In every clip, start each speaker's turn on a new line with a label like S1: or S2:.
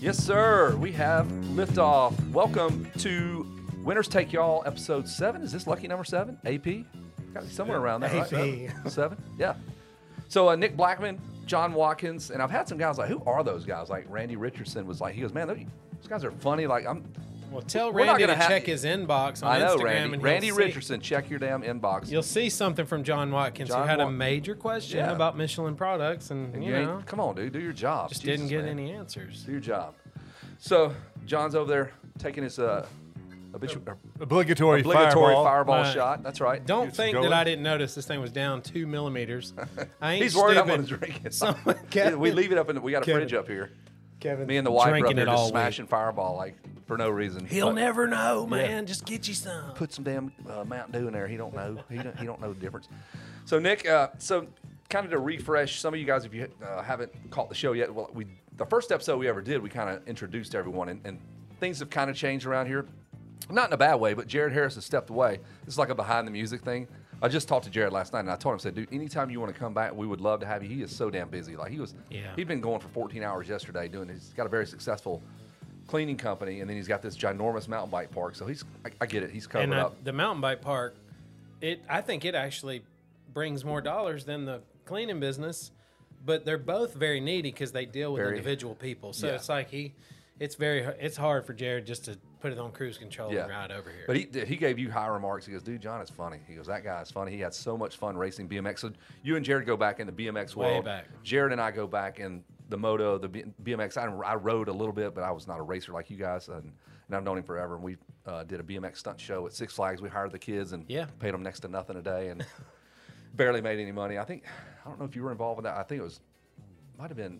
S1: Yes, sir. We have liftoff. Welcome to Winners Take Y'all, episode seven. Is this lucky number seven? AP? Got to be somewhere around that. right?
S2: AP.
S1: Seven? Yeah. So uh, Nick Blackman, John Watkins, and I've had some guys like, who are those guys? Like Randy Richardson was like, he goes, man, those those guys are funny. Like I'm,
S2: Well, tell
S1: We're not
S2: Randy to
S1: gonna ha-
S2: check his inbox on
S1: I know
S2: Instagram.
S1: Randy.
S2: and
S1: Randy
S2: he'll
S1: Richardson, check your damn inbox.
S2: See, you'll see something from John Watkins
S1: John
S2: who had
S1: Wat-
S2: a major question
S1: Yeah.
S2: about Michelin products, and,
S1: And
S2: you,
S1: you ain't-
S2: know,
S1: come on, dude, do your job.
S2: just
S1: Jesus,
S2: didn't get
S1: man.
S2: any answers.
S1: Do your job. So John's over there taking his uh, obitu- or
S3: Obligatory,
S1: obligatory fireball,
S3: fireball.
S2: My-
S1: shot. That's right.
S2: Don't
S3: Get
S2: think
S3: going.
S2: that I didn't notice this thing was down two millimeters. I ain't
S1: He's worried I'm
S2: stupid.
S1: going to drink it.
S2: Someone-
S1: we leave it up in. The, we got a
S2: Kevin.
S1: fridge up here.
S2: Kevin,
S1: Me and the wife are up
S2: drinking
S1: here
S2: it all
S1: just
S2: week.
S1: smashing fireball like for no reason.
S2: He'll
S1: But
S2: never know, man. Just get you some.
S1: put some damn uh, Mountain Dew in there. He don't know. He don't, he don't know the difference. So Nick, uh, so kind of to refresh some of you guys if you uh, haven't caught the show yet. Well, we the first episode we ever did, we kind of introduced everyone, and, and things have kind of changed around here. Not in a bad way, but Jared Harris has stepped away. This is like a behind the music thing. I just talked to Jared last night, and I told him, I said, dude, anytime you want to come back, we would love to have you. He is so damn busy. Like he was,
S2: Yeah.
S1: he'd been going for 14 hours yesterday doing. He's got a very successful cleaning company, and then he's got this ginormous mountain bike park. So he's, I, I get it. He's covered
S2: and I,
S1: up.
S2: the mountain bike park, it I think it actually brings more dollars than the cleaning business, but they're both very needy because they deal with
S1: Very.
S2: individual people. So
S1: Yeah.
S2: it's like he, it's very h- it's hard for Jared just to put it on cruise control and ride over here.
S1: But he did- he gave you high remarks. He goes, "Dude, John is funny." He goes, "That guy is funny. He had so much fun racing BMX." So you and Jared go back in the BMX
S2: Way
S1: world.
S2: back.
S1: Jared and I go back in the moto, the B- BMX. I, I rode a little bit, but I was not a racer like you guys, and, and I've known him forever. And we uh, did a BMX stunt show at Six Flags. We hired the kids and
S2: Yeah.
S1: paid them next to nothing a day, and barely made any money. I think I don't know if you were involved in that. I think it was might have been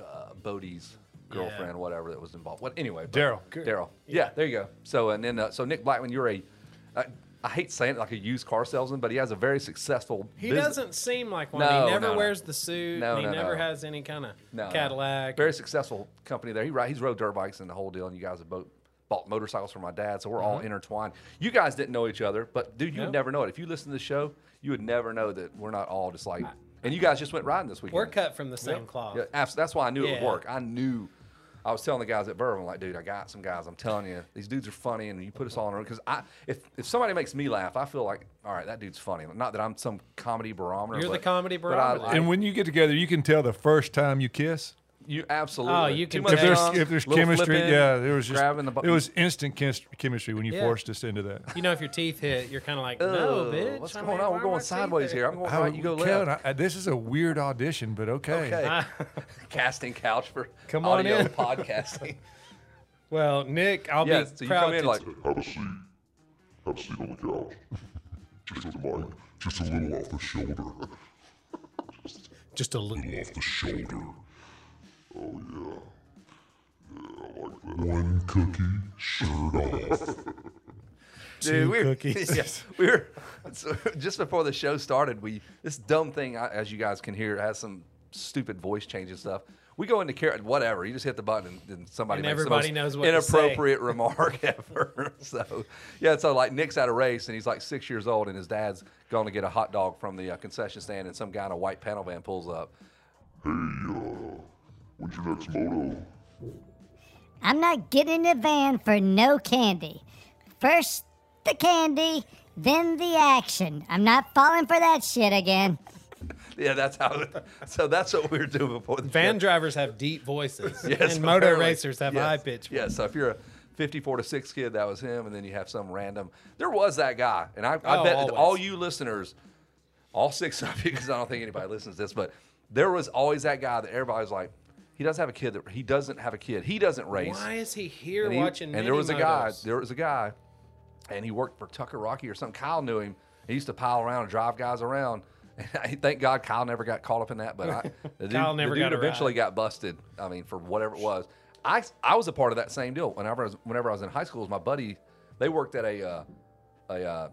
S1: uh, Bodie's girlfriend, whatever that was involved. What anyway? but-
S3: Daryl.
S1: Daryl. Yeah. there you go. So and then uh, so Nick Blackman, you're a I, I hate saying it like a used car salesman, but he has a very successful.
S2: he
S1: business-
S2: doesn't seem like one.
S1: No,
S2: he never
S1: no, no.
S2: wears the suit.
S1: No,
S2: and he
S1: no,
S2: never
S1: no.
S2: has any kind of
S1: No, no.
S2: Cadillac.
S1: Very successful company there. He ri- he's rode dirt bikes and the whole deal, and you guys have both bought motorcycles from my dad, so we're all intertwined. You guys didn't know each other, but dude, you
S2: Mm-hmm. No.
S1: would never know it. If you listen to the show, you would never know that we're not all just like. and you guys just went riding this weekend.
S2: We're cut from the same cloth.
S1: Yeah, abs- that's why I knew it would
S2: Yeah.
S1: work. I knew. I was telling the guys at Verve, I'm like, dude, I got some guys. I'm telling you, these dudes are funny, and you put us all in a room. Because I, if, if somebody makes me laugh, I feel like, all right, that dude's funny. Not that I'm some comedy barometer.
S2: You're the
S1: but-
S2: comedy
S1: but I
S2: barometer.
S1: like-
S3: And when you get together, you can tell the first time you kiss.
S1: you absolutely.
S2: Oh, you can
S1: Too much
S3: If there's
S1: tongue,
S3: if there's
S1: little
S3: chemistry,
S1: flipping,
S3: yeah, there was just
S1: grabbing the. bu-
S3: it was instant chemist- chemistry when you
S2: Yeah.
S3: forced us into that.
S2: You know, if your teeth hit, you're kind of like,
S1: Ugh,
S2: no, bitch.
S1: What's
S2: I
S1: going
S2: mean,
S1: on?
S2: why
S1: We're
S2: are
S1: going
S2: my teeth
S1: sideways
S2: hit?"
S1: here. I'm going
S3: I-
S1: right. You go
S3: Oh, Kevin,
S1: left.
S3: I- this is a weird audition, but okay.
S1: Okay. Casting couch for
S2: Come on
S1: audio
S2: in.
S1: podcasting.
S2: Well, Nick, I'll
S1: yeah,
S2: be
S1: so you
S2: proud
S1: come in
S2: to
S1: like.
S4: Have a seat. Have a seat on the couch. Just a mic. Just a little off the shoulder.
S2: just a little.
S4: Off the shoulder. Oh yeah. Yeah, I like that. One cookie shirt off.
S1: Dude, we were,
S2: cookies.
S1: yeah, we were so just before the show started. We this dumb thing, I- as you guys can hear, has some stupid voice change and stuff. We go into carrot, whatever. You just hit the button, and, and somebody
S2: And
S1: makes
S2: everybody
S1: the most
S2: knows what to say.
S1: inappropriate remark ever. so yeah, so like Nick's at a race, and he's like six years old, and his dad's going to get a hot dog from the uh, concession stand, and some guy in a white panel van pulls up.
S4: Hey, uh, when's your next moto?
S5: I'm not getting in the van for no candy. First the candy, then the action. I'm not falling for that shit again.
S1: Yeah, that's how. so that's what we were doing before the
S2: Van
S1: show.
S2: drivers have deep voices,
S1: Yes,
S2: and moto
S1: apparently.
S2: racers have
S1: Yes,
S2: high pitch.
S1: Yeah, so if you're a 54 to 6 kid, that was him. And then you have some random. There was that guy. And I, I
S2: Oh,
S1: bet
S2: always.
S1: all you listeners, all six of you, because I don't think anybody listens to this, but there was always that guy that everybody was like, he doesn't have a kid. That, he doesn't have a kid. He doesn't race.
S2: Why is he here
S1: And, he-
S2: watching?
S1: and there was a guy.
S2: mini-motos?
S1: There was a guy, and he worked for Tucker Rocky or something. Kyle knew him. He used to pile around and drive guys around. And I, thank God Kyle never got caught up in that. But I, the dude,
S2: Kyle never
S1: the dude
S2: got a
S1: eventually got busted. I mean, for whatever it was. I, I was a part of that same deal whenever I was, whenever I was in high school. My buddy, they worked at a uh, a uh,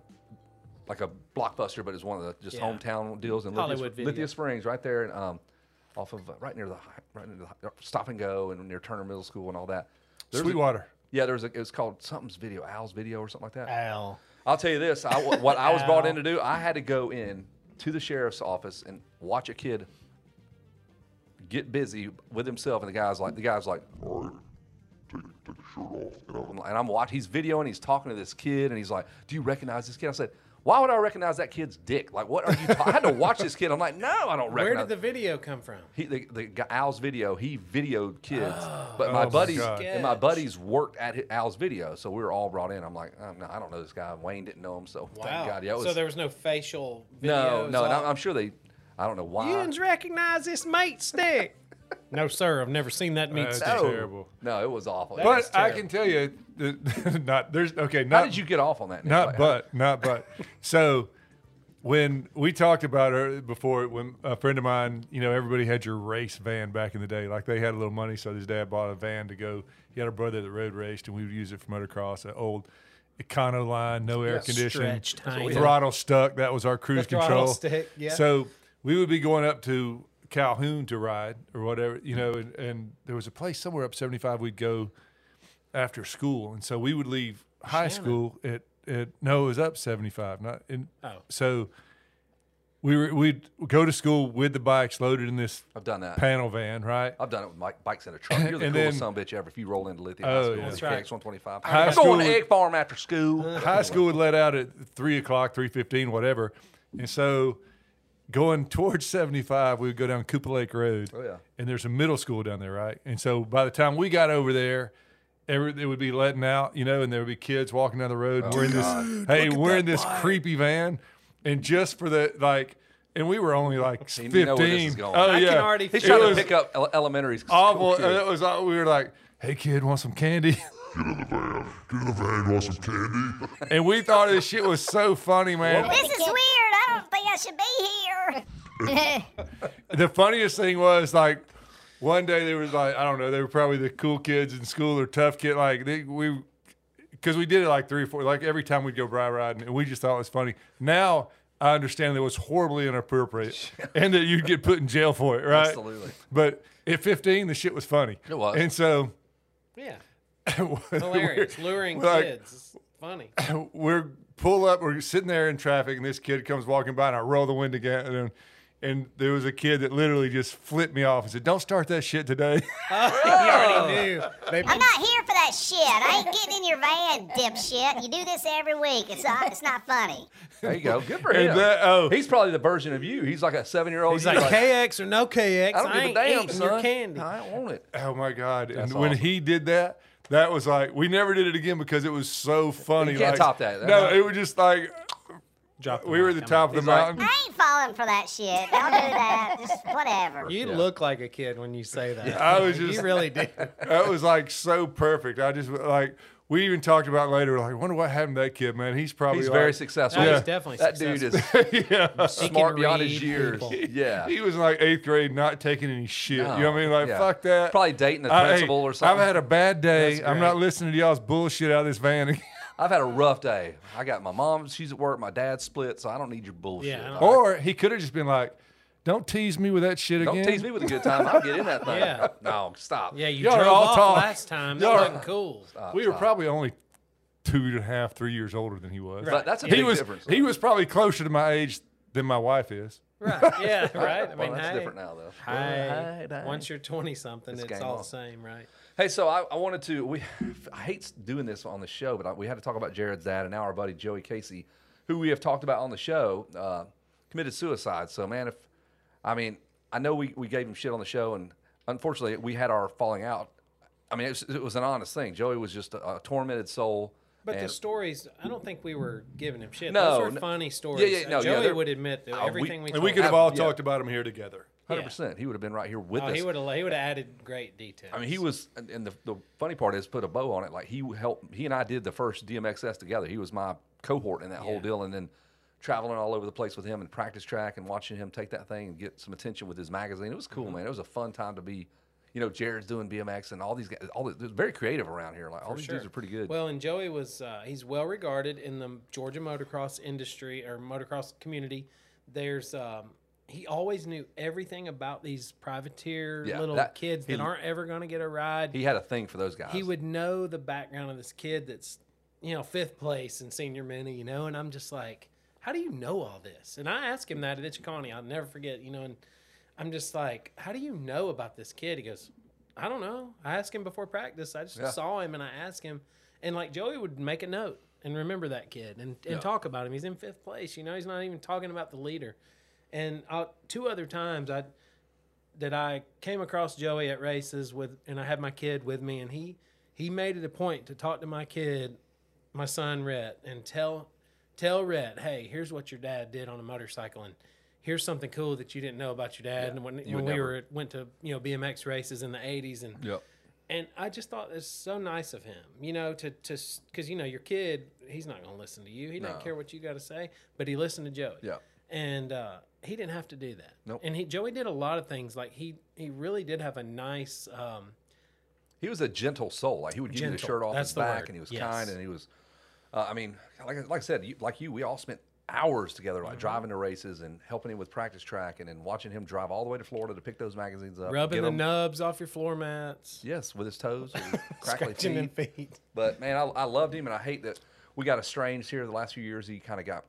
S1: like a blockbuster, but it's one of the just
S2: Yeah.
S1: hometown deals in Lithia,
S2: Hollywood Video.
S1: Lithia Springs, right there, and um, off of uh, right near the hi- right near the hi- stop and go and near Turner Middle School and all that. There's a-
S3: Sweetwater.
S1: yeah, there was a, it was called something's video, Al's video or something like that.
S2: Al.
S1: I'll tell you this, I, what I was brought in to
S2: Al.
S1: do, I had to go in to the sheriff's office and watch a kid get busy with himself. And the guy's like, the guy's like,
S4: All right, take, take the shirt off. And I'm
S1: and
S4: like,
S1: I'm watching. He's videoing. He's talking to this kid, and he's like, "Do you recognize this kid?" I said, "Why would I recognize that kid's dick? Like, what are you?" Ta-? I had to watch this kid. I'm like, "No, I don't
S2: Where
S1: recognize."
S2: did the video come from?
S1: he, the, the guy, Al's video, he videoed kids, but my
S3: Ah, oh my
S1: buddies
S3: God.
S1: and my
S2: Sketch.
S1: buddies worked at hi- Al's video, so we were all brought in. I'm like, oh, no, I don't know this guy. Wayne didn't know him, so thank God. Yeah, it was,
S2: so there was no facial.
S1: no,
S2: Videos
S1: no, and I'm,
S2: all-
S1: I'm sure they. I don't know why.
S2: You didn't recognize this meat stick. no, sir. I've never seen that meat
S3: That's
S2: stick.
S1: no,
S3: terrible.
S1: no, it was awful.
S2: That
S1: But
S2: is
S3: But I
S2: terrible.
S3: can tell you, that- not there's okay. Not
S1: how did you get off on that? Nick?
S3: Not
S1: Like,
S3: but, not but. So when we talked about her before, when a friend of mine, you know, everybody had your race van back in the day. Like they had a little money, so his dad bought a van to go. He had a brother that road raced, and we would use it for motocross. An old Econo line, no air conditioning,
S2: stretched tiny.
S3: throttle stuck. That was our cruise
S2: The throttle
S3: control.
S2: stick, yeah.
S3: So we would be going up to Calhoun to ride or whatever, you know, and, and there was a place somewhere up 75 we'd go after school, and so we would leave high school at, at no, it was up seventy five, not in.
S2: Oh.
S3: so we were, we'd go to school with the bikes loaded in this
S1: I've done that.
S3: panel van, right?
S1: I've done it with Mike, bikes in a truck. You're the
S3: And
S1: coolest
S3: then-
S1: son of a bitch ever if you roll into Lithium
S3: Oh,
S1: High School
S3: yeah.
S1: with
S3: That's
S1: your
S2: right.
S1: X125.
S3: High
S1: I'm going to
S3: school-
S1: Egg Farm after school.
S3: High school would let out at three o'clock, three fifteen, whatever, and so going towards seventy five, we would go down Cooper Lake Road.
S1: Oh, yeah.
S3: and there's a middle school down there, right? And so by the time we got over there. Every, it would be letting out, you know, and there would be kids walking down the road.
S1: Oh,
S3: and we're in this, hey, we're in this creepy van, and just for the like, and we were only like
S1: See,
S3: fifteen.
S1: you know where this is going.
S3: Oh
S2: I
S3: yeah,
S2: can already
S1: He's
S2: It
S1: trying to
S2: was
S1: pick up ele- elementary school.
S3: awful.
S1: kids.
S3: And it was all, we were like, "Hey kid, want some candy?"
S4: get in the van. Get in the van. Want some candy?
S3: and we thought this shit was so funny, man.
S5: This
S6: This
S5: is
S6: is weird. I don't think I should be here.
S3: the funniest thing was like one day they was like I don't know they were probably the cool kids in school or tough kid like they, we because we did it like three or four like every time we'd go bri riding and we just thought it was funny now. I understand that it was horribly inappropriate and that you'd get put in jail for it, right?
S1: Absolutely.
S3: But at 15, the shit was funny.
S1: It was.
S3: And so,
S2: Yeah.
S3: we're-
S2: Hilarious. Luring
S3: we're like,
S2: kids. It's funny.
S3: we're pull up, we're sitting there in traffic, and this kid comes walking by, and I roll the window down, and, and there was a kid that literally just flipped me off and said, "Don't start that shit today."
S2: Ew. They-
S6: I'm not here for that shit. I ain't getting in your van, dipshit. You do this every week. It's not, it's not funny.
S1: There you go. Good for
S3: And
S1: him.
S3: that- oh.
S1: He's probably the version of you. He's like a seven year old.
S2: He's like, KX or no KX.
S1: I don't
S2: I
S1: give a
S2: ain't
S1: damn,
S2: eating
S1: son.
S2: your candy.
S1: I don't want it.
S3: oh my god! And
S1: That's
S3: when
S1: awesome.
S3: he did that, that was like we never did it again because it was so funny.
S1: You can't
S3: like-
S1: top that.
S3: No, it was just like
S2: Drop the
S3: we were at the
S2: mic.
S3: top of the
S1: He's like-
S3: mountain.
S6: I ain't falling for that shit. Don't do that. Just whatever.
S2: You
S1: Yeah.
S2: look like a kid when you say that.
S3: I was
S2: you
S3: just-
S2: really did.
S3: that was like so perfect. I just like we even talked about later. Like, wonder what happened to that kid, man. He's probably
S1: He's
S3: like-
S1: very successful.
S2: No, he's definitely
S1: that
S3: yeah.
S1: dude is smart beyond his
S2: read
S1: years.
S2: people.
S1: Yeah.
S3: He was in like eighth grade, not taking any shit. you know what I mean? Like,
S1: Yeah.
S3: fuck that.
S1: Probably dating the
S3: I- hey,
S1: principal or something.
S3: I've had a bad day.
S2: That's
S3: I'm not
S2: great.
S3: listening to y'all's bullshit out of this van. again.
S1: I've had a rough day. I got my mom, she's at work, my dad's split, so I don't need your bullshit.
S2: Yeah, I don't-
S3: or he could have just been like, "Don't tease me with that shit
S1: Don't
S3: again."
S1: tease me with a good time. I'll get in that thing.
S2: Yeah.
S1: No, stop.
S2: Yeah, you
S3: Y'all are
S2: drove
S3: all
S2: off
S3: tall.
S2: last time. That
S3: Y'all are-
S2: wasn't cool.
S1: Uh,
S3: We were probably only two and a half, three years older than he was.
S1: But that's a
S3: he
S1: big
S3: was
S1: difference.
S3: he was probably closer to my age than my wife is.
S2: Right. Yeah, right. I
S1: Well,
S2: mean,
S1: that's
S2: hey,
S1: different now, though.
S2: Hey,
S1: Hey, hey.
S2: once you're 20 something, it's,
S1: game
S2: all
S1: on.
S2: the same, right?
S1: Hey, so I, I wanted to. We I hate doing this on the show, but I, we had to talk about Jared's dad and now our buddy Joey Casey, who we have talked about on the show, uh, committed suicide. So man, if I mean, I know we, we gave him shit on the show, and unfortunately, we had our falling out. I mean, it was, it was an honest thing. Joey was just a, a tormented soul.
S2: But the
S1: and-
S2: stories, I don't think we were giving him shit.
S1: No,
S2: Those
S1: no-
S2: were funny stories.
S1: yeah, no, yeah,
S2: Joey
S1: they're-
S2: would admit that
S1: Oh, we-
S2: everything we,
S1: and
S3: And
S2: told
S3: we could have
S2: him-
S3: all
S1: yeah.
S3: talked about him here together.
S1: 100%. He would have been right here with
S2: Oh,
S1: us.
S2: he would have. He would have added great detail.
S1: I mean, he was, and- and the, the funny part is, put a bow on it. Like he helped, he and I did the first DMXS together. He was my cohort in that whole
S2: Yeah.
S1: deal, and then traveling all over the place with him and practice track and watching him take that thing and get some attention with his magazine. It was cool,
S2: Mm-hmm.
S1: man. It was a fun time to be, you know, Jared's doing BMX and all these guys. All the, it was very creative around here. Like all these dudes are pretty good.
S2: Well, and Joey was uh, he's well regarded in the Georgia motocross industry or motocross community. There's um, he always knew everything about these privateer
S1: Yeah,
S2: little
S1: that-
S2: kids
S1: he-
S2: that aren't ever going to get a ride.
S1: he had a thing for those guys.
S2: he would know the background of this kid that's you know fifth place in senior mini you know and i'm just like how do you know all this and i asked him that at itchikani i'll never forget you know and I'm just like, how do you know about this kid? He goes, I don't know. I asked him before practice. I just
S1: Yeah.
S2: saw him and I asked him. And like Joey would make a note and remember that kid and, and talk about him. He's in fifth place. You know, he's not even talking about the leader. And i two other times I that I came across Joey at races with, and I had my kid with me, and he he made it a point to talk to my kid, my son Rhett, and tell tell Rhett, hey, here's what your dad did on a motorcycle, and here's something cool that you didn't know about your dad, and when, when we
S1: would never-
S2: were at- went to you know BMX races in the '80s, and
S1: Yep.
S2: and I just thought it's so nice of him, you know, to to because you know your kid, he's not going to listen to you. He doesn't care what you got to say, but he listened to Joey.
S1: Yeah.
S2: and uh, he didn't have to do that.
S1: Nope.
S2: And he Joey did a lot of things. Like he he really did have a nice. Um,
S1: He was a gentle soul. Like he would give you the
S2: Gentle.
S1: shirt off
S2: That's
S1: his
S2: the
S1: back,
S2: word.
S1: and he was
S2: Yes.
S1: kind, and he was. Uh, I mean, like, I- like I said, you, like you, we all spent hours together,
S2: Mm-hmm.
S1: like driving to races and helping him with practice track, and then watching him drive all the way to Florida to pick those magazines up,
S2: Rubbing
S1: get
S2: the
S1: 'em-
S2: nubs off your floor mats,
S1: Yes, with his toes, with his crackly
S2: scratching
S1: teeth.
S2: them feet.
S1: But man, I, I loved him, and I hate that we got estranged here the last few years. He kind of got.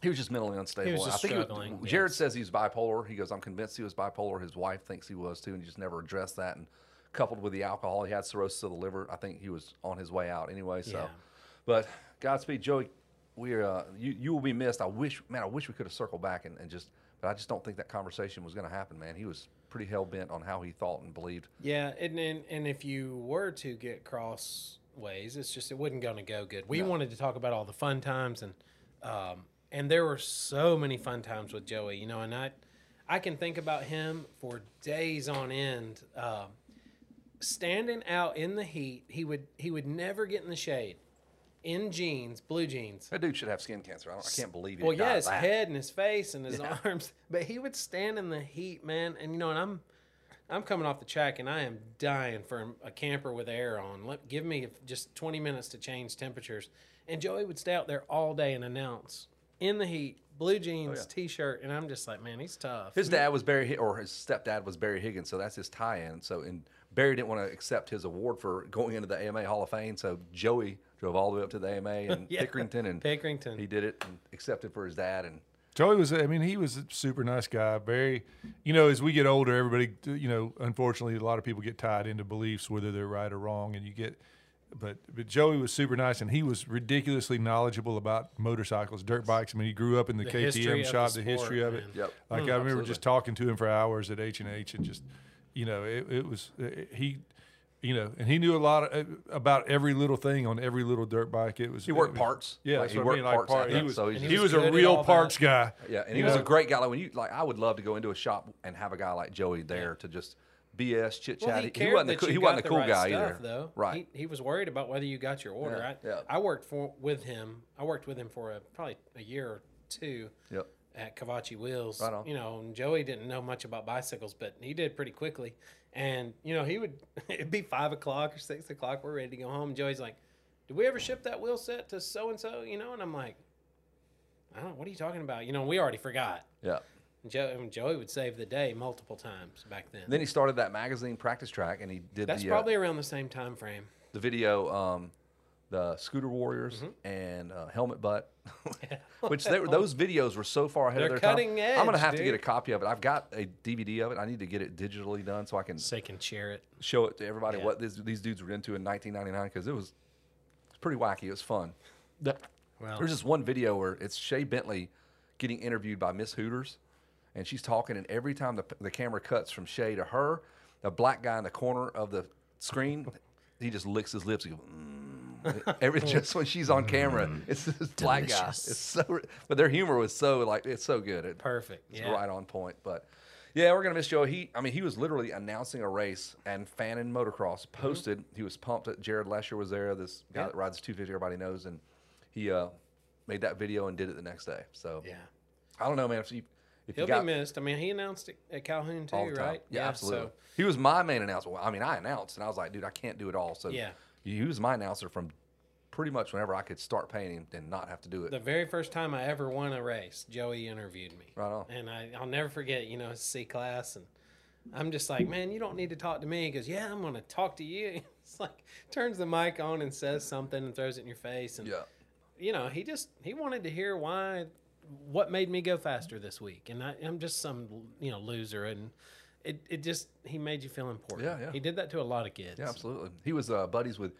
S1: He was just mentally unstable.
S2: He was just
S1: I think he was-
S2: struggling,
S1: Jared says he's bipolar. He goes, I'm convinced he was bipolar. His wife thinks he was too, and he just never addressed that. And coupled with the alcohol, he had cirrhosis of the liver. I think he was on his way out anyway. So,
S2: Yeah.
S1: but Godspeed, Joey. We're uh, you, you will be missed. I wish, man, I wish we could have circled back and, and just, but I just don't think that conversation was going to happen, man. He was pretty hell bent on how he thought and believed.
S2: Yeah, and, and and if you were to get crossways, it's just it wasn't going to go good. We wanted to talk about all the fun times, and um, and there were so many fun times with Joey, you know, and I I can think about him for days on end. Um, standing out in the heat, he would he would never get in the shade, in jeans, blue jeans.
S1: That dude should have skin cancer. I, don't, I can't believe he
S2: Well,
S1: died
S2: yeah, his
S1: that.
S2: head and his face and his arms. But he would stand in the heat, man. And you know, and I'm, I'm coming off the track and I am dying for a camper with air on. Let give me just 20 minutes to change temperatures. And Joey would stay out there all day and announce in the heat, blue jeans, t-shirt, and I'm just like, man, he's tough.
S1: Oh, His dad was Barry, Hi- or his stepdad was Barry Higgins, so that's his tie-in. So, and Barry didn't want to accept his award for going into the AMA Hall of Fame, so Joey drove all the way up to the AMA and
S2: Yeah.
S1: Pickerington, and
S2: Pickerington.
S1: he did it and accepted for his dad. And
S3: Joey was, I mean, he was a super nice guy. Very, you know, as we get older, everybody, you know, unfortunately, a lot of people get tied into beliefs, whether they're right or wrong. And you get, but, but Joey was super nice and he was ridiculously knowledgeable about motorcycles, dirt bikes. I mean, he grew up in the,
S2: history
S3: KTM
S2: of the
S3: shop, the,
S2: sport,
S3: history of it.
S2: man. Mm,
S1: Yep.
S3: Like, I remember just talking to him for hours at H&H and just, you know, it, it was, it, he, you know, and he knew a lot of, about every little thing on every little dirt bike. It was
S1: he worked parts.
S3: Yeah,
S1: Like,
S3: that's what I mean, like part-
S1: out
S3: he
S1: there,
S3: was-
S1: so he's
S2: and
S3: he
S1: just-
S3: was
S2: good
S3: a
S2: at all
S3: real
S2: that.
S3: parts guy.
S1: yeah, and he
S3: you
S1: was a
S3: know?
S1: great guy. Like when you like, I would love to go into a shop and have a guy like Joey there to just BS, chit chat.
S2: Well, he, cared
S1: wasn't the
S2: that
S1: cool,
S2: you
S1: he wasn't
S2: got
S1: the
S2: the
S1: cool
S2: right
S1: guy
S2: stuff,
S1: either,
S2: Though
S1: right?
S2: he, he was worried about whether you got your order.
S1: Yeah,
S2: I,
S1: yeah.
S2: I worked for with him. I worked with him for a, probably a year or two.
S1: Yep.
S2: At Kavachi Wheels,
S1: Right on.
S2: you know, and Joey didn't know much about bicycles, but he did pretty quickly. And you know, he would it'd be five o'clock or six o'clock. We're ready to go home. And Joey's like, "Did we ever ship that wheel set to so and so?" You know, and I'm like, "I don't. What are you talking about? You know, we already forgot."
S1: Yeah.
S2: And Joe, and Joey would save the day multiple times back then.
S1: Then he started that magazine practice track, and he did
S2: That's
S1: the, uh,
S2: probably around the same time frame.
S1: the video, um, the Scooter Warriors
S2: Mm-hmm.
S1: and uh, Helmet Butt, which they were, those videos were so far ahead of their
S2: They're
S1: time.
S2: cutting
S1: I'm gonna
S2: edge,
S1: have to get a
S2: dude.
S1: copy of it. I've got a DVD of it. I need to get it digitally done so I can
S2: So they can share it.
S1: show it to everybody
S2: Yeah.
S1: what this, these dudes were into in 1999 because it was it's pretty wacky. It was fun.
S2: Well,
S1: There's this one video where it's Shay Bentley getting interviewed by Miss Hooters, and she's talking, and every time the, the camera cuts from Shay to her, the black guy in the corner of the screen, he just licks his lips. He goes, mm. Every, just when she's on camera,
S2: Mm.
S1: it's this black guy. It's so, but their humor was so like it's so good. It,
S2: perfect.
S1: it's
S2: yeah.
S1: right on point. But yeah, we're gonna miss Joe. He, I mean, he was literally announcing a race, and Fannin Motocross
S2: Mm-hmm.
S1: posted. He was pumped that Jared Lesher was there. This guy that rides 250, everybody knows, and he uh, made that video and did it the next day. So
S2: Yeah.
S1: I don't know, man. If you, if
S2: He'll
S1: you got
S2: be missed. I mean, he announced it at Calhoun too,
S1: all the time,
S2: right?
S1: yeah, absolutely.
S2: So
S1: He was my main announcer. Well, I mean, I announced, and I was like, dude, I can't do it all. So
S2: Yeah.
S1: he was my announcer from pretty much whenever I could start paying him and not have to do it.
S2: the very first time I ever won a race, Joey interviewed me.
S1: Right on.
S2: And I, I'll never forget, you know, his C class. And I'm just like, man, you don't need to talk to me. He goes, yeah, I'm going to talk to you. It's like, turns the mic on and says something and throws it in your face. And
S1: yeah.
S2: you know, he just he wanted to hear why what made me go faster this week, and I, I'm just some you know loser, and it, it just he made you feel important.
S1: Yeah, yeah.
S2: He did that to a lot of kids.
S1: Yeah, absolutely. He was uh, buddies with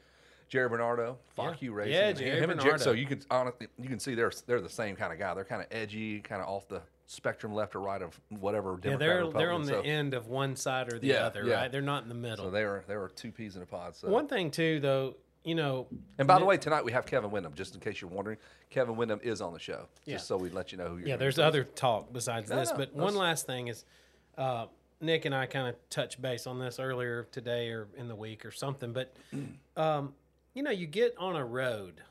S1: Jerry Bernardo, Fuck
S2: Yeah.
S1: You Racing.
S2: Yeah,
S1: and
S2: Jerry
S1: him and Jer-
S2: Bernardo.
S1: so you could honestly, you can see they're they're the same kind of guy. They're kind of edgy, kind of off the spectrum, left or right of whatever.
S2: Yeah,
S1: Democrat or
S2: they're they're
S1: Republican.
S2: on the
S1: so,
S2: end of one side or the
S1: Yeah,
S2: other,
S1: yeah.
S2: right? They're not in the middle.
S1: So they were they were two peas in a pod. So
S2: One thing too, though, you know,
S1: and by the way, tonight we have Kevin Wyndham. Just in case you're wondering, Kevin Wyndham is on the show.
S2: Yeah.
S1: Just so we let you know who you're.
S2: yeah,
S1: hearing
S2: there's
S1: from.
S2: other talk besides
S1: No,
S2: this,
S1: no,
S2: but
S1: that's-
S2: one last thing is, uh, Nick and I kind of touched base on this earlier today or in the week or something, but
S1: Mm.
S2: um, you know, you get on a road,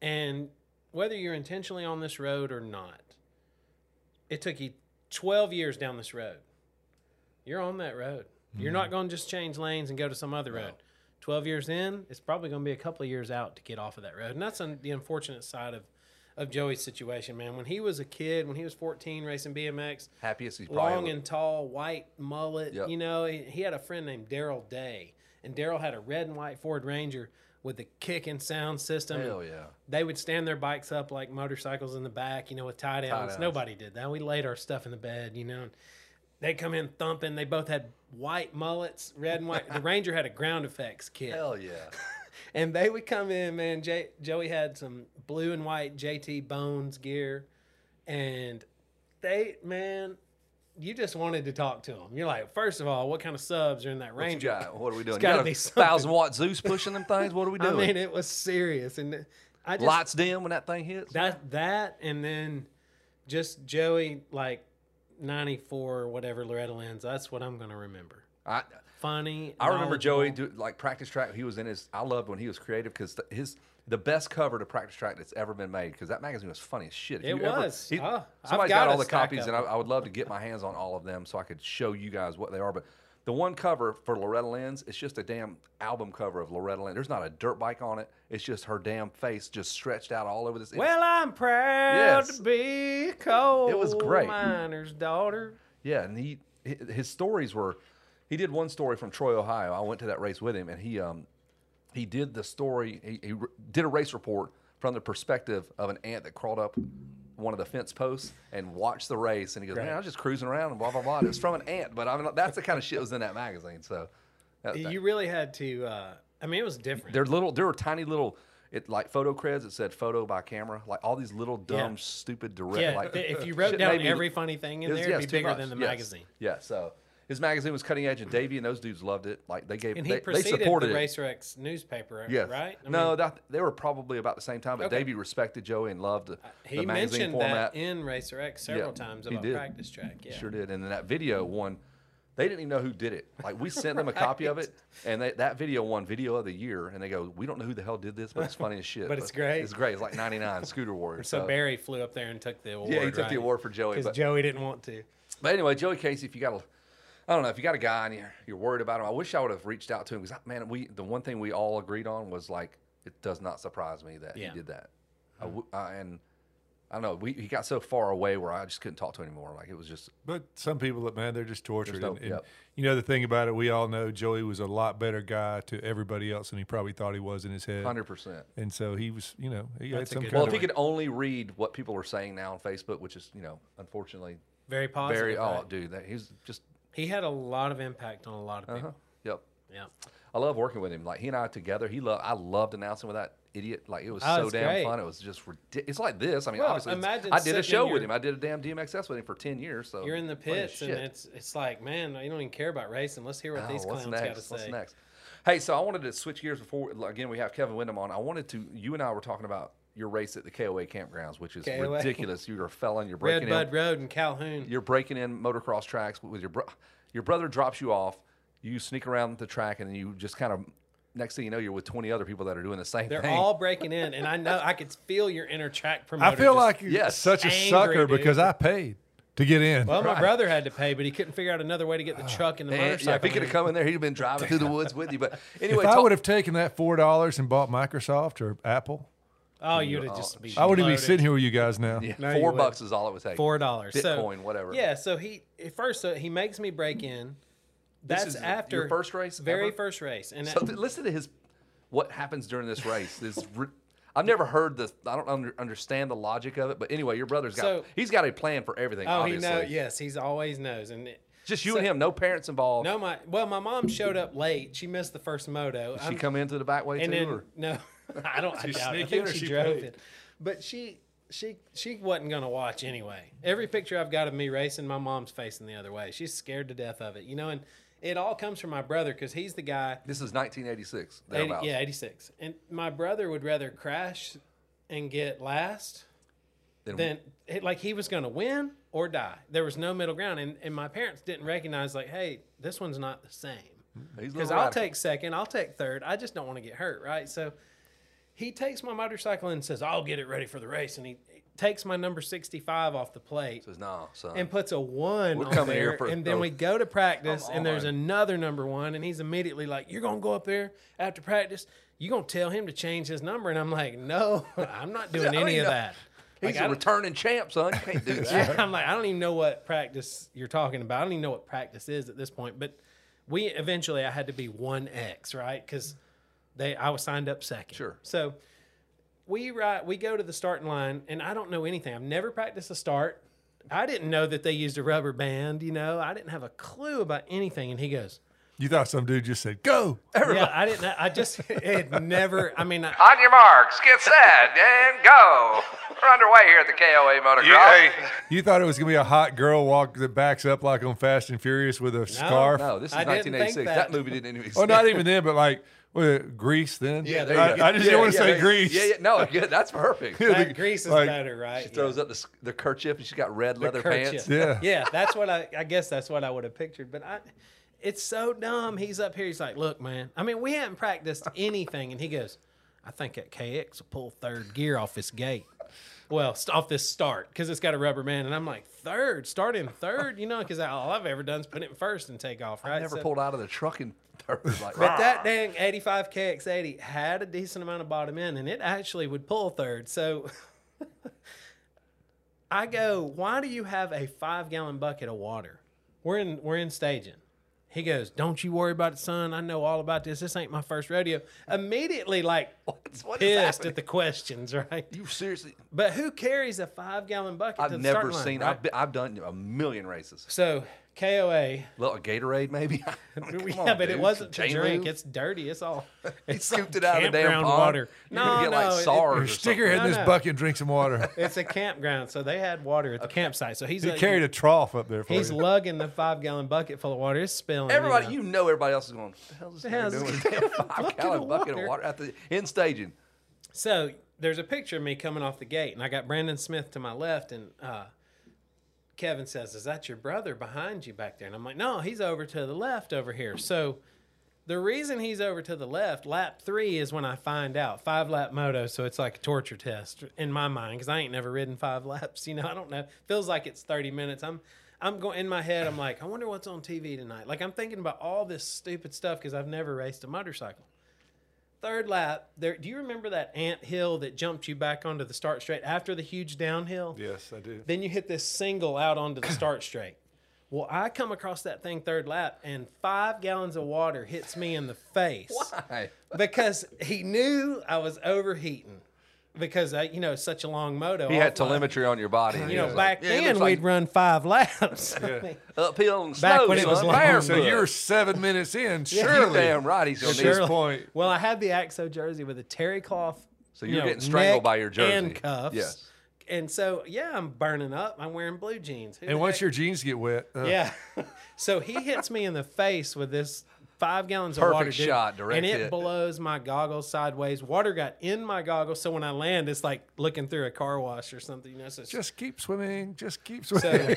S2: and whether you're intentionally on this road or not, it took you 12 years down this road. You're on that road. You're
S1: Mm-hmm.
S2: not going to just change lanes and go to some other road. 12 years in, it's probably going to be a couple of years out to get off of that road. And that's un- the unfortunate side of, of Joey's situation, man. When he was a kid, when he was 14 racing BMX,
S1: happiest he's probably
S2: long
S1: ever-
S2: and tall, white mullet.
S1: Yep.
S2: You know, he, he had a friend named Daryl Day, and Daryl had a red and white Ford Ranger with the kick and sound system. and
S1: Hell yeah.
S2: They would stand their bikes up like motorcycles in the back, you know, with tie downs.
S1: downs.
S2: Nobody did that. We laid our stuff in the bed, you know. and They come in thumping. They both had white mullets, red and white. the Ranger had a ground effects kit
S1: Hell yeah.
S2: and they would come in, man. J- Joey had some blue and white JT Bones gear, and they, man, you just wanted to talk to them. You're like, first of all, what kind of subs are in that
S1: What's
S2: range?
S1: giant? What are we doing?
S2: gotta
S1: you got
S2: be
S1: a
S2: something.
S1: thousand watt Zeus pushing them things. What are we
S2: I
S1: doing?
S2: mean, it was serious, and I just
S1: Lights dim when that thing hits.
S2: that that, and then just Joey like '94 or whatever Loretta Lynn's. That's what I'm gonna remember.
S1: I,
S2: Funny.
S1: I remember Joey
S2: knowledgeable.
S1: do, like practice track. He was in his. I loved when he was creative because his the best cover to practice track that's ever been made because that magazine was funny as shit. If
S2: It
S1: you ever-
S2: was.
S1: he-
S2: Ah, I've
S1: somebody's
S2: got
S1: got,
S2: a
S1: all the
S2: stack
S1: copies,
S2: of
S1: and I,
S2: them.
S1: I would love to get my hands on all of them so I could show you guys what they are. But the one cover for Loretta Lynn's, it's just a damn album cover of Loretta Lynn. There's not a dirt bike on it. It's just her damn face just stretched out all over this. It-
S2: Well, I'm proud
S1: Yes.
S2: to be a coal
S1: It was great.
S2: miner's daughter.
S1: Yeah, and he hi- his stories were he did one story from Troy, Ohio. I went to that race with him, and he um he did the story. He, he r- did a race report from the perspective of an ant that crawled up one of the fence posts and watched the race. And he goes, "Man, I was just cruising around and blah blah blah." And It was from an ant, but I mean that's the kind of shit that was in that magazine. So that- that-
S2: You really had to. Uh, I mean, it was different.
S1: they're little. There were tiny little. It like photo creds. It said photo by camera. Like all these little dumb,
S2: Yeah.
S1: stupid direct.
S2: yeah,
S1: like,
S2: th- if you wrote
S1: shit
S2: down
S1: maybe-
S2: every funny thing in
S1: It was-
S2: there, it'd
S1: yes,
S2: be
S1: too
S2: bigger
S1: much.
S2: than the
S1: Yes.
S2: magazine.
S1: Yeah, so his magazine was cutting edge, and Davey and those dudes loved it. Like they gave,
S2: And he
S1: they, they
S2: preceded
S1: supported
S2: the
S1: it.
S2: Racerex newspaper,
S1: Yes.
S2: right? I
S1: no,
S2: mean,
S1: that, they were probably about the same time, but
S2: Okay. Uh,
S1: Davey respected Joey and loved the,
S2: he
S1: the magazine
S2: mentioned
S1: format.
S2: that in Racerex several times
S1: he
S2: about
S1: did.
S2: practice track. Yeah,
S1: Sure did. And then that video one, they didn't even know who did it. Like we sent them a copy of it, and they, that video won video of the year. And they go, "We don't know who the hell did this, but it's funny as shit.
S2: But it's great.
S1: It's great. It's like '99 Scooter Warriors.
S2: So Barry flew up there and took the award.
S1: yeah, he took the award for Joey.
S2: because
S1: but-
S2: Joey didn't want to.
S1: But anyway, Joey Casey, if you got a, I don't know, if you got a guy and you're, you're worried about him, I wish I would have reached out to him because man, we the one thing we all agreed on was like it does not surprise me that
S2: Yeah. Mm-hmm.
S1: he did that, I w I and I don't know, we he got so far away where I just couldn't talk to him anymore. Like it was just
S3: But some people, that man, they're just tortured.
S1: no-
S3: and, and
S1: yep.
S3: You know the thing about it, we all know Joey was a lot better guy to everybody else than he probably thought he was in his head.
S1: hundred percent.
S3: And so he was, you know, he
S2: That's a
S3: had some
S2: good
S3: kind
S1: Well,
S3: of
S1: if he could only read what people are saying now on Facebook, which is you know unfortunately
S2: Very positive.
S1: very oh
S2: right?
S1: dude that he's just uh-huh,
S2: He had a lot of impact on a lot of people.
S1: yep.
S2: Yeah,
S1: I love working with him. Like he and I together, he loved. I loved announcing with that idiot. Like it was
S2: Oh,
S1: so
S2: it's
S1: damn
S2: great.
S1: fun. It was just ridiculous. It's like this. I mean,
S2: Well,
S1: obviously, it's-
S2: imagine
S1: I did a
S2: sitting in
S1: show with
S2: your-
S1: him. I did a damn DMXS with him for ten years. So
S2: you're in the
S1: funny as
S2: pits, and
S1: shit.
S2: it's it's like, man, you don't even care about racing. Let's hear what
S1: Oh,
S2: these
S1: what's
S2: clowns got
S1: next?
S2: to say.
S1: What's next? Hey, so I wanted to switch gears before again we have Kevin Wyndham on. I wanted to. You and I were talking about your race at the KOA campgrounds, which is
S2: KOA.
S1: ridiculous. You're a felon. You're
S2: Red
S1: breaking in.
S2: Bud Road in Calhoun.
S1: You're breaking in motocross tracks with your bro. Your brother drops you off. You sneak around the track, and then you just kind of. Next thing you know, you're with 20 other people that are doing the same
S2: They're
S1: thing.
S2: all breaking in, and I know I could feel your inner track promoter.
S3: I feel
S2: just-
S3: like you're
S1: Yes.
S3: such a
S2: Angry,
S3: sucker
S2: dude.
S3: because I paid to get in.
S2: Well, my brother had to pay, but he couldn't figure out another way to get the truck and the
S1: And, Uh,
S2: motorcycle.
S1: yeah, if he could have
S2: in.
S1: come in there, he'd have been driving through the woods with you. But anyway,
S3: if I
S1: talk-
S3: would have taken that four dollars and bought Microsoft or Apple,
S2: oh, you'd have just be.
S3: I wouldn't be
S2: loaded.
S3: sitting here with you guys now.
S1: yeah,
S2: No, you
S1: four
S2: wouldn't.
S1: bucks is all it would take.
S2: Four dollars,
S1: Bitcoin,
S2: so,
S1: whatever.
S2: Yeah, so he at first so he makes me break in. That's
S1: is your
S2: after
S1: first race
S2: very
S1: ever?
S2: first race, and
S1: So
S2: that-
S1: th- listen to his what happens during this race. This. Re- I've never heard the. I don't under, understand the logic of it. But anyway, your brother's got.
S2: So-
S1: he's got a plan for everything.
S2: Oh,
S1: obviously.
S2: he knows. Yes, he's always knows. And it,
S1: Just you
S2: So-
S1: and him. No parents involved.
S2: no, my well, my mom showed up late. She missed the first moto.
S1: She come into the back way too.
S2: and then
S1: or?
S2: no, I don't. I
S3: Did she
S2: doubt it. I
S3: sneak in
S2: think
S3: or
S2: she,
S3: she
S2: drove
S3: paid?
S2: it. But she she she wasn't gonna watch anyway. Every picture I've got of me racing, my mom's facing the other way. She's scared to death of it, you know. And it all comes from my brother because he's the guy.
S1: This is 1986.
S2: 80
S1: thereabouts.
S2: yeah, eighty six. And my brother would rather crash and get last
S1: Then-
S2: than it, like he was gonna win or die. There was no middle ground, and and my parents didn't recognize like, hey, this one's not the same.
S1: he's a
S2: Because
S1: little
S2: I'll
S1: radical.
S2: take second, I'll take third. I just don't want to get hurt, right? So he takes my motorcycle and says, I'll get it ready for the race. And he takes my number 65 off the plate
S1: Says, nah, son.
S2: and puts a one
S1: We're
S2: on
S1: coming here
S2: there.
S1: for
S2: and then we
S1: those.
S2: go to practice,
S1: Come
S2: and there's
S1: on.
S2: another number one. And he's immediately like, You're going to go up there after practice. You're going to tell him to change his number. And I'm like, No, I'm not doing
S1: I
S2: any
S1: mean,
S2: of
S1: uh,
S2: that.
S1: he's
S2: Like, I
S1: a
S2: don't-
S1: returning champ, son. You can't do that.
S2: yeah, I'm like, I don't even know what practice you're talking about. I don't even know what practice is at this point. But we eventually, I had to be one X, right? Because they, I was signed up second.
S1: Sure.
S2: So we ride, we go to the starting line, and I don't know anything. I've never practiced a start. I didn't know that they used a rubber band. You know, I didn't have a clue about anything. And he goes,
S3: You thought some dude just said go.
S2: "Yeah, I didn't. I just it never. I mean, I,
S1: On your marks, get set, and go. We're underway here at the KOA Motocross.
S3: You thought it was gonna be a hot girl walk that backs up like on Fast and Furious with a scarf.
S1: No, Oh, this is
S2: I didn't think
S1: 1986. That.
S2: that.
S1: movie didn't even exist.
S3: Oh, not even then, but like was it Grease then.
S2: Yeah, there you
S3: I,
S2: go.
S3: I just didn't want to say Grease.
S1: Yeah, yeah, no, yeah, that's perfect. She
S2: that grease is
S3: like,
S2: better, right? Yeah.
S1: throws up the, s- the kerchief and she's got red leather pants.
S2: kerchief.
S3: Yeah.
S2: yeah, that's what I, I guess that's what I would have pictured. But I, it's so dumb. He's up here. He's like, look, man. I mean, we haven't practiced anything, and he goes, I think that KX will pull third gear off this gate. Well, st- off this start because it's got a rubber band, and I'm like third, start in third, you know, because all I've ever done is put it in first and take off. Right?
S1: Never
S2: So-
S1: pulled out of the truck and like
S2: but that dang 85 KX80 had a decent amount of bottom end, and it actually would pull third. So I go, why do you have a five gallon bucket of water? We're in we're in staging. He goes, don't you worry about it, son. I know all about this. This ain't my first rodeo. Immediately, like
S1: What's- what is
S2: pissed
S1: happening?
S2: at the questions, right?
S1: You seriously?
S2: But who carries a five gallon bucket? to
S1: I've
S2: the
S1: never
S2: starting line,
S1: seen.
S2: right?
S1: I've, been, I've done a million races.
S2: so KOA
S1: Little Gatorade, maybe. I mean,
S2: yeah,
S1: come on,
S2: but
S1: dude.
S2: it wasn't
S1: Some
S2: to
S1: chain
S2: drink.
S1: lube.
S2: It's dirty. It's all.
S1: he
S2: It's like
S1: scooped it out of the damn
S2: campground
S1: pond.
S2: water.
S1: You're gonna
S2: No,
S1: get like
S2: no, it-
S1: SARS or
S3: Or stick your
S1: something.
S3: head in
S2: No,
S3: this
S2: no.
S3: bucket and drink some water.
S2: It's a campground, so they had water at the campsite. So he's
S3: he
S2: like-
S3: carried a trough up there for
S2: he's
S3: you.
S2: lugging the five gallon bucket full of water. It's spilling.
S1: Everybody,
S2: know.
S1: you know, everybody else is going. What the hell is this
S2: Yeah,
S1: nigga
S2: this
S1: doing?
S2: is
S1: with a Five
S2: bucket
S1: gallon
S2: of
S1: bucket of
S2: water.
S1: water at the in staging.
S2: So there's a picture of me coming off the gate, and I got Brandon Smith to my left, and uh, Kevin says, "Is that your brother behind you back there?" And I'm like, "No, he's over to the left over here." So the reason he's over to the left, lap three is when I find out five lap moto, so it's like a torture test in my mind because I ain't never ridden five laps. You know, I don't know. Feels like it's thirty minutes. I'm I'm going in my head. I'm like, I wonder what's on TV tonight. Like I'm thinking about all this stupid stuff because I've never raced a motorcycle third lap there do you remember that ant hill that jumped you back onto the start straight after the huge downhill
S3: Yes, I do.
S2: then you hit this single out onto the start straight well i come across that thing third lap and five gallons of water hits me in the face
S1: Hey,
S2: because he knew i was overheating because I, you know such a long moto
S1: he had
S2: offline.
S1: telemetry on your body.
S2: you know
S1: Yeah.
S2: back
S1: Yeah, it
S2: then
S1: looks
S2: we'd
S1: like
S2: run five laps
S1: uphill and snow.
S2: Back when it was
S1: son,
S2: long.
S1: barefoot.
S3: So you're seven minutes in,
S1: You're
S3: surely.
S1: damn right. He's gonna
S3: Sure.
S1: need.
S3: this point.
S2: Well, I had the Axo jersey with a terry cloth.
S1: So you're
S2: you know,
S1: getting strangled
S2: neck
S1: by your jersey.
S2: and cuffs.
S1: Yes.
S2: And so yeah, I'm burning up. I'm wearing blue jeans. Who
S3: And
S2: the
S3: once
S2: heck-
S3: your jeans get wet, uh,
S2: yeah, so he hits me in the face with this five gallons of water.
S1: Perfect shot, direct
S2: and it
S1: hit.
S2: blows my goggles sideways. Water got in my goggles, so when I land, it's like looking through a car wash or something. You know, so it's
S3: just keep swimming. Just keep swimming.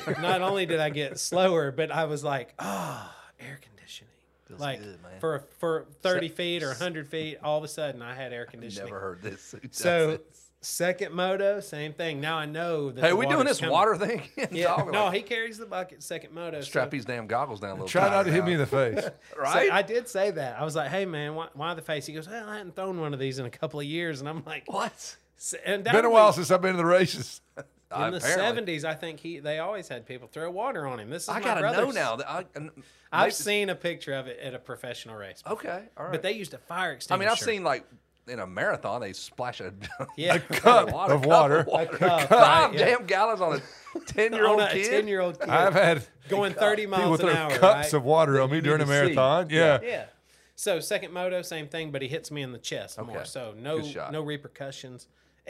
S2: so not only did I get slower, but I was like, ah, air conditioning. like
S1: good, man.
S2: for for thirty feet or hundred feet, all of a sudden I had air conditioning.
S1: Never heard this. Who does
S2: so
S1: it?
S2: second moto, same thing. Now I know that.
S1: hey,
S2: the
S1: we doing
S2: water's
S1: this
S2: coming.
S1: water thing? again?
S2: Yeah,
S1: Dog,
S2: no,
S1: like,
S2: he carries the bucket. Second moto. so-
S1: strap these damn goggles down a little.
S3: Try
S1: tighter
S3: not to hit
S1: now.
S3: me in the face.
S2: so
S1: right.
S2: I did say that. I was like, "Hey, man, why, why the face?" He goes, well, "I hadn't thrown one of these in a couple of years," and I'm like,
S1: what?
S2: S- And
S3: Been a
S2: undoubtedly-
S3: while since I've been to the races.
S2: In the
S1: Apparently.
S2: seventies, I think he they always had people throw water on him. This is
S1: I
S2: my
S1: gotta know
S2: brother's-
S1: now. That I, and
S2: I've
S1: maybe-
S2: seen a picture of it at a professional race.
S1: Okay, Oh, all right.
S2: But they used a fire
S1: I
S2: extinguisher.
S1: mean, I've seen like in a marathon, they splash a,
S2: Yeah.
S1: a
S3: Cup
S1: water,
S3: of
S1: cup
S3: water.
S1: water.
S2: cup,
S1: Five
S2: right, yeah.
S1: damn gallons on a ten-year-old
S2: on a
S1: kid.
S2: ten-year-old kid
S3: I've had
S2: going thirty
S3: people
S2: miles
S3: throw
S2: an hour.
S3: cups
S2: right?
S3: of water on me during a
S1: can see.
S3: marathon. Yeah.
S2: Yeah. So second moto, same thing, but he hits me in the chest more.
S1: Okay.
S2: So no
S1: Good shot.
S2: no repercussions,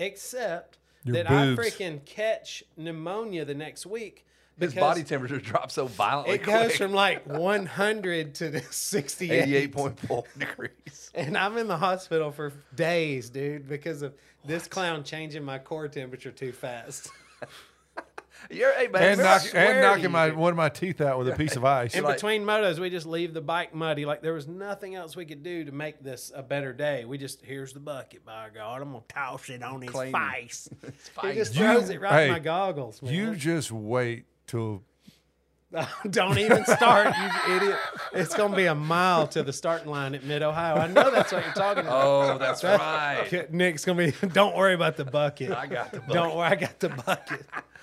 S2: except
S3: Your
S2: that
S3: boobs.
S2: I freaking catch pneumonia the next week.
S1: His
S2: because
S1: body temperature drops so violently.
S2: It goes
S1: quick.
S2: from like 100 to 68,
S1: eighty-eight point four degrees.
S2: and I'm in the hospital for days, dude, because of this clown changing my core temperature too fast.
S1: You're, hey, man,
S3: And,
S1: remember-
S3: knock, and
S2: swear
S3: knocking
S2: you-
S3: my one of my teeth out with a piece of ice.
S2: In
S1: Like-
S2: between motos, we just leave the bike muddy. Like there was nothing else we could do to make this a better day. We just here's the bucket, by God, I'm gonna toss it on his
S1: Clean.
S2: face. He
S1: Fine.
S2: just
S3: You-
S2: throws it right in
S3: hey,
S2: my goggles. Man.
S3: you just wait till
S2: don't even start, you idiot. It's gonna be a mile to the starting line at Mid Ohio. I know that's what you're talking about.
S1: oh, that's right.
S2: Nick's gonna be. Don't worry about the bucket.
S1: I got the bucket.
S2: Don't worry, I got the bucket.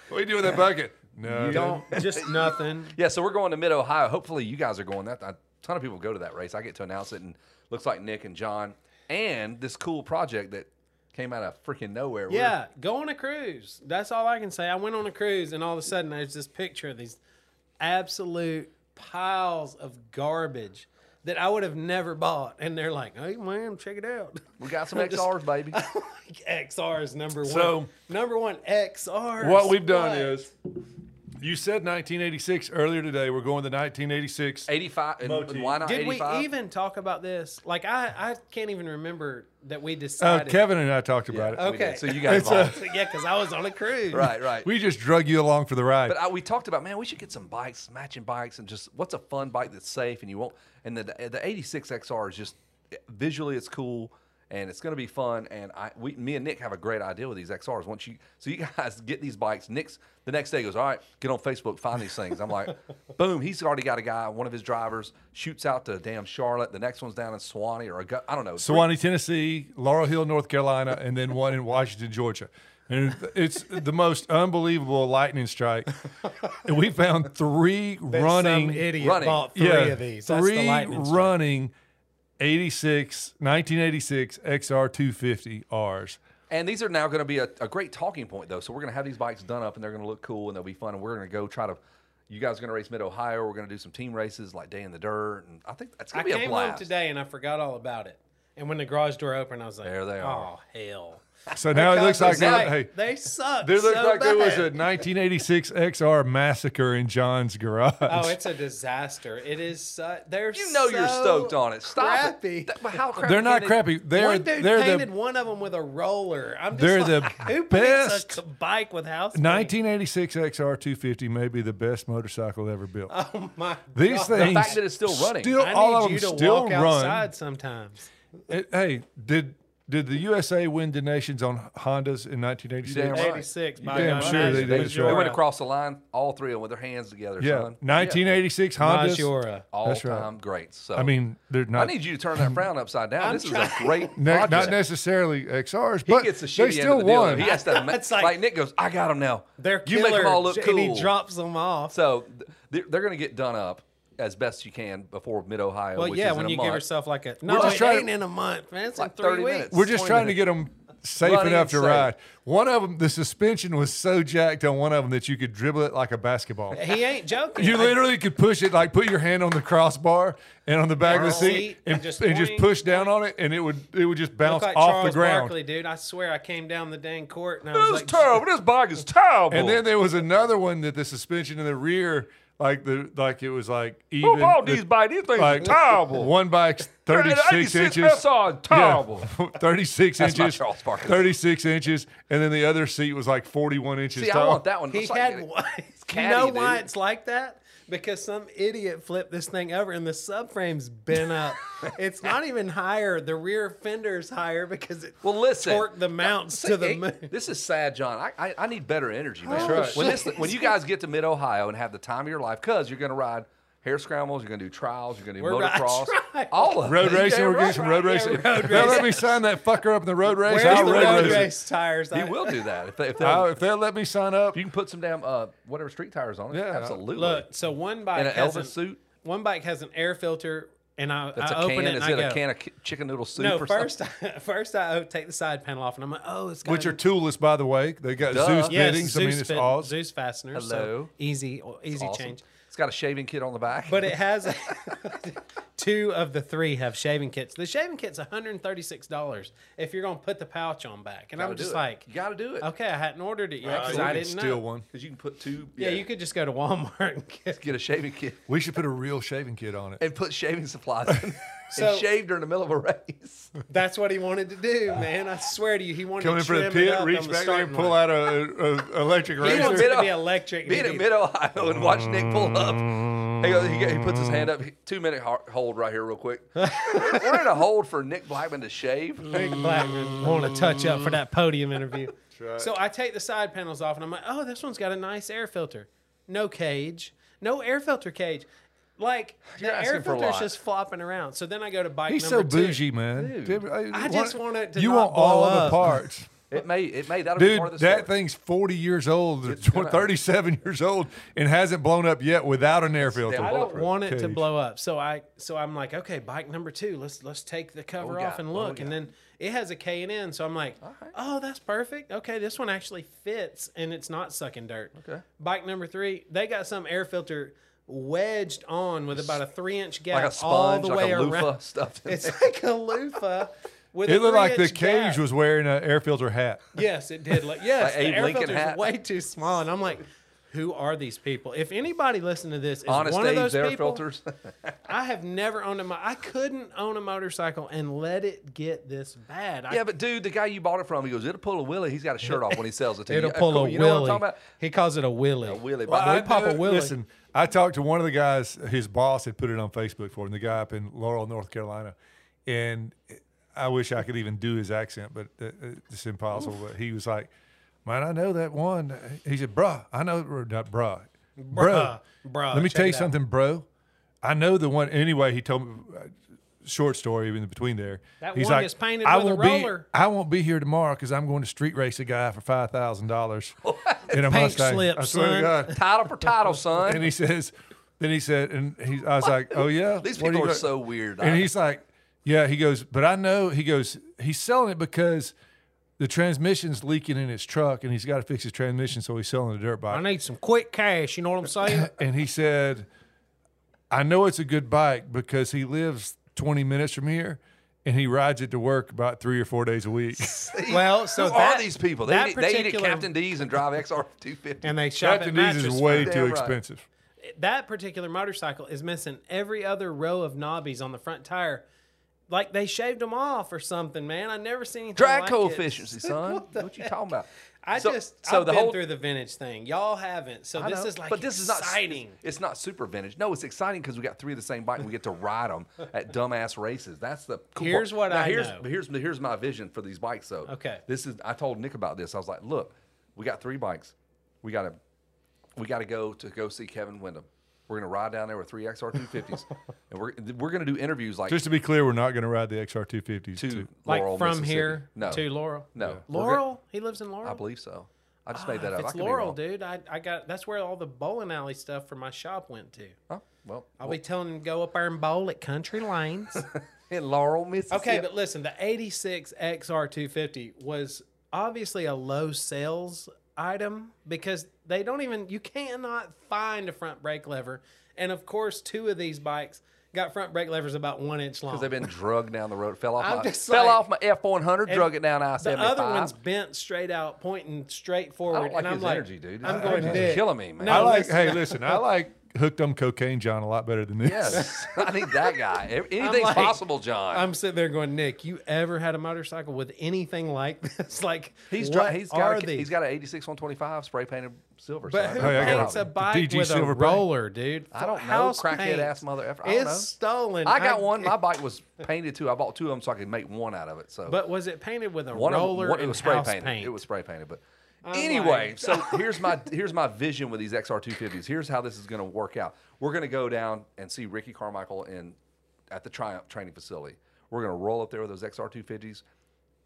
S3: what do you do with that bucket? No,
S2: Don't just nothing.
S1: Yeah, so we're going to Mid Ohio. Hopefully, you guys are going. That a ton of people go to that race. I get to announce it, and looks like Nick and John, and this cool project that came out of freaking nowhere. We're-
S2: Yeah, go on a cruise. That's all I can say. I went on a cruise, and all of a sudden, there's this picture of these absolute piles of garbage that I would have never bought. And they're like, hey, man, check it out.
S1: we got some
S2: I'm just-
S1: XRs, baby.
S2: like, XR is number one.
S3: So-
S2: number one, XR.
S3: What we've done is, you said 1986 earlier today. We're going to 1986.
S1: Eighty-five. And, and why not
S2: Did
S1: 85?
S2: we even talk about this? Like, I, I can't even remember that we
S3: Uh,
S2: decided.
S3: Kevin and I talked about
S1: We
S3: it.
S1: did.
S2: Okay.
S1: So you guys,
S3: It's a-
S2: Yeah, because I was on a cruise.
S1: right, right.
S3: We just drug you along for the ride.
S1: But I, we talked about, man, we should get some bikes, matching bikes, and just what's a fun bike that's safe and you won't. And the the 86 XR is just visually it's cool and it's going to be fun. And I, we, me and Nick have a great idea with these XRs. Once you, so you guys get these bikes. Nick's the next day goes, all right, get on Facebook, find these things. I'm like, boom, he's already got a guy. One of his drivers shoots out to damn Charlotte. The next one's down in Swanee or Augu- I don't know.
S3: Suwanee, Tennessee, Laurel Hill, North Carolina, and then one in Washington, Georgia. And it's the most unbelievable lightning strike. And we found three
S2: That
S3: running,
S2: Some idiot
S1: running.
S2: bought three of these. That's
S3: three
S2: the lightning strike.
S3: running 86, 1986 XR 250Rs.
S1: And these are now going to be a, a great talking point, though. So we're going to have these bikes done up, and they're going to look cool, and they'll be fun. And we're going to go try to. You guys are going to race Mid Ohio. We're going to do some team races like Day in the Dirt, and I think that's
S2: I
S1: going to be a
S2: came home
S1: blast.
S2: today and I forgot all about it. And when the garage door opened, I was like,
S1: There they are.
S2: Oh hell!
S3: So now it looks like,
S2: It's
S3: there-
S2: like,
S3: hey,
S2: they suck.
S3: there looks
S2: so
S3: like there was a
S2: bad.
S3: 1986 XR massacre in John's garage.
S2: Oh, it's a disaster! It is such. They're
S1: You know you're stoked on it. Stop
S2: crappy.
S1: it. That- but how crappy
S3: they're
S1: can
S3: not
S1: they-
S3: crappy. They're
S2: one dude
S3: they're the
S2: painted one of them with a roller. I'm just
S3: They're
S2: like,
S3: the
S2: who
S3: best.
S2: Picks a c- bike with house paint?
S3: 1986 XR 250 may be the best motorcycle ever built.
S2: Oh my!
S3: These
S2: God.
S3: things,
S1: The fact that it's still running.
S3: still
S2: I need
S3: all of
S2: you
S3: them
S2: to
S3: still
S2: walk
S3: run.
S2: outside sometimes.
S3: It- hey, did did the USA win donations on Hondas in
S1: damn
S3: 1986?
S1: right.
S2: Eighty-six. by
S3: damn
S2: God,
S3: sure
S2: Majora.
S3: they did.
S1: They,
S3: Sure.
S1: went across the line, all three of them with their hands together.
S3: Yeah,
S1: son.
S3: 1986 Hondas.
S2: Majora.
S1: all
S3: That's right.
S1: time greats. So
S3: I mean, they're
S1: I
S3: not
S1: need you to turn that frown upside down.
S2: I'm
S1: this is a
S2: trying.
S1: great
S3: ne-
S1: project.
S3: not necessarily XRs,
S1: he
S3: but
S1: gets the
S3: they
S1: shitty end
S3: still
S1: of the deal.
S3: won.
S1: He has to,
S2: It's
S1: like,
S2: like-
S1: Nick goes, I got him now.
S2: They're
S1: you
S2: killer.
S1: make them all look cool.
S2: And he drops them off.
S1: So th- they're, they're going to get done up as best you can before Mid Ohio.
S2: Well,
S1: which
S2: yeah,
S1: is
S2: when
S1: in a
S2: you
S1: month.
S2: give yourself like a no,
S3: just
S2: it
S3: trying to-
S2: ain't in a month, man. It's
S1: like
S2: in three
S1: 30
S2: weeks.
S1: minutes.
S3: We're just
S1: 20
S3: trying to
S1: minutes.
S3: get them safe
S1: Running
S3: enough to
S1: safe.
S3: ride. One of them, the suspension was so jacked on one of them that you could dribble it like a basketball.
S2: He ain't joking.
S3: You literally could push it, like put your hand on the crossbar and on the back of the
S2: Or
S3: seat,
S2: seat,
S3: and,
S2: and just
S3: and just
S2: swing,
S3: push down on it, and it would it would just
S2: I look
S3: bounce
S2: like
S3: off
S2: Charles
S3: the ground.
S2: Barkley, dude. I swear, I came down the dang court and I
S1: This
S2: was
S1: is
S2: like,
S1: terrible. This bike is terrible.
S3: And then there was another one that the suspension in the rear, like the like it was like even.
S1: who bought
S3: the-
S1: these bikes? These things are
S3: like
S1: terrible.
S3: One bike's
S1: They're at
S3: thirty
S1: 86
S3: six inches.
S1: SR, terrible.
S3: Yeah, thirty six
S1: That's my
S3: inches.
S1: Charles Barkley.
S3: Thirty six inches, and then the other seat was like forty one inches
S1: See,
S3: tall.
S1: I want that one.
S2: He
S1: It's like-
S2: had one.
S1: catty,
S2: you know why
S1: dude.
S2: it's like that? Because some idiot flipped this thing over and the subframe's bent up. it's not even higher. The rear fender's higher because it
S1: Well, listen.
S2: torqued the mounts to the
S1: Hey,
S2: moon.
S1: This is sad, John. I, I, I need better energy, man.
S3: That's right.
S1: When, this, when you guys get to Mid Ohio and have the time of your life, because you're going to ride hair scrambles, you're going to do trials, you're going to do
S2: We're right,
S1: motocross,
S2: right.
S1: all of
S3: Road
S1: it. You
S3: racing,
S1: damn
S3: we're getting
S1: right.
S3: some road racing.
S2: yeah, road
S3: They'll let
S2: racing.
S3: me sign that fucker up in the road race.
S2: Where's
S3: I'll
S2: the
S3: road
S2: road
S3: race it.
S2: race tires?
S1: He
S2: I-
S1: will do that if, they, if,
S3: Oh,
S1: they'll-
S3: if they'll let me sign up,
S1: if you can put some damn uh, whatever street tires on it.
S3: Yeah.
S1: absolutely.
S2: Look, so one bike
S1: In an
S2: has
S1: Elvis
S2: an-
S1: suit?
S2: One bike has an air filter and I,
S1: That's
S2: I
S1: a
S2: open
S1: can.
S2: it.
S1: Is
S2: and
S1: it
S2: I
S1: a
S2: go,
S1: can of ki- chicken noodle soup
S2: No,
S1: or
S2: first,
S1: something?
S2: I, first I o- take the side panel off, and I'm like, oh, it's got
S3: Which
S2: a-
S3: are toolless, by the way. They got
S1: Duh.
S3: Zeus
S2: yes,
S3: fittings. I
S2: Zeus
S3: mean, it's
S2: fit-
S3: all
S2: Zeus fasteners.
S1: Hello.
S2: So easy, or easy
S1: Awesome.
S2: change.
S1: It's got a shaving kit on the back.
S2: But it has two of the three have shaving kits. The shaving kit's 136 dollars if you're gonna put the pouch on back, and
S1: Gotta
S2: I'm
S1: do
S2: just
S1: it.
S2: like,
S1: you got to do it
S2: okay, I hadn't ordered it yet because
S3: we
S2: I
S3: can
S2: didn't
S3: steal
S2: know.
S3: one.
S1: because you can put two.
S2: Yeah, you could just go to Walmart and get
S1: get a shaving kit
S3: We should put a real shaving kit on it.
S1: and put shaving supplies in
S2: So-
S1: and shave during the middle of a race.
S2: That's what he wanted to do, man. I swear to you, he wanted
S3: Come in
S2: to
S3: for
S2: trim
S3: the
S2: it
S3: pit,
S2: up
S3: reach
S2: on the
S3: back there, and
S2: starting
S3: pull
S2: line.
S3: out a, a, a electric
S2: He wants
S3: razor.
S2: it
S1: Mid-O-
S2: to be electric.
S1: Being in mid Ohio and watch Nick pull up. He, goes, he, he puts his hand up. Two minute hold right here, real quick. We're we're in a hold for Nick Blackman to shave.
S2: Nick Blackman want to touch up for that podium interview. So I take the side panels off and I'm like, oh, this one's got a nice air filter. No cage. No air filter cage. Like
S1: You're
S2: the air
S1: asking for a
S2: filter's
S1: lot.
S2: just flopping around. So then I go to bike
S3: He's so
S2: number two.
S3: bougie, man.
S1: Dude.
S2: I just want it to
S3: You
S2: not
S3: want all
S2: blow
S3: the
S2: up.
S3: parts.
S1: It may, it may, that'll be
S3: Dude,
S1: part of the
S3: that
S1: story.
S3: thing's 40 years old, or
S1: gonna-
S3: 37 years old, and hasn't blown up yet without an air
S2: I
S3: filter.
S1: damn-
S2: don't
S1: bulletproof
S2: want it to
S3: cage.
S2: blow up. So I so I'm like, okay, bike number two. Let's let's take the cover
S1: we
S2: off
S1: got?
S2: and
S1: What we
S2: look. and then it has a K and N. So I'm like, oh, that's perfect. Okay, this one actually fits and it's not sucking dirt.
S1: Okay.
S2: Bike number three, they got some air filter wedged on with about a three inch gap
S1: like a
S2: all
S1: sponge,
S2: the
S1: like
S2: way
S1: a loofah
S2: around.
S1: stuffed in
S2: It's
S1: there.
S2: like a loofah. With a
S3: It looked like the
S2: three-inch
S3: cage
S2: gap.
S3: was wearing an air filter hat.
S2: Yes, it did. Like, yes,
S1: Like Abe
S2: the air
S1: Lincoln
S2: filter's
S1: hat.
S2: way too small, and I'm like, who are these people? If anybody listening to this is
S1: Honest
S2: one
S1: Abe's
S2: of those
S1: air
S2: people,
S1: filters.
S2: I have never owned a mo- I couldn't own a motorcycle and let it get this bad. I,
S1: yeah, but dude, the guy you bought it from, he goes, it'll pull a willy. He's got a shirt off when he sells it to
S2: it'll
S1: you. Uh,
S2: pull
S1: cool,
S2: a
S1: you know what I'm
S2: willy.
S1: talking about?
S2: He calls it a willy. A
S1: willy.
S2: Well,
S1: Well, I
S2: we pop a
S3: Uh,
S2: willy.
S3: Listen, I talked to one of the guys. His boss had put it on Facebook for him. The guy up in Laurel, North Carolina, and I wish I could even do his accent, but uh, uh, it's impossible. But he was like, "Man, I know that one." He said, "Bruh, I know or not, bruh,
S2: Bruh,
S3: bruh,
S2: bruh,
S3: Let me
S2: check
S3: tell you
S2: it out.
S3: something, bro. I know the one." Anyway, he told me. uh, Short story in between there.
S2: That
S3: He's
S2: one
S3: like,
S2: that's painted
S3: I
S2: with a
S3: won't be,
S2: roller."
S3: I won't be here tomorrow because I'm going to street race a guy for five thousand dollars in a
S2: Pink
S3: Mustang.
S2: slip,
S3: I swear
S2: son.
S3: to God
S1: Title for title, son.
S3: and he says, then he said, and he, I was like, oh yeah,
S1: These
S3: What
S1: people
S3: you
S1: are
S3: got?"
S1: so weird.
S3: And
S1: I-
S3: he's like, yeah, he goes, but I know, he goes, he's selling it because the transmission's leaking in his truck, and he's got to fix his transmission, so he's selling the dirt
S2: I
S3: bike.
S2: need some quick cash. You know what I'm saying?
S3: And he said, I know it's a good bike because he lives 20 minutes from here. And he rides it to work about three or four days a week.
S2: well, so
S1: Who
S2: that,
S1: are these people? They,
S2: that
S1: eat, they eat at
S2: particular-
S1: Captain D's and drive XR 250.
S2: And they shop
S3: Captain
S2: at
S3: D's
S2: mattress
S3: is way
S1: Damn
S3: too
S1: right.
S3: expensive.
S2: that particular motorcycle is missing every other row of knobbies on the front tire. Like they shaved them off or something, man. I never seen anything
S1: Drag
S2: like it.
S1: coefficiency, son. what you talking about?
S2: I
S1: So-
S2: just
S1: so
S2: I've
S1: the
S2: been
S1: whole-
S2: through the vintage thing. Y'all haven't, so
S1: I
S2: this
S1: know,
S2: is like
S1: but this
S2: exciting.
S1: is not. It's not super vintage. No, it's exciting because we got three of the same bike and we get to ride them at dumbass races. That's the cool. part.
S2: Here's what
S1: Now,
S2: I
S1: here's,
S2: know.
S1: Here's here's my vision for these bikes though.
S2: Okay.
S1: This is. I told Nick about this. I was like, look, we got three bikes. We got to we got to go to go see Kevin Wyndham. We're gonna ride down there with three XR 250s, and we're we're gonna do interviews like
S3: Just to be clear, we're not going to ride the XR250s.
S1: to
S3: To,
S2: like
S1: Laurel,
S2: from
S1: Mississippi.
S2: here
S1: No.
S2: to Laurel.
S1: No. We're go-
S2: Laurel. He lives in Laurel.
S1: I believe so. I just made that up. I
S2: Ah, If it's
S1: could be
S2: Laurel,
S1: wrong.
S2: dude. I, I got that's where all the bowling alley stuff for my shop went to.
S1: Oh, well,
S2: I'll be telling him to go up there and bowl at Country Lanes.
S1: in Laurel, Mississippi.
S2: Okay, but listen, the 86 XR250 was obviously a low sales item because they don't even, you cannot find a front brake lever. And of course, two of these bikes got front brake levers about one inch long.
S1: Because they've been drugged down the road. Fell off
S2: I'm
S1: my
S2: just
S1: fell
S2: like-
S1: off my F one hundred. Drug it down I
S2: the
S1: seventy
S2: other one's
S1: five.
S2: bent straight out, pointing straight
S1: I
S2: forward.
S1: don't like
S2: and I'm
S1: his
S2: like,
S1: energy, dude.
S2: I'm
S1: His
S2: going
S1: energy's
S2: dick.
S1: killing me, man.
S2: No,
S3: I like.
S2: listen,
S3: Hey, listen, I like hooked on cocaine John a lot better than this.
S1: Yes, I need that guy. Ev-
S2: I'm
S1: Anything's
S2: like-
S1: possible, John.
S2: I'm sitting there going, Nick, you ever had a motorcycle with anything like this? Like,
S1: he's
S2: what
S1: dri- he's
S2: are
S1: got a,
S2: these?
S1: he's got an eighty six one twenty five spray painted silver.
S2: But
S1: so
S2: who
S1: I
S3: Hey,
S1: don't
S3: got
S2: paints
S1: know.
S2: a
S3: the
S2: bike
S3: DG
S2: with a
S3: silver paint.
S2: roller, dude?
S1: I don't know,
S2: House
S1: crackhead
S2: paint
S1: ass mother effer. I don't
S2: It's
S1: know.
S2: stolen.
S1: I got one. My bike was painted too. I bought two of them so I could make one out of it. So
S2: But was it painted with a
S1: one
S2: roller
S1: of them, one, it
S2: and
S1: was spray
S2: house
S1: painted.
S2: paint?
S1: It was spray painted, but anyway,
S2: like-
S1: so here's my here's my vision with these XR250s. Here's how this is going to work out. We're going to go down and see Ricky Carmichael in at the Triumph training facility. We're going to roll up there with those XR250s.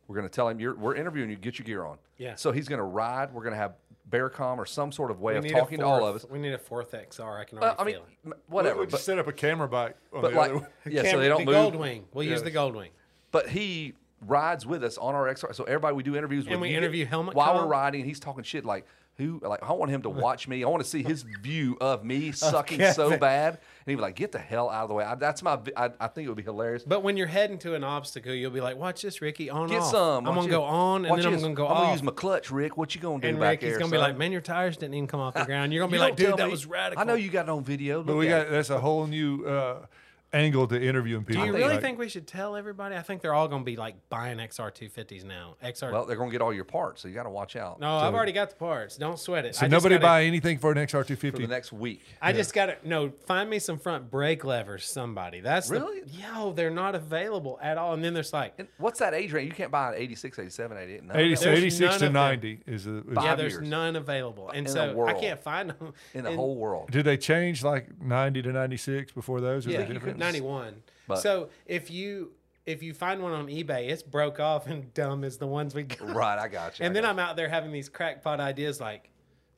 S1: We're going to tell him you're we're interviewing you. Get your gear on.
S2: Yeah.
S1: So he's going to ride. We're going to have Bearcom or some sort of way
S2: We
S1: of
S2: need a
S1: talking to all of us.
S2: fourth- We need a fourth XR. I can
S1: Uh,
S2: already
S1: I mean,
S2: feel it.
S1: m- whatever.
S3: We just
S1: but-
S3: set up a camera bike on
S1: but
S3: the
S1: like,
S3: other one.
S1: yeah, so
S2: Camera-
S1: they don't
S2: the
S1: move.
S2: Gold Wing. We'll use the Gold Wing.
S1: But he rides with us on our XR. So everybody we do interviews with,
S2: And we
S1: you
S2: interview Helmut
S1: while we're
S2: Kahn.
S1: riding. He's talking shit like who? Like I want him to watch me. I want to see his view of me sucking so
S3: Kevin.
S1: bad. And he was like, "Get the hell out of the way." I, that's my. vi- I, I think it would be hilarious.
S2: But when you're heading to an obstacle, you'll be like, "Watch this, Ricky, on
S1: Get
S2: off.
S1: some. Watch
S2: I'm gonna
S1: you-
S2: go on, and
S1: watch
S2: then I'm
S1: this.
S2: gonna go
S1: I'm
S2: off.
S1: gonna use my clutch, Rick. What you gonna do
S2: and
S1: back
S2: Ricky's
S1: there?
S2: gonna be
S1: son?
S2: like, "Man, your tires didn't even come off the ground." You're gonna be
S1: You
S2: like,
S1: don't tell
S2: "Dude, that
S1: me.
S2: was radical."
S1: I know you got it on video.
S3: But
S1: Look
S3: we
S1: at
S3: got that's a whole new uh, angle to interviewing people.
S2: Do you
S1: think-
S2: really
S3: Like,
S2: think we should tell everybody? I think they're all gonna be like buying XR 250s now. XR.
S1: it. Well, they're gonna get all your parts, so you got to watch out.
S2: no, I've already got the parts. Don't sweat it.
S3: So
S2: I just
S3: nobody
S2: gotta-
S3: buy anything for an
S1: for the
S3: XR250.
S1: next week.
S2: I just got to no. Find me some front brake levers, somebody. That's the-
S1: Really?
S2: yo. They're not available at all. And then there's like,
S1: And what's that age range? You can't buy an 86, 87, 88. No,
S3: 86,
S2: There's
S3: 86
S2: none
S3: to
S2: of them.
S3: 90 is, the- is
S2: yeah,
S1: Five
S2: there's
S1: years.
S2: none available, and
S1: In the
S2: so I
S1: world.
S2: can't find them
S1: in the whole world.
S3: Did they change like 90 to 96 before those? Or
S2: Yeah,
S3: they
S2: you could
S3: different?
S2: 91.
S1: But-
S2: so if you if you find one on eBay, it's broke off and dumb as the ones we got.
S1: Right, I got you.
S2: And
S1: I
S2: then
S1: got
S2: I'm out there having these crackpot ideas like,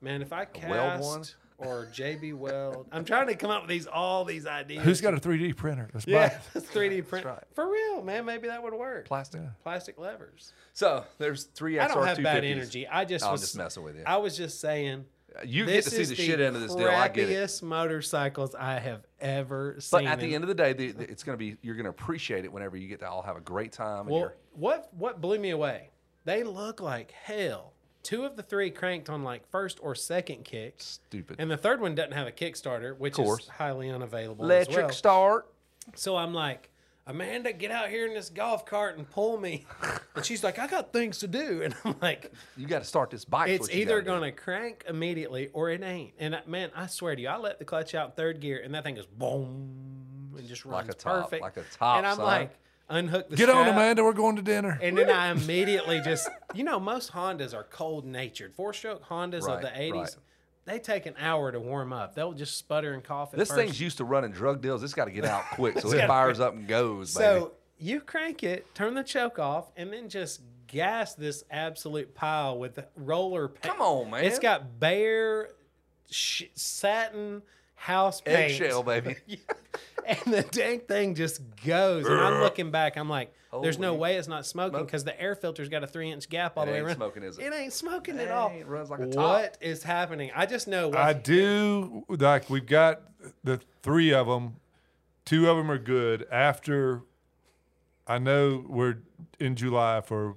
S2: man, if I
S1: weld one?
S2: cast or JB Weld, I'm trying to come up with these all these ideas.
S3: Who's got a 3D printer? Let's buy
S2: yeah,
S3: it.
S2: that's 3D print
S1: right.
S2: for real, man? Maybe that would work.
S1: plastic.
S2: Plastic levers.
S1: So there's three XR250s.
S2: I don't have bad energy. I just
S1: Oh, I'm
S2: was
S1: just messing with you. Uh,
S2: I was just saying.
S1: You get to see
S2: is
S1: the shit end of this deal. I get it.
S2: crappiest motorcycles I have ever
S1: But
S2: seen.
S1: at the
S2: in
S1: end of the day, the, the- it's going to be you're going to appreciate it whenever you get to all have a great time. And
S2: Well,
S1: you're,
S2: what what blew me away? They look like hell. Two of the three cranked on like first or second kicks.
S1: Stupid.
S2: And the third one doesn't have a kickstarter, which
S1: course.
S2: is highly unavailable.
S1: electric
S2: as well.
S1: start.
S2: So I'm like, Amanda, get out here in this golf cart and pull me. And she's like, I got things to do. And I'm like,
S1: You got to start this bike.
S2: it's either going to crank immediately or it ain't. And I, man, I swear to you, I let the clutch out third gear and that thing goes boom and just runs
S1: a top,
S2: perfect.
S1: like a top,
S2: And I'm
S1: son.
S2: like, unhook the
S3: Get on,
S2: strap.
S3: Amanda. We're going to dinner.
S2: And then I immediately just, you know, most Hondas are cold natured. Four stroke Hondas
S1: Right,
S2: of the 80s,
S1: right.
S2: they take an hour to warm up. They'll just sputter and cough at
S1: This
S2: first.
S1: thing's used to running drug deals. It's got to get out quick, so it fires up and goes.
S2: so
S1: baby.
S2: you crank it, turn the choke off, and then just gas this absolute pile with the roller paint.
S1: Come on, man.
S2: It's got bare sh- satin house paint.
S1: eggshell, baby.
S2: and the dang thing just goes. And I'm looking back, I'm like, there's no
S1: Holy
S2: way it's not smoking
S1: smoke.
S2: because the air filter's got a three inch gap all
S1: It
S2: the way
S1: ain't
S2: around.
S1: smoking, is it?
S2: It ain't smoking at all.
S1: It runs like a top.
S2: What is happening? I just know. What,
S3: I do like we've got the three of them. Two of them are good. After I know we're in July for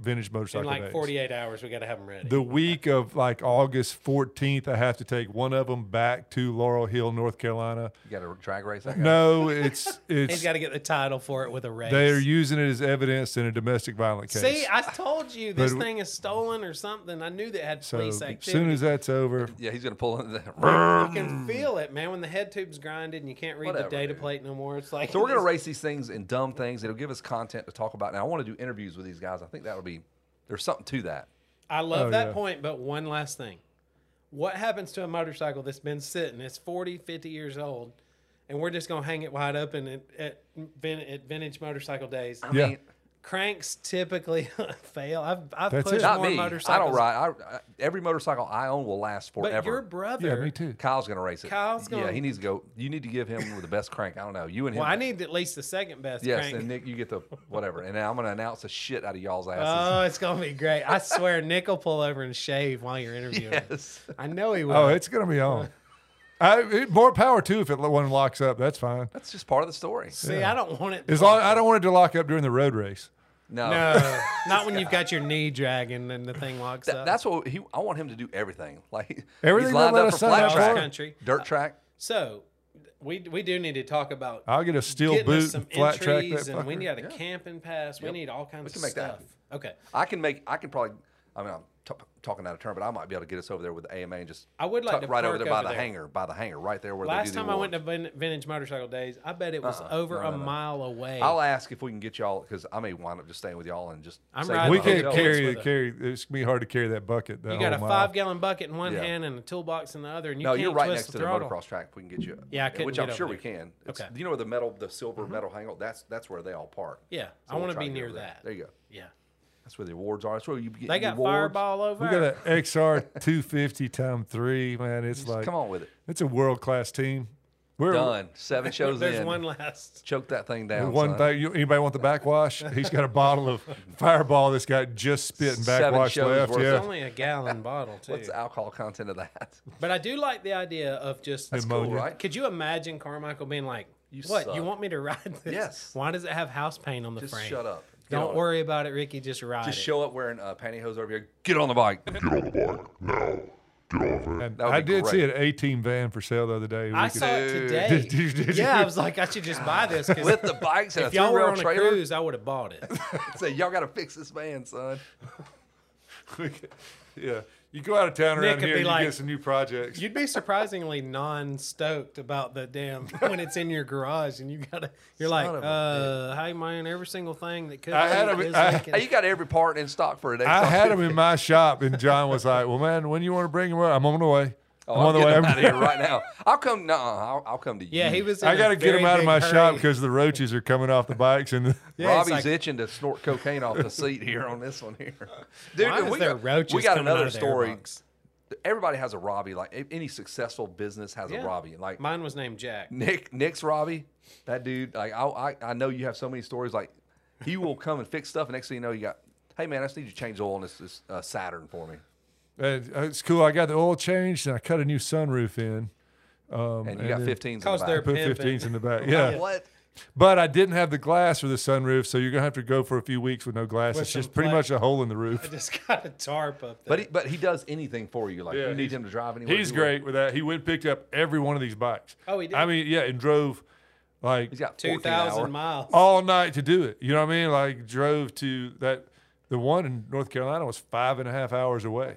S3: vintage
S2: in
S3: motorcycle
S2: like
S3: days.
S2: 48 hours, we got to have them ready.
S3: The week of like August 14th, I have to take one of them back to Laurel Hill, North Carolina.
S1: You got a drag race? I got
S3: No, it's
S2: He's
S3: it's
S2: got to get the title for it with a race.
S3: they are using it as evidence in a domestic violent case.
S2: See, I told you this
S3: But-
S2: thing is stolen or something. I knew that it had
S3: so
S2: police
S3: as
S2: activity.
S3: soon as that's over,
S1: Yeah, he's going to pull in the.
S2: you can feel it, man, when the head tube's grinded and you can't read
S1: Whatever,
S2: the data
S1: dude.
S2: plate no more. It's like
S1: So we're gonna race these things and dumb things. It'll give us content to talk about. Now I want to do interviews with these guys. I think that'll be there's something to that.
S2: I love
S3: Oh,
S2: that
S3: yeah.
S2: point, but one last thing. What happens to a motorcycle that's been sitting? It's 40, 50 years old, and we're just going to hang it wide open at, at, vin- at vintage motorcycle days.
S1: I
S3: Yeah.
S1: mean,
S2: Cranks typically fail. I've, I've
S3: That's
S2: pushed
S3: it.
S1: not
S2: more
S1: me. I
S2: motorcycles.
S1: don't ride. I, I, every motorcycle I own will last
S2: But
S1: forever.
S2: your brother.
S3: yeah, me too.
S1: Kyle's gonna race it.
S2: Kyle's
S1: Yeah,
S2: gonna-
S1: he needs to go. You need to give him the best crank. I don't know. You and him.
S2: Well, I need at least the second best
S1: Yes,
S2: crank.
S1: and Nick, you get the whatever. And now I'm gonna announce the shit out of y'all's asses.
S2: Oh, it's gonna be great! I swear, Nick will pull over and shave while you're interviewing. him.
S1: yes.
S2: I know he will.
S3: oh, it's gonna be on. I, it, more power too if it one locks up. That's fine.
S1: That's just part of the story.
S2: See, I don't want it.
S3: As long I don't want it to lock up during the road race.
S1: No.
S2: No, not when you've got your knee dragging and the thing locks
S1: That-
S2: up.
S1: that's what he. I want him to do everything. Like
S3: Everything
S1: he's
S3: they
S1: lined
S3: let
S1: up
S3: us
S1: for
S3: sign
S1: flat
S3: up for.
S1: track,
S2: Country. Uh,
S1: dirt track.
S2: so. We, we do need to talk about
S3: I'll get a steel
S2: getting
S3: boot
S2: us some
S3: and flat track
S2: entries,
S3: that
S2: and we
S3: fucker.
S2: need a camping pass. We need all kinds
S1: can
S2: of
S1: make that
S2: stuff. Okay,
S1: I can make. I can probably. I mean, I'm t- talking out of turn, but I might be able to get us over there with the AMA and just.
S2: I would like
S1: tuck
S2: to
S1: right over
S2: park
S1: there by
S2: over
S1: the
S2: there.
S1: hangar, by the hangar, right there where they
S2: last
S1: do the
S2: time I went to
S1: awards.
S2: Vin- Vintage Motorcycle Days, I bet it was over
S1: No, no,
S2: a
S1: no.
S2: mile away.
S1: I'll ask if we can get y'all because I may wind up just staying with y'all and just.
S2: I'm
S1: save my
S2: riding
S3: We
S2: the
S1: hotel
S3: can't
S2: hotels
S1: room.
S3: carry
S2: with it.
S3: carry. It's gonna be hard to carry that bucket. That
S2: you got a
S3: whole mile.
S2: five gallon bucket in one
S1: Yeah.
S2: hand and a toolbox in the other, and you
S1: No,
S2: can't
S1: you're right
S2: twist
S1: next
S2: the
S1: to the
S2: throttle.
S1: motocross track. If we can get you.
S2: Yeah, I couldn't
S1: Which
S2: get
S1: I'm
S2: over
S1: sure we
S2: there.
S1: can. It's,
S2: Okay. Mm-hmm.
S1: You know where the metal, the silver metal hangar? That's that's where they all park.
S2: Yeah, I
S1: we'll
S2: wanna
S1: try
S2: be
S1: get
S2: near
S1: over there.
S2: that.
S1: There you go.
S2: Yeah.
S1: That's That's where the awards are. That's where you get
S2: They
S1: the
S2: got
S1: awards.
S2: fireball over.
S3: We got an XR 250 time three, man. It's like,
S1: Come on with it.
S3: It's a world class team. We're
S1: Done. Seven shows
S2: There's
S1: in.
S2: one last.
S1: Choke that thing
S3: the
S1: down.
S3: One
S1: son.
S3: thing, you- anybody want the backwash? He's got a bottle of Fireball that's got just spit and
S1: Seven
S3: backwash
S1: shows
S3: left.
S1: worth
S3: Yeah,
S2: It's only a gallon bottle too.
S1: What's the alcohol content of that?
S2: But I do like the idea of just.
S3: Pneumonia.
S1: Cool, right?
S2: Could you imagine Carmichael being like,
S1: You
S2: "What?
S1: suck.
S2: You want me to ride this?
S1: Yes.
S2: Why does it have house paint on the
S1: Just
S2: frame?
S1: shut up. Get on
S2: Don't
S1: it.
S2: worry about it, Ricky. Just ride
S1: Just
S2: it.
S1: show up wearing uh, pantyhose over here. Get on the bike.
S4: Get on the bike now. Get off it.
S3: And
S1: That would
S3: I
S1: be
S3: did see
S1: great.
S3: an 18 van for sale the other day. We
S2: I
S3: could-
S2: saw it
S1: Dude.
S2: today.
S3: Did- did- did-
S2: yeah, I
S3: did-
S2: was like, I should just buy this because
S1: With the bikes and a
S2: if y'all were
S1: three-rail
S2: on a
S1: trailer.
S2: cruise, I would have bought it.
S1: Say, y'all got to fix this van, son.
S3: we could- yeah, you go out of town
S2: Nick
S3: around
S2: could
S3: here,
S2: be
S3: and you
S2: like,
S3: get some new projects.
S2: You'd be surprisingly non-stoked about the damn when it's in your garage and you gotta. You're
S1: Son
S2: like,
S1: of a
S2: uh, hey man, every single thing that could.
S3: I
S2: be
S3: had a-
S2: is
S3: I-
S2: making-
S1: Hey, you got every part in stock for it.
S3: I had him in my shop, and John was like, "Well, man, when you want to bring him? Well, I'm on the way.
S1: Oh, I'm
S3: I'm on the
S1: getting
S3: way.
S1: him out of here right now. I'll come. No, I'll, I'll come to you.
S2: yeah, he was. In
S3: I got to
S2: to
S3: get him out of my shop because the roaches are coming off the bikes, and
S2: Yeah, it's
S1: Robbie's
S2: like-
S1: itching to snort cocaine off the seat here on this one here, dude.
S2: Why
S1: and
S2: is
S1: we,
S2: there
S1: got,
S2: roaches
S1: we got
S2: coming out
S1: another
S2: of the
S1: story.
S2: airbox?
S1: Everybody has a Robbie. Like a- any successful business has
S2: Yeah.
S1: a Robbie. Like
S2: Mine was named Jack.
S1: Nick, Nick's Robbie, that dude. Like I, I, I know you have so many stories. Like he will come and fix stuff, and next thing you know, you got, hey man, I just need you to change oil on this, this uh, Saturn for me,
S3: and Uh, it's cool. I got the oil changed, and I cut a new sunroof in.
S1: and you got
S3: Um, then-
S1: 15s. in the
S2: Cause
S1: back.
S2: they're
S3: Put
S2: Pimpin'.
S3: 15s in the back. Yeah,
S1: What?
S3: but I didn't have the glass for the sunroof, so you're gonna have to go for a few weeks with no glass.
S2: With
S3: it's just
S2: some
S3: pretty
S2: pla-
S3: much a hole in the roof.
S2: Just got a tarp up there.
S1: But he, but he does anything for you. Like
S3: Yeah,
S1: you need
S3: he's-
S1: him to drive anywhere.
S3: He's
S1: you want.
S3: great with that. He went and picked up every one of these bikes.
S2: Oh, he did?
S3: I mean, yeah, and drove like
S1: He's got
S2: 2,000
S1: two thousand miles.
S2: miles.
S3: all night to do it. You know what I mean? Like drove to that. The one in North Carolina was five and a half hours away,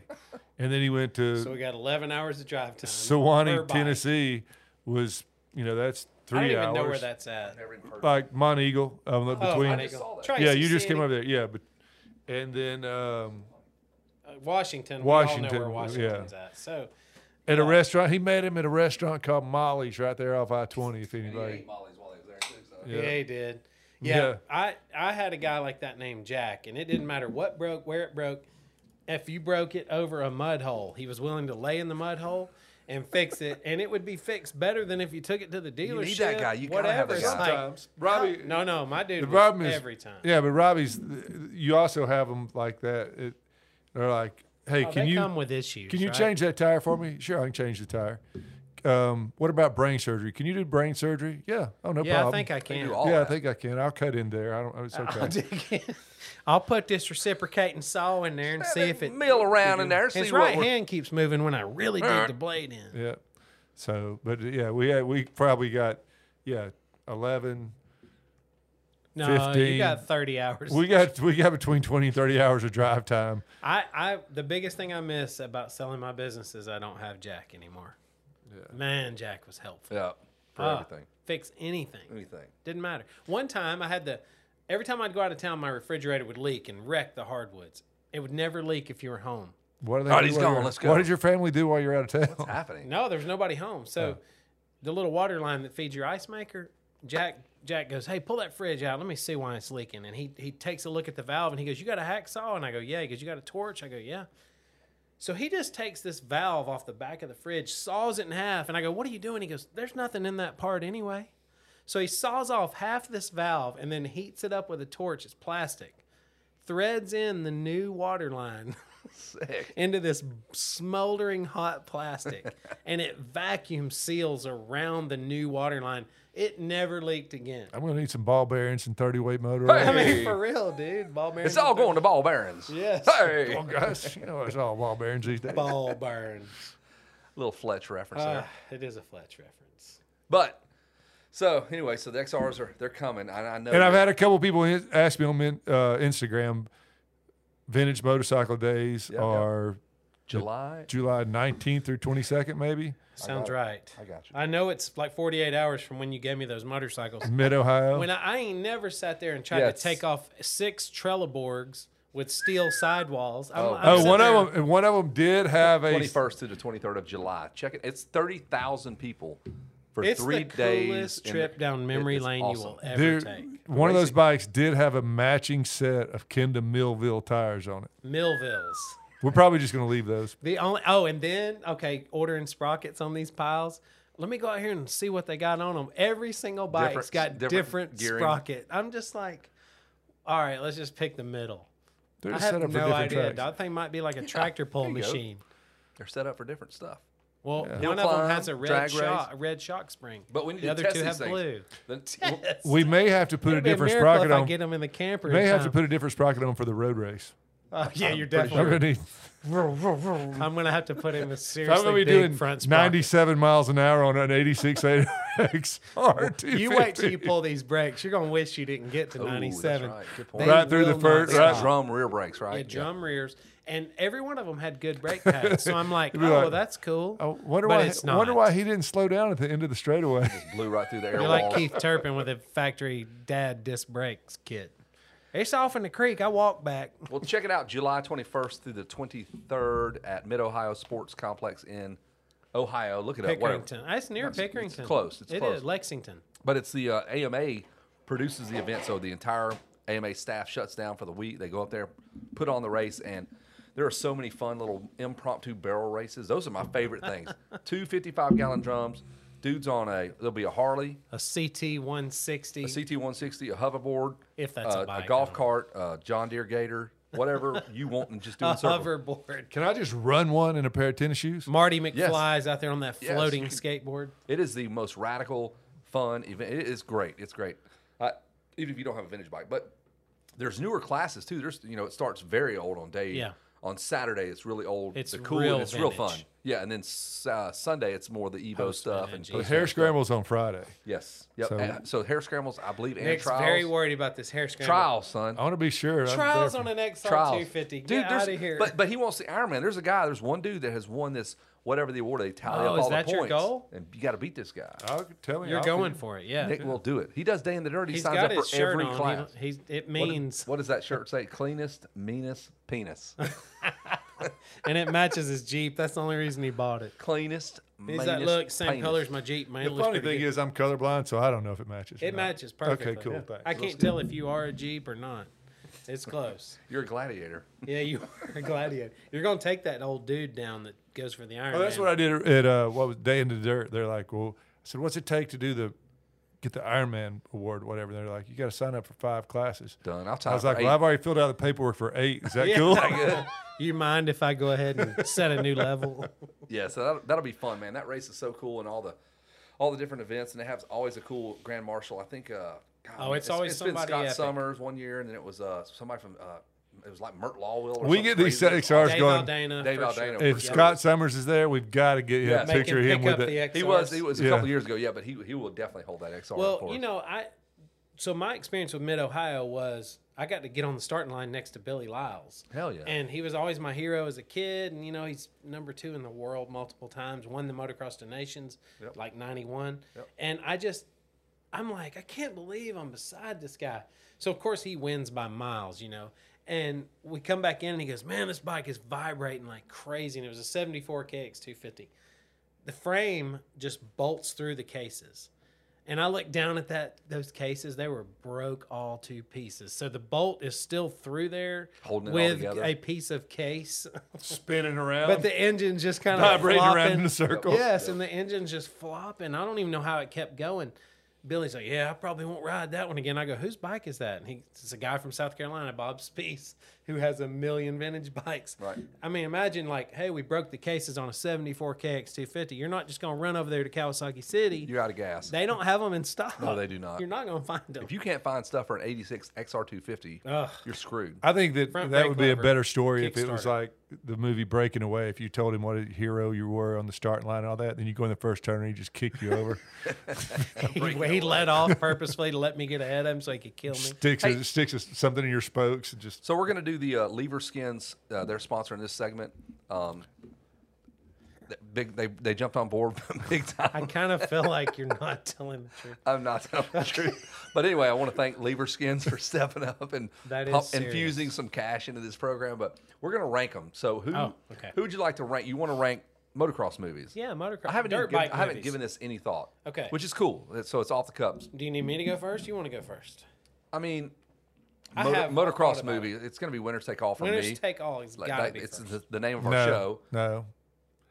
S3: and then he went to
S2: So we got 11 hours of drive time. per
S3: Sewanee,
S2: bike.
S3: Tennessee. Was you know that's three
S2: I don't even
S3: hours.
S2: know where Oh, that's at.
S3: Like Mont Eagle, um, between.
S2: Mont Eagle. Tracy
S3: Yeah, you just came
S2: City,
S3: over there. Yeah, but and then um,
S2: uh, Washington. We all know
S3: Washington,
S2: where Washington's at. So
S3: at a restaurant, he met him at a restaurant called Molly's right there off I twenty. If anybody,
S2: yeah,
S3: Yeah.
S2: he did. Yeah,
S3: Yeah.
S2: I I had a guy like that named Jack, and it didn't matter what broke, where it broke. If you broke it over a mud hole, he was willing to lay in the mud hole and fix it, and it would be fixed better than if you took it to the dealership.
S1: need that guy. You gotta have
S2: whatever.
S1: that
S2: It's
S1: guy.
S2: like-
S3: Sometimes. Robbie-
S2: No, no, my dude.
S3: the
S2: was
S3: problem is
S2: every time.
S3: Yeah, but Robbie's. You also have them like that. It, they're like, hey,
S2: Oh,
S3: can
S2: they
S3: you
S2: come with issues?
S3: Can you
S2: right?
S3: change that tire for me? Sure, I can change the tire. Um, what about brain surgery? Can you do brain surgery? Yeah. Oh, no
S2: Yeah,
S3: problem.
S2: I think I
S1: do
S2: can.
S1: all
S3: Yeah, I
S1: that.
S3: think I can. I'll cut in there. I don't. It's okay.
S2: I'll dig in. I'll put this reciprocating saw in there and see if it.
S1: mill around in there.
S2: His
S1: See
S2: right
S1: what we're-
S2: hand keeps moving when I really dig the blade in.
S3: Yeah. So, but uh, yeah, we had, we probably got yeah eleven.
S2: No, you
S3: 15.
S2: got thirty hours.
S3: We got we got between 20 and 30 hours of drive time.
S2: I, I, the biggest thing I miss about selling my business is I don't have Jack anymore. Man, Jack was helpful.
S1: Yeah, for
S2: Ah,
S1: everything,
S2: Fix anything.
S1: anything.
S2: Didn't matter. One time I had the, every time I'd go out of town, my refrigerator would leak and wreck the hardwoods. It would never leak if you were home.
S3: What are they?
S1: All right,
S3: do
S1: he's
S3: while
S1: gone.
S3: you're-
S1: Let's
S3: What
S1: go.
S3: did your family do while you're out of town?
S1: It's happening.
S2: No, there was nobody home. So the little water line that feeds your ice maker, Jack Jack goes, Hey, pull that fridge out. Let me see why it's leaking. And he he takes a look at the valve and he goes, You got a hacksaw? And I go, Yeah. He goes, You got a torch? I go, Yeah. So he just takes this valve off the back of the fridge, saws it in half, and I go, What are you doing? He goes, There's nothing in that part anyway. So he saws off half this valve and then heats it up with a torch. It's plastic. Threads in the new water line
S1: Sick.
S2: into this smoldering hot plastic and it vacuum seals around the new water line. It never leaked again.
S3: I'm gonna need some ball bearings and 30 weight motor.
S1: Hey.
S2: I mean, for real, dude. Ball bearings.
S1: It's all going to ball bearings.
S2: Yes.
S1: Hey,
S3: Oh, gosh, you know it's all ball bearings these days.
S2: Ball burns.
S1: little Fletch reference
S2: Ah,
S1: there.
S2: it is a Fletch reference.
S1: But so anyway, so the XRs are they're coming. I, I know.
S3: And I've
S1: that-
S3: had a couple people in- ask me on min- uh, Instagram, Vintage Motorcycle Days
S1: Yeah, yeah.
S3: are
S1: July.
S3: July 19th through 22nd, maybe,
S2: Sounds right.
S1: I got you.
S2: I know it's like 48 hours from when you gave me those motorcycles.
S3: Mid Ohio.
S2: When I, I ain't never sat there and tried
S1: Yeah,
S2: to
S1: it's-
S2: take off six Trelleborgs with steel sidewalls. I'm,
S1: Oh.
S2: I'm
S3: Oh,
S2: sitting
S3: one
S2: there-
S3: of them. One of them did have a.
S1: Twenty first to the twenty third of July. Check it. It's thirty thousand people for
S2: It's
S1: three
S2: the
S1: days.
S2: coolest
S1: and
S2: trip down
S1: it
S2: memory
S1: is
S2: lane you
S1: awesome.
S2: will ever
S3: Dude,
S2: take.
S3: one of those bikes did have a matching set of Kenda Millville tires on it.
S2: Millville's.
S3: We're probably just going to leave those.
S2: The only oh, and then okay, ordering sprockets on these piles. Let me go out here and see what they got on them. Every single bike's
S1: Different-
S2: got
S1: different
S2: different,
S1: gearing.
S2: sprocket. I'm just like, all right, let's just pick the middle.
S3: They're
S2: I
S3: just
S2: have
S3: set up for
S2: no
S3: different
S2: idea.
S3: tracks.
S2: That thing might be like a tractor pull
S1: there you go.
S2: machine.
S1: They're set up for different stuff.
S2: Well,
S1: Hill
S2: one of them
S1: climb,
S2: has a red
S1: drag race.
S2: shock, a red shock spring.
S1: But we need
S2: the
S1: to
S2: other
S1: test
S2: two
S1: these
S2: have
S1: things.
S2: blue.
S1: Then-
S3: We may have to put a
S2: It'd be
S3: different
S2: miracle
S3: sprocket
S2: if
S3: on.
S2: I get them in the camper.
S3: may
S2: in
S3: have to
S2: time.
S3: put a different sprocket on for the road race.
S2: Uh, yeah, you're
S1: pretty
S2: definitely.
S3: I'm going to need.
S2: I'm gonna have to put in a seriously
S3: I'm going to be
S2: big
S3: doing
S2: front sprocket.
S3: 97 miles an hour on an 86 8X R250.
S2: You wait till you pull these brakes. You're gonna wish you didn't get to
S1: Ooh, Oh, that's
S2: 97.
S1: right. Good
S2: They
S1: point.
S3: Right through the
S2: will not
S3: first-
S1: They
S2: stop.
S1: got drum rear brakes, right?
S2: Yeah, drum rears, and every one of them had good brake pads. So I'm like, oh,
S3: be like,
S2: well, that's cool.
S3: I Oh, wonder
S2: but
S3: why.
S2: It's not.
S3: Wonder why he didn't slow down at the end of the straightaway.
S1: Blew right through the air
S2: You're
S1: wall.
S2: like Keith Turpin with a factory dad disc brakes kit. It's off in the creek. I walk back.
S1: Well, check it out July 21st through the 23rd at Mid Ohio Sports Complex in Ohio. Look it up. whatever.
S2: Pickerington. That's near
S1: That's- it's
S2: Pickerington.
S1: close. It's
S2: It
S1: close.
S2: is, Lexington.
S1: But it's the uh, AMA produces the event, so the entire AMA staff shuts down for the week. They go up there, put on the race, and there are so many fun little impromptu barrel races. Those are my favorite things. Two 55 gallon drums. Dudes on a there'll be a Harley,
S2: A CT 160.
S1: a CT 160, a hoverboard,
S2: If that's a
S1: uh,
S2: bike, I
S1: golf
S2: don't
S1: cart, uh, John Deere Gator, whatever you want, and just do
S2: a
S1: a circle.
S2: hoverboard.
S3: Can I just run one in a pair of tennis shoes?
S2: Marty McFly's out there on that
S1: Yes, you
S2: floating
S1: can-
S2: skateboard.
S1: It is the most radical, fun event. It is great. It's great. Uh, even if you don't have a vintage bike, but there's newer classes too. There's you know it starts very old on day.
S2: Yeah.
S1: On Saturday it's really old.
S2: It's
S1: the cool.
S2: real
S1: and it's real fun.
S2: vintage.
S1: Yeah, and then s- uh, Sunday it's more the Evo stuff and
S2: vintage.
S1: post-
S3: Hair scrambles on Friday.
S1: yes, yep.
S3: So-
S1: So, so hair scrambles, I believe, and
S2: Nick's
S1: trials.
S2: very worried about this hair scramble.
S1: trials, son.
S3: I want to be sure. I'm
S2: Trials
S3: there
S2: on an XR
S1: Trials.
S2: 250. Get
S1: Dude,
S2: out
S1: there's-
S2: of here.
S1: But but he wants the Ironman. There's a guy. There's one dude that has won this whatever the award they tally
S2: Oh,
S1: up
S2: is
S1: all
S2: that
S1: the
S2: your
S1: points.
S2: goal? Oh,
S1: And you got to beat this guy.
S3: for- I'll- tell me.
S2: You're
S3: I'll
S2: going
S3: be-
S2: for it, yeah.
S1: Nick will do it. He does day in the dirt. He
S2: He's
S1: signs
S2: got
S1: up
S2: his
S1: for
S2: shirt
S1: every
S2: on. He-
S1: class.
S2: he's,
S1: What
S2: it
S1: did-
S2: means,
S1: What does that shirt say? Cleanest, meanest penis.
S2: and it matches his Jeep. That's the only reason he bought it.
S1: Cleanest,
S2: He's
S1: meanest.
S2: like, look, same
S1: penis."
S2: color as my Jeep, man.
S3: The
S2: Looks
S3: funny
S2: pretty
S3: thing
S2: good."
S3: is, I'm colorblind, so I don't know if it matches. or
S2: it
S3: not.
S2: matches perfectly.
S3: Okay, cool. Thanks.
S2: I can't tell if you are a Jeep or not. It's close.
S1: You're a gladiator.
S2: yeah, you are a gladiator. You're gonna take that old dude down that goes for the Iron.
S3: Oh, that's
S2: Man.
S3: what I did at uh, what was Day into the Dirt. They're like, well, I said, what's it take to do the get the Ironman award, whatever? They're like, you got to sign up for five classes.
S1: Done. I'll
S3: I
S1: sign
S3: was
S1: up for
S3: like,
S1: eight.
S3: well, I've already filled out the paperwork for eight. Is that
S2: Yeah.
S3: cool?
S2: You mind if I go ahead and set a new level?
S1: Yeah, so that'll, that'll be fun, man. That race is so cool, and all the all the different events, and they have always a cool grand marshal. I think. Uh, God,
S2: Oh,
S1: man,
S2: it's always
S1: it's been
S2: somebody
S1: Scott
S2: epic.
S1: Summers one year, and then it was uh, somebody from. Uh, it was like Mert Lawwill. Or
S3: we
S1: something
S3: get these
S1: crazy.
S3: XRs
S2: Dave
S3: going.
S2: Aldana.
S1: Dave
S2: for
S1: Aldana.
S2: sure.
S1: for
S3: If
S1: sure.
S3: Scott Summers is there, we've got to get
S1: Yeah.
S3: a
S1: Make him
S3: picture of
S2: pick
S3: him
S2: up
S3: with
S2: the
S3: it.
S2: XRs.
S1: He was. He was a
S3: Yeah.
S1: couple years ago. Yeah, but he he will definitely hold that XR.
S2: Well,
S1: for
S2: you
S1: us.
S2: know, I so my experience with Mid Ohio was I got to get on the starting line next to Billy Lyles.
S1: Hell yeah.
S2: And he was always my hero as a kid, and you know he's number two in the world multiple times, won the motocross to nations like '91, and I just I'm like I can't believe I'm beside this guy. So of course he wins by miles, you know. And we come back in and he goes, "Man, this bike is vibrating like crazy." And it was a 74 KX250 the frame just bolts through the cases. And I looked down at that those cases; they were broke all to pieces. So the bolt is still through there,
S1: Holding it all
S2: with
S1: together.
S2: a piece of case.
S3: Spinning around,
S2: but the engine's just kind of
S3: Um, vibrating
S2: flopping.
S3: around in a circle.
S2: Yes, and the engine's just flopping. I don't even know how it kept going. Billy's like, "Yeah, I probably won't ride that one again." I go, "Whose bike is that?" And he, it's a guy from South Carolina, Bob Spees, who has a million vintage bikes.
S1: Right.
S2: I mean, imagine like, "Hey, we broke the cases on a '74 KX250." You're not just gonna run over there to Kawasaki City.
S1: you're out of gas.
S2: they don't have them in stock.
S1: No, they do not.
S2: You're not gonna find them.
S1: If you can't find stuff for an 86 XR250,
S2: Ugh.
S1: you're screwed.
S3: I think that
S2: Front brake
S3: that would be a
S2: lever.
S3: better story if it
S2: Kickstarter.
S3: was like the movie Breaking Away. If you told him what a hero you were on the starting line and all that, then you go in the first turn and he just kick you over,
S2: he, he let off purposefully to let me get ahead of him so he could kill me.
S3: sticks a, sticks a, something in your spokes, and just
S1: So we're going to do the uh, Lever Skins. Uh, they're sponsoring this segment. Um, th- big, they they jumped on board big
S2: I
S1: time.
S2: kind of feel like you're not telling the truth.
S1: I'm not telling the truth, but anyway, I want to thank Lever Skins for stepping up and
S2: That is
S1: pump-
S2: serious.
S1: infusing some cash into this program. But we're going to rank them. So who
S2: Oh, okay.
S1: who would you like to rank? You want to rank motocross movies.
S2: Yeah, motocross.
S1: I haven't
S2: dirt
S1: even given,
S2: bike
S1: I haven't
S2: movies.
S1: given this any thought.
S2: Okay.
S1: Which is cool. So it's off the cups.
S2: Do you need me to go first? You want to go first?
S1: I mean,
S2: I
S1: moto-
S2: have thought
S1: motocross
S2: about
S1: movie. It's going to be winners take all for
S2: Winners
S1: me.
S2: take all. It's
S1: Like,
S2: gotta
S1: that-
S2: be
S1: it's
S2: first.
S1: the, the name of our
S3: no,
S1: show.
S3: no,
S1: You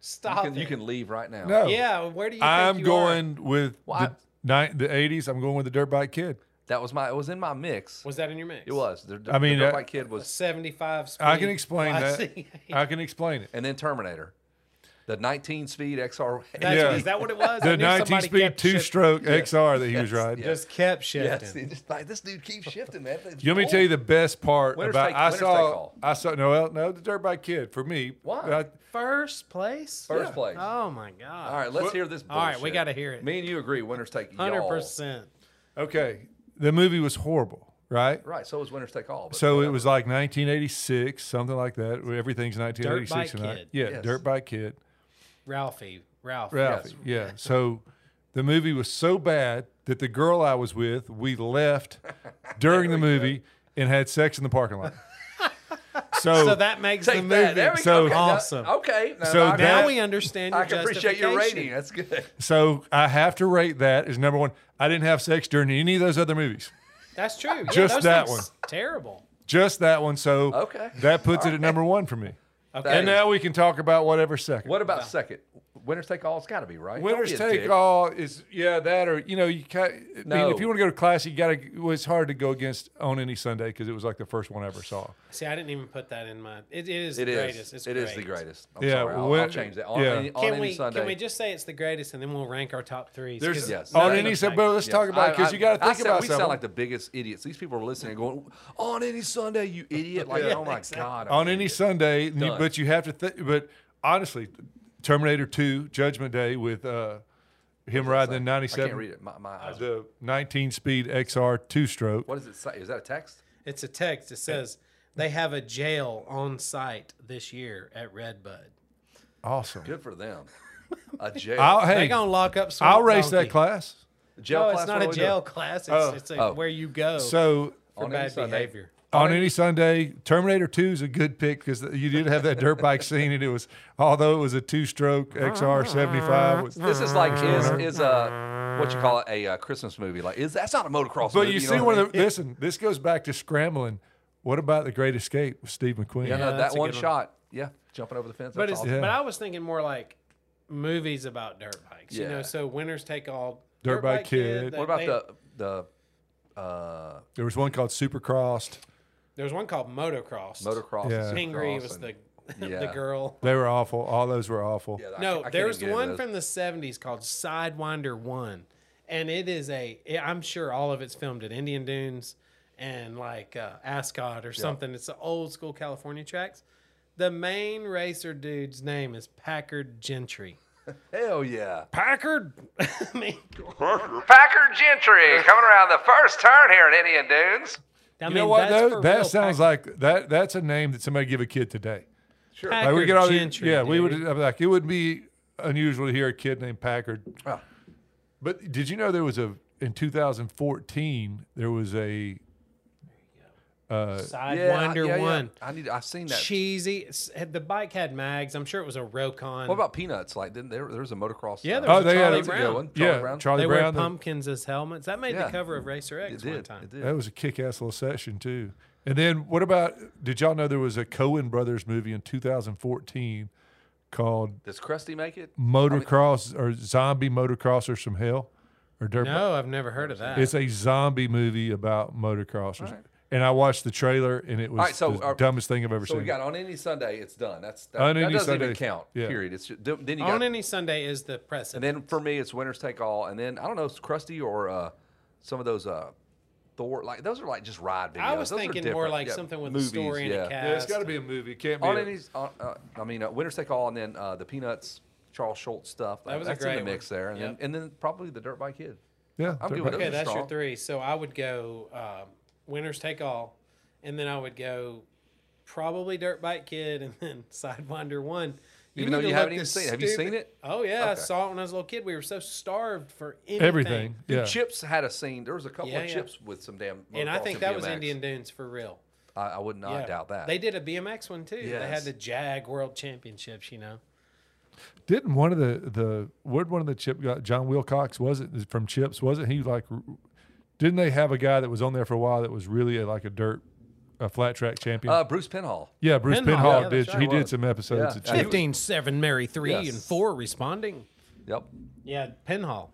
S2: Stop.
S1: can, you
S2: it.
S1: can leave right now.
S3: no.
S2: Yeah. Where do you? Think
S3: I'm
S2: you Are?
S3: going with
S1: Well,
S3: the, ni- the 80s. I'm going with the dirt bike kid.
S1: That was my. It was in my mix.
S2: Was that in your mix?
S1: It was. The, the,
S3: I mean,
S1: the
S3: uh,
S1: Dirt Bike Kid was,
S2: Seventy-five. Speed
S3: I can explain
S2: classic.
S3: that. I can explain it.
S1: and then Terminator, the 19 speed XR.
S2: That's,
S3: Yeah.
S2: Is that what it was? I
S3: The
S2: knew
S3: 19
S2: somebody
S3: speed
S2: kept
S3: two
S2: shit-
S3: stroke XR that he was riding.
S2: Just kept shifting.
S1: Yes, it's like this dude keeps shifting, man. It's
S3: You want me to
S1: cool.
S3: tell you the best part
S1: Winners
S3: about
S1: take-
S3: I
S1: winners take
S3: saw
S1: all.
S3: I saw no well, no the dirt bike kid for me.
S1: Why?
S3: I-
S2: First place.
S1: First place.
S2: Oh my god.
S1: All right, let's hear this.
S2: All right, we
S1: bullshit.
S2: gotta hear it.
S1: Me and you agree. Winners take all.
S2: Hundred percent.
S3: okay, the movie was horrible, right?
S1: Right. So it was winners take all. but
S3: So it
S1: whatever.
S3: was like 1986, something like that. where Everything's 1986
S2: Dirt Bike
S3: tonight.
S2: Kid.
S3: Yeah,
S1: Yes.
S3: dirt bike kid.
S2: Ralphie. Ralph.
S3: Ralphie. Yeah. So the movie was so bad that the girl I was with, we left during the movie and had sex in the parking lot. So,
S2: So that makes
S1: take
S2: the
S1: that.
S2: movie.
S1: There we
S3: So-
S1: go. Okay, now-
S2: Awesome.
S1: okay. Now,
S3: So
S1: I,
S3: that-
S2: now we understand. Your
S1: I can appreciate your
S2: justification.
S1: rating. That's good.
S3: so I have to rate that as number one. I didn't have sex during any of those other movies.
S2: That's true. Yeah,
S3: Just
S2: those
S3: that
S2: things- Terrible.
S3: Just that one. So
S1: Okay.
S3: that puts it at number one for me.
S1: That
S3: And
S1: is-
S3: now we can talk about whatever second.
S1: What about second? Winners take all. It's got to be right. Don't
S3: Winners
S1: be a
S3: take
S1: dick. all.
S3: all is yeah that or you know you can I mean,
S1: No.
S3: if you want to go to class you gotta it was hard to go against on any Sunday because it was like the first one I ever saw.
S2: See, I didn't even put that in my. It, it is
S1: It
S2: the
S1: is.
S2: greatest. It's
S1: it
S2: great.
S1: is the greatest. I'm
S3: Yeah,
S1: sorry. I'll,
S3: win-
S1: I'll change that. On,
S3: yeah.
S1: any, on
S2: Can
S1: any
S2: we
S1: Sunday.
S2: can we just say it's the greatest and then we'll rank our top threes?
S3: There's
S2: 'Cause
S1: Yes.
S3: on
S1: No,
S3: any
S1: that's
S3: Sunday. But let's
S1: Yes,
S3: talk about
S1: I-
S3: it because
S1: I-
S3: you got to
S1: I
S3: think
S1: sound-
S3: about
S1: We
S3: something.
S1: sound like the biggest idiots. These people are listening, and going, "On any Sunday, you idiot!" Like,
S2: Yeah,
S1: oh my
S2: exactly.
S1: god.
S3: on any Sunday, and you-
S1: Done.
S3: but you have to. Th- but honestly, Terminator Two, Judgment Day, with uh, him riding the
S1: I can't read
S3: '97,
S1: it. My, my eyes.
S3: the 19 speed XR two stroke.
S1: What does it say? Is that a text?
S2: It's a text. It says they have a jail on site this year at Redbud.
S3: Awesome.
S1: Good for them. A jail.
S3: I'll
S2: They
S3: hey,
S2: gonna lock up. Swamp
S3: I'll race
S2: Donkey.
S3: that class.
S1: jail
S2: no,
S1: class,
S2: it's not
S1: what
S2: a
S1: do we do?
S2: jail class. It's, it's a,
S1: Oh.
S2: where you go
S3: So.
S1: On
S2: for
S1: any
S2: bad
S1: Sunday.
S2: behavior.
S3: On any Sunday, Terminator 2 is a good pick because you did have that dirt bike scene, and it was, although it was a two stroke XR 75. was-
S1: This is like is is a what you call it a uh, Christmas movie. Like is that's not a motocross.
S3: But
S1: movie,
S3: you
S1: know
S3: see
S1: what
S3: one
S1: I
S3: of the, listen, this goes back to scrambling. What about The Great Escape with Steve McQueen?
S1: mean?
S2: Yeah,
S1: Uh,
S2: that's
S1: that
S2: a
S1: one
S2: good one.
S1: shot. Yeah, jumping over the fence.
S2: But
S1: that's
S2: it's,
S1: awesome.
S3: Yeah.
S2: but I was thinking more like movies about dirt bikes. You know,
S1: Yeah.
S2: so winners take all.
S3: Dirt Bike Kid.
S2: that
S1: What about
S2: they-
S1: the the uh,
S3: There was one called Supercrossed.
S2: There was one called motocross.
S1: motocross?
S3: Yeah.
S1: and
S2: Pingree
S1: Supercross
S2: was the
S1: and-
S2: the
S1: Yeah.
S2: girl.
S3: They were awful. All those were awful.
S1: Yeah, I
S2: No,
S1: can't- I can't
S2: there's
S1: even get
S2: one
S1: into
S2: from the 70s called Sidewinder 1. And it is a, i- I'm sure all of it's filmed at Indian Dunes and like uh, Ascot or something. It's the old school California tracks. The main racer dude's name is Packard Gentry.
S1: those. Hell yeah.
S2: Packard? I mean,
S1: Packard Gentry coming around the first turn here at Indian Dunes.
S2: I
S3: You
S2: mean,
S3: know what,
S2: that's
S3: though?
S2: for
S3: That
S2: real,
S3: sounds
S2: Packard-
S3: like that. that's a name that somebody give a kid today.
S2: Packard
S3: Like, all these-
S2: Gentry.
S3: yeah, we would
S2: dude.
S3: I'm like it wouldn't be unusual to hear a kid named Packard. But did you know there was a in 2014 there was a
S2: Sidewinder 1.
S1: I need. I've seen that.
S2: Cheesy. It's- The bike had mags. I'm sure it was a Rokon.
S1: What about peanuts? Like, didn't there, there was a motocross.
S2: Yeah, there
S1: uh,
S2: was
S3: Oh,
S2: a
S3: they had
S2: Charlie
S3: a-
S1: that's a good
S2: Brown.
S1: one. Charlie
S3: yeah
S1: Brown.
S3: Charlie
S2: They wear
S3: Brown. the-
S2: pumpkins as helmets. That made the
S1: Yeah.
S2: cover of Racer X
S1: It
S2: one
S1: did.
S2: time.
S1: It did.
S3: That was a kick-ass little session too. And then what about? Did y'all know there was a Cohen Brothers movie in 2014 called
S1: Does Krusty make it?
S3: Motocross or Zombie Motocrossers from Hell or Dirt? Bi-
S2: No, I've never heard of that.
S3: It's a zombie movie about motocrossers. And I watched the trailer, and it was
S1: All right, so
S3: the
S1: are-
S3: dumbest thing I've ever
S1: So
S3: seen.
S1: we got on any Sunday. It's done. That's that,
S3: On
S1: that
S3: any
S1: doesn't even
S3: Sunday.
S1: count.
S3: Yeah.
S1: Period. It's just, then you
S2: On
S1: got
S2: any Sunday is the
S1: And
S2: precedent.
S1: then for me, it's winners take all. And then I don't know, it's Krusty or uh, some of those uh, Thor. Like those are like just ride videos.
S2: I was
S1: Those are
S2: thinking more
S1: different.
S2: like
S1: Yeah,
S2: something with
S1: movies,
S2: a story and
S1: yeah.
S2: a cast.
S3: yeah, it's got to be a movie. It can't be.
S1: On
S3: a-
S1: any, on, uh, I mean, uh, winners take all, and then uh, the Peanuts, Charles Schultz stuff. Like,
S2: was a
S1: that's
S2: great
S1: in the mix
S2: one.
S1: there, and
S2: Yep.
S1: then and then probably the Dirt Bike Kid.
S3: yeah,
S1: I'm
S3: Dirt
S1: giving
S3: Bike-
S1: it
S2: Okay,
S1: Those are
S2: that's your
S1: strong.
S2: three. So I would go um, winners take all, and then I would go probably Dirt Bike Kid, and then Sidewinder One.
S1: Even
S2: need
S1: though
S2: to
S1: you
S2: look
S1: haven't even
S2: this
S1: seen it. Have you seen it?
S2: Oh yeah, I
S1: Okay.
S2: saw it when I was a little kid. We were so starved for anything.
S3: everything. Yeah,
S1: Chips had a scene. There was a couple
S2: Yeah,
S1: of
S2: yeah.
S1: chips with some damn.
S2: and I
S1: motocross
S2: think that was
S1: BMX.
S2: Indian Dunes for real.
S1: I, I would not doubt that.
S2: They did a BMX one too. They had
S1: Yes. Uh,
S2: the Jag World Championships, you know.
S3: Didn't one of the the would one of the chip guy, John Wilcox was it is from Chips? Wasn't he like? r- Didn't they have a guy that was on there for a while that was really a, like a dirt, a flat track champion?
S1: Uh, Bruce Penhall.
S3: yeah, Bruce
S2: Penhall,
S3: Penhall
S2: yeah,
S3: did.
S2: that's right.
S3: He
S1: He
S3: did
S1: was.
S3: some episodes
S1: Yeah.
S3: of
S1: Yeah, he
S3: Chips.
S1: was-
S2: 15, 7, Mary 3,
S1: Yes.
S2: and 4 responding.
S1: Yep.
S2: Yeah, Penhall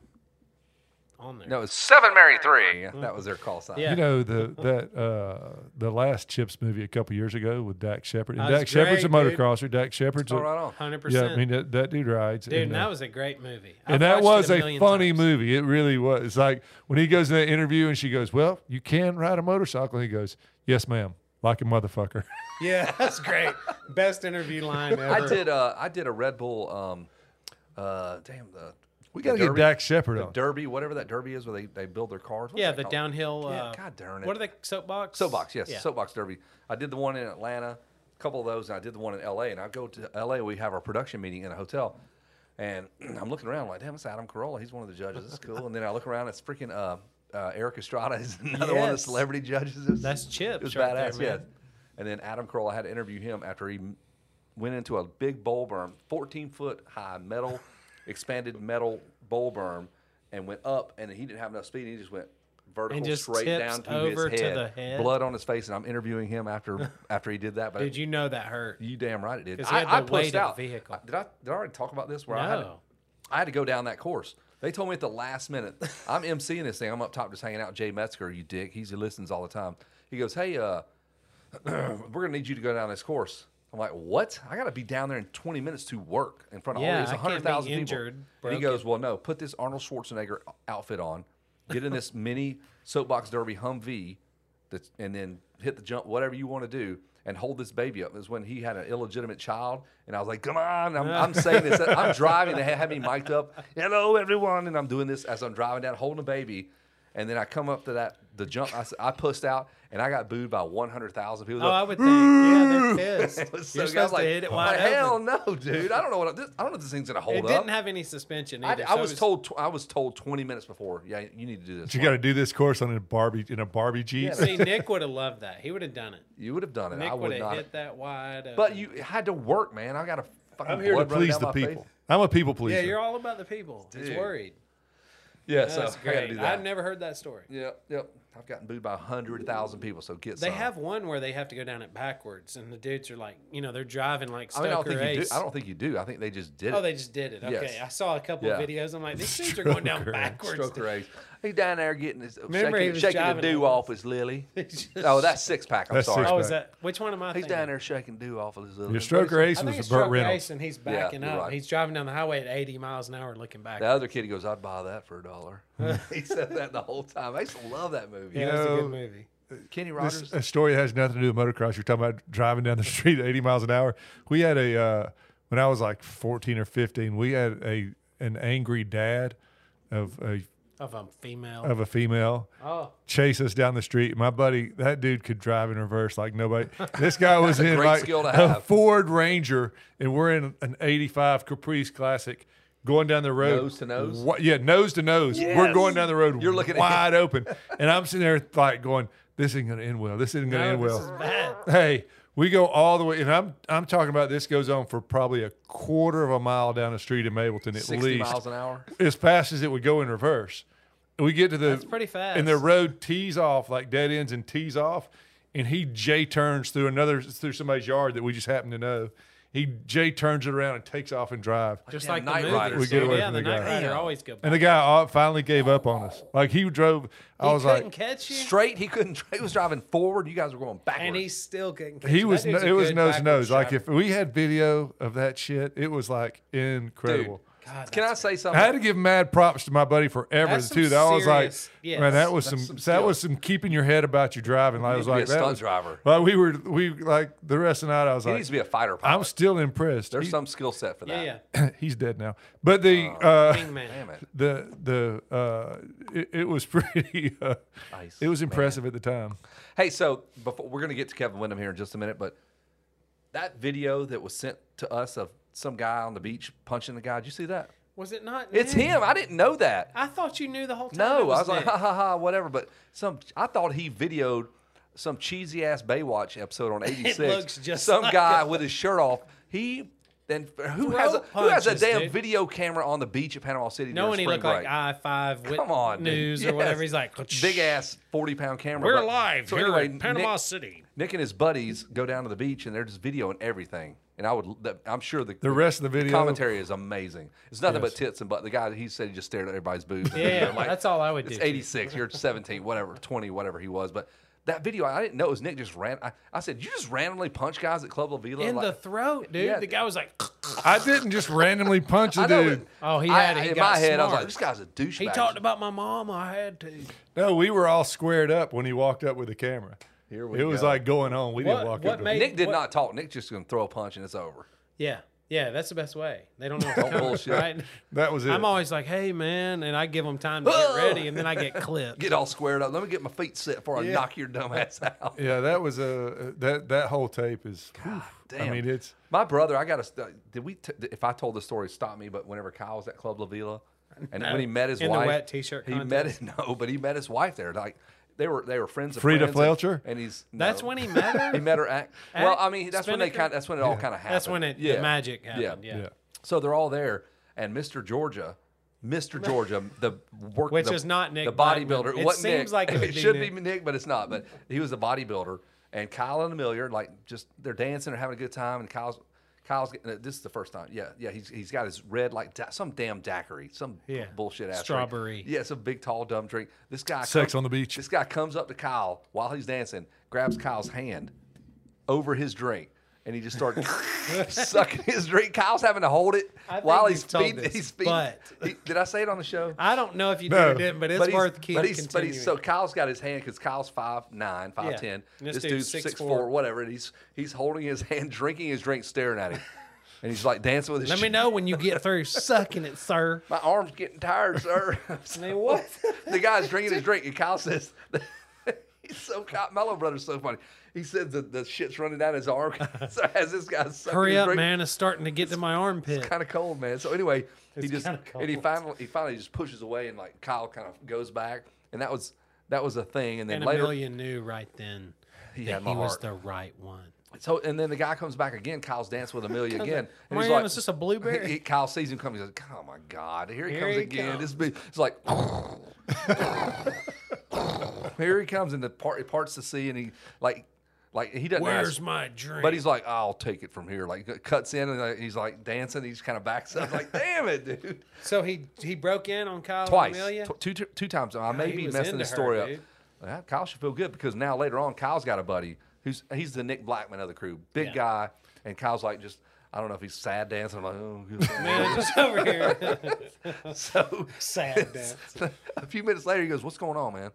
S2: on there.
S1: No, it was Seven Mary Three. That was their call sign.
S2: Mm-hmm. Yeah.
S3: You know the that uh, the last Chips movie a couple years ago with Dak Shepard. And
S2: That was
S3: Dak Shepard's a
S2: great, dude.
S3: motocrosser. Dak Shepard's a,
S1: Oh, right on.
S2: 100%.
S3: yeah. I mean that, that dude rides.
S2: Dude,
S3: and,
S2: and that
S3: uh,
S2: was a great movie. I've
S3: and that
S2: watched
S3: was
S2: it
S3: a,
S2: million
S3: funny
S2: times.
S3: movie. It really was. It's like when he goes in that interview and she goes, "Well, you can ride a motorcycle." And he goes, "Yes, ma'am." Like a motherfucker.
S2: Yeah, that's great. Best interview line ever.
S1: I did. Uh, I did a Red Bull. Um, uh, damn the.
S3: We
S1: the
S3: got to get
S1: Derby-
S3: Dak Shepard
S1: The
S3: on.
S1: derby, whatever that derby is, where they, they build their cars. What's
S2: Yeah,
S1: that
S2: the
S1: called?
S2: downhill.
S1: Yeah,
S2: uh,
S1: God darn it.
S2: What are they? Soapbox?
S1: Soapbox, yes,
S2: Yeah.
S1: soapbox derby. I did the one in Atlanta, a couple of those, and I did the one in LA. And I go to LA, we have our production meeting in a hotel, and I'm looking around like, damn, it's Adam Carolla. He's one of the judges. It's cool. and then I look around, it's freaking uh, uh, Eric Estrada is another one of the
S2: Yes.
S1: celebrity judges. It was-
S2: That's
S1: It
S2: chips
S1: was
S2: right
S1: badass,
S2: there,
S1: yeah.
S2: man.
S1: And then Adam Carolla, I had to interview him after he m- went into a big bowl berm, 14 foot high metal, expanded metal bowl berm, and went up, and he didn't have enough speed. He just went vertical
S2: just
S1: straight
S2: tips
S1: down to
S2: over to
S1: his head,
S2: the head.
S1: blood on his face, and I'm interviewing him after after he did that. But
S2: Did you know that hurt?
S1: you damn right it did.
S2: 'Cause he had
S1: I, I
S2: the
S1: pushed
S2: weight of the
S1: out.
S2: vehicle.
S1: I- Did I did I already talk about this? Where I had to,
S2: No.
S1: I had to go down that course. They told me at the last minute. I'm emceeing this thing. I'm up top just hanging out. Jay Metzger, you dick. He's, he listens all the time. He goes, hey, uh, we're gonna need you to go down this course. I'm like, what? I gotta be down there in 20 minutes to work in front of
S2: Yeah,
S1: all these
S2: I can't be
S1: 100,000 people.
S2: injured,
S1: and he
S2: broken.
S1: goes, well, no, put this Arnold Schwarzenegger outfit on, get in this mini soapbox derby Humvee, that's, and then hit the jump, whatever you want to do. And hold this baby up. It was when he had an illegitimate child, and I was like, "Come on!" I'm, I'm saying this. I'm driving. They had me mic'd up. Hello, everyone, and I'm doing this as I'm driving down, holding a baby, and then I come up to that the jump. I, s- I pushed out, and I got booed by 100,000 people.
S2: Oh, I would think. Yeah, they're pissed.
S1: It was so
S2: You're
S1: good. I was
S2: supposed to hit it
S1: "Oh,
S2: wide
S1: Hell
S2: open.
S1: no, dude! I don't know what this, I don't know if this thing's gonna hold
S2: It
S1: up.
S2: didn't have any suspension
S1: I,
S2: either.
S1: I
S2: so it
S1: was told tw- I was told 20 minutes before. Yeah, you need to do this.
S3: You got to do this course on a Barbie in a Barbie Jeep.
S2: See, Nick would have loved that. He would have done it.
S1: you would have done it. I
S2: Nick
S1: would
S2: would have
S1: not.
S2: hit that wide. Open.
S1: But you had to work, man. I got to fucking.
S3: I'm here to
S1: blood running
S3: please
S1: down
S3: the
S1: my face.
S3: people. I'm a people pleaser.
S2: yeah, you're all about the people. He's
S1: Dude.
S2: worried.
S1: Yeah, so
S2: That's
S1: I got to
S2: great.
S1: do that.
S2: I've never heard that story.
S1: Yep, yep. I've gotten booed by hundred thousand people. So get.
S2: They
S1: some.
S2: have one where they have to go down it backwards, and the dudes are like, you know, they're driving like
S1: I mean, I don't
S2: Stoker
S1: think you do.
S2: Ace.
S1: I don't think you do. I think they just did
S2: Oh,
S1: it.
S2: they just did it. Okay,
S1: Yes.
S2: I saw a couple
S1: Yeah.
S2: videos. I'm like, these dudes are going down
S3: Stroker Ace.
S2: backwards.
S1: Stroke the race. He's down there getting his
S2: Remember he
S1: shaking,
S2: was
S1: shaking the
S2: driving
S1: dew
S2: all-
S1: off his lily.
S2: It's just-
S1: Oh, that's six pack. I'm
S3: That's
S1: sorry.
S3: six
S2: Oh,
S3: back.
S2: is that which one am I?
S1: He's
S2: thinking?
S1: down there shaking dew off of his lily.
S3: Your stroker ace
S2: I think
S3: was
S2: it's
S3: Burt
S2: Burt
S3: Reynolds.
S2: Ace, and he's
S1: Yeah,
S2: backing
S1: you're
S2: up.
S1: right.
S2: He's driving down the highway at 80 miles an hour, looking back.
S1: The other kid goes, I'd buy that for a dollar. he said that the whole time. I used to love that movie.
S2: yeah, it's a
S3: know,
S2: good movie.
S1: Kenny
S3: This
S1: Rogers.
S3: a story that has nothing to do with motocross. You're talking about driving down the street at 80 miles an hour. We had a uh, when I was like 14 or 15, we had a an angry dad of a
S2: Of a female.
S3: of a female
S2: oh,
S3: chase us down the street. My buddy, that dude could drive in reverse like nobody. This guy was in
S1: great
S3: like
S1: skill to
S3: a
S1: have.
S3: Ford Ranger, and we're in an '85 Caprice Classic. Going down the road,
S1: Nose to nose?
S3: Wha- yeah, nose to nose. We're
S1: Yes.
S3: going down the road.
S1: You're looking at-
S3: wide open, and I'm sitting there like going, "This isn't going to end well. This isn't going to
S2: no,
S3: end
S2: this
S3: well."
S2: is bad.
S3: hey, we go all the way, and I'm I'm talking about this goes on for probably a quarter of a mile down the street in Mapleton at
S1: 60
S3: least,
S1: miles an hour.
S3: as fast as it would go in reverse. We get to the
S2: That's pretty fast.
S3: and the road tees off like dead ends and tees off, and he J turns through another through somebody's yard that we just happen to know. He J turns it around and takes off and drives.
S2: Just
S1: Damn,
S2: like the
S1: Knight
S2: movie.
S1: Rider. We
S3: get away
S2: yeah,
S3: from
S2: the
S3: the
S2: Knight
S3: guy.
S2: Rider
S1: Damn.
S2: always go back.
S3: And the guy all- finally gave up on us. Like he drove, I
S2: he
S3: was
S2: couldn't
S3: like,
S2: catch you,
S1: Straight, he couldn't. He was driving forward. You guys were going backwards.
S2: and he still couldn't catch you.
S3: he
S2: That
S3: was.
S2: dude's a
S3: It was
S2: good
S3: nose to
S2: backwards
S3: nose. Like
S2: driver.
S3: if we had video of that shit, it was like incredible.
S1: Dude,
S2: God,
S1: can I
S2: that's
S1: say
S3: I
S1: something?
S3: had to give mad props to my buddy forever
S2: That's some
S3: too. That I was like,
S2: serious- yes,
S3: man, that was some,
S1: that's some
S3: that was some keeping your head about your driving. I
S1: need
S3: was
S1: to be a
S3: like, that
S1: stunt
S3: was,
S1: driver.
S3: Like we were, we like the rest of the night. I was
S1: he
S3: like,
S1: needs to be a fighter pilot.
S3: I'm still impressed.
S1: There's
S3: He-
S1: some Oh. skill set for that.
S2: Yeah,
S3: he's dead now, but the
S2: yeah.
S3: uh,
S2: Wingman.
S1: Damn it.
S3: the the uh, it, it was pretty. Uh,
S1: Ice
S3: it was impressive at the time.
S1: Hey, so before we're gonna get to Kevin Wyndham here in just a minute, but that video that was sent to us of some guy on the beach punching the guy. Did you see that?
S2: Was it not?
S1: It's
S2: Nick?
S1: him. I didn't know that.
S2: I thought you knew the whole time.
S1: No,
S2: it was
S1: I was like,
S2: Nick.
S1: ha ha ha, whatever. But some, I thought he videoed some cheesy ass Baywatch episode on '86.
S2: looks just
S1: some
S2: like
S1: guy
S2: it.
S1: with his shirt off. He than who has a,
S2: Throw
S1: who has a
S2: punches,
S1: damn
S2: dude.
S1: video camera on the beach at Panama City
S2: No,
S1: during
S2: and he
S1: spring
S2: looked
S1: break?
S2: like I five with
S1: Come on, dude.
S2: news
S1: Yes.
S2: or whatever. He's like
S1: big ass forty pound camera.
S2: We're
S1: But-
S2: live
S1: So
S2: here
S1: anyway,
S2: in Panama
S1: Nick,
S2: City.
S1: Nick and his buddies go down to the beach and they're just videoing everything. And I would, that- I'm sure the,
S3: The rest of the video.
S1: commentary is amazing. It's nothing but tits and butt. The guy he said he just stared at everybody's boobs.
S2: Yeah, that's all I would
S1: It's
S2: do, too.
S1: 86. You're 17, whatever, 20, whatever he was. But that video, I didn't know it was Nick. Just ran. I, I said, you just randomly punch guys at Club La Vila.
S2: in
S1: like,
S2: the throat, dude.
S1: Yeah.
S2: The guy was like,
S3: I didn't just randomly punch a
S1: I know
S3: dude.
S1: it-
S2: Oh, he
S1: I-
S2: had it. He
S1: in
S2: got
S1: my head, I was
S2: smart.
S1: like, this guy's a douchebag.
S2: he talked about my mom. I had to.
S3: No, we were all squared up when he walked up with the camera.
S1: Here we
S3: it was
S1: go.
S3: like going on. We
S2: What-
S3: didn't walk
S2: what
S3: up to
S2: made-
S3: him.
S1: Nick did
S2: What-
S1: not talk. Nick just gonna throw a punch and it's over.
S2: Yeah, yeah. That's the best way. They don't know. it's
S1: Don't
S2: coming,
S1: bullshit.
S2: Right?
S3: That was it.
S2: I'm always like, hey man, and I give them time to get ready, and then I get clipped.
S1: Get all squared up. Let me get my feet set before I knock your dumb ass out.
S3: yeah, that was a that that whole tape is. oof. I
S1: damn.
S3: mean, it's
S1: My brother, I got to. St- did we? T- if I told the story, stop me. But whenever Kyle was at Club La Vila, and
S2: No.
S1: when he met his
S2: In the
S1: wife,
S2: wet t-shirt
S1: he met
S2: contest.
S1: his no, but he met his wife there. Like they were, they were friends. Of
S3: Frida
S1: friends,
S3: Fletcher?
S1: and, and he's no.
S2: That's when he met her?
S1: he met her at. Well,
S2: At
S1: I mean, that's when they
S2: Spinnaker?
S1: kind. That's when it all kind of happened.
S2: That's when it the magic happened. Yeah.
S3: yeah.
S1: So they're all there, and Mr. Georgia, Mr. Georgia, the work,
S2: Which
S1: the-
S2: is not Nick
S1: the
S2: Blackman.
S1: bodybuilder.
S2: It
S1: wasn't Nick.
S2: seems like it would be
S1: should
S2: Nick.
S1: be Nick, but it's not. But he was the bodybuilder, and Kyle and Amelia are like just they're dancing, they're having a good time, and Kyle's. Kyle's getting, this is the first time. Yeah, yeah. He's he's got his red like da- some damn daiquiri, some
S2: Yeah.
S1: bullshit ass drink.
S2: Strawberry.
S1: Yeah, some big tall dumb drink. This guy
S3: Sex on the beach.
S1: This guy comes up to Kyle while he's dancing, grabs Kyle's hand, over his drink. And he just started sucking his drink. Kyle's having to hold it
S2: think
S1: while
S2: you've
S1: he's
S2: told
S1: feeding.
S2: this,
S1: he's feeding.
S2: but-
S1: he- did I say it on the show?
S2: I don't know if you did
S3: No.
S2: or didn't, but it's
S1: but he's,
S2: worth keeping
S1: but he's, but he's so
S2: continuing.
S1: Kyle's got his hand because Kyle's five nine, five ten.
S2: And this
S1: This,
S2: dude's
S1: dude's
S2: six
S1: six four,
S2: four.
S1: whatever. And he's he's holding his hand, drinking his drink, staring at him, and he's like dancing with his.
S2: Let me
S1: sh-
S2: know when you get through sucking it, sir.
S1: My arm's getting tired, sir.
S2: I mean, what?
S1: the guy's drinking his drink, and Kyle says, "He's so Kyle, Mellow Brother's so funny." He said the, the shit's running down his arm. so as this guy's sucking
S2: Hurry
S1: his
S2: up,
S1: drink,
S2: man! It's starting to get to my armpit.
S1: Kind of cold, man. So anyway, he
S2: It's
S1: just
S2: kinda
S1: and he
S2: cold.
S1: finally he finally just pushes away, and like Kyle kind of goes back, and that was that was a thing. And then
S2: And
S1: later,
S2: Amelia knew right then
S1: He
S2: that
S1: had my
S2: he was
S1: heart.
S2: the right one.
S1: So and then the guy comes back again. Kyle's dancing with Amelia again. And
S2: Marianne, is this a blueberry?
S1: He, he- Kyle sees him coming. He goes, "Oh my God! Here he
S2: Here
S1: comes
S2: he
S1: again." This be, it's like. here he comes, and the part he parts the sea, and he like, like he doesn't.
S2: Where's
S1: ask,
S2: my drink?
S1: But he's like, "I'll take it from here." Like cuts in, and like, he's like dancing. He just kind of backs up. Like, damn it, dude!
S2: so he he broke in on Kyle
S1: Twice,
S2: and Amelia.
S1: Tw- two, two, two times. I may
S2: he
S1: be
S2: was
S1: messing
S2: into
S1: this
S2: her,
S1: story up.
S2: dude.
S1: Yeah, Kyle should feel good because now later on, Kyle's got a buddy who's he's the Nick Blackman of the crew, big
S2: Yeah.
S1: guy, and Kyle's like just I don't know if he's sad dancing. I'm like, oh, good.
S2: Man, just over here.
S1: so
S2: Sad dance.
S1: a few minutes later, he goes, "What's going on, man?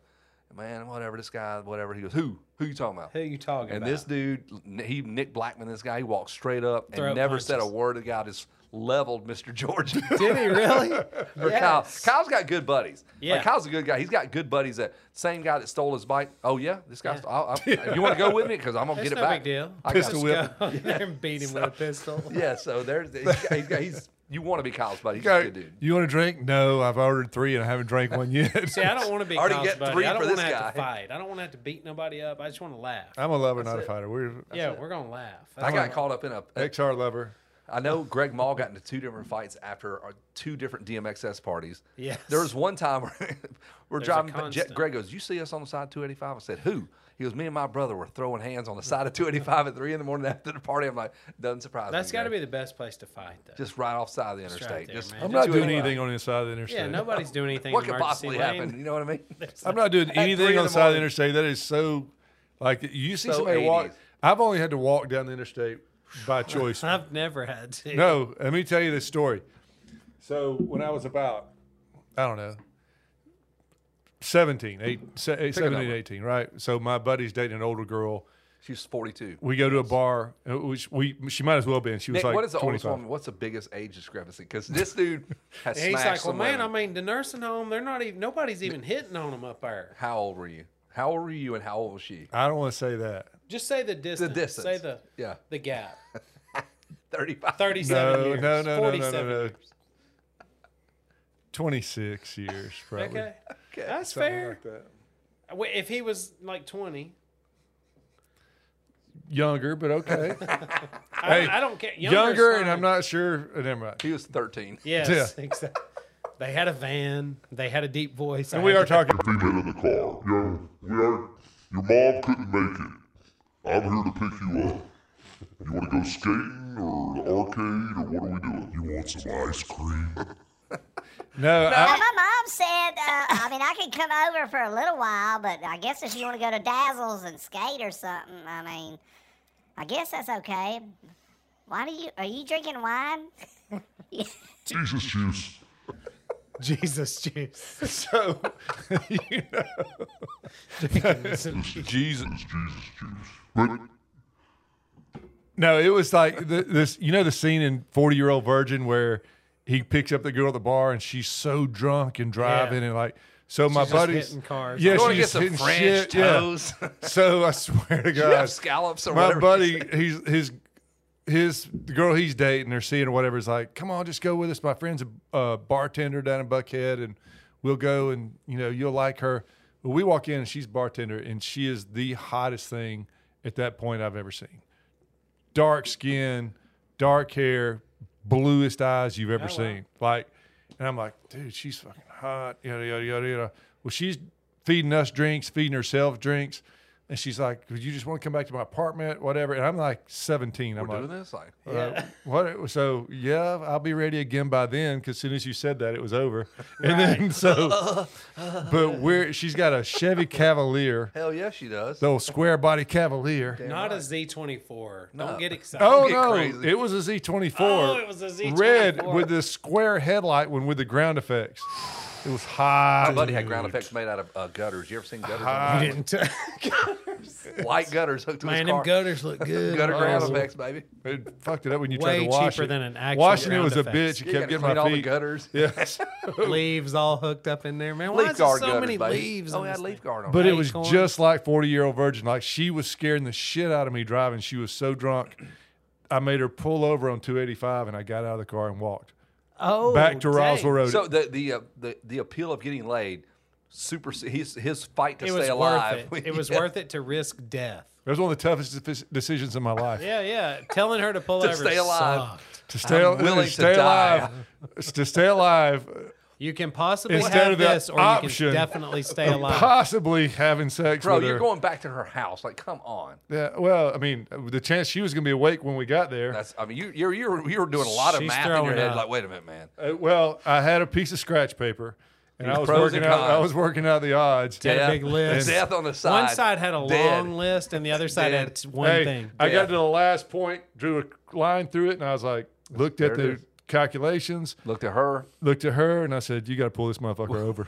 S1: Man, whatever. This guy, whatever." He goes, "Who? Who you talking about?"
S2: Who you talking
S1: and
S2: about?
S1: this dude, he Nick Blackman, this guy, he walked straight up and
S2: Throat
S1: never said a
S2: punches.
S1: word to the guy. Just leveled Mr. George.
S2: Did he really?
S1: Or Kyle.
S2: Yes.
S1: Kyle's got good buddies.
S2: Yeah.
S1: Like Kyle's a good guy. He's got good buddies. That same guy that stole his bike. Oh yeah, this guy.
S2: Yeah.
S1: I'll, I'll, if you want to go with me, because I'm gonna
S2: It's
S1: get it
S2: no
S1: back.
S2: big deal.
S1: I got-
S3: Pistol
S2: Let's
S3: whip.
S2: go in there and beat him with a pistol.
S1: Yeah. So there's he's, got- he's, got- he's- you want to be Kyle's buddy. He's a
S3: Okay,
S1: good dude.
S3: you want a drink? No, I've ordered three and I haven't drank one yet.
S2: See, I don't want to be
S1: Already
S2: Kyle's
S1: get
S2: buddy.
S1: three
S2: I don't
S1: for
S2: want to
S1: this
S2: have to
S1: guy.
S2: fight. I don't want to have to beat nobody up. I just want to laugh.
S3: I'm a lover, not a fighter. We're
S2: yeah, we're gonna laugh.
S1: I
S2: That's
S1: got caught up in a.
S3: XR lover.
S1: I know Greg Maul got into two different fights after uh, two different DMXS parties.
S2: Yes.
S1: There was one time where we're
S2: There's a
S1: driving. back- Je-
S2: constant.
S1: Greg goes, "You see us on the side of 285?" I said, "Who?" He goes, "Me and my brother were throwing hands on the side of 285 at three in the morning after the party." I'm like, "Doesn't surprise me."
S2: that's got to
S1: Greg."
S2: be the best place to fight, though.
S1: just right off side of the
S2: Just
S1: interstate.
S2: right there,
S1: just
S2: man.
S3: I'm
S2: I'm
S3: not
S1: do
S3: doing
S1: it.
S3: anything on the side of the interstate.
S2: yeah, nobody's doing anything.
S1: What
S2: in
S1: could
S2: emergency
S1: possibly
S2: lane.
S1: happen? You know what I mean?
S3: I'm not doing anything
S1: in
S3: on
S1: the
S3: the side of
S1: morning.
S3: the interstate. That is so like you see
S1: So
S3: somebody walk.
S1: 80s.
S3: I've only had to walk down the interstate by choice.
S2: I've never had to.
S3: no, let me tell you this story. So when I was about, I don't know, 17, eight, se- eight, 17,
S1: number.
S3: 18, right? So my buddy's dating an older girl.
S1: She's 42.
S3: We go to a bar, uh, which we she might as well be, and she was
S1: Nick,
S3: like,
S1: what is the oldest
S3: 25.
S1: woman? What's the biggest age discrepancy? Because this dude has
S2: And he's
S1: smashed
S2: like, well,
S1: some
S2: man, I
S1: women.
S2: mean, the nursing home, they're not even, nobody's even hitting on them up there.
S1: How old were you? How old were you and how old was she?
S3: I don't want to say that.
S2: Just say the distance.
S1: distance.
S2: Say the
S1: Yeah.
S2: the gap.
S1: 35.
S2: 37
S3: No,
S2: years.
S3: no, no, no, no,
S2: 47
S3: no, no.
S2: years.
S3: 26 years, probably.
S2: Okay.
S1: Okay.
S2: That's
S3: Something
S2: fair.
S3: like that.
S2: Wait, If he was like 20,
S3: younger, but okay.
S2: I,
S3: Hey,
S2: don't, I don't care.
S3: younger,
S2: is
S3: and
S2: fine.
S3: I'm not sure. uh, Never mind.
S1: He was 13.
S2: Yes, exactly. They had a van. They had a deep voice.
S3: And we are talking.
S4: female in the car. Yeah, we are. Your mom couldn't make it. I'm here to pick you up. You want to go skating or the arcade or what are we doing? You want some ice cream?
S3: No, I,
S6: Now, my mom said, uh, I mean, I could come over for a little while, but I guess if you want to go to Dazzles and skate or something, I mean, I guess that's okay. Why do you, are you drinking wine?
S4: Jesus juice.
S2: Jesus juice.
S3: so you know,
S1: Jesus.
S4: It's Jesus juice. But
S3: no, it was like the, this. You know the scene in Forty Year Old Virgin where he picks up the girl at the bar and she's so drunk and driving and like. So my
S2: just
S3: buddies,
S2: hitting cars.
S3: yeah,
S2: You
S1: You want
S3: she's
S1: to get some
S3: hitting
S1: French
S3: shit, yeah.
S1: toes?
S3: So I swear to
S1: you have
S3: God,
S1: scallops or
S3: my
S1: whatever.
S3: buddy, he's his his the girl he's dating or seeing or whatever is like, come on, just go with us. My friend's a uh, bartender down in Buckhead, and we'll go, and you know you'll like her. But we walk in, and she's bartender, and she is the hottest thing at that point I've ever seen. Dark skin, dark hair, bluest eyes you've ever
S2: wow.
S3: seen. Like, and I'm like, dude, she's fucking hot. Yada yada yada yada. Well, she's feeding us drinks, feeding herself drinks. And she's like, "Would you just want to come back to my apartment, whatever?" And I'm like 17. I'm
S1: We're
S3: like,
S1: doing this? Like,
S3: uh, what? So yeah, I'll be ready again by then. Because soon as you said that, it was over. And then so, but we're she's got a Chevy Cavalier,
S1: hell yeah, she does.
S3: the old square body Cavalier.
S2: Not a Z24. Don't get excited.
S3: Oh
S1: get
S3: no,
S1: crazy.
S3: it was a Z24.
S2: Oh, it was a Z24.
S3: Red with the square headlight one with the ground effects. It was hot.
S1: My buddy had ground effects made out of uh, gutters. You ever seen gutters?
S2: You
S3: Ah,
S1: on
S2: didn't t-
S1: the- White gutters hooked to his
S2: Man, them
S1: car.
S2: gutters look good.
S1: Gutter ground
S2: Oh.
S1: effects, baby.
S3: It fucked it up when you tried
S2: Way
S3: to wash
S2: cheaper
S3: it.
S2: than an actual
S3: Washing it
S2: ground
S3: was
S2: effects.
S3: a bitch. It
S1: You
S3: kept
S1: gotta
S3: getting
S1: clean
S3: my
S1: all the
S3: feet.
S1: gutters.
S3: Yes.
S2: leaves all hooked up in there, man. Why
S1: Leaf
S2: is there
S1: guard
S2: so
S1: gutters,
S2: many
S1: baby.
S2: leaves?
S1: Oh,
S2: on
S1: yeah,
S2: this
S1: leaf
S2: thing?
S1: guard on.
S3: But
S1: it.
S3: it was
S2: Acorn.
S3: just like 40 year old virgin. Like she was scaring the shit out of me driving. She was so drunk. I made her pull over on 285 and I got out of the car and walked
S2: Oh,
S3: back to
S2: dang.
S3: Roswell Road.
S1: So the the uh, the the appeal of getting laid, super his his fight to
S2: It
S1: stay
S2: was
S1: alive.
S2: worth it. It was
S1: Yeah.
S2: worth it to risk death.
S3: that was one of the toughest defi- decisions in my life.
S2: Yeah, yeah. Telling her to pull
S1: To
S2: over
S1: stay alive.
S2: sucked.
S3: To stay,
S1: I'm willing
S3: to
S1: to
S3: stay
S1: die.
S3: alive. to stay alive. uh,
S2: You can possibly
S3: Instead
S2: have
S3: of that
S2: this, or
S3: option
S2: you can definitely stay alive.
S3: Possibly having sex
S1: Bro,
S3: with
S1: you're
S3: her.
S1: going back to her house. Like, come on.
S3: yeah, well, I mean, the chance she was going to be awake when we got there.
S1: That's. I mean, you you're you're you were doing a lot of
S2: She's
S1: math in your
S2: throwing
S1: head.
S2: up.
S1: Like, wait a minute, man.
S3: Uh, well, I had a piece of scratch paper, and I was
S1: Pros
S3: working
S1: and
S3: out. I
S1: cons.
S3: was working out the odds.
S2: Dead. big list.
S1: Death on the side.
S2: One side had a
S1: Dead.
S2: long list, and the other side
S1: Dead.
S2: had one
S3: Hey,
S2: thing.
S3: I
S1: Yeah.
S3: got to the last point, drew a line through it, and I was like, looked at
S1: there
S3: the
S1: it is.
S3: calculations,
S1: Looked at her.
S3: looked at her, and I said, "You got to pull this motherfucker over."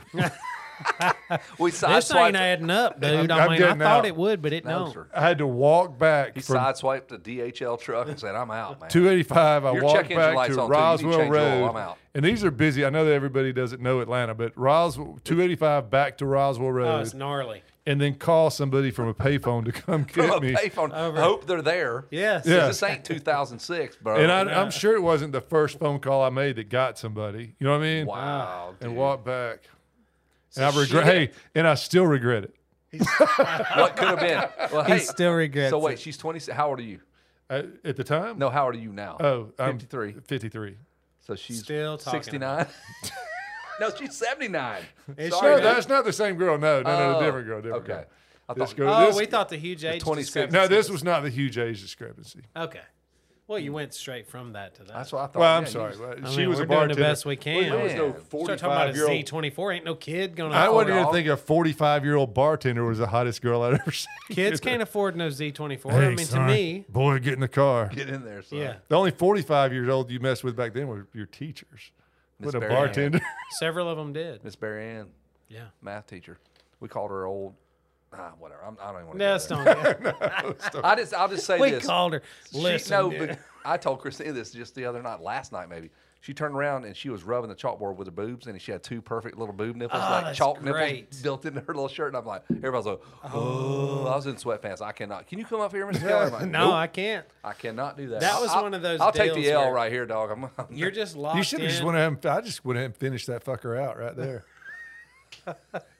S1: We
S2: This ain't
S1: sideswiped.
S2: adding up, dude.
S3: I'm
S2: I mean, I
S3: getting
S2: thought
S3: out.
S2: it would, but it
S1: No,
S2: don't.
S1: sir.
S3: I had to walk back
S1: He
S3: from
S1: sideswiped a DHL truck and said, "I'm out, man."
S3: 285. I
S1: Your
S3: walked
S1: check engine
S3: back
S1: light's
S3: to
S1: on, too. You need to
S3: Roswell
S1: change the oil.
S3: Road.
S1: I'm out.
S3: And these are busy. I know that everybody doesn't know Atlanta, but Roswell 285 back to Roswell
S2: Oh,
S3: Road,
S2: it's gnarly.
S3: and then call somebody from a payphone to come
S1: From
S3: get
S1: a
S3: me.
S1: payphone.
S2: Over.
S1: Hope they're there.
S2: Yes.
S1: 'Cause
S3: Yeah.
S1: This ain't 2006, bro.
S3: And I, I'm sure it wasn't the first phone call I made that got somebody. You know what I mean?
S1: wow.
S3: And
S1: dude.
S3: walked back. And I regret. Hey, and I still regret it.
S1: What could have been? Well,
S2: He
S1: hey.
S2: still regrets.
S1: So wait,
S2: it.
S1: she's 26. How old are you?
S3: I, Uh, at the time.
S1: No, how old are you now?
S3: Oh, I'm
S1: 53.
S3: 53.
S1: So she's
S2: Still talking
S1: 69. no, she's 79.
S2: Is
S1: Sorry,
S3: No,
S1: dude.
S3: that's not the same girl. No, no, no,
S1: Oh,
S3: different girl. Different
S1: okay.
S3: girl.
S1: I
S3: This
S1: thought-
S3: girl-
S2: Oh,
S3: this-
S2: we thought the huge age.
S1: 26.
S2: discrepancy
S3: No, this
S2: was-
S3: was not the huge age discrepancy.
S2: Okay. Well, you went straight from that to that.
S1: That's what I thought.
S3: Well,
S1: Yeah,
S3: I'm
S1: you
S3: sorry.
S1: was-
S3: Well,
S2: I
S3: she
S2: mean,
S3: was
S2: we're
S3: a
S2: doing
S3: bartender.
S2: the best we can.
S1: there was no
S2: Start talking about a
S3: 45 year old.
S2: Z24. Ain't no kid going to.
S3: I
S2: afford
S3: wouldn't even
S2: all-
S3: think a 45 year old bartender was the hottest girl I'd ever seen.
S2: Kids can't afford no Z24.
S3: Hey,
S2: I mean,
S3: son,
S2: to me,
S3: boy, get in the car.
S1: Get in there, son.
S2: yeah.
S3: The only 45 years old you messed with back then were your teachers. What a
S1: Barry.
S3: bartender.
S2: Several of them did.
S1: Miss Barry Ann,
S2: Yeah.
S1: math teacher. We called her old. Ah, whatever. I'm, I don't even want to.
S2: No, it's not.
S1: I just, I'll just say
S2: We
S1: this.
S2: called her.
S1: She-
S2: Listen,
S1: no,
S2: dude.
S1: but I told Christina this just the other night, last night maybe. She turned around and she was rubbing the chalkboard with her boobs, and she had two perfect little boob nipples,
S2: Oh,
S1: like
S2: that's
S1: chalk nipples
S2: great.
S1: built into her little shirt. And I'm like, everybody's like, oh, I was in sweatpants. I cannot. Can you come up here, Miss Taylor? I'm like,
S2: no,
S1: "Nope,
S2: I can't.
S1: I cannot do that.
S2: That
S1: I-
S2: was
S1: I'll-
S2: one of those
S1: I'll take the
S2: deals
S1: L
S2: where-
S1: right here, dog. I'm, I'm
S2: You're just locked
S3: You should have just
S2: in.
S3: went ahead and I just went ahead and finished that fucker out right there.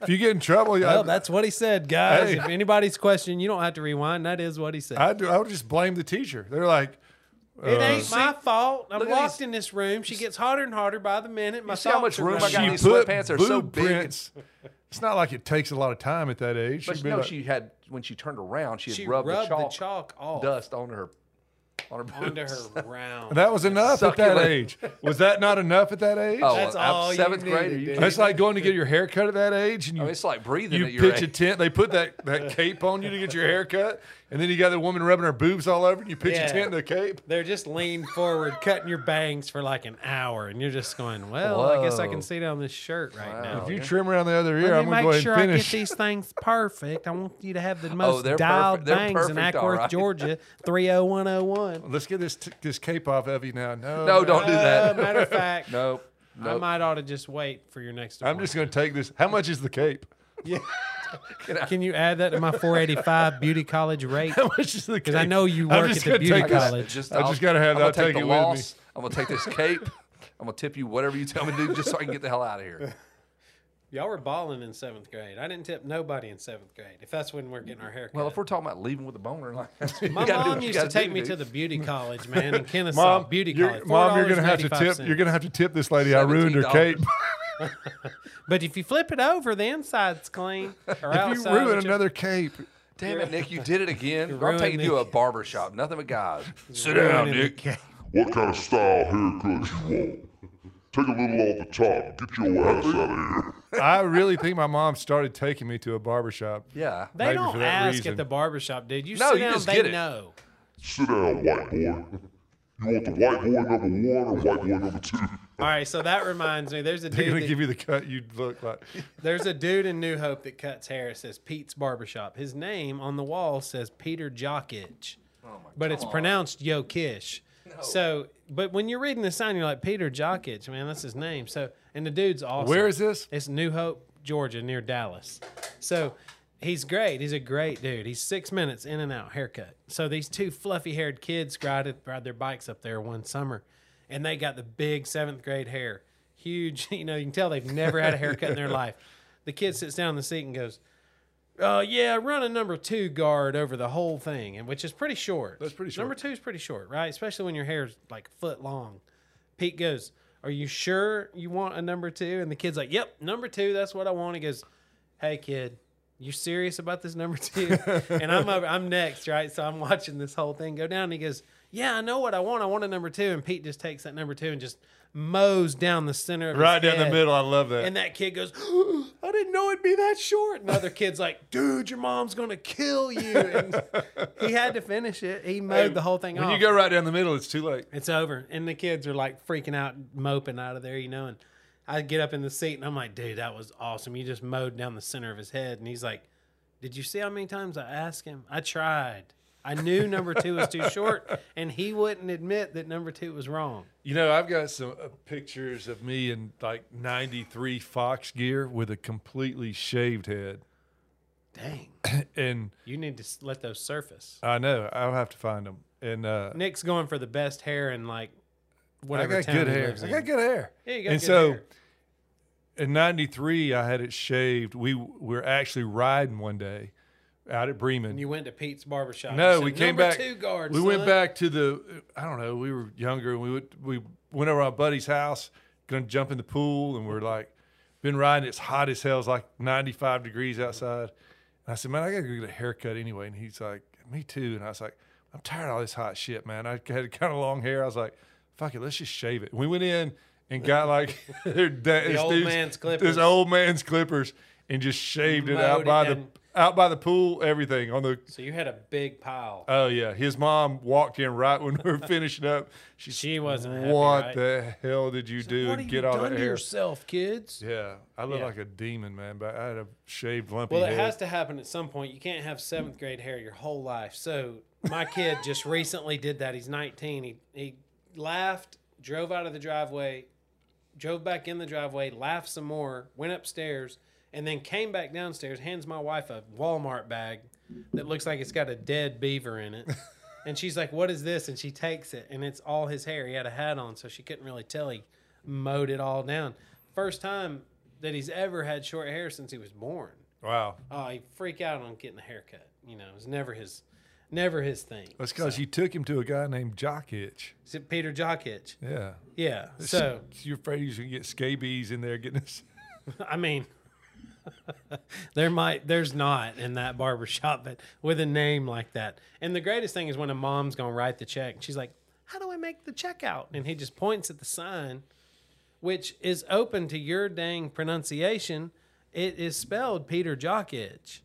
S3: If you get in trouble,
S2: Well,
S3: yeah, I,
S2: that's what he said, guys.
S3: Hey.
S2: If anybody's questioning, you don't have to rewind. That is what he said.
S3: I, do, I would just blame the teacher. They're like,
S2: it ain't my fault. I'm
S1: look at
S2: locked
S1: these-
S2: in this room. She gets hotter and hotter by the minute. My
S1: You see how much
S2: thoughts are
S1: room I
S2: running.
S1: got in
S3: she
S1: Oh these
S3: put
S1: sweatpants are so big.
S3: blueprints. It's not like it takes a lot of time at that age.
S1: But
S3: She'd be
S1: no,
S3: like-
S1: she had when she turned around, she had
S2: She
S1: rubbed, the chalk,
S2: off
S1: dust onto her on her boobs.
S2: onto her round.
S3: that was enough at that
S1: Succulent.
S3: age. Was that not enough at that age?
S1: Oh,
S2: That's
S1: I'm
S2: all you
S1: seventh grade.
S2: needed,
S1: Are you
S2: dude.
S1: kidding?
S3: That's like going to get your hair cut at that age, and you
S1: I mean, Oh, it's like breathing
S3: you
S1: at your
S3: pitch a
S1: age.
S3: tent. They put that, that cape on you to get your hair cut, and then you got the woman rubbing her boobs all over, and you pitch
S2: Yeah.
S3: a tent and a cape.
S2: They're just leaned forward, cutting your bangs for like an hour, and you're just going, "Well, I guess I
S1: Whoa.
S2: can see down this shirt right now."
S3: If you trim around the other ear,
S2: Let
S3: I'm
S2: me
S3: gonna go
S2: make
S3: ahead
S2: sure I
S3: and
S2: get
S3: finish. Oh,
S2: these things perfect. I want you to have the most
S1: they're
S2: dialed
S1: perfect- they're
S2: bangs in
S1: perfect, all
S2: Ackworth,
S1: right.
S2: Georgia, 30101.
S3: Let's get this t- this cape off of you now. No,
S1: No, don't do
S2: Uh,
S1: that.
S2: matter of fact,
S1: No,
S2: I
S1: no.
S2: might ought to just wait for your next
S3: I'm just gonna take this. How much is the cape?
S2: Can you add that to my 485 beauty college rate?
S3: How much is the cape?
S2: 'Cause I know you
S3: I'm
S2: work
S3: just
S2: at the
S3: gonna
S2: beauty
S3: take this-
S2: college.
S1: Just,
S3: I
S1: I'll-
S3: just gotta
S1: I'm
S3: have that.
S1: gonna
S3: I'll
S1: take
S3: take
S1: the
S3: it with me.
S1: loss. I'm gonna take this cape. I'm gonna tip you whatever you tell me to do, just so I can get the hell out of here.
S2: Y'all were balling in seventh grade. I didn't tip nobody in seventh grade. If that's when we're getting our hair cut.
S1: Well, if we're talking about leaving with a boner, like that's what
S2: my
S1: you gotta do
S2: mom
S1: what you
S2: used to
S1: gotta
S2: take
S1: do,
S2: me to
S1: dude.
S2: the beauty college, man, in Kennesaw.
S3: Mom,
S2: beauty
S3: you're,
S2: college.
S3: mom, you're gonna have to
S2: $4.85.
S3: tip. You're gonna have to tip this lady. I ruined her
S1: $17.
S3: cape.
S2: But if you flip it over, the inside's clean. Or
S3: if you ruin another cape,
S1: Damn it, Nick, you did it again. I'm
S2: ruined
S1: taking you
S2: the-
S1: to a barber shop. Nothing but guys. Sit down, Nick.
S4: What kind of style haircut you want? Take a little off the top. Get your ass out of here.
S3: I really think my mom started taking me to a barber shop.
S1: Yeah.
S2: They
S3: Maybe for
S2: don't
S3: that
S2: ask
S3: reason.
S2: at the barbershop, dude. You
S1: No,
S2: sit
S1: you
S2: down,
S1: just
S2: they
S1: get it.
S2: know.
S4: Sit down, white boy. You want the white boy number one or white boy number two?
S2: All right, so that reminds me. There's a
S3: They're
S2: dude.
S3: gonna
S2: That,
S3: give you the cut you look like.
S2: there's a dude in New Hope that cuts hair. It says Pete's Barbershop. His name on the wall says Peter Jockich,
S3: Oh
S2: but it's pronounced Yo Kish. So, but when you're reading the sign, you're like Peter Jockich, man. That's his name. So, and the dude's awesome.
S3: Where is this?
S2: It's New Hope, Georgia, near Dallas. So he's great. He's a great dude. He's six minutes in and out haircut. So these two fluffy haired kids ride, ride their bikes up there one summer, and they got the big seventh grade hair, huge. You know, you can tell they've never had a haircut in their life. The kid sits down in the seat and goes. Uh, yeah, run a number two guard over the whole thing, and which is pretty short. That's
S3: pretty
S2: Number two is pretty short, right? Especially when your hair's like a foot long. Pete goes, "Are you sure you want a number two? And the kid's like, "Yep, number two. That's what I want." He goes, "Hey, kid, you serious about this number two? and I'm over, I'm next, right? So I'm watching this whole thing go down. And he goes, "Yeah, I know what I want. I want a number two. And Pete just takes that number two and just mows down the center of his
S3: Right down the
S2: head.
S3: middle. I love that.
S2: And that kid goes, I didn't know it'd be that short. And the other kid's like, dude, your mom's going to kill you. And he had to finish it. He mowed the whole thing
S3: when
S2: off.
S3: you go right down the middle, it's too late.
S2: it's over. And the kids are like freaking out, moping out of there, you know. And I get up in the seat and I'm like, dude, that was awesome. You just mowed down the center of his head. And he's like, did you see how many times I asked him? I tried. I knew number two was too short, and he wouldn't admit that number two was wrong.
S3: You know, I've got some uh, pictures of me in like '93 Fox gear with a completely shaved head,
S2: Dang.
S3: and
S2: You need to s- let those surface.
S3: I know I'll have to find them. And uh,
S2: Nick's going for the best hair and like
S3: I
S2: whatever
S3: got
S2: town
S3: good
S2: he
S3: hair.
S2: lives
S3: I
S2: in.
S3: got good hair.
S2: Yeah, you got
S3: and
S2: good
S3: so
S2: hair.
S3: in '93, I had it shaved. We were actually riding one day out at Bremen.
S2: You went to Pete's barbershop.
S3: No,
S2: You said,
S3: we came
S2: Number
S3: back.
S2: Two guard.
S3: we
S2: son."
S3: went back to the. I don't know. We were younger, and we went, we went over our buddy's house, gonna jump in the pool, and we're like, been riding. It's hot as hell. It's like ninety five degrees outside. And I said, man, I gotta go get a haircut anyway. And he's like, me too. And I was like, I'm tired of all this hot shit, man. I had kind of long hair. I was like, fuck it, let's just shave it. We went in and got like the
S2: old man's clippers.
S3: This old man's clippers, and just shaved it
S2: Mowed
S3: out
S2: it
S3: by the.
S2: down.
S3: Out by the pool, everything on the
S2: So you had a big pile.
S3: Oh yeah, his mom walked in right when we were finishing up. She,
S2: She wasn't happy,
S3: What
S2: right?
S3: the hell did you do?
S2: what
S3: and
S2: have
S3: get
S2: you
S3: all
S2: done
S3: that
S2: to
S3: hair?
S2: yourself, kids?
S3: Yeah, I look
S2: Yeah.
S3: like a demon, man. But I had a shaved lumpy
S2: Well, it
S3: head.
S2: has to happen at some point. You can't have seventh grade hair your whole life. So my kid just recently did that. He's 19. He he laughed, drove out of the driveway, drove back in the driveway, laughed some more, went upstairs, and then came back downstairs. Hands my wife a Walmart bag that looks like it's got a dead beaver in it. And she's like, "What is this?" And she takes it, and it's all his hair. He had a hat on, so she couldn't really tell. He mowed it all down. First time that he's ever had short hair since he was born.
S3: Wow.
S2: Oh, he freak out on getting a haircut. You know, it was never his, never his thing.
S3: That's because you took him to a guy named Jock Itch.
S2: Is it Peter Jockitch?
S3: Yeah.
S2: Yeah. So
S3: You're afraid he's going to get scabies in there getting this.
S2: I mean, there might, there's not in that barber shop, but with a name like that. And the greatest thing is when a mom's gonna write the check, she's like, "How do I make the check out?" And he just points at the sign, which is open to your dang pronunciation. It is spelled Peter Jockitch.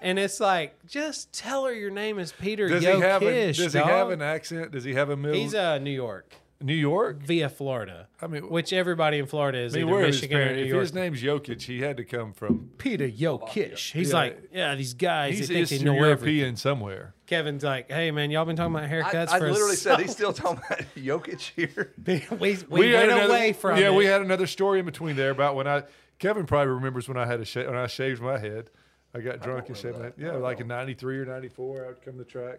S2: And it's like, just tell her your name is Peter
S3: Does he have
S2: Jokic,
S3: a, Does he have
S2: dog.
S3: an accent? Does he have a middle?
S2: He's uh, New York
S3: New York.
S2: via Florida.
S3: I mean-
S2: which everybody in Florida is
S3: I mean,
S2: either
S3: where are his
S2: Michigan or
S3: parents?
S2: New
S3: If
S2: York.
S3: his name's Jokic, he had to come from.
S2: Peter Jokic. He's
S3: Yeah.
S2: like, yeah, these guys.
S3: He's
S2: they think they
S3: Eastern
S2: know everything.
S3: European somewhere.
S2: Kevin's like, hey man, y'all been talking about
S1: I,
S2: haircuts
S1: I
S2: for a
S1: literally
S2: so-
S1: said he's still talking about Jokic here.
S2: we, we,
S3: had
S2: went
S3: another-
S2: away from
S3: Yeah,
S2: it.
S3: we had another story in between there about when I Kevin probably remembers when I had a sha- when I shaved my head. I got drunk and shaved my head. Yeah, like in '93 or '94, I would come to track.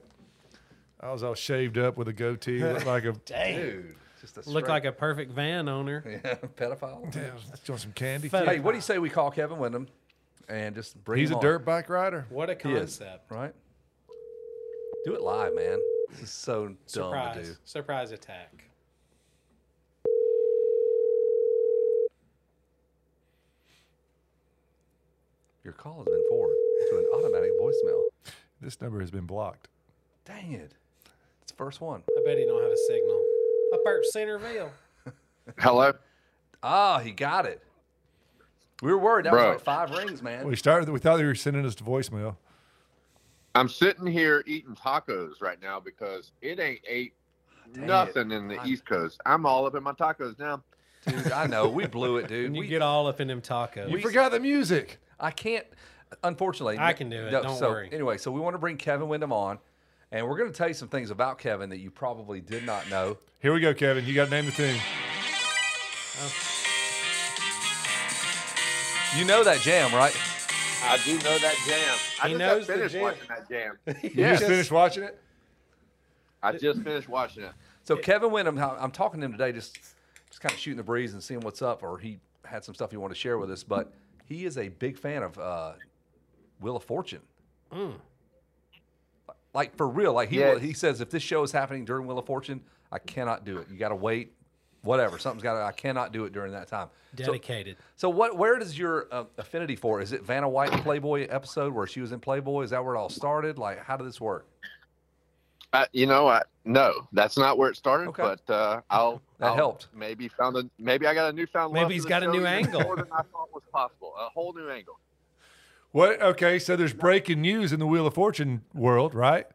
S3: I was all shaved up with a goatee, looked like a
S1: Dude, just a
S2: looked like a perfect van owner.
S1: pedophile.
S3: yeah, I was doing some candy.
S2: Fed-
S1: Hey, what do you say we call Kevin Wyndham and just bring
S3: He's
S1: him
S3: a
S1: on?
S3: dirt bike rider.
S2: What a
S1: He is,
S2: concept!
S1: right? Do it live, man. This is so dumb to do.
S2: Surprise! Surprise attack.
S1: Your call has been forwarded to an automatic voicemail.
S3: This number has been blocked.
S1: Dang it. It's the first one.
S2: I bet he don't have a signal. Up at Centerville.
S7: Hello.
S1: Ah, he got it. We were worried. That
S7: Bro.
S1: was like five rings, man.
S3: We started. We thought they were sending us to voicemail.
S7: I'm sitting here eating tacos right now because it ain't eight
S1: Dang it.
S7: nothing in the
S1: I-
S7: East Coast. I'm all up in my tacos now.
S1: Dude, I know. We blew it, dude.
S2: And you
S1: We-
S2: get all up in them tacos.
S3: You forgot the music.
S1: I can't. Unfortunately,
S2: I can do it. Don't
S1: so,
S2: worry.
S1: Anyway, so we want to bring Kevin Wyndham on, and we're going to tell you some things about Kevin that you probably did not know.
S3: Here we go, Kevin. You got to name the thing.
S1: You know that jam, right?
S7: I do know that jam. I
S2: He
S7: just
S2: knows the
S7: finished
S2: jam.
S7: watching that jam.
S3: You just finished watching it.
S7: I just finished watching it.
S1: So Kevin Wyndham, how- I'm talking to him today, just just kind of shooting the breeze and seeing what's up, or he had some stuff he wanted to share with us. But he is a big fan of uh, Wheel of Fortune.
S2: Mm.
S1: Like for real, like he
S7: Yeah.
S1: will- he says, if this show is happening during Wheel of Fortune, I cannot do it. You got to wait, whatever. Something's got to. I cannot do it during that time. So-
S2: Dedicated.
S1: So what? Where does your uh, affinity for? Is it Vanna White Playboy episode where she was in Playboy? Is that where it all started? Like, how did this work?
S7: I, you know, I no, that's not where it started.
S1: Okay.
S7: But uh, I'll
S1: That
S7: I'll
S1: helped.
S7: Maybe found a maybe I got a newfound. love
S2: Maybe
S7: for
S2: he's
S7: the
S2: got a
S7: show
S2: new
S7: even
S2: angle.
S7: More than I thought was possible. A whole new angle.
S3: What? Okay, so there's breaking news in the Wheel of Fortune world, right?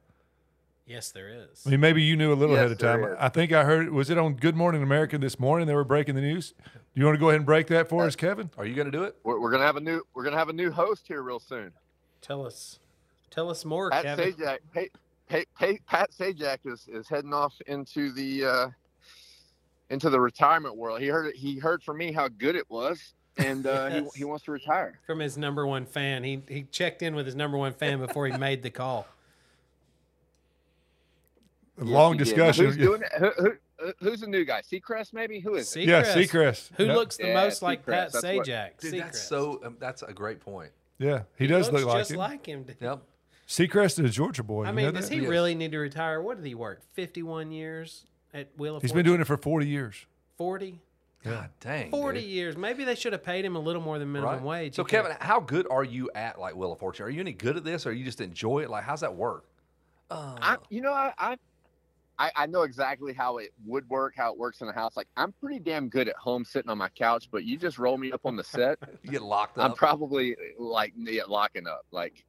S2: Yes, there is.
S3: I mean, maybe you knew a little
S7: Yes,
S3: ahead of
S7: there
S3: time.
S7: is.
S3: I think I heard. Was it on Good Morning America this morning? They were breaking the news. Do you want to go ahead and break that
S7: Uh,
S3: for us, Kevin?
S1: Are you going to do it?
S7: We're, we're gonna have a new we're gonna have a new host here real soon.
S2: Tell us. Tell us more,
S7: Pat
S2: Kevin.
S7: Sajak. Hey, hey, hey, Pat Sajak is, is heading off into the uh, into the retirement world. He heard he heard from me how good it was, and uh,
S2: Yes.
S7: he, he wants to retire.
S2: from his number one fan. He he checked in with his number one fan before he made the call.
S3: A long
S7: Yes, he did. Now,
S3: discussion.
S7: Who's doing it? Who, who, who- who's the new guy? Seacrest, maybe? Who is it?
S3: Yeah, Seacrest.
S2: Who
S3: Yep.
S2: looks the
S7: Yeah,
S2: most like
S7: Seacrest,
S2: Pat
S7: that's what-
S2: Sajak?
S1: Dude, that's
S2: Seacrest.
S1: so. Um, that's a great point.
S3: Yeah, he does
S2: looks
S3: look like
S2: just
S3: it.
S2: like him. dude.
S1: Yep.
S3: Seacrest is a Georgia boy.
S2: I
S3: you
S2: mean,
S3: know
S2: does
S3: that?
S2: he
S1: Yes.
S2: really need to retire? What did he work? Fifty-one years at Wheel of
S3: He's
S2: Fortune.
S3: been doing it for 40 years.
S2: 40?
S1: God dang.
S2: 40
S1: dude.
S2: years. Maybe they should have paid him a little more than minimum
S1: Right.
S2: wage.
S1: So
S2: He
S1: Kevin,
S2: could've-
S1: how good are you at like Wheel of Fortune? Are you any good at this, or you just enjoy it? Like, how's that work? Uh,
S7: I, you know, I, I I I know exactly how it would work, how it works in the house. Like I'm pretty damn good at home sitting on my couch, but you just roll me up on the set.
S1: you get locked
S7: I'm
S1: up.
S7: probably like yeah, locking up. Like,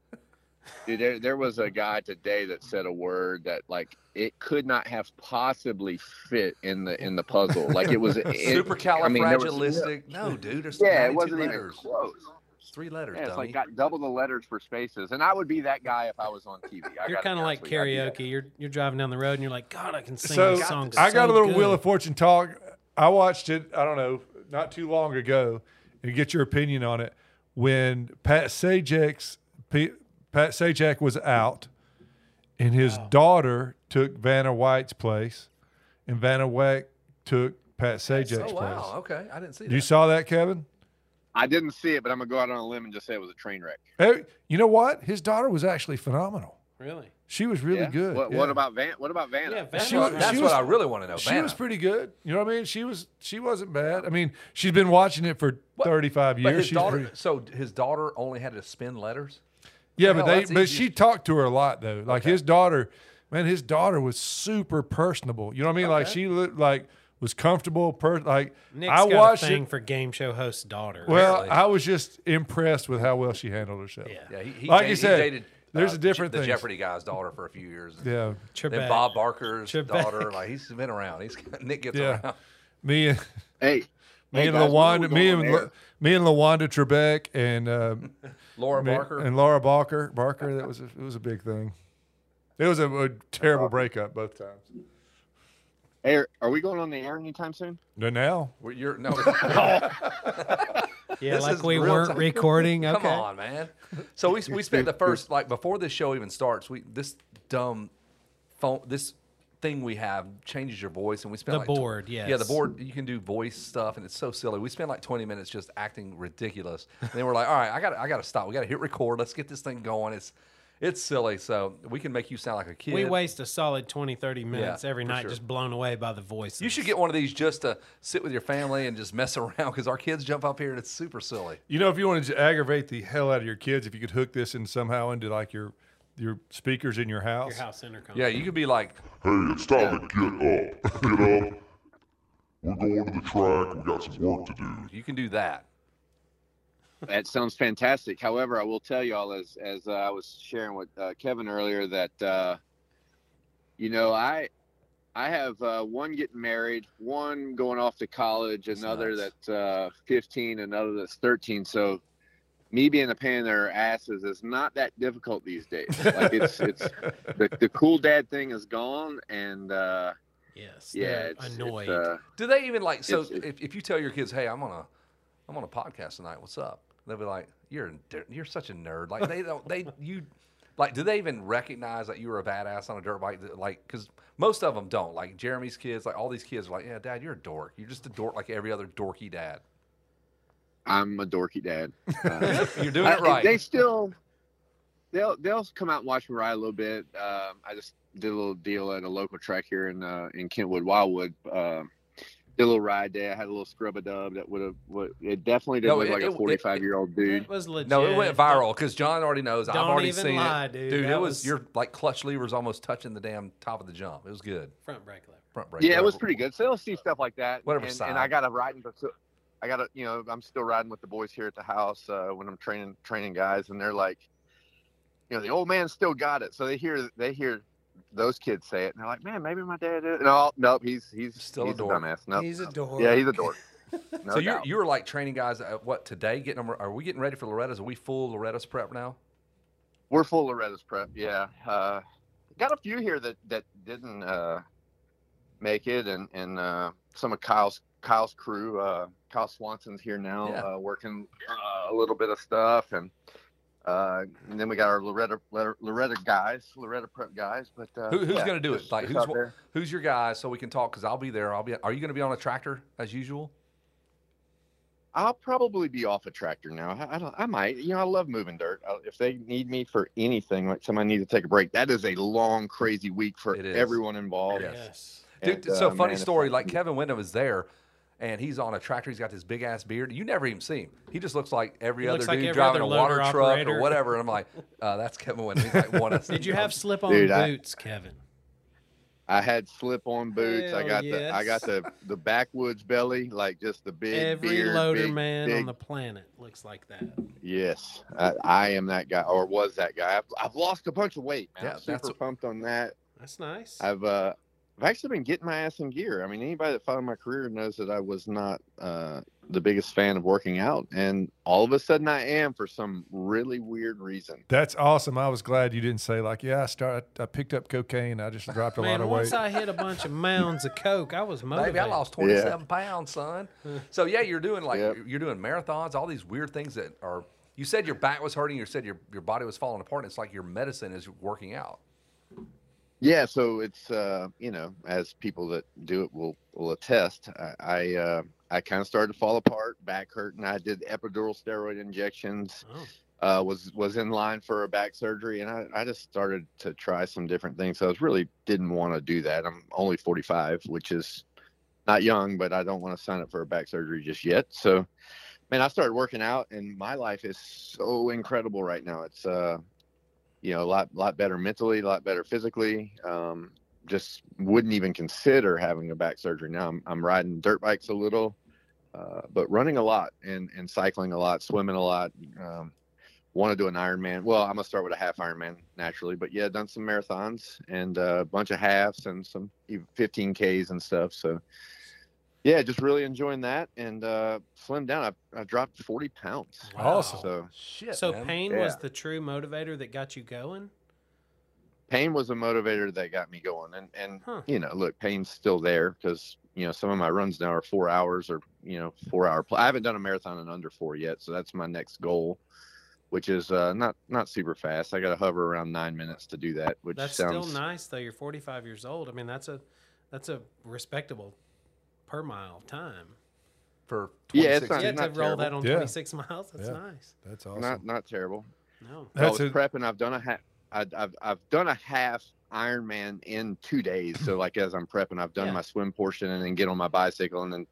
S7: dude, there, there was a guy today that said a word that like it could not have possibly fit in the in the puzzle. Like it was it, I mean, there was-
S1: Supercalifragilistic. no, dude. There's
S7: yeah,
S1: 92
S7: it wasn't even
S1: letters.
S7: close.
S1: It's three letters.
S7: Yeah, it's
S1: dummy.
S7: like got double the letters for spaces, and I would be that guy if I was on TV.
S2: You're
S7: I gotta
S2: kind
S7: be
S2: of like
S7: honest with you. I'd be that
S2: karaoke. You're you're driving down the road and you're like, God, I can sing
S3: so
S2: this song.
S3: I got
S2: so
S3: a little
S2: good."
S3: Wheel of Fortune talk. I watched it. I don't know, not too long ago, and get your opinion on it. When Pat Sajak's P, Pat Sajak was out, and his daughter took Vanna White's place, and Vanna White took Pat Sajak's
S1: oh
S3: place.
S1: wow. Okay, I didn't see that.
S3: You saw that, Kevin?
S7: I didn't see it, but I'm gonna go out on a limb and just say it was a train wreck.
S3: Hey, you know what? His daughter was actually phenomenal.
S2: Really?
S3: She was really
S7: Yeah?
S3: good.
S7: What,
S3: yeah.
S7: what about Van? What about Vanna?
S2: Yeah, Vanna
S3: She
S2: was
S3: was-
S2: right.
S1: That's
S3: she
S1: what I really want to know.
S3: She
S1: Vanna.
S3: was pretty good. You know what I mean? She was she wasn't bad. I mean, she's been watching it for
S1: What?
S3: 35
S1: But
S3: years.
S1: his
S3: She's
S1: daughter.
S3: pretty-
S1: So his daughter only had to spin letters.
S3: yeah, but
S1: hell,
S3: they
S1: that's
S3: but
S1: easy.
S3: she talked to her a lot though. Like his daughter, man, his daughter was super personable. You know what I mean? Like she looked like was comfortable per like
S2: Nick's
S3: I
S2: got
S3: watched
S2: a thing
S3: it.
S2: for game show host's daughter.
S3: Well,
S1: apparently.
S3: I was just impressed with how well she handled herself.
S2: Yeah.
S1: Yeah, he, he
S3: Like
S1: da-
S3: you
S1: he
S3: said,
S1: dated,
S3: there's
S1: uh,
S3: a different
S1: the
S3: things.
S1: Jeopardy guy's daughter for a few years.
S3: Yeah.
S1: Then
S2: Trebek.
S1: Bob Barker's
S2: Trebek.
S1: daughter. Like he's been around. He's Nick gets
S3: Yeah.
S1: around.
S3: Me and
S7: Hey,
S3: me
S7: hey
S3: and
S7: guys, what are
S3: LaWanda
S7: we
S3: me
S7: going
S3: and
S7: on
S3: La-
S7: there?
S3: me and LaWanda Trebek and um,
S1: Laura
S3: Ma-
S1: Barker.
S3: and Laura Barker. Barker, that was a, it was a big thing. It was a, a terrible breakup both times.
S7: Hey, are- are we going on the air anytime soon?
S3: No, now
S1: Well, you're no.
S2: yeah,
S1: this
S2: like
S1: is
S2: we
S1: real
S2: weren't
S1: time.
S2: recording. Okay.
S1: Come on, man. So we we spent the first like before this show even starts. We this dumb phone this thing we have changes your voice and we spent
S2: The
S1: like
S2: board,
S1: yeah the
S2: yes.
S1: board you can do voice stuff and it's so silly we spent like 20 minutes just acting ridiculous and then we're like all right i gotta i gotta stop we gotta hit record let's get this thing going it's it's silly so we can make you sound like a kid
S2: We waste a solid 20, 30 minutes every
S1: for
S2: night
S1: sure.
S2: just blown away by the voices.
S1: you should get one of these just to sit with your family and just mess around because our kids jump up here and it's super silly
S3: you know if you wanted to aggravate the hell out of your kids, if you could hook this in somehow into like your your speakers in your house.
S2: your house intercom.
S1: yeah you could be like
S4: Hey, it's time to get up. Get up. We're going to the track. We got some work to do.
S1: you can do that
S7: That sounds fantastic. However, I will tell y'all as as uh, I was sharing with uh, Kevin earlier that uh, you know I I have uh, one getting married, one going off to college,
S1: That's
S7: another
S1: nuts.
S7: that's uh, 15, another that's 13. So me being a pain in their asses is not that difficult these days. Like it's it's the, the cool dad thing is gone, and uh,
S2: Yes.
S7: yeah,
S2: they're
S7: it's, it's,
S2: annoyed.
S7: uh,
S1: Do they even like so?
S7: It's- it-
S1: if, if you tell your kids, "Hey, I'm on a, I'm on a podcast tonight. What's up?" They'll be like, "You're a dirt- you're such a nerd." Like they don't they you, like do they even recognize that you were a badass on a dirt bike? That, Like because most of them don't. Like Jeremy's kids, like all these kids are like, "Yeah, Dad, you're a dork. You're just a dork like every other dorky dad.
S7: I'm a dorky dad. Uh,
S1: You're doing it
S7: I- They
S1: right."
S7: still they'll they'll come out and watch me ride a little bit. Um, I just did a little deal at a local track here in uh, in Kentwood Wildwood. Um, did a little ride day. I had a little scrub a dub that would have. What it definitely didn't
S1: No,
S7: look
S1: it-
S7: like
S1: it-
S7: a
S1: it-
S7: forty five year old dude.
S2: It was legit.
S1: No, it went viral because John already knows. I've
S2: Don't
S1: already
S2: even
S1: seen
S2: lie,
S1: it,
S2: dude.
S1: Dude,
S2: That
S1: it was,
S2: was-
S1: your like clutch levers almost touching the damn top of the jump. It was good.
S2: Front brake lever.
S1: Front brake.
S7: Yeah, it was
S1: whatever.
S7: pretty good. So they'll see stuff like that.
S1: Whatever
S7: and,
S1: side.
S7: and I got a riding. faci- I got to you know I'm still riding with the boys here at the house uh, when I'm training training guys, and they're like, you know, the old man still got it. So they hear they hear those kids say it, and they're like, man, maybe my dad. Is. No, nope, he's he's
S1: Still a
S7: he's a,
S1: dork.
S7: dumbass. Nope.
S2: He's a dork.
S7: Yeah, he's a dork. No
S1: so you
S7: doubt.
S1: you were like training guys at what today? Getting them? Are we getting ready for Loretta's? Are we full Loretta's prep now?
S7: We're full of Loretta's prep. Yeah, uh, got a few here that that didn't uh, make it, and and uh, some of Kyle's Kyle's crew. Uh, Kyle Swanson's here now,
S1: Yeah.
S7: uh, working uh, a little bit of stuff, and uh, and then we got our Loretta Loretta- Loretta guys, Loretta prep guys. But uh,
S1: Who, who's
S7: yeah,
S1: going to do it?
S7: just-
S1: Like
S7: just
S1: who's
S7: out there.
S1: who's your guy? So we can talk because I'll be there. I'll be. Are you going to be on a tractor as usual?
S7: I'll probably be off a tractor now. I, I don't. I might. You know, I love moving dirt. I, if they need me for anything, like somebody needs to take a break, that is a long, crazy week for
S1: It is.
S7: everyone involved.
S1: Yes.
S2: Yes.
S1: Dude,
S7: And,
S1: so
S7: uh,
S1: funny
S7: man, if
S1: story.
S7: I
S1: Like
S7: can-
S1: Kevin Windham is there, and he's on a tractor. He's got this big ass beard. You never even see him. He just looks like every
S2: He
S1: other
S2: looks
S1: dude
S2: like every
S1: driving
S2: other
S1: a water
S2: loader
S1: truck or
S2: operator.
S1: whatever. And I'm like, uh, that's Kevin Windham. He's like one of
S2: Did you have slip on
S7: Dude, I-
S2: boots, Kevin?
S7: I had slip-on boots. I
S2: Hell
S7: got
S2: yes.
S7: the I got the the backwoods belly, like just the big
S2: Every
S7: beard,
S2: loader
S7: big-
S2: man on
S7: big-
S2: the planet looks like that.
S7: Yes, I, I am that guy, or was that guy. I've, I've lost a bunch of weight. Man.
S1: Yeah,
S7: I'm super
S1: that's what-
S7: pumped on that.
S2: That's nice.
S7: I've uh, I've actually been getting my ass in gear. I mean, anybody that followed my career knows that I was not uh, the biggest fan of working out, and all of a sudden I am for some really weird reason.
S3: That's awesome. I was glad you didn't say like, yeah, I started I picked up cocaine. I just dropped a lot
S2: Man,
S3: of
S2: once
S3: weight.
S2: I hit a bunch of mounds of coke, I was motivated.
S1: Maybe I lost 27 pounds, son. So yeah, you're doing like
S7: Yep.
S1: you're doing marathons, all these weird things that are. You said your back was hurting. You said your your body was falling apart. And it's like your medicine is working out.
S7: Yeah, so it's uh, you know, as people that do it will will attest, I, I uh, I kind of started to fall apart, back hurting. I did epidural steroid injections.
S2: Oh.
S7: Uh, was was in line for a back surgery, and I, I just started to try some different things. So I was really didn't want to do that. I'm only 45, which is not young, but I don't want to sign up for a back surgery just yet. So, man, I started working out, and my life is so incredible right now. It's uh, you know, a lot lot better mentally, a lot better physically. Um, just wouldn't even consider having a back surgery now. I'm, I'm riding dirt bikes a little, uh, but running a lot and, and cycling a lot, swimming a lot. Um, want to do an Ironman. Well, I'm gonna start with a half Ironman naturally, but yeah, done some marathons and uh, a bunch of halves and some even 15ks and stuff. So yeah, just really enjoying that and uh, slimmed down. I, I dropped 40 pounds.
S3: Awesome.
S7: So
S1: Shit.
S2: So
S1: man.
S2: pain
S7: Yeah.
S2: was the true motivator that got you going.
S7: pain was a motivator that got me going and and
S2: Huh.
S7: you know look pain's still there because you know some of my runs now are four hours or you know four hour pl- i haven't done a marathon in under four yet so that's my next goal which is uh not not super fast i gotta hover around nine minutes to do that which
S2: That's
S7: sounds
S2: still nice though. You're 45 years old. I mean, that's a that's a respectable per mile time.
S1: for
S7: Yeah, it's
S1: 26
S7: not-
S2: Yeah,
S1: years.
S2: to roll
S7: terrible.
S2: that on
S3: Yeah.
S2: 26 miles, that's
S3: Yeah.
S2: nice.
S3: That's awesome.
S7: not not terrible
S2: No,
S7: I
S3: That's
S7: was
S3: a-
S7: prepping. I've done a half. I've, I've I've done a half Ironman in two days. So like as I'm prepping, I've done
S2: Yeah.
S7: my swim portion and then get on my bicycle and then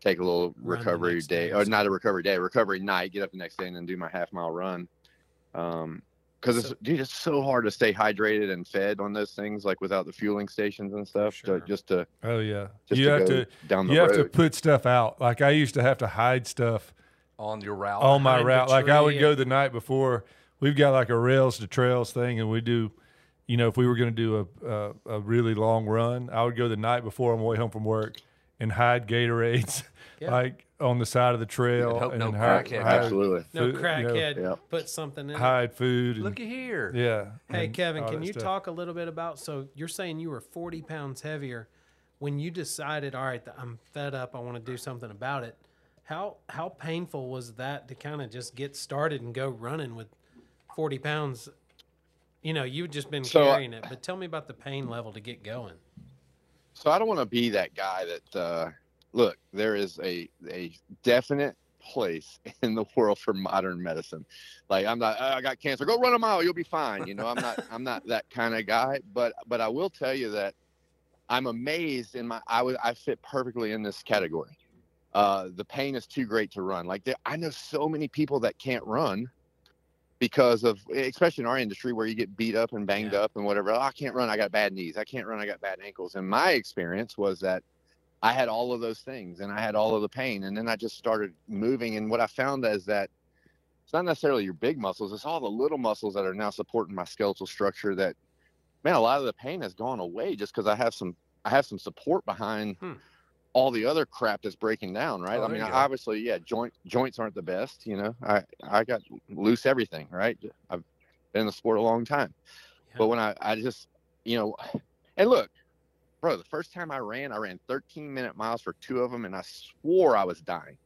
S7: take a little
S2: Run the
S7: recovery
S2: next day
S7: day
S2: or
S7: or not a recovery day, recovery night. Get up the next day and then do my half mile run. Um, because it's
S2: So-
S7: dude, it's so hard to stay hydrated and fed on those things like without the fueling stations and stuff.
S2: Sure.
S7: To, just to
S3: Oh yeah.
S7: just
S3: you
S7: to
S3: have
S7: go
S3: to
S7: down the
S3: you have
S7: road.
S3: to put stuff out. Like I used to have to hide stuff
S1: on your route.
S3: on Oh, my
S2: Hide the
S3: route. Like I would
S2: tree
S3: go
S2: and-
S3: the night before. We've got like a rails to trails thing, and we do. You know, if we were going to do a, a a really long run, I would go the night before on my way home from work and hide Gatorades,
S2: Yeah.
S3: like on the side of the trail,
S1: hope
S3: and
S1: no
S3: then hide,
S1: crackhead
S3: hide-
S7: Absolutely.
S2: no
S3: food, you know,
S2: crackhead.
S7: yeah.
S2: Put something in. it.
S3: hide food. and-
S1: Looky here.
S3: yeah.
S2: Hey
S3: and
S2: Kevin,
S3: all
S2: can
S3: that
S2: you
S3: stuff.
S2: talk a little bit about? So you're saying you were 40 pounds heavier when you decided, all right, I'm fed up. I want to do something about it. How how painful was that to kind of just get started and go running with 40 pounds? You know, you've just been
S7: So, uh,
S2: carrying it, but tell me about the pain level to get going.
S7: So I don't want to be that guy that uh, look. There is a a definite place in the world for modern medicine. Like I'm not. "Oh, I got cancer. Go run a mile. You'll be fine. You know. I'm not. I'm not that kind of guy. But but I will tell you that I'm amazed in my. I would. I fit perfectly in this category. Uh, the pain is too great to run. Like there, I know so many people that can't run because of e, especially in our industry where you get beat up and banged
S2: Yeah.
S7: up and whatever. "Oh, I can't run. I got bad knees. I can't run. I got bad ankles. And my experience was that I had all of those things and I had all of the pain. And then I just started moving. And what I found is that it's not necessarily your big muscles, it's all the little muscles that are now supporting my skeletal structure that man, a lot of the pain has gone away just because I have some I have some support behind
S2: Hmm.
S7: all the other crap that's breaking down, right?
S1: Oh,
S7: I
S1: there
S7: mean,
S1: you go.
S7: obviously, yeah, joint joints aren't the best, you know. I I got loose everything, right? I've been in the sport a long time,
S2: Yeah.
S7: but when I I just you know, and look, bro, the first time I ran, I ran 13 minute miles for two of them, and I swore I was dying.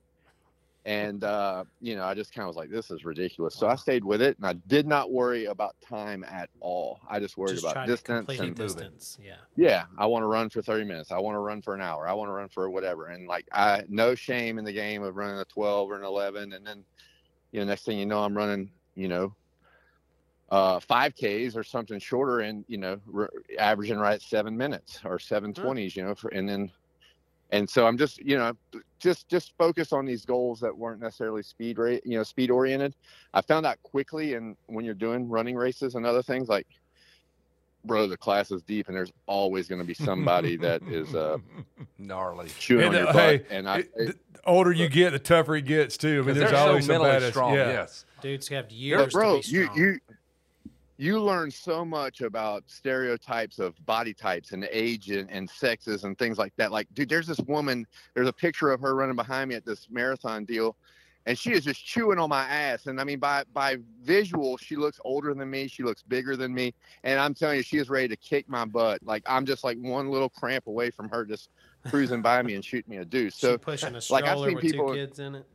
S7: And uh, you know, I just kind of was like, "This is ridiculous." So I stayed with it, and I did not worry about time at all. I just worried
S2: just
S7: about
S2: trying to
S7: distance
S2: complete
S7: and
S2: a
S1: moving.
S2: distance. Yeah.
S7: yeah i want to run for 30 minutes i want to run for an hour i want to run for whatever and like i no shame in the game of running a 12 or an 11 and then you know next thing you know i'm running you know uh 5ks or something shorter and you know r averaging right at seven minutes or 720s you know for, and then and so i'm just you know just just focus on these goals that weren't necessarily speed rate you know speed oriented i found out quickly and when you're doing running races and other things like bro the class is deep and there's always going to be somebody that is uh
S1: Gnarly.
S7: chewing
S3: And,
S7: on your
S3: uh,
S7: butt
S3: hey,
S7: and i
S3: it- the older you get, the tougher it gets too. I mean, there's always some badass. yeah.
S1: Yes.
S2: Dudes have years.
S7: but bro
S2: to be
S7: you
S2: strong.
S7: you you learn so much about stereotypes of body types and age and, and sexes and things like that like dude there's this woman there's a picture of her running behind me at this marathon deal and she is just chewing on my ass and i mean by by visual she looks older than me she looks bigger than me and i'm telling you she is ready to kick my butt like i'm just like one little cramp away from her just cruising by me and shooting me a deuce
S2: She
S7: so
S2: pushing a
S7: like, I've
S2: stroller
S7: seen
S2: with
S7: people-
S2: two kids in it.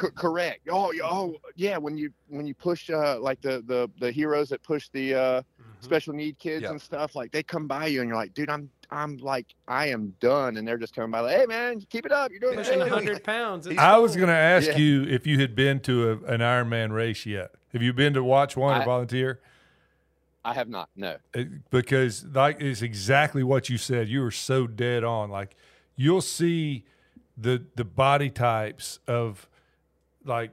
S7: C- correct. Oh, y- oh, yeah. When you when you push uh, like the the the heroes that push the uh,
S2: Mm-hmm.
S7: special need kids
S1: Yeah.
S7: and stuff. Like they come by you and you're like, dude, I'm I'm like I am done, and they're just coming by like, hey man, keep it up, you're doing
S2: Pushing
S7: good.
S2: hundred pounds. It's
S3: I
S2: cool.
S3: was going to ask
S7: Yeah.
S3: you if you had been to a, an Ironman race yet. Have you been to watch one or
S7: I-
S3: volunteer?
S7: I have not. No.
S3: It- because like it's exactly what you said. You were so dead on. Like you'll see the the body types of like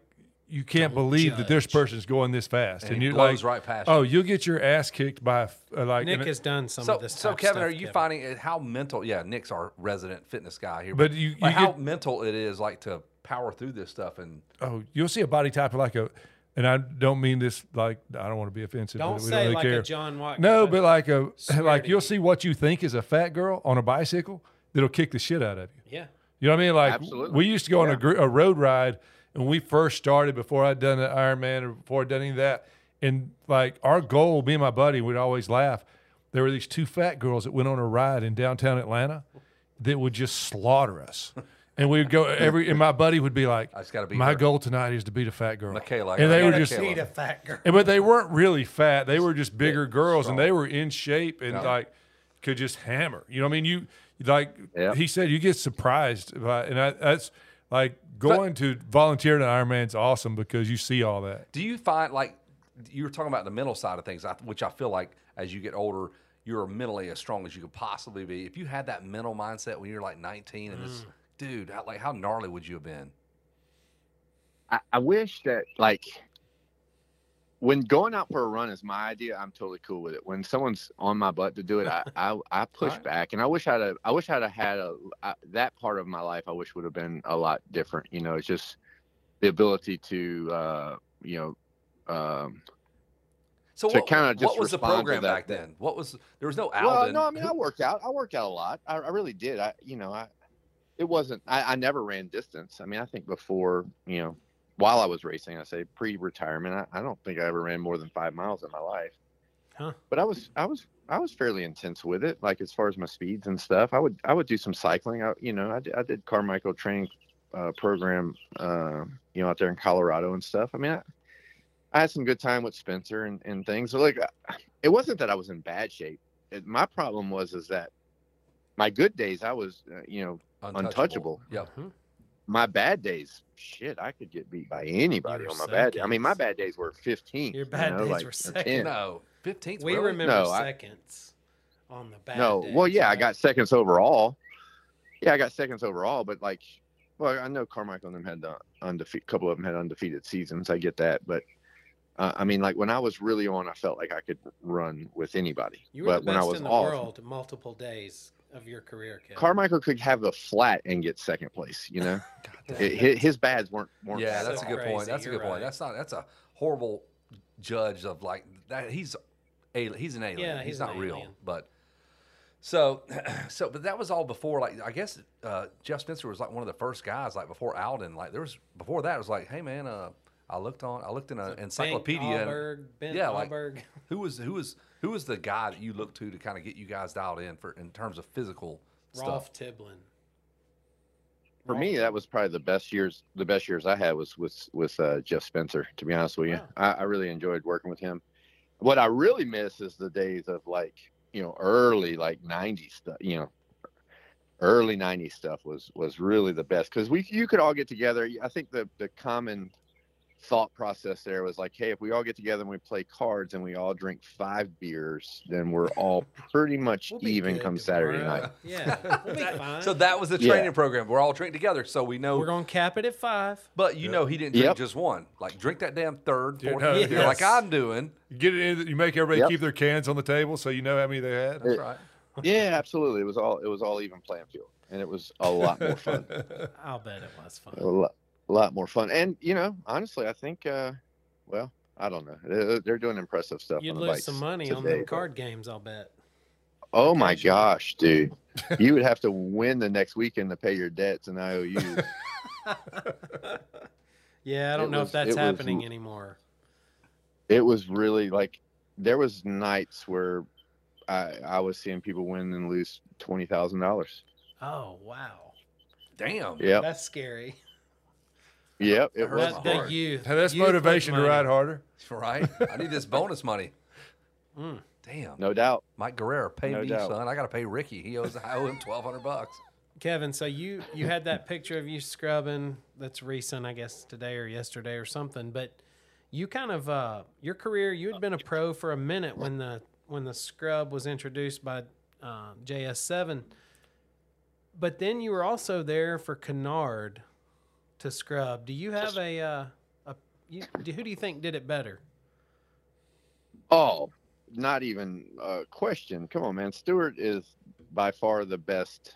S3: you can't believe that this person's going this fast,
S1: And
S3: and,
S1: he
S3: you're
S1: blows
S3: like,
S1: right past you.
S3: oh, you'll get your ass kicked by uh, like.
S2: Nick
S3: and-
S2: has done some
S1: So,
S2: of this.
S1: so
S2: type
S1: Kevin,
S2: stuff,
S1: are you finding it, how mental? Yeah, Nick's our resident fitness guy here.
S3: But you-
S1: like,
S3: you
S1: how
S3: get-
S1: mental it is like to power through this stuff and
S3: oh, you'll see a body type of like a, and I don't mean this like I don't want to be offensive.
S2: Don't
S3: but we
S2: say
S3: really
S2: like
S3: care.
S2: a John Watkins.
S3: No, but like a
S2: Swear
S3: like
S2: to
S3: you'll
S2: you.
S3: see what you think is a fat girl on a bicycle that'll kick the shit out of you.
S2: yeah,
S3: You know what I mean? Like
S7: Absolutely.
S3: we used to go on a, gr- a road ride when we first started before I'd done the Ironman or before I'd done any of that. And like our goal, me and my buddy would always laugh. There were these two fat girls that went on a ride in downtown Atlanta that would just slaughter us. And we'd go every, and my buddy would be like,
S1: I just gotta beat
S3: My
S1: her."
S3: goal tonight is to beat a fat girl,
S1: Michaela, I
S3: And they
S1: gotta
S3: were
S1: beat
S3: just,
S1: Michaela.
S2: need a fat girl.
S3: and- but they weren't really fat. They were just bigger girls, and they were in shape and
S1: Yeah.
S3: like could just hammer. You know what I mean? You like
S7: Yeah.
S3: he said, you get surprised by, and I, that's like going to volunteer to Ironman's awesome because you see all that.
S1: Do you find like you were talking about the mental side of things, I- which I feel like as you get older, you're mentally as strong as you could possibly be. If you had that mental mindset when you're like 19, and
S7: Mm.
S1: this dude, how, like how gnarly would you have been?
S7: I, I wish that like when going out for a run is my idea, I'm totally cool with it. When someone's on my butt to do it, I I, I push
S1: Alright.
S7: back, and I wish I'd have, I wish I'd have had a I, that part of my life. I wish would have been a lot different. You know, it's just the ability to uh, you know um,
S1: So
S7: To
S1: what,
S7: kinda just
S1: what was the
S7: respond to
S1: program
S7: that
S1: back
S7: thing.
S1: then? What was there was no
S7: Well,
S1: Alden.
S7: no, I mean,
S1: Who-
S7: I worked out. I worked out a lot. I, I really did. I, you know, I, it wasn't. I, I never ran distance. I mean, I think before, you know, while I was racing, I say pre-retirement, I, I don't think I ever ran more than five miles in my life.
S2: Huh.
S7: But I was, I was, I was fairly intense with it. Like as far as my speeds and stuff, I would, I would do some cycling. I, you know, I, did- I did Carmichael training uh, program, uh, you know, out there in Colorado and stuff. I mean, I, I had some good time with Spencer and, and things. So like, it wasn't that I was in bad shape it, my problem was is that my good days I was uh, you know untouchable.
S1: Yep.
S2: Mhm.
S7: my bad days shit I could get beat by anybody
S2: You
S7: on
S2: were
S7: my bad day. I mean my
S2: seconds.
S7: bad days were 15
S2: Your bad days were
S7: or
S2: seconds.
S7: 10. no,
S1: No, 15th.
S2: We
S1: really?
S2: remember
S7: No, I-
S2: seconds on the bad. days,
S7: well yeah I
S2: right?
S7: got seconds overall yeah I got seconds overall but like well I know Carmichael and them had the undefeated couple of them had undefeated seasons I get that but uh, I mean like when I was really on I felt like I could run with anybody
S2: You were
S7: but
S2: the
S7: when I
S2: best
S7: was
S2: in the
S7: off
S2: world multiple days of your career, Kevin.
S7: Carmichael could have a flat and get second place you know It- hi- his bads weren't weren't
S1: Yeah,
S7: bad
S1: that's a
S7: at
S1: good
S7: all.
S1: point.
S2: Crazy,
S1: That's a
S2: you're
S1: good point.
S2: right.
S1: That's not. That's a horrible judge of like that. He's a he's an alien.
S2: Yeah,
S1: he's,
S2: he's an
S1: not real.
S2: alien.
S1: But so so, but that was all before. Like I guess uh, Jeff Spencer was like one of the first guys. Like before Alden. Like there was before that. It was like, hey man, uh, I looked on. I looked in an uh, encyclopedia.
S2: Ben
S1: and
S2: Auberg, ben
S1: Yeah, like-
S2: Auberg.
S1: who was who was who was the guy that you looked to to kind of get you guys dialed in for in terms of physical stuff?
S2: Rolf Tiblin.
S7: For me, that was probably the best years. The best years I had was with with uh, Jeff Spencer. To be honest with you,
S2: Wow.
S7: I, I really enjoyed working with him. What I really miss is the days of like you know early like '90s stuff. You know, early '90s stuff was was really the best because we you could all get together. I think the the common thought process there was like, hey, if we all get together and we play cards and we all drink five beers, then we're all pretty much
S2: We'll be
S7: even
S2: good
S7: come
S2: tomorrow.
S7: Saturday night.
S2: Yeah, we'll be
S1: That-
S2: fine.
S1: so that was the
S7: Yeah.
S1: training program. We're all training together, so we know
S2: we're gonna cap it at five.
S1: But you know he didn't drink
S7: Yep.
S1: just one. Like drink that damn third,
S3: Dude,
S1: fourth
S3: no,
S1: beer
S2: yes.
S1: like I'm doing.
S3: You get it in. You make everybody
S7: Yep.
S3: keep their cans on the table so you know how many they had.
S1: That's right.
S7: yeah, absolutely. It was all it was all even playing field, and it was a lot more fun.
S2: I'll bet it was
S7: a
S2: fun.
S7: lot, lot more fun. And you know, honestly, I think, uh, well, I don't know. They're, they're doing impressive stuff.
S2: You'd
S7: on the
S2: lose
S7: bikes
S2: some money on
S7: today,
S2: them
S7: but-
S2: card games. I'll bet.
S7: Oh my gosh, dude! you would have to win the next weekend to pay your debts and IOUs.
S2: Yeah, I don't
S7: It
S2: know
S7: was-
S2: if that's
S7: it was-
S2: happening anymore.
S7: it was really like there was nights where I I was seeing people win and lose twenty thousand dollars.
S2: Oh wow,
S1: Damn.
S7: Yep,
S2: that's scary.
S7: yep, it
S1: That
S7: was
S1: hurt my
S2: That,
S7: hard.
S2: the
S1: hard.
S2: youth.
S3: Hey, that's
S2: youth with
S3: motivation to
S2: money.
S3: ride harder.
S1: Right? I need this bonus money.
S2: Mm.
S1: Damn.
S7: no doubt.
S1: Mike Guerrero, pay
S7: No
S1: me,
S7: doubt.
S1: son. I got to pay Ricky. He owes I owe him twelve hundred bucks.
S2: Kevin, so you you had that picture of you scrubbing that's recent, I guess today or yesterday or something, but you kind of uh your career you had been a pro for a minute when the when the scrub was introduced by uh, JS7. But then you were also there for Kennard to scrub. Do you have a uh a you, do, who do you think did it better?
S7: Oh, not even a question. Come on, man. Stewart is by far the best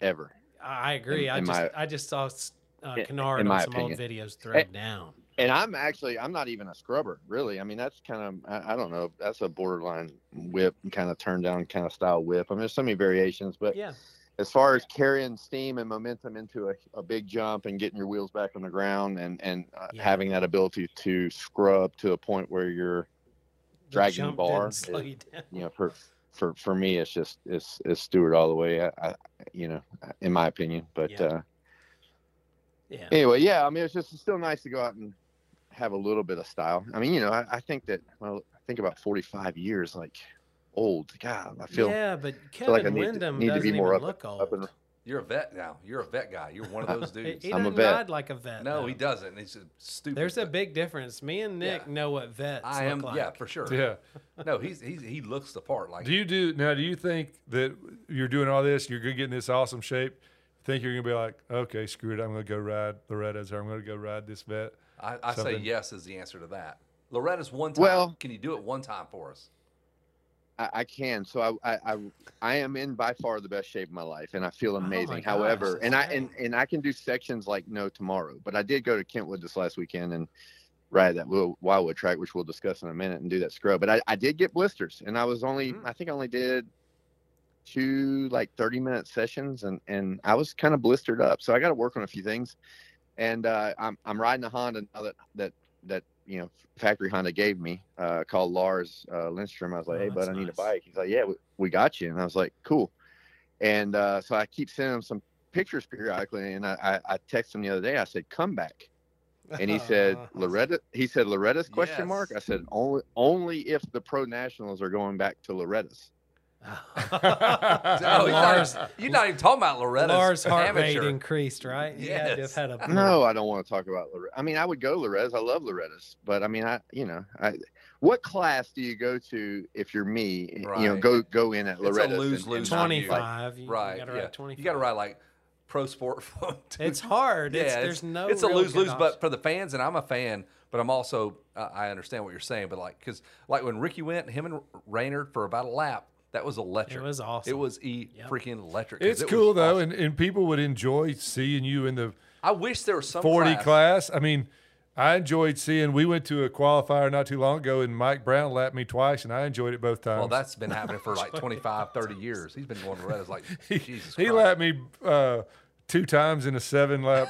S7: ever.
S2: I I agree.
S7: In-
S2: I
S7: in
S2: just
S7: my-
S2: I just saw s- uh,
S7: in-
S2: Kennard
S7: in
S2: on
S7: my
S2: some old videos throw
S7: Eh,
S2: down.
S7: And I'm actually I'm not even a scrubber, really. I mean, that's kind of I, I don't know. That's a borderline whip kind of turn down kind of style whip. I mean, there's so many variations, but
S2: Yeah.
S7: as far as carrying steam and momentum into a, a big jump and getting your wheels back on the ground and and uh,
S2: Yeah.
S7: having that ability to scrub to a point where you're Dragon
S2: jump
S7: bar
S2: didn't slow
S7: is-
S2: you down.
S7: you know for for for me it's just it's it's Stewart all the way I, I you know in my opinion but
S2: Yeah.
S7: uh
S2: Yeah.
S7: anyway yeah I mean it's just it's still nice to go out and have a little bit of style I mean you know I, I think that well I think about 45 years like old God I feel
S2: Yeah, but Kevin
S7: feel like I need to-
S2: Wyndham
S7: need to be
S2: doesn't
S7: more
S2: even
S7: up-
S2: look old.
S7: up and-
S1: You're a vet now. You're a vet guy. You're one of those
S2: He-
S1: dudes.
S2: he
S7: I'm a
S2: doesn't
S7: vet.
S2: ride like a vet.
S1: no,
S2: though.
S1: he doesn't. He's a stupid.
S2: There's a
S1: vet.
S2: big difference. Me and Nick
S1: Yeah.
S2: know what vets
S1: I
S2: look
S1: am.
S2: like.
S1: Yeah, for sure.
S3: Yeah.
S1: No, he's, he's he looks the part. Like
S3: Do you do now? Do you think that you're doing all this? You're gonna get in this awesome shape. Think you're gonna be like, okay, screw it. I'm gonna go ride Loretta's, or I'm gonna go ride this vet.
S1: I, I say,
S3: something.
S1: yes is the answer to that. Loretta's one time.
S7: Well-
S1: can you do it one time for us?
S7: I, I can. So I, I, I, I am in by far the best shape of my life, and I feel
S2: Oh, my
S7: amazing.
S2: gosh,
S7: However,
S2: that's
S7: and I and,
S2: great.
S7: and I can do sections like no tomorrow. But I did go to Kentwood this last weekend and ride that little Wildwood track, which we'll discuss in a minute, and do that scrub. But I, I did get blisters, and I was only
S2: Mm.
S7: I think I only did two like 30 minute sessions and and I was kind of blistered up so I got to work on a few things and uh I'm I'm riding a Honda now that that that you know factory Honda gave me uh called Lars uh Lindstrom I was like
S2: Oh,
S7: hey
S2: that's
S7: bud I need a
S2: nice.
S7: bike he's like yeah we, we got you and I was like cool and uh so I keep sending him some pictures periodically and I I, I texted him the other day I said come back and he said Loretta he said Loretta's question mark
S1: Yes.
S7: I said only only if the pro nationals are going back to Loretta's
S1: No, you're,
S2: Lars,
S1: not, you're not even talking about Loretta's
S2: Lars' heart rate
S1: amateur.
S2: increased, right? Yeah,
S1: Yes.
S2: just had a
S7: No, I don't want to talk about Loretta. I mean, I would go Loretta's. I love Loretta's, but I mean, I you know, I what class do you go to if you're me? You know,
S1: Right.
S7: go go in at
S1: It's a
S7: Loretta's. and-
S1: lose-lose
S7: and not be like-
S2: twenty-five. You-
S1: Right.
S2: You gotta
S1: yeah.
S2: ride twenty-five.
S1: You got to ride like pro sport.
S2: It's hard. It's,
S1: it's-
S2: there's no.
S1: It's a
S2: real
S1: lose lose,
S2: good
S1: but for the fans, and I'm a fan, but I'm also uh, I understand what you're saying, but like because like when Ricky went, him and Raynard for about a lap, that was
S2: option.
S1: electric.
S2: it was awesome.
S1: It was e freaking electric. 'cause
S3: It's
S1: it was
S3: cool though,
S1: awesome.
S3: and, and people would enjoy seeing you in the
S1: I wish there was some
S3: 40
S1: Oh, class.
S3: class. I mean, I enjoyed seeing. We went to a qualifier not too long ago, and Mike Brown lapped me twice, and I enjoyed it both times.
S1: Well, that's been happening for like 25, 30 years. He's been going to Loretta's like Jesus.
S3: he
S1: Christ.
S3: lapped me uh, two times in a seven lap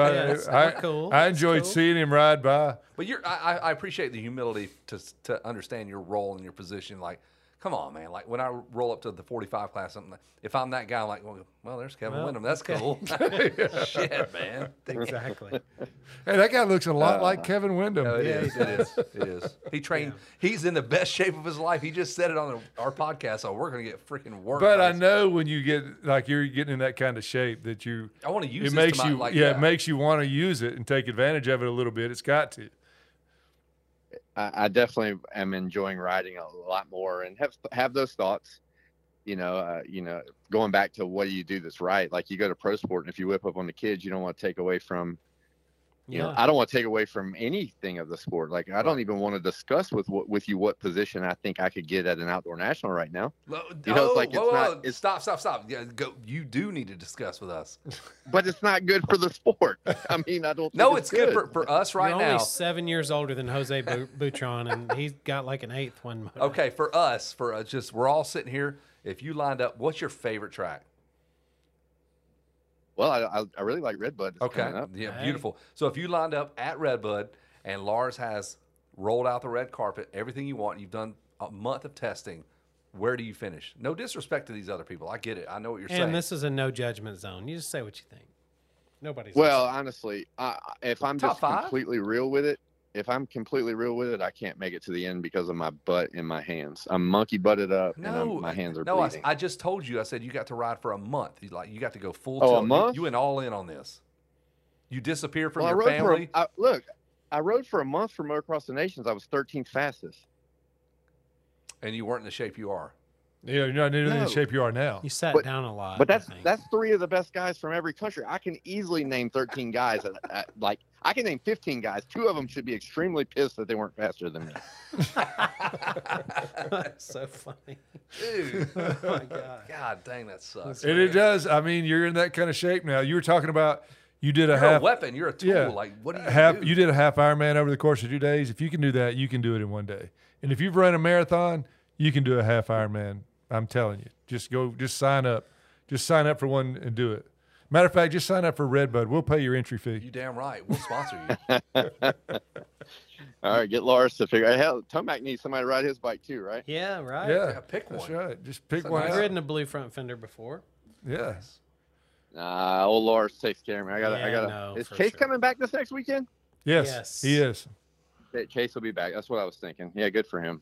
S3: I,
S2: Yeah, that's
S3: I,
S2: not cool.
S3: I
S2: That's
S3: enjoyed
S2: cool.
S3: seeing him ride by.
S1: But you're, I, I I appreciate the humility to to understand your role and your position. Like, come on, man. Like when I roll up to the 45 class, something. Like, if I'm that guy, I'm like, well, well there's Kevin
S2: Well,
S1: Windham. That's cool. Shit, man.
S2: exactly.
S3: Hey, that guy looks a lot like Kevin Wyndham.
S1: Uh, No, Oh, it is. It is. It is. He trained. He's in the best shape of his life. He just said it on the, our podcast. So we're gonna get freaking work.
S3: But
S1: by
S3: I
S1: this.
S3: know when you get like you're getting in that kind of shape that you
S1: I want to Oh, use
S3: it
S1: this
S3: makes
S1: to my,
S3: you
S1: like,
S3: yeah, it makes you want to use it and take advantage of it a little bit. It's got to.
S7: I, I definitely am enjoying riding a lot more and have have those thoughts. You know, uh, you know, going back to what do you do that's right? Like you go to pro sport, and if you whip up on the kids, you don't want to take away from you know i don't want to take away from anything of the sport like i don't even want to discuss with what with you what position i think i could get at an outdoor national right now
S1: Lo-
S7: You know, it's
S1: oh,
S7: like it's
S1: whoa,
S7: not-
S1: whoa,
S7: it's-
S1: stop, stop, stop. Yeah, go. You do need to discuss with us.
S7: but it's not good for the sport i mean i don't
S1: No,
S7: think
S1: it's good for, for us right
S2: You're
S1: now.
S2: only seven years older than Jose Bu- Butron, and he's got like an eighth one.
S1: Okay, for us, for us, just we're all sitting here. If you lined up, what's your favorite track?
S7: well i i, I really like redbud that's
S1: Okay,
S7: coming up.
S1: yeah,
S2: Hey.
S1: beautiful. So if you lined up at Redbud and Lars has rolled out the red carpet, everything you want, you've done a month of testing. Where do you finish? No disrespect to these other people. I get it. I know what you're saying.
S2: And this is a no judgment zone. You just say what you think. Nobody's
S7: well honestly I, I- if i'm
S1: Top
S7: just
S1: five?
S7: completely real with it if I'm completely real with it, I can't make it to the end because of my butt and my hands. I'm monkey butted up and
S1: No,
S7: I'm, my hands are
S1: no. I,
S7: bleeding.
S1: I just told you. I said you got to ride for a month. You like you got to go full.
S7: Oh, a
S1: tilt. You-
S7: month?
S1: You, went all in on this. You disappeared from
S7: Well, I
S1: your
S7: rode for a-
S1: family.
S7: I- look, I rode for a month for Motocross the Nations. I was 13th fastest.
S1: and you weren't in the shape you are.
S3: Yeah, you're not nearly in
S7: No.
S3: the shape you are now.
S2: You sat
S7: But-
S2: down a lot.
S7: But that's
S2: I think.
S7: that's three of the best guys from every country. I can easily name 13 guys. That, uh, like I can name 15 guys. Two of them should be extremely pissed that they weren't faster than me.
S2: That's so funny.
S1: Dude,
S2: Oh my god.
S1: God dang, that sucks.
S3: And it does. I mean, you're in that kind of shape now. You were talking about you did a
S1: You're
S3: half
S1: a weapon. You're a tool.
S3: yeah.
S1: Like what do you
S3: half.
S1: do?
S3: You did a half Ironman over the course of two days. If you can do that, you can do it in one day. And if you've run a marathon, you can do a half Ironman. I'm telling you, just go, just sign up, just sign up for one and do it. Matter of fact, just sign up for Redbud. We'll pay your entry fee.
S1: You damn right. We'll sponsor you.
S7: All right, get Lars to figure. Hell, Tomac needs somebody to ride his bike too, right?
S2: Yeah, right.
S3: yeah,
S1: Yeah, pick
S3: That's
S1: one.
S3: right. Just pick
S1: That's
S3: one.
S1: nice.
S2: I've
S3: out.
S2: ridden a blue front fender before.
S3: Yeah.
S7: Nah, old Lars takes care of me. I gotta, I
S2: Yeah,
S7: gotta.
S2: no,
S7: is
S2: for
S7: Chase
S2: sure.
S7: coming back this next weekend?
S3: Yes,
S2: Yes.
S3: He is.
S7: Yeah, Chase will be back. That's what I was thinking. Yeah, good for him.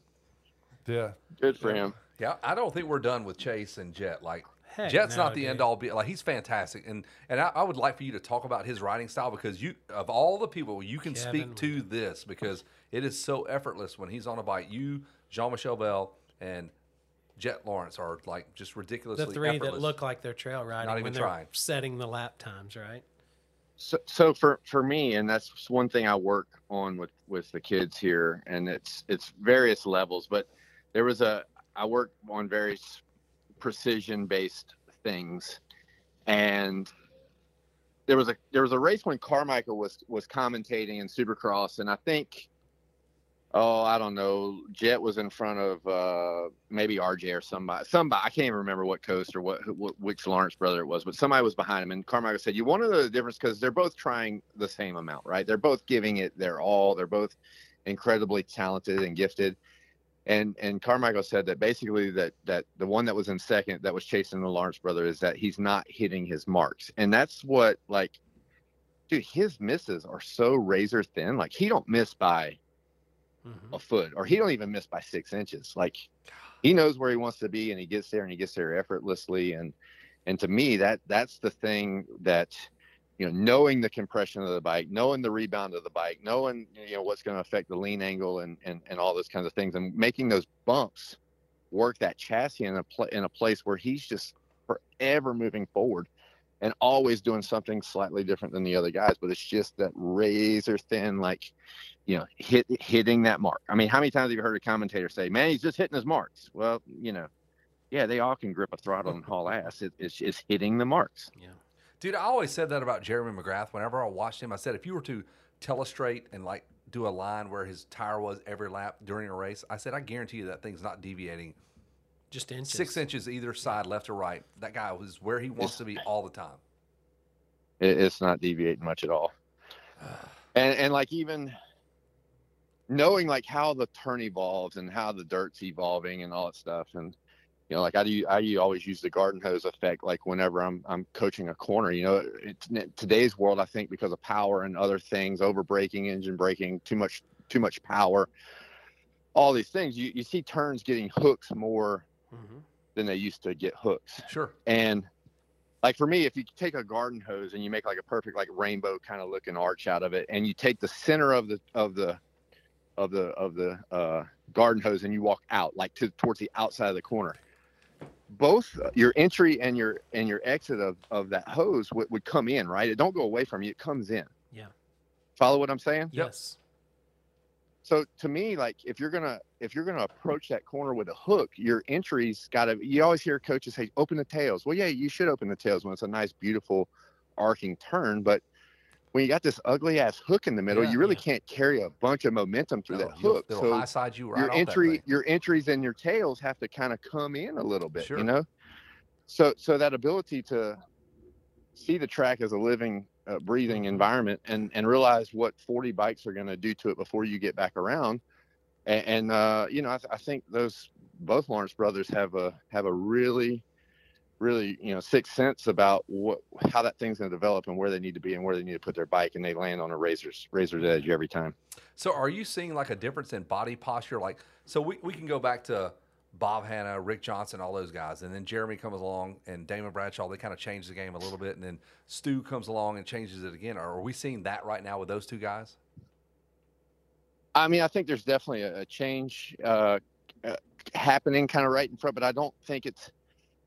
S3: Yeah.
S7: Good for him.
S1: Yeah, I don't think we're done with Chase and Jet. Like
S2: Heck
S1: Jet's
S2: no,
S1: not the
S2: dude.
S1: end all be like he's fantastic, and and I, I would like for you to talk about his writing style because you of all the people you can
S2: Kevin
S1: speak to this because it is so effortless when he's on a bike. You, Jean Michel Bell, and Jet Lawrence are like just ridiculously
S2: The three
S1: effortless.
S2: that look like they're trail riding
S1: Not even
S2: when they're
S1: trying.
S2: setting the lap times, right?
S7: so, so for for me and that's one thing i work on with with the kids here and it's it's various levels but there was a i work on various precision based things and there was a there was a race when carmichael was was commentating in supercross and i think oh i don't know jet was in front of uh maybe rj or somebody somebody i can't even remember what coast or what, who- what which lawrence brother it was but somebody was behind him and carmichael said you want to know the difference because they're both trying the same amount right they're both giving it their all they're both incredibly talented and gifted and and carmichael said that basically that that the one that was in second that was chasing the lawrence brother is that he's not hitting his marks and that's what like dude his misses are so razor thin like he don't miss by
S2: Mhm.
S7: a foot or he don't even miss by six inches like he knows where he wants to be and he gets there and he gets there effortlessly and and to me that that's the thing that you know knowing the compression of the bike knowing the rebound of the bike knowing you know what's going to affect the lean angle and, and and all those kinds of things and making those bumps work that chassis in a pla- in a place where he's just forever moving forward and always doing something slightly different than the other guys but it's just that razor thin like you know, hit, hitting that mark. I mean, how many times have you heard a commentator say, "Man, he's just hitting his marks"? Well, you know, yeah, they all can grip a throttle and haul ass. It, it's it's hitting the marks.
S2: Yeah.
S1: Dude, I always said that about Jeremy McGrath. Whenever I watched him, I said if you were to telestrate and like do a line where his tire was every lap during a race, I said I guarantee you that thing's not deviating
S2: Just inches.
S1: six inches either side, left or right. That guy was where he wants to be all the time.
S7: It, it's not deviating much at all. And and like even knowing like how the turn evolves and how the dirt's evolving and all that stuff and you know like i do i u- always use the garden hose effect like whenever i'm i'm coaching a corner you know it's in today's world i think because of power and other things over braking engine braking too much too much power all these things you, you see turns getting hooks more
S2: Mhm.
S7: than they used to get hooks
S1: Sure.
S7: and like for me, if you take a garden hose and you make like a perfect like rainbow kind of looking arch out of it, and you take the center of the of the of the of the uh, garden hose and you walk out like to towards the outside of the corner, both uh, your entry and your and your exit of of that hose would, would come in right. It don't go away from you; it comes in.
S2: Yeah.
S7: Follow what I'm saying?
S2: Yes.
S7: so to me like if you're gonna if you're gonna approach that corner with a hook your entry's gotta you always hear coaches say open the tails well yeah you should open the tails when it's a nice beautiful arcing turn but when you got this ugly ass hook in the middle
S1: Yeah,
S7: you really
S2: yeah.
S7: can't carry a bunch of momentum through
S1: No,
S7: that
S1: you'll-
S7: hook
S1: They'll
S7: so
S1: high side you right
S7: your
S1: off that
S7: entry
S1: thing.
S7: your entries and your tails have to kind of come in a little bit
S1: Sure.
S7: you know so so that ability to see the track as a living uh, breathing
S1: Mm-hmm.
S7: environment and and realize what 40 bikes are going to do to it before you get back around and, and uh you know I, th- I think those both lawrence brothers have a have a really really you know sixth sense about what how that thing's going to develop and where they need to be and where they need to put their bike and they land on a razor's razor's edge every time
S1: So are you seeing like a difference in body posture? Like, so we, we can go back to Bob Hanna, Rick Johnson, all those guys, and then Jeremy comes along and Damon Bradshaw. They kind of change the game a little bit, and then Stu comes along and changes it again. Are, are we seeing that right now with those two guys?
S7: i mean i think there's definitely a, a change uh, uh, happening kind of right in front but i don't think it's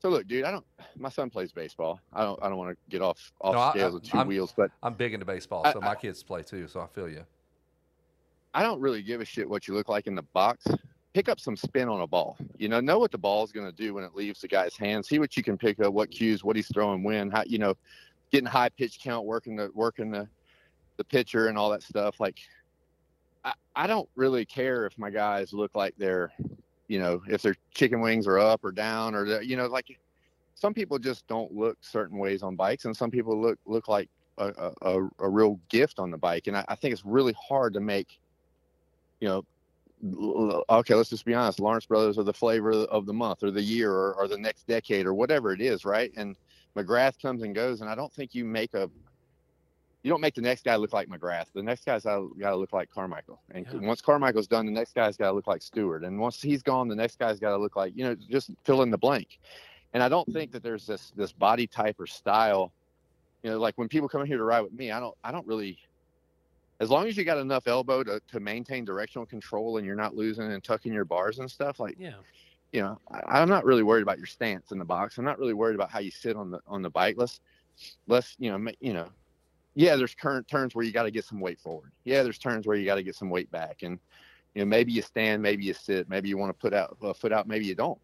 S7: so look dude i don't my son plays baseball i don't i don't want to get off off
S1: No, I-
S7: scales
S1: I-
S7: with 2
S1: I'm-
S7: wheels but
S1: I'm big into baseball,
S7: I-
S1: so my kids play too. So I feel you.
S7: I don't really give a shit what you look like in the box. Pick up some spin on a ball. You know, know what the ball's going to do when it leaves the guy's hand. See what you can pick up, what cues, what he's throwing, when, how you know, getting high pitch count, working the working the the pitcher and all that stuff. Like, I I don't really care if my guys look like they're, you know, if their chicken wings are up or down or they're- you know, like some people just don't look certain ways on bikes, and some people look look like a a, a- a real gift on the bike. And I, I think it's really hard to make you know, l- l- okay, let's just be honest. Lawrence Brothers are the flavor of the month or the year or, or the next decade or whatever it is, right? And McGrath comes and goes, and I don't think you make a you don't make the next guy look like McGrath. The next guy's got to look like Carmichael, and
S2: Yeah.
S7: once Carmichael's done, the next guy's got to look like Stewart, and once he's gone, the next guy's got to look like you know, just fill in the blank. And I don't think that there's this this body type or style. You know, like when people come in here to ride with me, I don't I don't really as long as you got enough elbow to, to maintain directional control and you're not losing and tucking your bars and stuff like
S2: Yeah.
S7: you know I, i'm not really worried about your stance in the box i'm not really worried about how you sit on the on the bike let's let's you know ma- you know yeah there's current turns where you got to get some weight forward yeah there's turns where you got to get some weight back and you know maybe you stand maybe you sit maybe you want to put out a foot out maybe you don't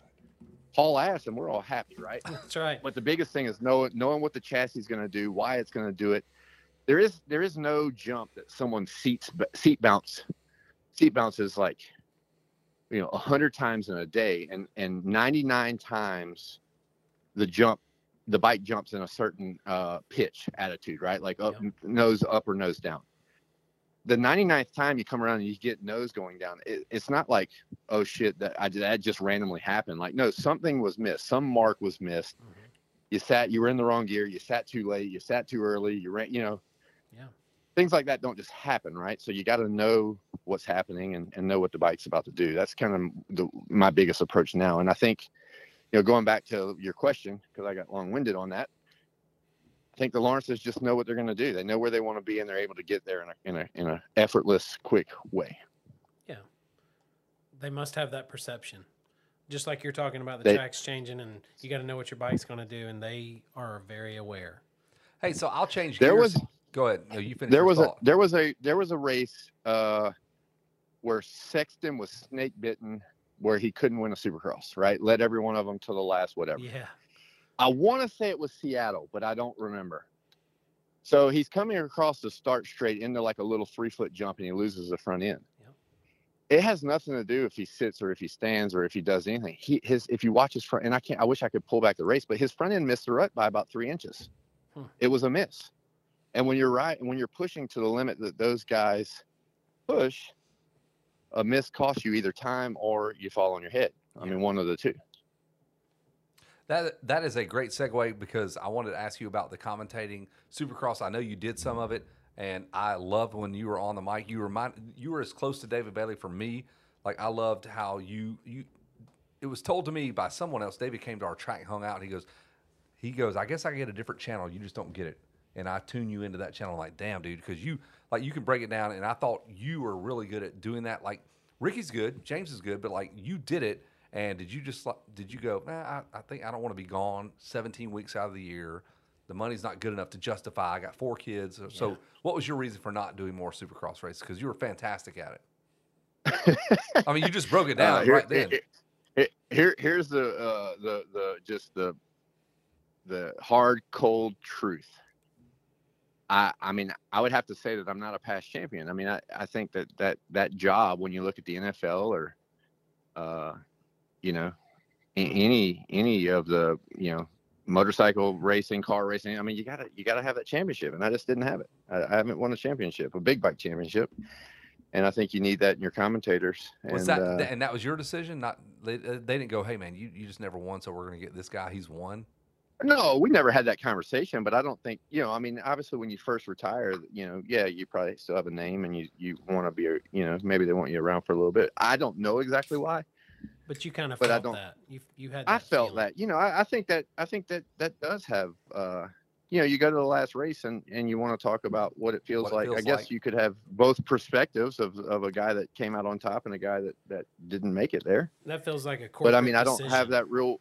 S7: haul ass and we're all happy right
S2: That's right.
S7: but the biggest thing is knowing knowing what the chassis is going to do, why it's going to do it. There is there is no jump that someone seats seat bounce seat bounces like you know a hundred times in a day, and and ninety nine times the jump the bike jumps in a certain uh, pitch attitude, right? Like up nose up or nose down. The 99th time you come around and you get nose going down, it, it's not like oh shit that I that just randomly happened. Like no, something was missed, some mark was missed
S2: Mm-hmm.
S7: you sat you were in the wrong gear you sat too late you sat too early you ran you know
S2: Yeah.
S7: things like that don't just happen right so you got to know what's happening and, and know what the bike's about to do that's kind of the, my biggest approach now and i think you know going back to your question because i got long-winded on that i think the lawrences just know what they're going to do they know where they want to be and they're able to get there in a in a in a effortless quick way
S2: They must have that perception. Just like you're talking about the
S7: They-
S2: tracks changing and you got to know what your bike's going to do and they are very aware.
S1: Hey, so I'll change.
S7: There
S1: gears.
S7: was-
S1: Go ahead. No, you finish.
S7: there
S1: your
S7: was a
S1: thought.
S7: there was a there was a race uh where Sexton was snake bitten where he couldn't win a supercross, right? Led every one of them to the last whatever.
S2: Yeah.
S7: I want to say it was Seattle, but I don't remember. So he's coming across the start straight into like a little three foot jump and he loses the front end.
S2: Yep.
S7: It has nothing to do if he sits or if he stands or if he does anything. He his if you watch his front and I can't I wish I could pull back the race, but his front end missed the rut by about three inches.
S2: Hmm.
S7: It was a miss. And when you're right when you're pushing to the limit that those guys push, a miss costs you either time or you fall on your head. I mean one of the two.
S1: That that is a great segue because I wanted to ask you about the commentating Supercross. I know you did some of it, and I loved when you were on the mic. You remind you were as close to David Bailey for me. Like I loved how you you. It was told to me by someone else. David came to our track, hung out, and he goes, he goes, I guess I get a different channel. You just don't get it. And I tune you into that channel. I'm like, damn, dude, because you like you can break it down. And I thought you were really good at doing that. Like Ricky's good, James is good, but like you did it. And did you just like did you go? Nah, I, I think I don't want to be gone 17 weeks out of the year. The money's not good enough to justify. I got four kids. So, what was your reason for not doing more Supercross races? Because you were fantastic at it. I mean, you just broke it down
S7: Uh, here-
S1: right then.
S7: here- here- here- here's the uh, the the just the the hard cold truth. I I mean I would have to say that I'm not a past champion. I mean I, I think that that that job when you look at the NFL or uh you know a- any any of the you know motorcycle racing car racing i mean you gotta you gotta have that championship and i just didn't have it i, I haven't won a championship a big bike championship and i think you need that in your commentators
S1: Was
S7: and,
S1: that
S7: uh,
S1: uh, and that was your decision? Not they, they didn't go. Hey man, you, you just never won, so we're gonna get this guy. He's won.
S7: No, we never had that conversation, but I don't think you know. I mean, obviously, when you first retire, you know, yeah, you probably still have a name, and you you want to be, uh, you know, maybe they want you around for a little bit. I don't know exactly why.
S2: But you kind of
S7: But I
S2: felt
S7: don't-
S2: that. You you had. That
S7: I felt
S2: feeling.
S7: that. You know, I, I think that I think that that does have. uh You know, you go to the last race and and you want to talk about what it feels
S1: What it
S7: like. I
S1: feels
S7: guess
S1: like.
S7: you could have both perspectives of of a guy that came out on top and a guy that that didn't make it there.
S2: That feels like a
S7: but
S2: corporate.
S7: I mean, I don't have
S2: decision.
S7: that real.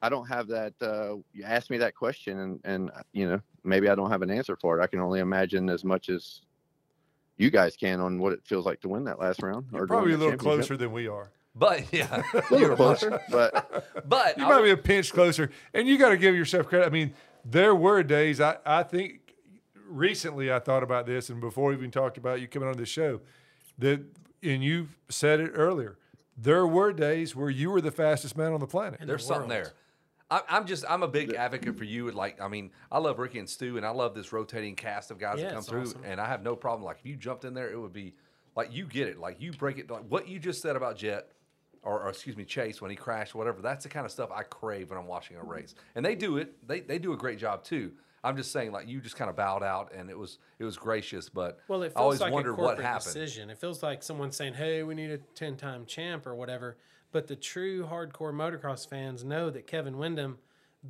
S7: I don't have that. Uh, you asked me that question, and and uh, you know, maybe I don't have an answer for it. I can only imagine as much as you guys can on what it feels like to win that last round.
S3: You're
S7: to win
S3: probably a
S7: that
S3: little
S7: championship.
S3: closer than we are.
S1: But yeah,
S7: A
S1: you
S7: little
S1: were
S7: closer, but
S1: But
S3: You
S1: I
S3: might
S1: would-
S3: be a pinch closer, and you got to give yourself credit. I mean, there were days I, I think recently I thought about this, and before we even talked about you coming on the show, that and you said it earlier. There were days where you were the fastest man on the planet.
S1: there's something
S2: world.
S1: there. I, I'm just I'm a big advocate for you. and, Like I mean, I love Ricky and Stu, and I love this rotating cast of guys
S2: Yeah,
S1: that come
S2: it's
S1: through.
S2: awesome.
S1: And I have no problem. Like if you jumped in there, it would be like you get it. Like you break it. Like what you just said about Jet, or, or excuse me, Chase when he crashed, whatever. That's the kind of stuff I crave when I'm watching
S2: Mm-hmm.
S1: a race. And they do it. They they do a great job too. I'm just saying, like you just kind of bowed out, and it was it was gracious, but
S2: Well, it feels
S1: I always
S2: like a
S1: wondered
S2: corporate
S1: what happened.
S2: decision. It feels like someone saying, "Hey, we need a ten-time champ or whatever." But the true hardcore motocross fans know that Kevin Windham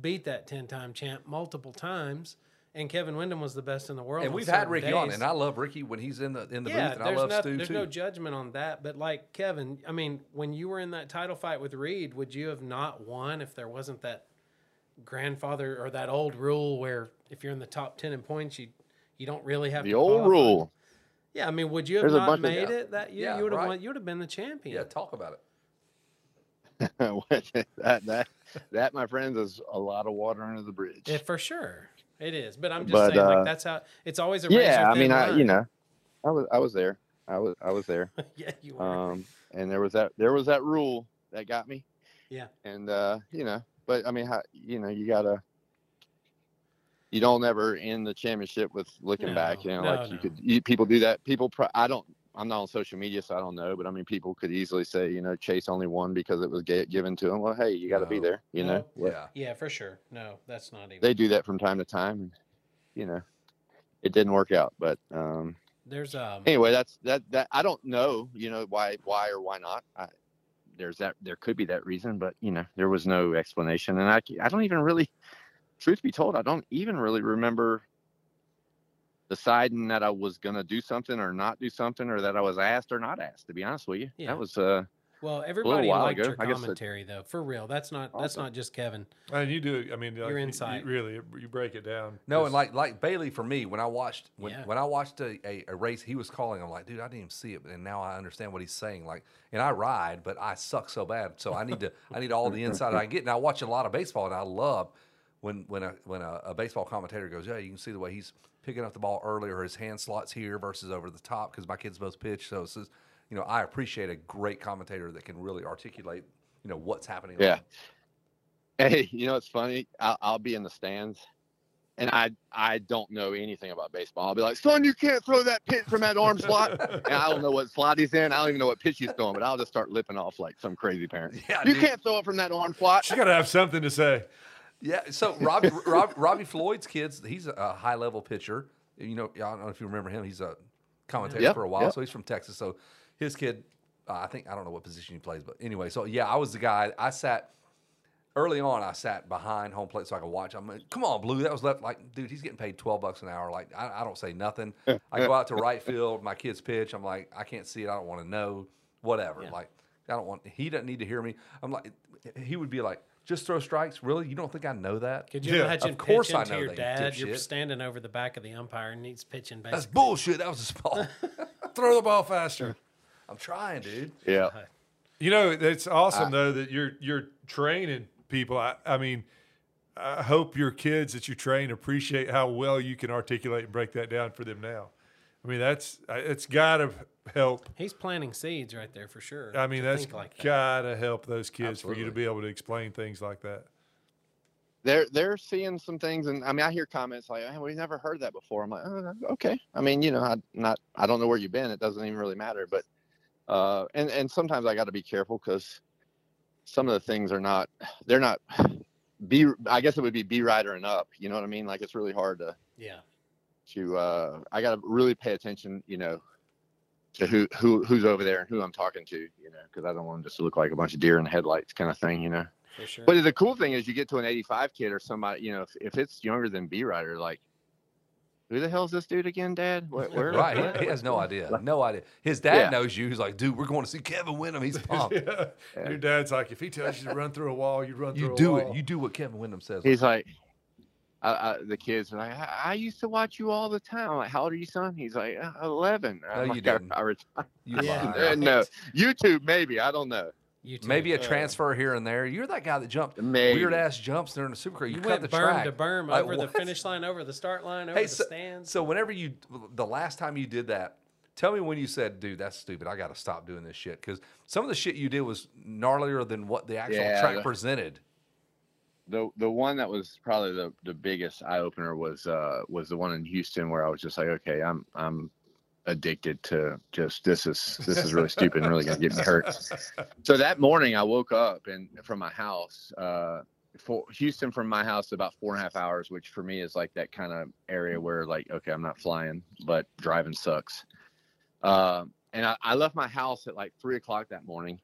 S2: beat that ten-time champ multiple times, and Kevin Windham was the best in the world.
S1: And
S2: on
S1: we've had
S2: certain
S1: Ricky on,
S2: days.
S1: and I love Ricky when he's in the in the
S2: yeah,
S1: booth, and I
S2: there's,
S1: love
S2: no,
S1: Stu
S2: there's
S1: too.
S2: no judgment on that. But like Kevin, I mean, when you were in that title fight with Reed, would you have not won if there wasn't that grandfather or that old rule where if you're in the top ten in points, you you don't really have
S7: the
S2: to
S7: old
S2: qualify?
S7: rule.
S2: Yeah, I mean, would you have
S7: There's a
S2: not
S7: bunch of
S2: made
S7: guys.
S2: it that year?
S1: Yeah,
S2: you would have
S1: right.
S2: won, you would have been the champion.
S1: yeah, talk about it.
S7: that that that, my friends, is a lot of water under the bridge.
S2: Yeah, Eh, for sure it is. But I'm just
S7: But,
S2: saying,
S7: uh,
S2: like that's how it's always a razor
S7: yeah, I
S2: thin
S7: mean, I you
S2: line.
S7: know, I was I was there. I was I was there.
S2: yeah, you were.
S7: um, and there was that there was that rule that got me.
S2: Yeah.
S7: And uh, you know, but I mean, how, you know, you gotta. You don't ever end the championship with looking back. You know,
S2: No,
S7: like you
S2: no.
S7: could you, people do that. People, pro- I don't. I'm not on social media, so I don't know. But I mean, people could easily say, you know, Chase only won because it was ga- given to him. Well, hey, you got to be
S1: No.
S7: there. You know,
S2: No.
S7: What-
S1: Yeah.
S2: yeah, for sure. No, that's not even.
S7: they do that from time to time. And, you know, it didn't work out, but um,
S2: There's um.
S7: anyway that's that that i don't know you know why why or why not I, there's that there could be that reason but you know there was no explanation and i i don't even really truth be told i don't even really remember deciding that i was going to do something or not do something or that i was asked or not asked to be honest with you
S2: Yeah.
S7: that was uh
S2: Well, everybody
S7: while
S2: liked
S7: ago,
S2: your
S7: I guess it-
S2: commentary though. For real, that's not that's
S7: Awesome.
S2: not just Kevin.
S3: And you do. I mean, like,
S2: Your
S3: you- you
S2: insight.
S3: really, you break it down.
S1: No, and
S3: It's-
S1: like like Bailey for me, when I watched when,
S2: Yeah.
S1: when I watched a, a, a race he was calling, I'm like, dude, I didn't even see it, but and now I understand what he's saying. Like, and I ride, but I suck so bad, so I need to I need all the insight I can get. And I watch a lot of baseball, and I love when when a when a, a baseball commentator goes, yeah, you can see the way he's picking up the ball earlier, or his hand slots here versus over the top because my kids both pitch. So it's just, you know, I appreciate a great commentator that can really articulate, you know, what's happening.
S7: Yeah. Hey, you know it's funny. I'll, I'll be in the stands, and I I don't know anything about baseball. I'll be like, "Son, you can't throw that pitch from that arm slot," and I don't know what slot he's in. I don't even know what pitch he's throwing, but I'll just start lipping off like some crazy parent.
S1: Yeah,
S7: you
S1: dude.
S7: can't throw it from that arm slot.
S3: she's got to have something to say.
S1: Yeah. So Rob, Rob, Robbie Floyd's kids. He's a high level pitcher. You know, I don't know if you remember him. He's a commentator
S7: Yep,
S1: for a while.
S7: yep.
S1: So he's from Texas. So his kid, uh, I think I don't know what position he plays, but anyway. So yeah, I was the guy. I sat early on. I sat behind home plate so I could watch. I'm like, come on, Blue. That was left. Like, dude, he's getting paid twelve bucks an hour. Like, I, I don't say nothing. I go out to right field. My kids pitch. I'm like, I can't see it. I don't want to know. Whatever. Like, I don't want. He doesn't need to hear me. I'm like, he would be like. Just throw strikes, really? You don't think I know that?
S2: Could you
S3: Yeah,
S2: imagine
S1: of course
S2: pitching
S1: I
S2: to
S1: know
S2: your
S1: that, you
S2: dad? You're
S1: dipshit.
S2: standing over the back of the umpire and he's pitching.
S1: That's
S2: Basically.
S1: bullshit. That was a spot.
S3: Throw the ball faster.
S1: I'm trying, dude.
S7: Yeah,
S3: You know, it's awesome though that you're you're training people. I, I mean, I hope your kids that you train appreciate how well you can articulate and break that down for them now. I mean, that's I- it's got to help.
S2: He's planting seeds right there for sure.
S3: I mean,
S2: to
S3: that's
S2: think like that.
S3: got to help those kids for you
S1: Absolutely.
S3: to be able to explain things like that.
S7: they're they're seeing some things, and I mean, I hear comments like, "Man, "We've never heard that before." I'm like, oh, "Okay." I mean, you know, I not I don't know where you've been. It doesn't even really matter, but uh, and and sometimes I got to be careful because some of the things are not they're not B. I guess it would be B rider and up. You know what I mean? Like it's really hard to
S2: Yeah.
S7: to. Uh, I got to really pay attention. You know, to who who who's over there and who I'm talking to. You know, because I don't want them just to look like a bunch of deer in the headlights kind of thing. You know.
S2: For sure.
S7: But the cool thing is, you get to an 85 kid or somebody, you know, if, if it's younger than B Rider, like, who the hell's this dude again, Dad? What, where?
S1: Right.
S7: what?"
S1: He, he has no idea. No idea. His dad
S7: Yeah.
S1: knows you. He's like, dude, we're going to see Kevin Wyndham. He's pumped.
S3: Your dad's like, if he tells you to run through a wall, you run through
S1: You
S3: a
S1: do
S3: wall.
S1: it. You do what Kevin Wyndham says.
S7: He's like, I, I, the kids are like, I, I used to watch you all the time. I'm like, how old are you, son? He's like, "Uh, 11. I'm
S1: No,
S7: like,
S1: you
S7: "I-
S1: didn't."
S7: I retired."
S1: You
S2: Yeah.
S1: lie.
S2: Right.
S7: no, YouTube, maybe. I don't know.
S2: You too.
S1: Maybe a
S2: Uh,
S1: transfer here and there. You're that guy that jumped
S7: Maybe.
S1: weird ass jumps during the supercar. You,
S2: You
S1: cut
S2: went
S1: the
S2: berm
S1: track.
S2: to berm
S1: Like,
S2: over
S1: what?
S2: the finish line, over the start line, over
S1: Hey,
S2: the
S1: so,
S2: stands.
S1: so whenever you, the last time you did that, tell me when you said, dude, that's stupid. I got to stop doing this shit. Because some of the shit you did was gnarlier than what the actual
S7: Yeah,
S1: track
S7: the-
S1: presented.
S7: the the one that was probably the, the biggest eye opener was uh was the one in Houston where I was just like, okay, I'm I'm addicted to just this is this is really stupid and really gonna get me hurt. So that morning I woke up and from my house, uh for Houston from my house about four and a half hours, which for me is like that kind of area where like, okay, I'm not flying, but driving sucks. Um and I, I left my house at like three o'clock that morning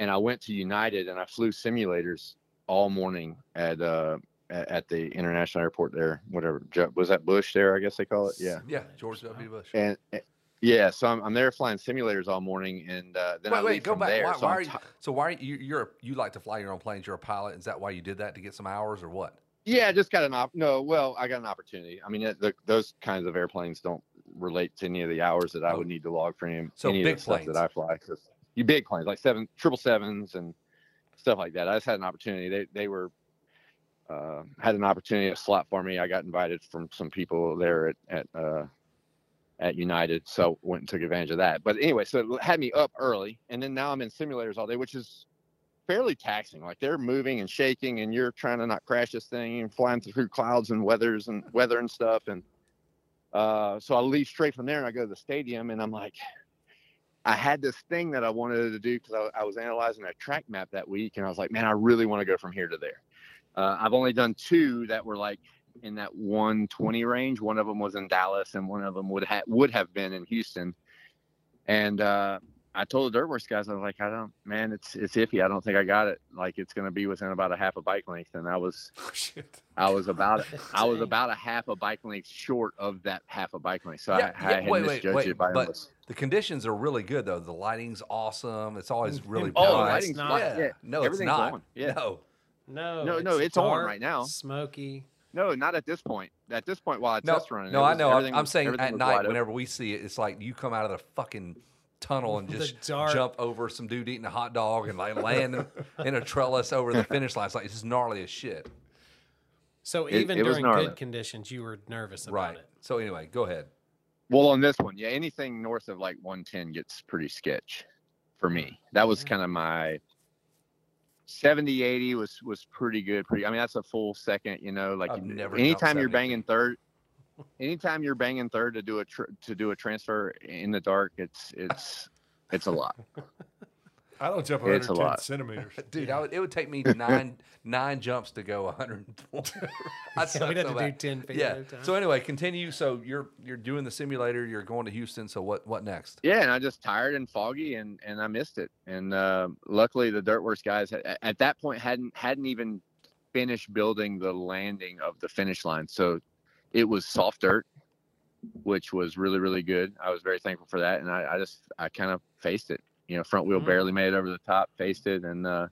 S7: and I went to United and I flew simulators all morning at uh at at the international airport there whatever Jo- was that bush there i guess they call it yeah
S1: Yeah. George W. Bush.
S7: and and- yeah so i'm, I'm there flying simulators all morning and uh then I
S1: wait,
S7: leave
S1: wait, go
S7: from
S1: back.
S7: there
S1: why,
S7: so
S1: why
S7: I'm
S1: are you,
S7: ti-
S1: so why are you, you're a, you like to fly your own planes? You're a pilot. Is that why you did that to get some hours or what?
S7: yeah I just got an op no well i got an opportunity i mean it- the, those kinds of airplanes don't relate to any of the hours that i
S1: Oh.
S7: would need to log for any,
S1: So
S7: any of
S1: big
S7: the stuff
S1: planes.
S7: that i fly 'cause you big planes like seven triple sevens and stuff like that i just had an opportunity they they were uh, had an opportunity at slot for me. I got invited from some people there at at, uh, at United, so went and took advantage of that. But anyway, so it had me up early, and then now I'm in simulators all day, which is fairly taxing. Like they're moving and shaking, and you're trying to not crash this thing and flying through clouds and weathers and weather and stuff. And uh, so I leave straight from there, and I go to the stadium, and I'm like. I had this thing that I wanted to do because I, I was analyzing a track map that week, and I was like, "Man, I really want to go from here to there." Uh, I've only done two that were like in that 120 range. One of them was in Dallas, and one of them would ha- would have been in Houston. And uh, I told the Dirtworks guys, I was like, I don't, man, it's it's iffy. I don't think I got it. Like it's going to be within about a half a bike length, and I was
S3: Oh, Shit.
S7: I was about I was
S2: Dang.
S7: about a half a bike length short of that half a bike length. So
S1: Yeah,
S7: I, I
S1: yeah,
S7: had
S1: wait, wait,
S7: misjudged
S1: wait,
S7: it by
S1: but-
S7: almost.
S1: The conditions are really good though. The lighting's awesome. It's
S7: Mm.
S1: always really
S2: oh,
S1: bright.
S2: it's lighting's
S1: yeah.
S2: not-
S7: yeah,
S1: No, it's
S7: everything's
S1: not.
S7: on, yeah.
S1: No.
S2: no,
S7: no, no, it's on
S2: dark,
S7: right now.
S2: Smoky.
S7: No, not at this point. At this point, while I
S1: No,
S7: test running,
S1: no,
S7: it
S1: I
S7: was-
S1: know. I'm,
S7: everything
S1: I'm
S7: was-
S1: saying
S7: everything
S1: at
S7: was
S1: night,
S7: wide open.
S1: whenever we see it, it's like you come out of the fucking tunnel and
S2: The
S1: just
S2: dark-
S1: jump over some dude eating a hot dog and like land in- in a trellis over the finish line. It's like it's just gnarly as shit,
S2: So
S7: It-
S2: even
S7: it was
S2: during
S7: gnarly.
S2: good conditions, you were nervous about
S1: right?
S2: it.
S1: So anyway, go ahead.
S7: Well, on this one, yeah, anything north of like 110 gets pretty sketch for
S1: Mm-hmm.
S7: me. That was kind of my 70 80 was was pretty good. Pretty, I mean, that's a full second, you know. Like
S1: I've never jumped
S7: anytime you're
S1: 70.
S7: banging third, anytime you're banging third to do a tr- to do a transfer in the dark, it's it's it's a lot.
S3: I don't jump
S7: It's a
S3: 110
S7: lot.
S3: centimeters.
S1: Dude, I would, it would take me nine nine jumps to go 104. I'd
S2: So we'd
S1: suck so
S2: have to do
S1: bad.
S2: 10 feet
S1: Yeah.
S2: at a time.
S1: So anyway, continue. So you're you're doing the simulator. You're going to Houston. So what what next?
S7: Yeah, and I just tired and foggy, and and I missed it. And uh, luckily, the Dirtworks guys at, at that point hadn't hadn't even finished building the landing of the finish line, so it was soft dirt, which was really really good. I was very thankful for that, and I, I just I kind of faced it. You know, front wheel
S2: Mm.
S7: barely made it over the top, faced it, and uh,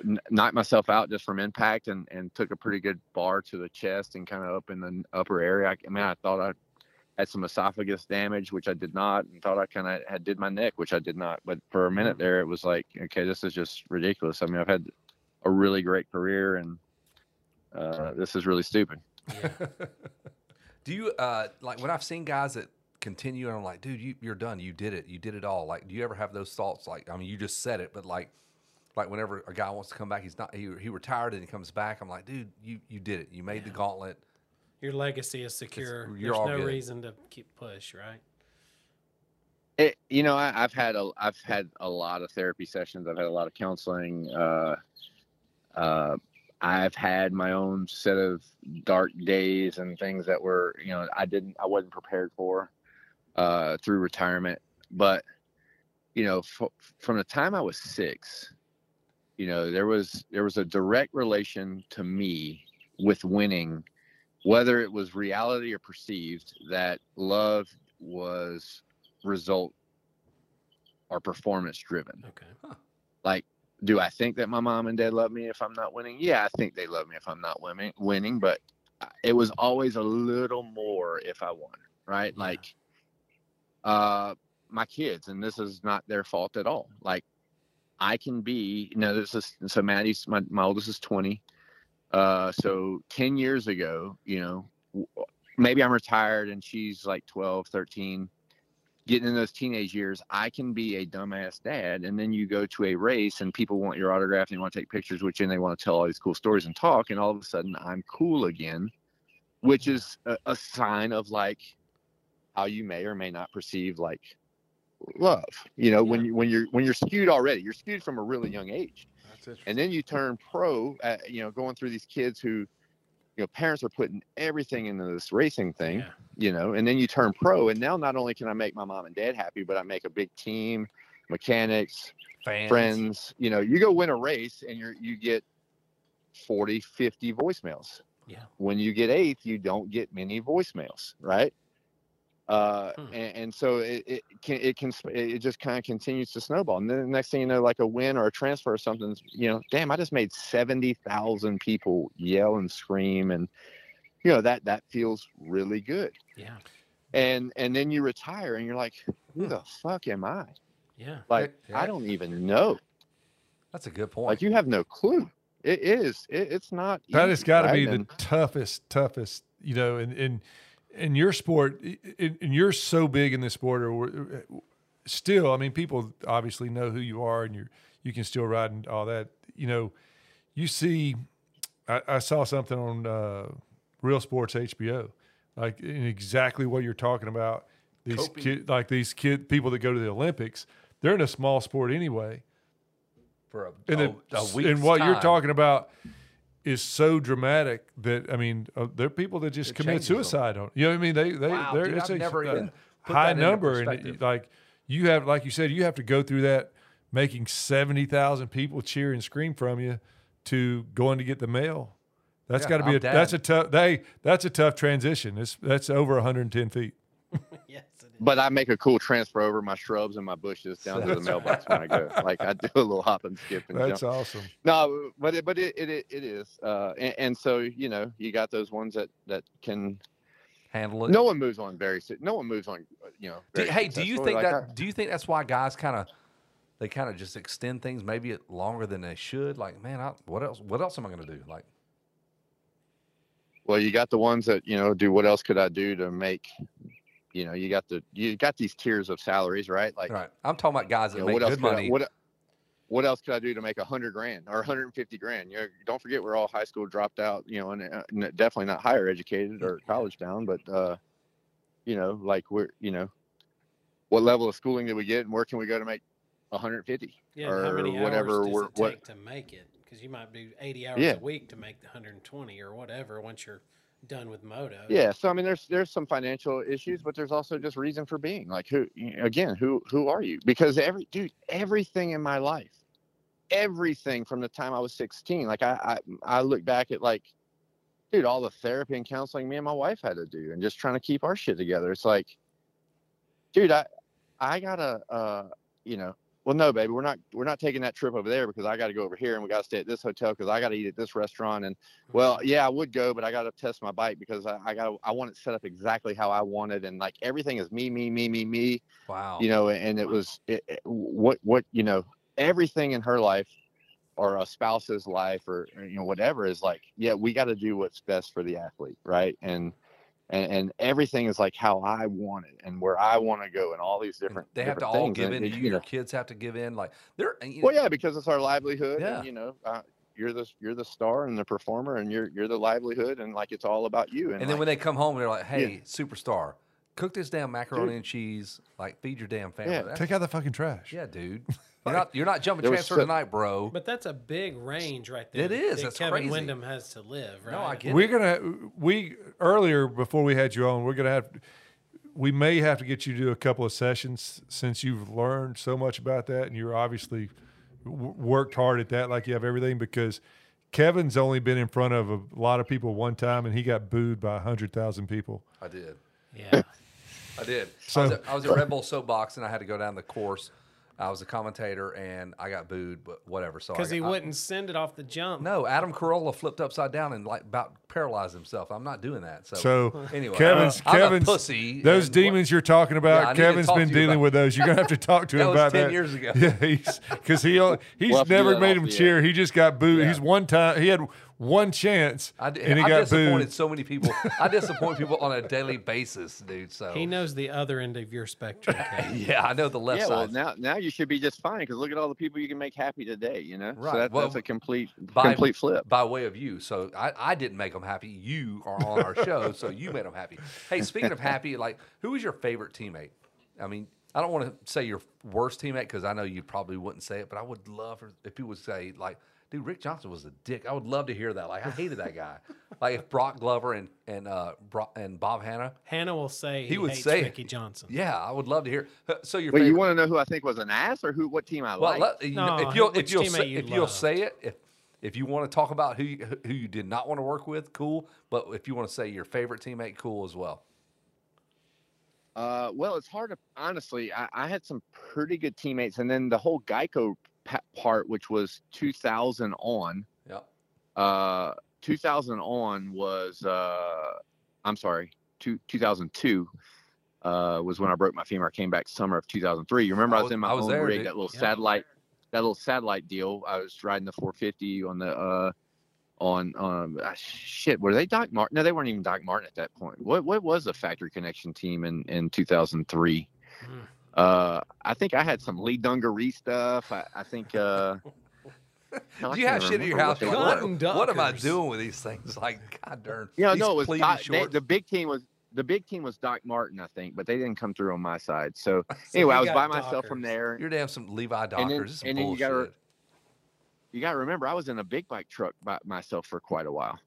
S7: kn- knocked myself out just from impact, and and took a pretty good bar to the chest and kind of up in the upper area. I, I mean, I thought I had some esophagus damage, which I did not, and thought I kind of had did my neck, which I did not. But for a minute there, it was like, okay, this is just ridiculous. I mean, I've had a really great career, and uh, this is really stupid.
S1: Do you uh like when I've seen guys that continue and I'm like, dude, you, you're done. You did it. You did it all. Like, do you ever have those thoughts? Like, I mean, you just said it, but like, like whenever a guy wants to come back, he's not he, he retired and he comes back. I'm like, dude, you you did it. You made the gauntlet.
S2: Your legacy is secure.
S1: you're
S2: There's
S1: all
S2: no
S1: good.
S2: reason to keep push, right?
S7: It, you know, I, I've had a I've had a lot of therapy sessions. I've had a lot of counseling. Uh, uh, I've had my own set of dark days and things that were, you know, I didn't, I wasn't prepared for uh, through retirement. But, you know, f- from the time I was six, you know, there was there was a direct relation to me with winning, whether it was reality or perceived. That love was result or performance driven.
S2: Okay.
S7: Like do I think that my mom and dad love me if I'm not winning? Yeah, I think they love me if I'm not winning. Winning, but it was always a little more if I won, right?
S2: Yeah.
S7: Like, uh, my kids, and this is not their fault at all. Like, I can be. You know, this is so Maddie's my my oldest is 20. Uh, so 10 years ago, you know, w- maybe I'm retired and she's like 12, 13 getting in those teenage years, I can be a dumbass dad. And then you go to a race and people want your autograph and you want to take pictures, which then they want to tell all these cool stories and talk. And all of a sudden I'm cool again, which is a, a sign of like how you may or may not perceive like love, you know, when you, when you're, when you're skewed already, you're skewed from a really young age
S3: That's interesting.
S7: and then you turn pro at, you know going through these kids who you know parents are putting everything into this racing thing
S2: Yeah.
S7: you know and then you turn pro and now not only can i make my mom and dad happy but i make a big team mechanics
S1: Fans.
S7: friends you know you go win a race and you're you get 40 50 voicemails
S2: Yeah.
S7: when you get eighth you don't get many voicemails right uh
S2: Hmm.
S7: and, and so it, it can it can sp- it just kind of continues to snowball and then the next thing you know like a win or a transfer or something you know damn i just made 70,000 people yell and scream and you know that that feels really good
S2: Yeah.
S7: and and then you retire and you're like who the fuck am i
S2: Yeah.
S7: like
S1: Hmm. Yeah.
S7: i don't even know
S1: That's a good point.
S7: like you have no clue. It is. It, it's not.
S3: That has
S7: easy,
S3: got to
S7: right?
S3: be the
S7: And-
S3: toughest, toughest. You know, in in in your sport, i- i- and you're so big in this sport, or we're- still, I mean, people obviously know who you are, and you you can still ride and all that. You know, you see, I, I saw something on uh, Real Sports HBO, like in exactly what you're talking about. These
S1: Coping.
S3: kid, like these kid people that go to the Olympics, they're in a small sport anyway
S1: for a,
S3: and,
S1: a,
S3: the-
S1: a
S3: s-
S1: week's
S3: and what you're
S1: time.
S3: talking about is so dramatic that I mean, uh, there are people that just
S1: It
S3: commit
S1: changes them.
S3: suicide on. You know what I mean? They they
S1: Wow,
S3: they're
S1: dude,
S3: it's
S1: I've
S3: a
S1: never
S3: uh,
S1: even put
S3: high
S1: that into
S3: number, and
S1: perspective.
S3: it- like you have, like you said, you have to go through that, making seventy thousand people cheer and scream from you to going to get the mail. That's
S1: Yeah,
S3: got to be
S1: I'm
S3: a
S1: dad.
S3: that's a tough they that's a tough transition. It's that's over one hundred and ten feet.
S2: Yes. It is.
S7: But I make a cool transfer over my shrubs and my bushes down to the mailbox when I go. Like I do a little hop and skip and jump.
S3: That's awesome.
S7: No, but it, but it, it, it it is. Uh, and, and so you know you got those ones that that can.
S1: handle it.
S7: No one moves on very. su- No one moves on. uh, You know.
S1: Do-
S7: very
S1: hey, do you
S7: successfully
S1: think
S7: like
S1: that? Do you think that's why guys kind of they kind of just extend things maybe it- longer than they should? Like, man, I, what else? What else am I going to do? Like,
S7: Well, you got the ones that you know do. What else could I do to make? You know, you got the you got these tiers of salaries, right? Like.
S1: all right, I'm talking about guys that
S7: you know,
S1: make
S7: what else
S1: good
S7: could I-
S1: money.
S7: what what else could I do to make a hundred grand or 150 grand? You know, don't forget we're all high school dropped out, you know, and uh, n- definitely not higher educated or college down, but uh, you know, like we're, you know, what level of schooling did we get and where can we go to make 150?
S2: Yeah, and how many
S7: or
S2: hours
S7: whatever
S2: does
S7: we're-
S2: it
S7: what-
S2: take to make it? Because you might do 80 hours
S7: Yeah.
S2: a week to make the 120 or whatever once you're done with moto.
S7: Yeah. So I mean, there's there's some financial issues, but there's also just reason for being. Like who again? Who who are you? Because every dude, everything in my life, everything from the time I was 16. Like I I, I look back at like, dude, all the therapy and counseling me and my wife had to do, and just trying to keep our shit together. It's like, dude, I I gotta uh you know. Well, no, baby, we're not we're not taking that trip over there because I got to go over here and we got to stay at this hotel because I got to eat at this restaurant and well, yeah, I would go, but I got to test my bike because I, I got I want it set up exactly how I want it, and like everything is me, me, me, me, me,
S1: Oh, wow,
S7: you know. And it was it, it- what what you know everything in her life or a spouse's life or, or, you know whatever is like yeah we got to do what's best for the athlete right and, and and everything is like how i want it and where i want to go and all these
S1: And
S7: different
S1: they have to
S7: different
S1: all
S7: things,
S1: give
S7: and
S1: in.
S7: it-
S1: You,
S7: you know,
S1: your kids have to give in. Like, they're and, you
S7: well,
S1: know,
S7: yeah, because it's our livelihood.
S1: Yeah.
S7: And, you know, uh, you're the you're the star and the performer, and you're you're the livelihood, and like it's all about you.
S1: And
S7: And,
S1: then
S7: like,
S1: when they come home, they're like, "Hey, superstar, cook this damn macaroni and cheese. Like, feed your damn family.
S7: Yeah,
S1: That's-
S3: Take out the fucking trash.
S1: yeah, dude. You're not, you're not jumping
S7: There was
S1: transfer
S7: so-
S1: tonight, bro.
S2: But that's a big range right there.
S1: It is.
S2: That
S1: That's
S2: Kevin
S1: crazy.
S2: Wyndham has to live, right?
S1: no, I get it.
S3: We're gonna we earlier before we had you on, we're gonna have we may have to get you to do a couple of sessions since you've learned so much about that and you're obviously w- worked hard at that like you have everything because Kevin's only been in front of a lot of people one time and he got booed by 100,000 people.
S1: I did.
S2: Yeah.
S1: I did. I,
S3: So-
S1: was at, I was at Red Bull Soapbox and I had to go down the course. I was a commentator and I got booed, but whatever. So I
S2: Because he
S1: got- I-
S2: wouldn't send it off the jump.
S1: No, Adam Carolla flipped upside down and like about paralyzed himself. I'm not doing that. So,
S3: So
S1: anyway,
S3: Kevin's
S1: I'm
S3: Kevin's
S1: a pussy.
S3: those
S1: and
S3: demons you're talking
S1: Yeah, I
S3: about,
S1: need to
S3: Kevin's
S1: talk
S3: been
S1: to you
S3: dealing
S1: about-
S3: with those. You're gonna have to talk to him
S1: That was
S3: about
S1: 10
S3: that.
S1: years ago.
S3: Yeah, he's because he o- he's
S7: We'll have to do
S3: never
S7: that
S3: made
S7: off
S3: him
S7: the
S3: cheer.
S7: air.
S3: He just got booed.
S1: Yeah.
S3: He's one time he had one chance
S1: I, d-
S3: and he
S1: I
S3: got
S1: disappointed
S3: booed.
S1: so many people. I disappoint people on a daily basis, dude. So
S2: He knows the other end of your spectrum. Kevin.
S1: yeah, I know the left
S7: Yeah, well,
S1: side.
S7: now now you should be just fine because look at all the people you can make happy today. You know,
S1: Right,
S7: so that,
S1: well,
S7: that's a complete
S1: by-
S7: complete flip.
S1: by way of you. So I, I didn't make them happy. You are on our show, so you made them happy. Hey, speaking of happy, like who is your favorite teammate? I mean, I don't want to say your worst teammate because I know you probably wouldn't say it, but I would love for- if you would say like, dude, Rick Johnson was a dick. I would love to hear that. Like I hated that guy. like if Brock Glover and and uh Brock, and Bob Hanna.
S2: Hannah will say he,
S1: would
S2: hates
S1: say it.
S2: Mickey Johnson.
S1: Yeah, I would love to hear. So your
S7: But you
S1: favorite-
S7: want to know who I think was an ass or who what team I
S1: Well,
S7: like?
S1: let- you know,
S2: No,
S1: if you'll
S2: which
S1: if you'll
S2: teammate
S1: say,
S2: you
S1: if you'll
S2: loved.
S1: say it, if if you want to talk about who you, who you did not want to work with, cool. But if you want to say your favorite teammate, cool as well.
S7: Uh, well, it's hard to honestly. I, I had some pretty good teammates, and then the whole Geico pa- part, which was 2000 on.
S1: Yep.
S7: Uh, 2000 on was. Uh, I'm sorry, two, 2002 uh, was when I broke my femur. I came back summer of 2003. You remember
S1: I
S7: I was,
S1: was-
S7: in my
S1: Oh, I was
S7: own
S1: there,
S7: rig,
S1: dude.
S7: that little
S2: Yeah.
S7: satellite, that little satellite deal. I was riding the 450 on the. Uh, on um ah, shit were they Doc Martin? No, they weren't even Doc Martin at that point. What what was the Factory Connection team in in 2003?
S1: Hmm.
S2: Mm.
S7: Uh, I think I had some Lee Dungaree stuff. I, I think. Uh, hell, I
S1: Do you
S7: can't
S1: have shit in your
S7: remember
S1: house?
S7: what they
S1: You're
S7: were.
S1: like,
S2: Cotton
S1: What, what am I
S2: Duckers.
S1: doing with these things? Like, god darn.
S7: Yeah,
S1: these
S7: no, it was
S1: pleated
S7: Doc, they,
S1: shorts.
S7: the big team was the big team was Doc Martin, I think, but they didn't come through on my side. So,
S2: So
S7: anyway,
S2: you
S7: I was
S2: got
S7: by myself
S2: Dockers.
S7: from there.
S1: You're to have some Levi Dockers.
S7: then-
S1: this is some
S7: and then you
S1: bullshit.
S7: gotta- You got to remember, I was in a big bike truck by myself for quite a while.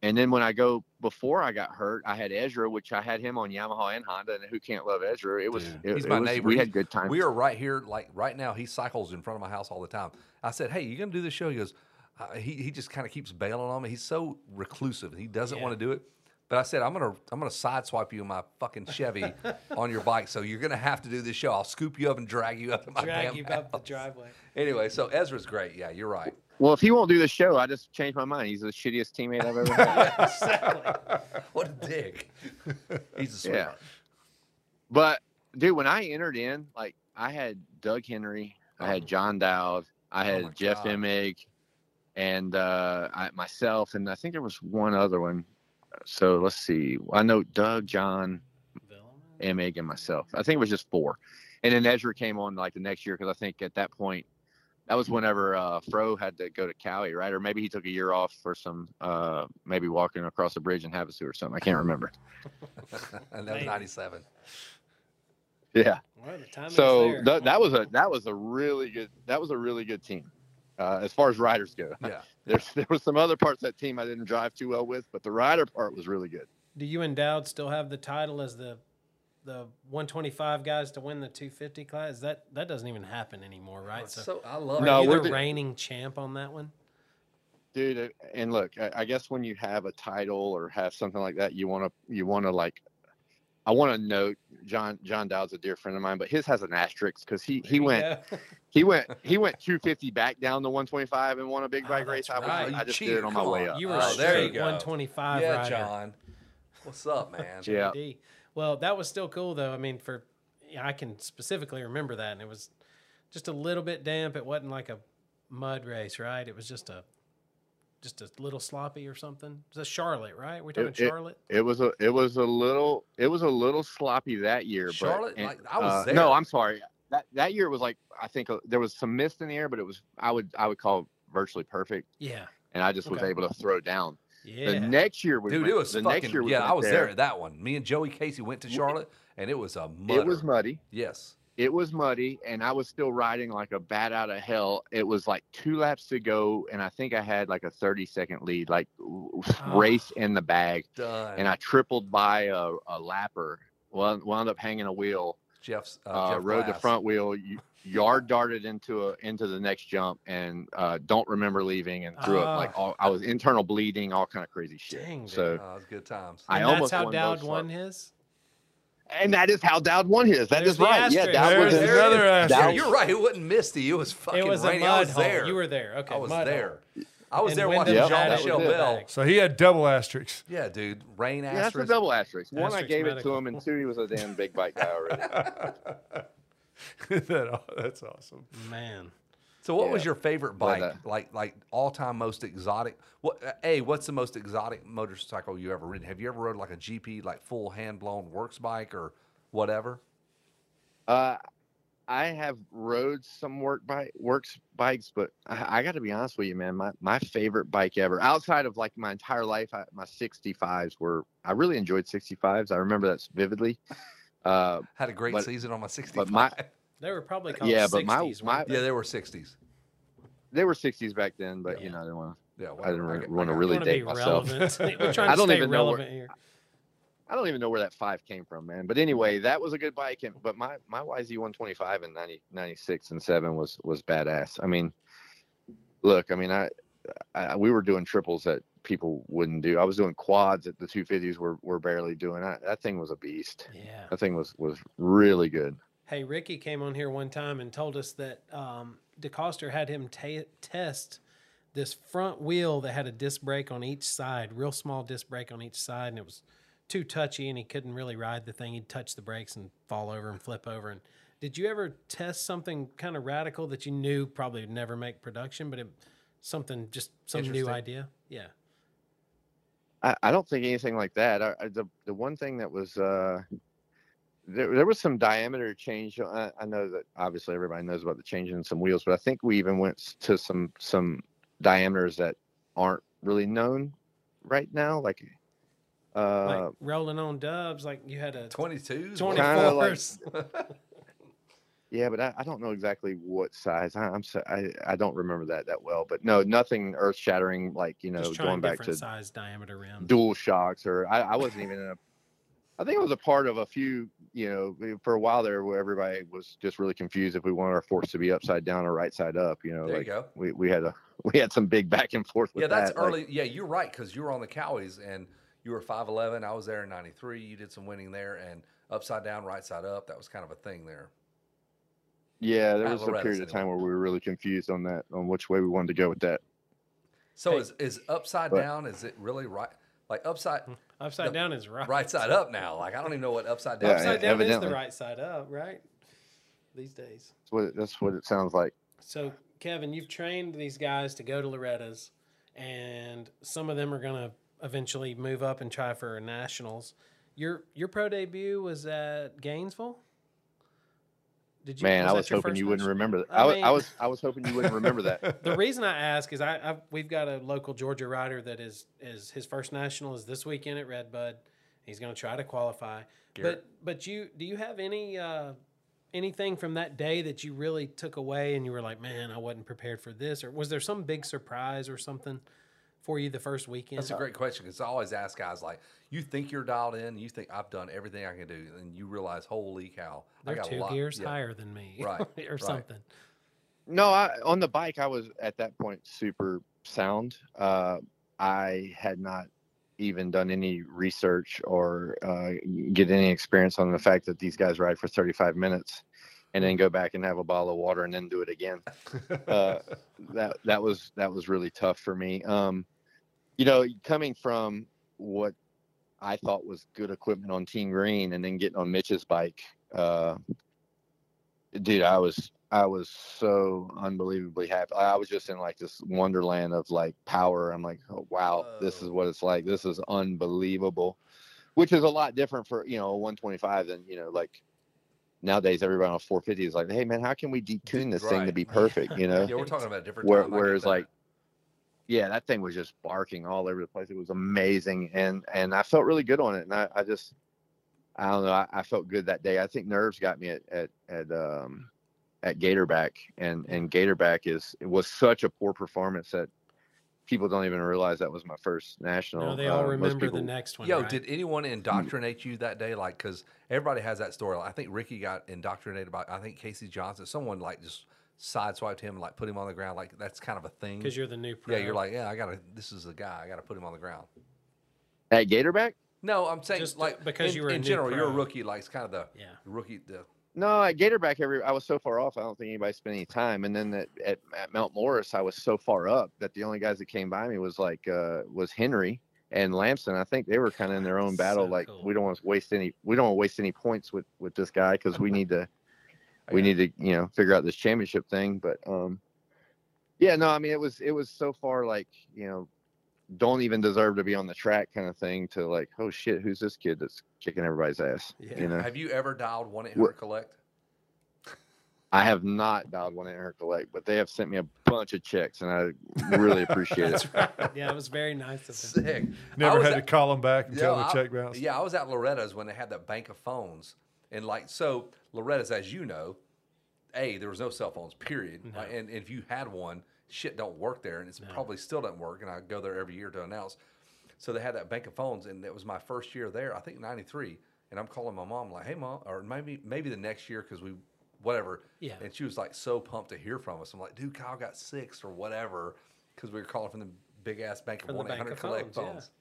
S7: And then when I go before I got hurt, I had Ezra, which I had him on Yamaha and Honda, and who can't love Ezra? It was
S1: Dude,
S7: it,
S1: he's
S7: it
S1: my
S7: was-
S1: neighbor.
S7: We
S1: He's-
S7: had good times.
S1: we are right here, like right now. He cycles in front of my house all the time. I said, "Hey, you gonna do this show?" He goes, uh, "He he just kind of keeps bailing on me. He's so reclusive. He doesn't
S2: Yeah.
S1: want to do it." But I said, "I'm gonna I'm gonna sideswipe you in my fucking Chevy on your bike. So you're gonna have to do this show. I'll scoop you up and drag you up to my
S2: Drag
S1: damn
S2: you up the
S1: house."
S2: driveway.
S1: Anyway, so Ezra's great. Yeah, you're right.
S7: Well, if he won't do the show, I just changed my mind. He's the shittiest teammate I've ever had.
S2: exactly.
S1: What a dick. He's a
S7: Yeah.
S1: sweetheart.
S7: But dude, when I entered in, like I had Doug Henry, I had John Dowd, I had
S1: Oh. my
S7: Jeff
S1: God.
S7: Emig, and uh, I, myself, and I think there was one other one. So let's see. I know Doug, John, Emig, and myself. I think it was just four. And then Ezra came on like the next year because I think at that point, that was whenever uh, Fro had to go to Cali, right? Or maybe he took a year off for some, uh, maybe walking across a bridge in Havasu or something. I can't remember.
S1: and that was
S2: Maybe.
S1: '97.
S7: Yeah.
S2: Well, the timing
S7: so
S2: was there.
S7: tha- that was a that was a really good that was a really good team uh, as far as riders go
S1: Yeah.
S7: there's there was some other parts of that team i didn't drive too well with but the rider part was really good
S2: Do you and Dowd still have the title as the the 125 guys to win the 250 class? That that doesn't even happen anymore, right? So,
S1: So I love.
S7: No,
S2: are you
S7: we're
S2: the
S7: di-
S2: reigning champ on that one?
S7: dude uh, and look I, I guess when you have a title or have something like that you want to you want to like i want to note john john dowd's a dear friend of mine but his has an asterisk because he
S2: There
S7: he
S2: you
S7: went
S2: go.
S7: he went he went 250 back down to 125 and won a big
S2: Oh,
S7: bike race
S2: that's
S7: i, was,
S2: right.
S7: I
S1: You
S7: just
S1: cheater,
S7: did it on my
S1: come
S7: way
S1: on.
S7: up Uh,
S2: You were
S1: Oh, there
S2: straight
S1: you go.
S2: 125
S1: Yeah,
S2: rider.
S1: John. What's up, man?
S7: Yeah.
S2: JD. Well, that was still cool though. I mean, for yeah, I can specifically remember that, and it was just a little bit damp. It wasn't like a mud race, right? It was just a just a little sloppy or something. It's a Charlotte, right? We're talking
S7: it-
S2: Charlotte.
S7: It was a it was a little it was a little sloppy that year.
S1: Charlotte?
S7: but, and,
S1: Like, I was
S7: uh,
S1: there.
S7: No, I'm sorry. That that year was like I think uh, there was some mist in the air, but it was I would I would call it virtually perfect,
S2: yeah,
S7: and I just was
S2: Okay.
S7: able to throw down.
S2: Yeah.
S7: The next year we
S1: Dude,
S7: went,
S1: it was
S7: the
S1: fucking.
S7: next year we
S1: yeah,
S7: went
S1: I was there. at that one. Me and Joey Casey went to Charlotte, and it was a mudder.
S7: It was muddy.
S1: yes.
S7: It was muddy, and I was still riding like a bat out of hell. It was like two laps to go, and I think I had like a thirty second lead, like w- w-
S2: Ah.
S7: race in the bag.
S1: Done.
S7: And I tripled by a, a lapper. Well, wound up hanging a wheel.
S1: Jeff's uh,
S7: uh,
S1: Jeff
S7: rode the
S1: Glass.
S7: front wheel, y- yard darted into a, into the next jump, and uh, don't remember leaving, and threw
S1: Ah.
S7: up like all, I was internal bleeding, all kind of crazy shit.
S2: Dang, dude.
S1: Oh,
S7: so,
S1: it was good times.
S7: I
S2: and that's
S7: almost
S2: how
S7: won
S2: Dowd
S7: both
S2: won
S7: slopes.
S2: his.
S7: and that is how Dowd won his. That
S2: There's
S7: is
S2: the
S7: right. Yeah,
S2: asterisk.
S7: Dowd was
S3: There's
S7: his-
S3: another
S7: that
S1: Yeah,
S3: asterisk.
S7: was-
S1: you're right. It wasn't misty. It was fucking
S2: It was a
S1: rainy. I
S2: mud
S1: was
S2: hole.
S1: there.
S2: You were there. Okay.
S1: I was
S2: mud
S1: there.
S2: Hole.
S1: I was
S2: And
S1: there
S2: when
S1: watching
S2: the
S1: Jean
S7: Yeah, that was
S1: Michel
S7: it.
S1: Bell.
S2: Back.
S3: So he had double asterisks.
S1: Yeah, dude. Rain
S7: Yeah, that's the
S1: asterisk.
S7: double asterisk. One, I
S2: Asterisk
S7: gave it
S2: medical.
S7: to him, and two, he was a damn big bike guy already.
S3: That- oh, that's awesome.
S2: Man.
S1: So, what was
S7: Yeah.
S1: your favorite bike?
S7: uh,
S1: like, like all time most exotic. What? uh, A. What's the most exotic motorcycle you ever ridden? Have you ever rode like a GP, like full hand blown works bike or whatever?
S7: Uh, I have rode some work bike works bikes, but I, I got to be honest with you, man. My my favorite bike ever, outside of like my entire life, I, my 65s were. I really enjoyed 65s. I remember that vividly. Uh,
S1: Had a great
S7: But-
S1: season on my 60s.
S7: my-
S2: They were probably called
S7: Uh, Yeah,
S2: 60s,
S7: but my-
S2: weren't
S7: my-
S2: they?
S1: yeah, they were 60s.
S7: they were 60s back then, but
S2: Yeah.
S7: you know, I didn't want
S1: Yeah,
S7: I didn't
S1: whatever.
S7: really
S1: got-
S7: wanna
S1: got-
S7: really-
S2: want to be
S7: date myself.
S2: relevant. We're trying
S7: I
S2: to
S7: don't
S2: stay
S7: even know where-
S2: relevant here.
S7: I don't even know where that five came from, man. But anyway, that was a good bike. And, but my, my YZ 125 and 90, 96 and seven was, was badass. I mean, look, I mean, I, I, we were doing triples that people wouldn't do. I was doing quads that the 250s were, were barely doing. I, that thing was a beast.
S2: Yeah.
S7: That thing was, was really good.
S2: Hey, Ricky came on here one time and told us that um, DeCoster had him ta test this front wheel that had a disc brake on each side, real small disc brake on each side, and it was too touchy, and he couldn't really ride the thing. He'd touch the brakes and fall over and flip over. And did you ever test something kind of radical that you knew probably would never make production, but it, something just some new
S1: Interesting.
S2: idea? Yeah.
S7: I, I don't think anything like that. I, I, the the one thing that was uh, there there was some diameter change. uh, I, I know that obviously everybody knows about the change in some wheels, but I think we even went s- to some some diameters that aren't really known right now. Like,
S2: Like
S7: uh,
S2: rolling on dubs, like you had a
S1: 22s.
S2: 24s.
S7: Kinda like- yeah, but I, I don't know exactly what size. I, I'm so, I I don't remember that that well. But no, nothing earth shattering. Like you know,
S2: just
S7: going
S2: trying
S7: back
S2: different
S7: to
S2: size diameter rims.
S7: dual shocks or I, I wasn't even in a I think it was a part of a few, you know, for a while there where everybody was just really confused if we wanted our forks to be upside down or right side up, you know,
S1: There you
S7: like
S1: go.
S7: we we had a we had some big back and forth with
S1: yeah, that's
S7: that. like-
S1: early. yeah, you're right because you were on the Cowies and you were five eleven. I was there in '93. You did some winning there and upside down, right side up. That was kind of a thing there.
S7: yeah, there
S1: At
S7: was a
S1: Loretta's
S7: period of time
S1: anyway.
S7: where we were really confused on that on which way we wanted to go with that.
S1: So
S2: Hey.
S1: is is upside
S7: But-
S1: down? Is it really right? Like upside
S2: Upside
S1: the-
S2: down is right.
S1: right side up now? Like I don't even know what upside down.
S7: Yeah,
S2: Upside
S1: is.
S2: down is
S7: evidently.
S2: the right side up, right? These days.
S7: That's what it, that's what it sounds like.
S2: So, Kevin, you've trained these guys to go to Loretta's, and some of them are going to eventually move up and try for nationals. Your your pro debut was at Gainesville. Did
S7: Man, I
S2: that
S7: was
S2: your
S7: hoping
S2: first
S7: you wouldn't
S2: national?
S7: remember that.
S2: I
S7: I, was
S2: mean-
S7: I was I was hoping you wouldn't remember that.
S2: the reason I ask is I I've, we've got a local Georgia rider that is is his first national is this weekend at Redbud. He's going to try to qualify.
S1: Garrett.
S2: But but you do you have any uh, anything from that day that you really took away and you were like, man, I wasn't prepared for this, or was there some big surprise or something for you the first weekend?
S1: That's a great question because I always ask guys like, you think you're dialed in, you think I've done everything I can do, and you realize, holy cow, I
S2: They're
S1: got a
S2: two
S1: lot.
S2: gears
S1: yeah.
S2: higher than me,
S1: Right,
S2: or something.
S7: No, I, on the bike, I was at that point super sound. Uh, I had not even done any research or uh, get any experience on the fact that these guys ride for 35 minutes and then go back and have a bottle of water and then do it again. Uh, that that was that was really tough for me. Um, you know, coming from what I thought was good equipment on Team Green and then getting on Mitch's bike, uh, dude, I was I was so unbelievably happy. I was just in like this wonderland of like power. I'm like, oh, wow, this is
S1: Whoa.
S7: what it's like. This is unbelievable, which is a lot different for you know a 125 than you know like. Nowadays, everybody on 450 is like, "Hey, man, how can we detune this thing
S1: Right.
S7: to be perfect?" You know,
S1: Yeah, we're talking about a different.
S7: Where-
S1: time, I get
S7: whereas,
S1: that.
S7: like, yeah, that thing was just barking all over the place. It was amazing, and and I felt really good on it. And I, I just, I don't know, I, I felt good that day. I think nerves got me at at at um at Gatorback, and and Gatorback is it was such a poor performance that people don't even realize that was my first national.
S2: No, they
S7: Uh,
S2: all
S7: most
S2: remember
S7: people-
S2: the next one.
S1: Yo,
S2: right?
S1: did anyone
S7: Hmm.
S1: indoctrinate you that day? Like, because everybody has that story. Like, I think Ricky got indoctrinated by, I think Casey Johnson. Someone like just sideswiped him and like put him on the ground. Like, that's kind of a thing.
S2: because you're the new pro.
S1: yeah, you're like, yeah, I gotta. This is the guy. I gotta put him on the ground.
S7: at Gatorback.
S1: No, I'm saying
S2: Just
S1: like
S2: because
S1: in,
S2: you were a
S1: in
S2: new
S1: general, you're a
S2: pro.
S1: rookie. Like, it's kind of the
S2: yeah.
S1: rookie. The
S7: No, at Gatorback, every I was so far off. I don't think anybody spent any time. And then at, at, at Mount Morris, I was so far up that the only guys that came by me was like uh, was Henry and Lamson. I think they were kind of in their own battle.
S2: So
S7: like
S2: cool.
S7: we don't want to waste any we don't want to waste any points with with this guy because we need to we
S1: Okay.
S7: need to you know figure out this championship thing. But um, yeah, no, I mean it was it was so far like you know don't even deserve to be on the track kind of thing to like oh shit who's this kid that's kicking everybody's ass
S2: Yeah.
S7: you know
S1: Have you ever dialed one eight
S7: Wha-
S1: hundred collect?
S7: I have not dialed one at Intercollect, but they have sent me a bunch of checks, and I really appreciate it.
S2: That's right. Yeah, it was very nice of them.
S1: Sick.
S3: Never
S1: was
S3: had
S1: at-
S3: to call them back and
S1: Yeah,
S3: tell them
S1: I-
S3: the check bounced.
S1: Yeah, I was at Loretta's when they had that bank of phones, and like so, Loretta's, as you know, a there was no cell phones, period.
S2: No.
S1: Like, and, and if you had one, shit don't work there, and it's probably still doesn't work. And I go there every year to announce. So they had that bank of phones, and it was my first year there. I think '93, and I'm calling my mom like, "Hey, mom," or maybe maybe the next year because we whatever.
S2: Yeah.
S1: And she was like so pumped to hear from us. I'm like, "Dude, Kyle got six or whatever," because we were calling from the big ass bank of
S2: From the
S1: one
S2: bank
S1: eight hundred
S2: of
S1: collect
S2: phones, yeah.
S1: phones.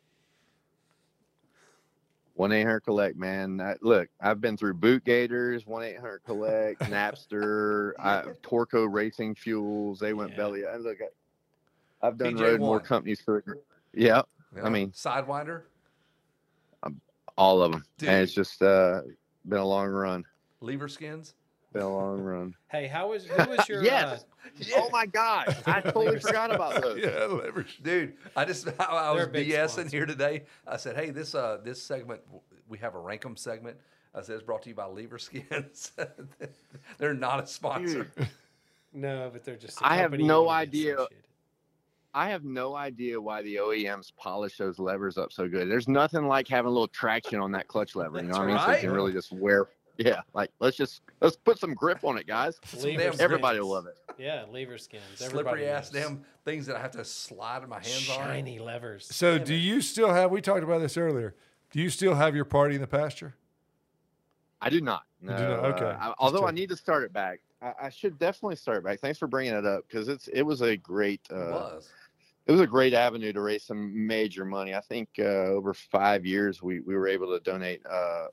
S7: One eight hundred collect, man. I, look, I've been through Boot Gators, one eight hundred collect, Napster, I, Torco Racing Fuels. They went
S2: Yeah.
S7: belly. I, look, I, have done
S1: PJ
S7: road more
S1: one.
S7: companies for. Yeah,
S1: Yeah.
S7: mean-
S1: Sidewinder.
S7: all of them,
S1: Dude.
S7: and it's just uh, been a long run.
S1: Lever skins.
S7: Been a long run.
S2: Hey, how was who was your?
S7: Yes.
S2: uh,
S7: Oh my gosh, I totally forgot about those.
S3: yeah, leverage.
S1: Dude, I just I, I
S2: They're
S1: was
S2: a big
S1: BSing
S2: sponsor.
S1: here today. I said, "Hey, this uh this segment we have a rankum segment." I said it's brought to you by Lever Skins. They're not a sponsor.
S2: no, but they're just. a
S7: I have
S2: company you
S7: no
S2: wanna get
S7: idea.
S2: associated.
S7: I have no idea why the OEMs polish those levers up so good. There's nothing like having a little traction on that clutch lever. You know
S2: That's
S7: what I mean? So
S1: right.
S7: you can really just wear. Yeah, like let's just let's put some grip on it, guys.
S2: Lever
S1: damn
S2: skins.
S7: Everybody will love it.
S2: Yeah, lever skins. Everybody
S1: Slippery ass
S2: knows.
S1: damn things that I have to slide my hands on.
S2: shiny levers.
S3: So,
S2: Damn
S3: do
S2: it.
S3: you still have? We talked about this earlier. Do you still have your party in the pasture?
S7: I do not.
S3: do
S7: No.
S3: not? Okay.
S7: uh, I-
S3: Just
S7: although I
S3: checking.
S7: need to start it back. I, I should definitely start it back. Thanks for bringing it up because it's it was a great
S1: It
S7: uh,
S1: was.
S7: it was a great avenue to raise some major money. I think uh, over five years we we were able to donate. Uh,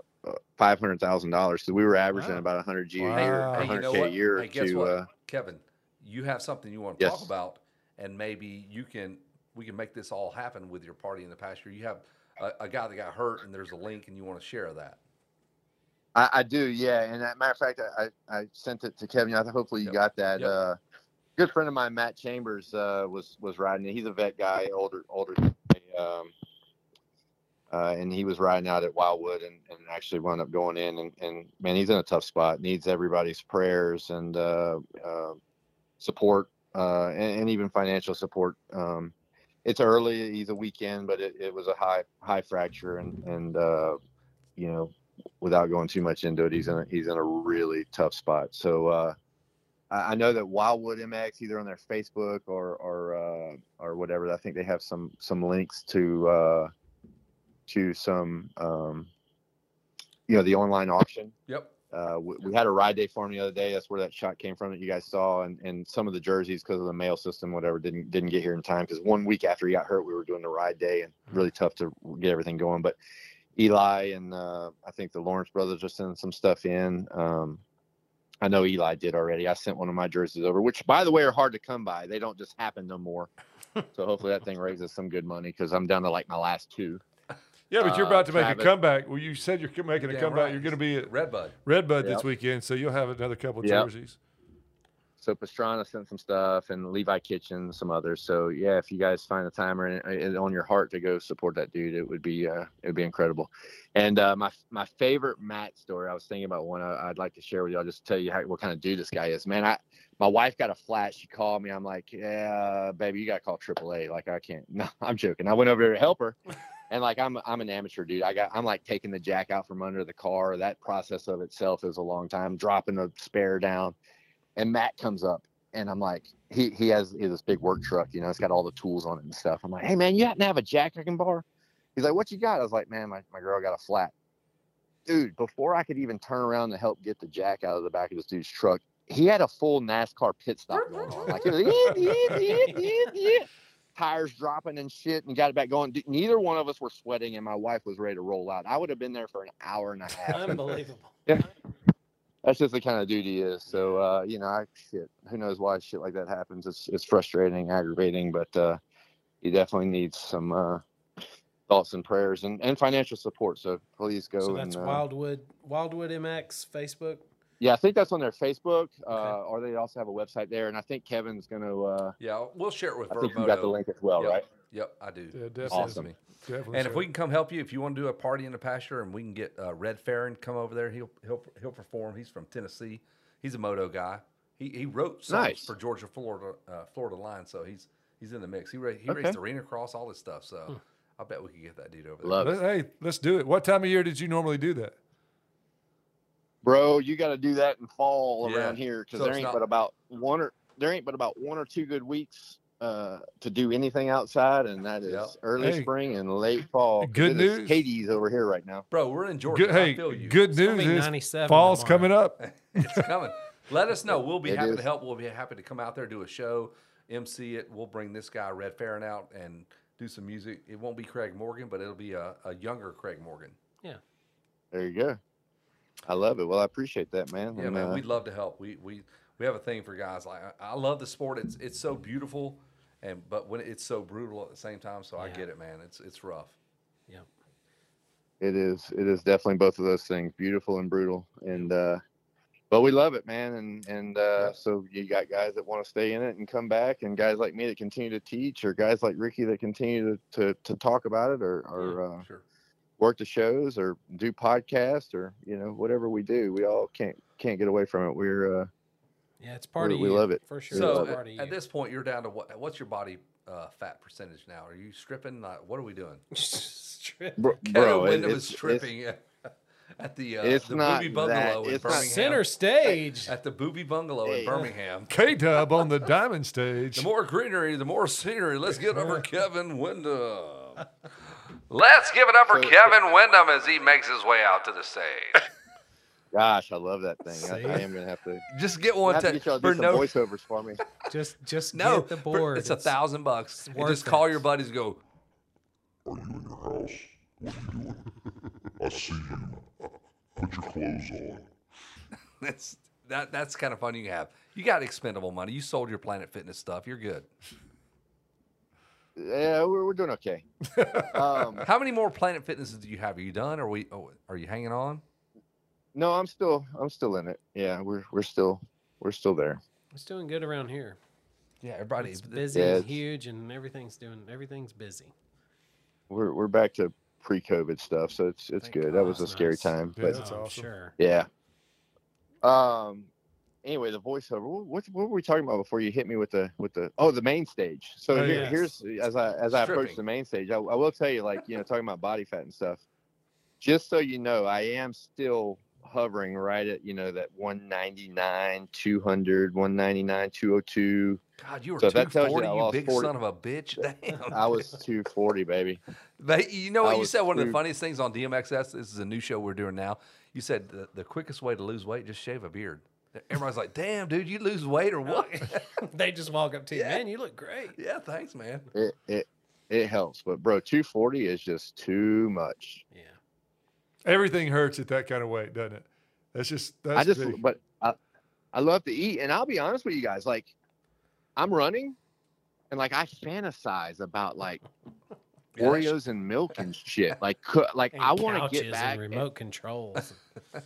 S7: Five hundred thousand dollars because we were averaging
S1: Wow.
S7: about hundred G
S3: Wow.
S7: a year,
S3: Hey,
S1: Hey, you
S7: hundred
S1: know
S7: K a
S1: what?
S7: year
S1: Hey, guess
S7: to
S1: what?
S7: uh,
S1: Kevin, you have something you want to talk
S7: Yes.
S1: about, and maybe you can we can make this all happen with your party in the pasture. You have a, a guy that got hurt, and there's a link, and you want to share that.
S7: I, I do, yeah. And as a matter of fact, I, I, I sent it to Kevin. I th- Hopefully, you
S1: Yep.
S7: got that.
S1: Yep.
S7: Uh, good friend of mine, Matt Chambers, uh, was was riding. it. He's a vet guy, older older, um, uh, and he was riding out at Wildwood, and, and actually wound up going in. And, and man, he's in a tough spot. Needs everybody's prayers and uh, uh, support, uh, and, and even financial support. Um, it's early. He's a weekend, but it, it was a high high fracture, and and uh, you know without going too much into it, he's in a, he's in a really tough spot. So uh, I, I know that Wildwood MX, either on their Facebook or or uh, or whatever, I think they have some some links to uh, to some um, you know the online auction.
S1: Yep.
S7: Uh, we, we had a ride day farm the other day. That's where that shot came from that you guys saw, and, and some of the jerseys because of the mail system, whatever, didn't didn't get here in time. Because one week after he got hurt, we were doing the ride day, and really tough to get everything going. But Eli and uh, I think the Lawrence brothers are sending some stuff in. Um, I know Eli did already. I sent one of my jerseys over, which by the way are hard to come by. They don't just happen no more. so hopefully that thing raises some good money because I'm down to like my last two.
S3: Yeah, but you're
S7: Uh,
S3: about to make a
S7: Travis-
S3: comeback. Well, you said you're co- making a
S1: Damn
S3: comeback.
S1: right.
S3: You're going to be at
S1: Redbud.
S3: Redbud this
S7: Yep.
S3: weekend, so you'll have another couple of
S7: Yep.
S3: jerseys.
S7: So Pastrana sent some stuff, and Levi Kitchen, some others. So yeah, if you guys find the time or and- and on your heart to go support that dude, it would be uh, it would be incredible. And uh, my my favorite Matt story, I was thinking about one I, I'd like to share with y'all. Just to tell you how, what kind of dude this guy is, man. I my wife got a flat. She called me. I'm like, yeah, baby, you got to call AAA. Like I can't. No, I'm joking. I went over there to help her. And like I'm, I'm an amateur dude. I got, I'm like taking the jack out from under the car. That process of itself is a long time. Dropping the spare down, and Matt comes up and I'm like, he he has, he has this big work truck, you know, it's got all the tools on it and stuff. I'm like, hey man, you happen to have a jack I can borrow? He's like, what you got? I was like, man, my, my girl got a flat. Dude, before I could even turn around to help get the jack out of the back of this dude's truck, he had a full NASCAR pit stop going on. Like, it was, tires dropping and shit and got it back going. Dude, neither one of us were sweating, and my wife was ready to roll out. I would have been there for an hour and a half
S2: Um, Unbelievable.
S7: that's just the kind of dude he is. So uh, you know, I shit. Who knows why shit like that happens? It's it's frustrating, aggravating, but uh, he definitely needs some uh, thoughts and prayers and, and financial support. So please go
S2: So
S7: and
S2: that's
S7: uh,
S2: Wildwood Wildwood MX Facebook.
S7: yeah, I think that's on their Facebook, uh,
S2: Okay.
S7: or they also have a website there. And I think Kevin's gonna. Uh,
S1: Yeah, we'll share it with
S7: I think you got the
S1: Verboto.
S7: link as well,
S1: yep.
S7: right?
S1: Yep, I do.
S3: Yeah,
S1: He
S3: definitely.
S1: sends
S7: Awesome.
S1: me.
S3: Definitely
S1: And if
S3: sure.
S1: we can come help you, if you want to do a party in the pasture, and we can get uh, Red Farron come over there, he'll he'll he'll perform. He's from Tennessee. He's a moto guy. He he wrote songs
S7: Nice.
S1: for Georgia Florida uh, Florida line, so he's he's in the mix. He ra- he
S7: Okay.
S1: raced the arena cross, all this stuff.
S3: Hmm.
S1: So I bet we could get that dude over there.
S7: Love it,
S3: Let- hey, let's do it. What time of year did you normally do that?
S7: bro. You got to do that in fall
S1: Yeah.
S7: around here because
S1: So
S7: there
S1: it's
S7: ain't
S1: not-
S7: but about one or there ain't but about one or two good weeks. Uh, to do anything outside, and that is
S1: Yep.
S7: early
S3: Hey.
S7: spring and late fall. 'cause
S3: Good
S7: it is
S3: news.
S7: Hades over here right now.
S1: bro. We're in Georgia.
S3: Good, hey,
S1: I feel you.
S3: good
S2: gonna
S3: news
S2: be
S3: is
S2: 97
S3: fall's
S2: tomorrow.
S3: coming up.
S1: It's coming. Let us know. We'll be
S7: It
S1: happy
S7: is.
S1: to help. We'll be happy to come out there, do a show, MC it. We'll bring this guy Red Farron out and do some music. It won't be Craig Morgan, but it'll be a, a younger Craig Morgan.
S7: There you go. I love it. Well, I appreciate that, man.
S1: Yeah,
S7: And,
S1: man,
S7: uh,
S1: we'd love to help. We we we have a thing for guys like I, I love the sport. It's it's so beautiful, and but when it's so brutal at the same time. So I
S2: Yeah.
S1: get it, man. It's it's rough.
S7: it is it is definitely both of those things, beautiful and brutal. And uh but we love it, man. And and uh so you got guys that want to stay in it and come back and guys like me that continue to teach or guys like Ricky that continue to to, to talk about it or or uh,
S1: Sure.
S7: work the shows or do podcasts or you know whatever we do. We all can't can't get away from it. We're uh
S2: Yeah, it's part of
S7: we
S2: you,
S7: love it.
S2: for sure.
S1: So
S2: it's part
S1: at,
S2: of
S1: at
S2: you.
S1: this point, you're down to what? What's your body uh, fat percentage now? Are you stripping? Like, what are we doing?
S2: Strip.
S7: bro,
S1: Kevin
S7: it-
S1: Wyndham is
S7: it's- it's-
S1: tripping at the uh,
S7: it's
S1: the
S7: not
S1: booby
S7: that-
S1: bungalow in
S7: it's not-
S1: Birmingham.
S2: center stage.
S1: at the booby bungalow
S7: Hey.
S1: in Birmingham.
S3: K Dub on the diamond stage.
S1: The more greenery, the more scenery. Let's get over Kevin Wyndham. Let's give it up for
S7: So-
S1: Kevin Wyndham as he makes his way out to the stage.
S7: Gosh, I love that thing. I, I am gonna have to.
S1: Just get
S7: We'll
S1: one
S7: have to
S1: to,
S7: get y'all to
S1: for
S7: do some
S1: no
S7: voiceovers for me.
S2: Just just
S1: no.
S2: get the
S1: for-
S2: board.
S1: it's a thousand bucks. And
S2: worth
S1: just call
S2: it.
S1: your buddies. and Go.
S4: Are you in your house? What are you doing? I see you. Put your clothes on.
S1: That's that. That's kind of fun you have. You got expendable money. You sold your Planet Fitness stuff. You're good.
S7: Yeah, we're, we're doing okay. Um,
S1: How many more Planet Fitnesses do you have? Are you done? Are we? Oh, are you hanging on?
S7: no, I'm still I'm still in it. Yeah, we're we're still we're still there.
S2: It's doing good around here.
S1: Yeah, everybody.
S2: It's
S1: th-
S2: busy
S7: Yeah,
S2: and
S7: it's-
S2: huge, and everything's doing everything's busy.
S7: We're we're back to pre-COVID stuff, so it's it's
S1: Thank
S7: good.
S1: God,
S7: that was a
S2: that's
S7: scary
S2: nice.
S7: time,
S3: Yeah,
S7: but
S3: that's
S2: Oh, I'm
S3: awesome.
S2: Sure.
S7: yeah. Um. Anyway, the voiceover. wh- What, what were we talking about before you hit me with the with the oh the main stage? So
S3: Oh,
S7: here,
S2: yes.
S7: here's as I as I approach
S1: Stripping.
S7: the main stage, I, I will tell you like you know talking about body fat and stuff. Just so you know, I am still hovering right at you know that 199, 200, 199, 202.
S1: God, you were
S7: So if that tells you
S1: 240,
S7: I
S1: you,
S7: lost
S1: big
S7: 40
S1: son of a bitch. Damn.
S7: I was 240, baby.
S1: But you know
S7: I
S1: what? You
S7: was
S1: said one of the
S7: screwed.
S1: funniest things on DMXS. This is a new show we're doing now. You said the, the quickest way to lose weight, just shave a beard. Everybody's like, damn, dude, you lose weight or what?
S2: They just walk up to you,
S1: Yeah.
S2: man. You look great.
S1: yeah, thanks, man.
S7: It it it helps, but bro, 240 is just too much.
S2: Yeah.
S3: Everything hurts at that kind of weight, doesn't it? That's just that's
S7: I just
S3: big.
S7: but I I love to eat, and I'll be honest with you guys, like I'm running, and like I fantasize about like
S1: Yeah, that
S7: Oreos and milk and shit. Like, cou- like
S2: And
S7: I want to
S2: couches
S7: get back.
S2: and remote controls.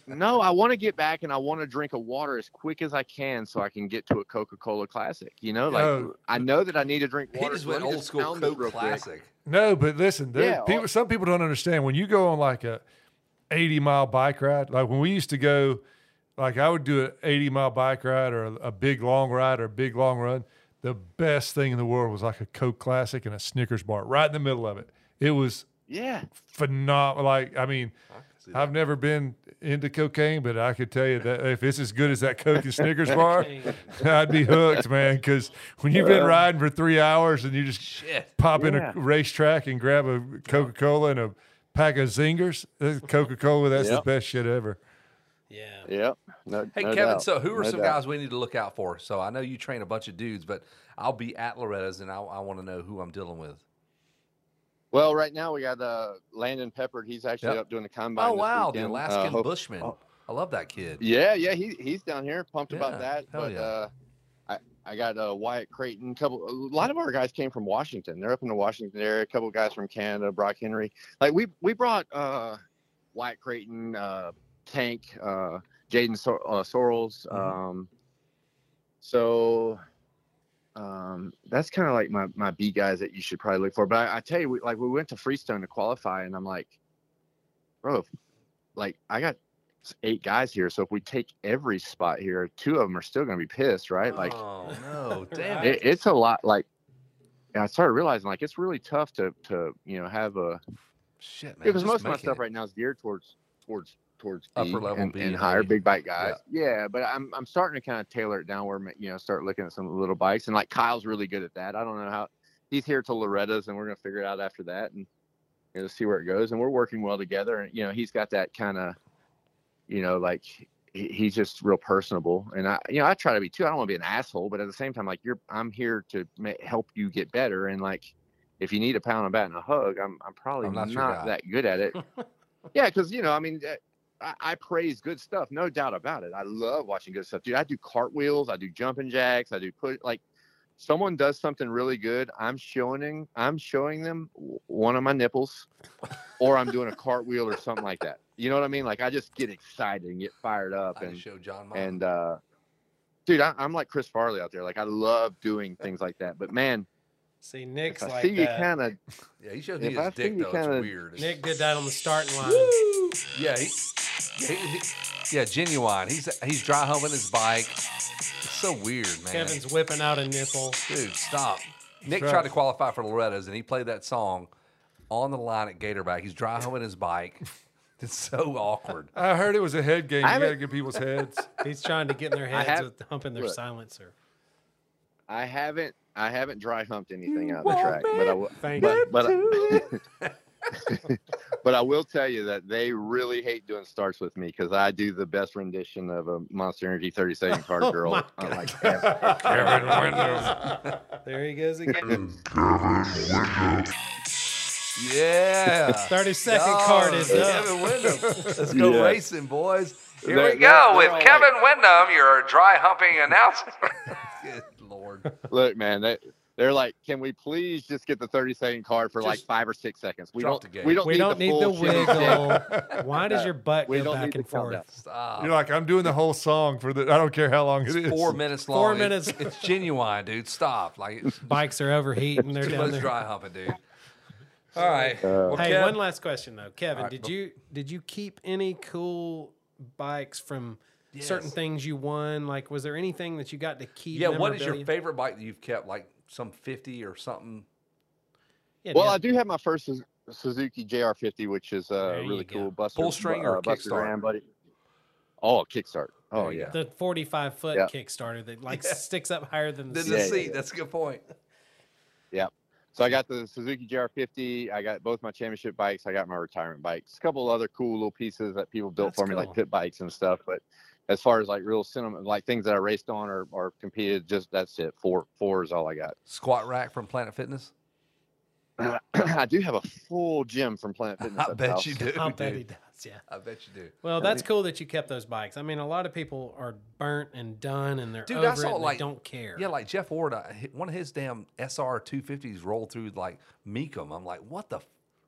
S7: No, I want to get back and I want to drink a water as quick as I can so I can get to a Coca Cola Classic. You know, like
S3: Oh.
S7: I know that I need to drink
S1: He
S7: water.
S1: just
S7: so let
S1: went
S7: me
S1: old school
S7: pound this
S1: Coke
S7: real quick.
S1: classic.
S3: No, but listen, there,
S7: Yeah,
S3: people,
S7: all-
S3: some people don't understand when you go on like a 80 mile bike ride. Like when we used to go, like I would do an 80 mile bike ride or a, a big long ride or a big long run. The best thing in the world was like a Coke Classic and a Snickers bar right in the middle of it. It was
S7: Yeah.
S3: phenomenal. Like I mean,
S1: see
S3: I've never been into cocaine, but I could tell you that if it's as good as that Coke and Snickers bar, I'd be hooked, man. Because when you've been riding for three hours and you just
S1: Shit.
S3: pop in
S7: Yeah.
S3: a racetrack and grab a Coca Cola and a pack of Zingers, Coca Cola, that's the
S7: Yep.
S3: best shit ever.
S2: Yeah.
S7: Yep. No,
S1: Hey
S7: no
S1: Kevin,
S7: doubt.
S1: so who are
S7: No
S1: some
S7: doubt.
S1: guys we need to look out for? So I know you train a bunch of dudes, but I'll be at Loretta's and I, I want to know who I'm dealing with.
S7: Well, right now we got uh, Landon Peppard. He's actually
S1: Yep.
S7: up doing the combine.
S1: Oh
S7: this
S1: wow, the
S7: weekend. Uh,
S1: Alaskan
S7: hope-
S1: Bushman.
S7: oh.
S1: I love that kid.
S7: Yeah, yeah, he he's down here, pumped
S1: Yeah,
S7: about that.
S1: hell
S7: But
S1: yeah.
S7: uh, I I got uh, Wyatt Creighton. Couple, a lot of our guys came from Washington. They're up in the Washington area. A couple guys from Canada, Brock Henry. Like we we brought uh, Wyatt Creighton, uh, Tank, uh, Jaden Sor- uh, Sorrels.
S1: Mm-hmm.
S7: Um, so um, that's kind of like my my B guys that you should probably look for. But I, I tell you, we, like we went to Freestone to qualify, and I'm like, bro, like I got eight guys here. So if we take every spot here, two of them are still going to be pissed, right? Like
S1: oh no, damn
S2: Right.
S1: it.
S7: it, it's a lot. Like and I started realizing, like it's really tough to to you know have a
S1: Shit, man.
S7: because
S1: just
S7: most of my
S1: make
S7: stuff
S1: it.
S7: right now is geared towards towards towards
S1: Upper
S7: B
S1: level
S7: and,
S1: B
S7: and
S1: and
S7: higher
S1: A.
S7: big bike guys. Yeah. but I'm I'm starting to kind of tailor it down where ma- you know start looking at some little bikes and like Kyle's really good at that. I don't know how he's here to Loretta's and we're gonna figure it out after that and you know see where it goes and we're working well together and you know he's got that kind of you know like he, he's just real personable and I you know I try to be too. I don't want to be an asshole, but at the same time like you're I'm here to ma- help you get better and like. If you need a pound of bat and a hug, I'm I'm probably
S1: I'm not
S7: not,
S1: Oh, your guy.
S7: that good at it. yeah, because you know, I mean, uh, I, I praise good stuff, no doubt about it. I love watching good stuff, dude. I do cartwheels, I do jumping jacks, I do put like someone does something really good. I'm showing I'm showing them w- one of my nipples, or I'm doing a cartwheel or something like that. You know what I mean? Like I just get excited and get fired up
S1: I just
S7: and
S1: showed John mine.
S7: and uh, dude, I, I'm like Chris Farley out there. Like I love doing things like that, but man,
S2: See,
S7: if
S2: Nick's
S7: I
S2: Uh, like uh,
S7: see you
S2: that.
S7: kind of
S1: yeah, he showed
S7: if
S1: me
S7: I
S1: his
S7: think
S1: dick
S7: you
S1: though.
S7: kinda-
S1: it's weird.
S2: Nick did that on the starting line.
S1: Yeah, he, yeah, he- he- yeah, genuine. He's he's dry humping his bike. It's so weird, man.
S2: Kevin's whipping out a nipple.
S1: Dude, stop. Nick
S3: right.
S1: tried to qualify for Loretta's and he played that song on the line at Gatorback. He's dry humping his bike. It's so awkward.
S3: I heard it was a head game. You
S7: I
S3: got to
S7: haven't-
S3: get people's heads.
S2: He's trying to get in their heads
S7: have-
S2: with humping their
S7: look.
S2: silencer.
S7: I haven't I haven't dry humped anything out of the track, but I will.
S2: Thank you.
S7: But, but, I, but I will tell you that they really hate doing starts with me because I do the best rendition of a Monster Energy 30 second
S1: Oh
S7: card girl.
S2: Oh my
S7: I like ever.
S3: Kevin Windows.
S2: There he goes again.
S1: Yeah.
S2: 30 second card is up.
S1: Kevin Windham. Let's go
S7: Yeah.
S1: racing, boys. Here
S7: They're-
S1: we go
S7: they're-
S1: with
S7: they're all
S1: Kevin Windham, your dry humping announcer. Good Lord.
S7: Look, man, they, they're like, can we please just get the 30 second card for like
S1: Just
S7: five or six seconds? We
S1: drop
S7: don't.
S1: the game.
S7: We don't
S2: We
S7: need
S2: don't
S7: the,
S2: need
S7: full
S2: the
S7: shimmy shake.
S2: wiggle. Why does your butt
S7: We
S2: go
S7: don't need
S2: back
S7: the
S2: and forth?
S7: countdown.
S1: Stop.
S3: You're like, I'm doing the whole song for the, I don't care how long it is.
S1: Four minutes long.
S2: Four
S1: It-
S2: minutes.
S1: It's genuine, dude. Stop. Like, it's
S2: Bikes are overheating. They're
S1: too
S2: down
S1: much
S2: there.
S1: dry humping, dude. All right. Well,
S2: Hey,
S1: Kev-
S2: one last question though, Kevin.
S1: right,
S2: did
S1: bef-
S2: you did you keep any cool bikes from certain
S1: Yes.
S2: things you won? Like, was there anything that you got to keep?
S1: yeah, what is your
S2: memorabilia?
S1: favorite bike that you've kept? Like some 50 or something?
S2: Yeah,
S7: Well,
S2: yeah.
S7: I do have my first Suz- Suzuki JR50, which is uh,
S2: There you
S7: really
S2: go.
S7: cool. Buster, uh,
S1: Full string or
S7: Buster
S1: kickstart?
S7: Graham, buddy. Oh, kickstart. Oh
S1: There you
S7: yeah.
S1: go.
S2: the forty-five foot
S7: Yeah.
S2: Kickstarter that like
S1: Yeah.
S2: sticks up higher than the
S1: Then
S2: seat.
S1: the
S7: Yeah, yeah,
S1: seat.
S7: yeah.
S1: That's a good point.
S7: So I got the Suzuki JR50. I got both my championship bikes. I got my retirement bikes. A couple other cool little pieces that people built
S2: That's
S7: for me,
S2: cool.
S7: like pit bikes and stuff. But as far as like real cinema, like things that I raced on or, or competed, just that's it. Four four is all I got.
S1: Squat rack from Planet Fitness.
S7: I do have a full gym from Planet Fitness.
S1: I
S7: at the
S1: bet
S7: house.
S1: you do.
S2: I'll bet he
S1: dude.
S2: does. Yeah.
S1: I bet you do.
S2: Well, that's cool that you kept those bikes. I mean, a lot of people are burnt and done, and they're
S1: Dude, I
S2: over it
S1: saw,
S2: and they
S1: like-
S2: don't care.
S1: Yeah, like Jeff Ward, I, hi- one of his damn SR 250s rolled through like Meekum. I'm like, what the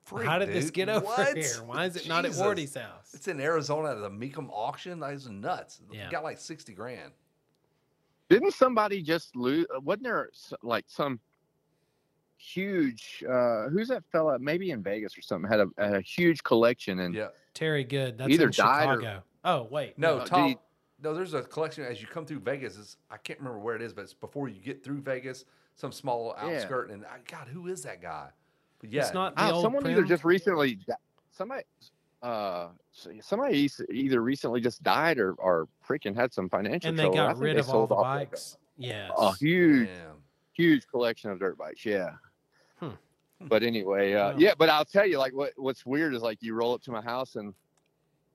S1: freak?
S2: How did this
S1: dude?
S2: get over
S1: What?
S2: here? Why is it not at
S1: Jesus.
S2: Wardy's house?
S1: It's in Arizona at the Meekum auction. That is nuts.
S2: Yeah.
S1: Got like 60 grand.
S7: Didn't somebody just lose? Wasn't there s- like some huge? uh Who's that fella? Maybe in Vegas or something. Had a, had a huge collection and
S1: Yeah.
S2: Terry Good. That's
S7: Either
S2: in
S7: died or-
S2: Chicago. Oh wait,
S1: No,
S7: No,
S1: Tom.
S7: did he-
S1: no, there's a collection as you come through Vegas. It's, I can't remember where it is, but it's before you get through Vegas, some small
S7: Yeah.
S1: outskirt. And I, God, who is that guy? But yeah,
S2: it's not the
S7: Ah,
S2: old.
S7: someone either
S2: prim.
S7: just recently di- somebody uh somebody eas- either recently just died or or freaking had some financial
S2: and they
S7: trouble. I
S2: got
S7: think
S2: rid
S7: they
S2: of all
S7: sold
S2: the
S7: off Oh, like
S2: bikes. Yes.
S7: a, a huge
S1: Damn.
S7: huge collection of dirt bikes yeah
S2: Hmm.
S7: but anyway uh
S2: Wow.
S7: yeah but i'll tell you like what what's weird is like you roll up to my house and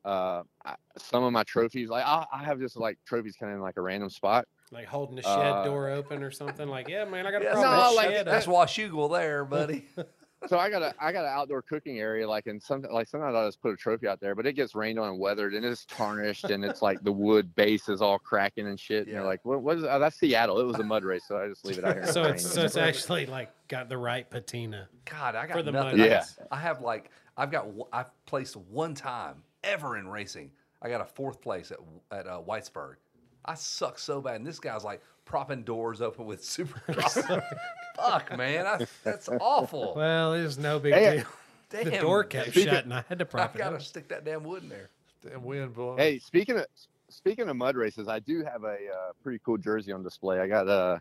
S7: uh I, some of my trophies like I, I have just like trophies kind of in like a random spot
S2: like holding a shed
S7: Uh,
S2: door open or something. Like, yeah, man, I got a
S1: Yeah,
S2: problem.
S7: no,
S2: with
S7: like-
S2: shed
S1: That's
S2: up.
S1: Washugal there, buddy.
S7: so I got a I got an outdoor cooking area like and some like sometimes I just put a trophy out there, but it gets rained on and weathered and it's tarnished and it's like the wood base is all cracking and shit. And you're
S1: Yeah.
S7: like, what was oh, that's Seattle? It was a mud race, so I just leave it out here.
S2: so
S7: in the
S2: it's
S7: rain.
S2: so it's actually like got the right patina.
S1: God, I
S2: For
S1: got
S2: the
S1: nothing.
S7: mud
S1: I,
S7: race.
S1: I have like I've got w- I've placed one time ever in racing. I got a fourth place at at uh, Whitesburg. I suck so bad, and this guy's like propping doors open with super. Fuck, man, I, that's awful.
S2: Well, it's no big
S7: Hey,
S2: deal.
S1: Damn,
S2: the door kept
S1: dude.
S2: shut, and I had to
S1: I've
S2: prop it
S1: got to
S2: up.
S1: stick that damn wood in there.
S3: Damn wind blowing.
S7: hey, speaking of speaking of mud races, I do have a uh, pretty cool jersey on display. I got uh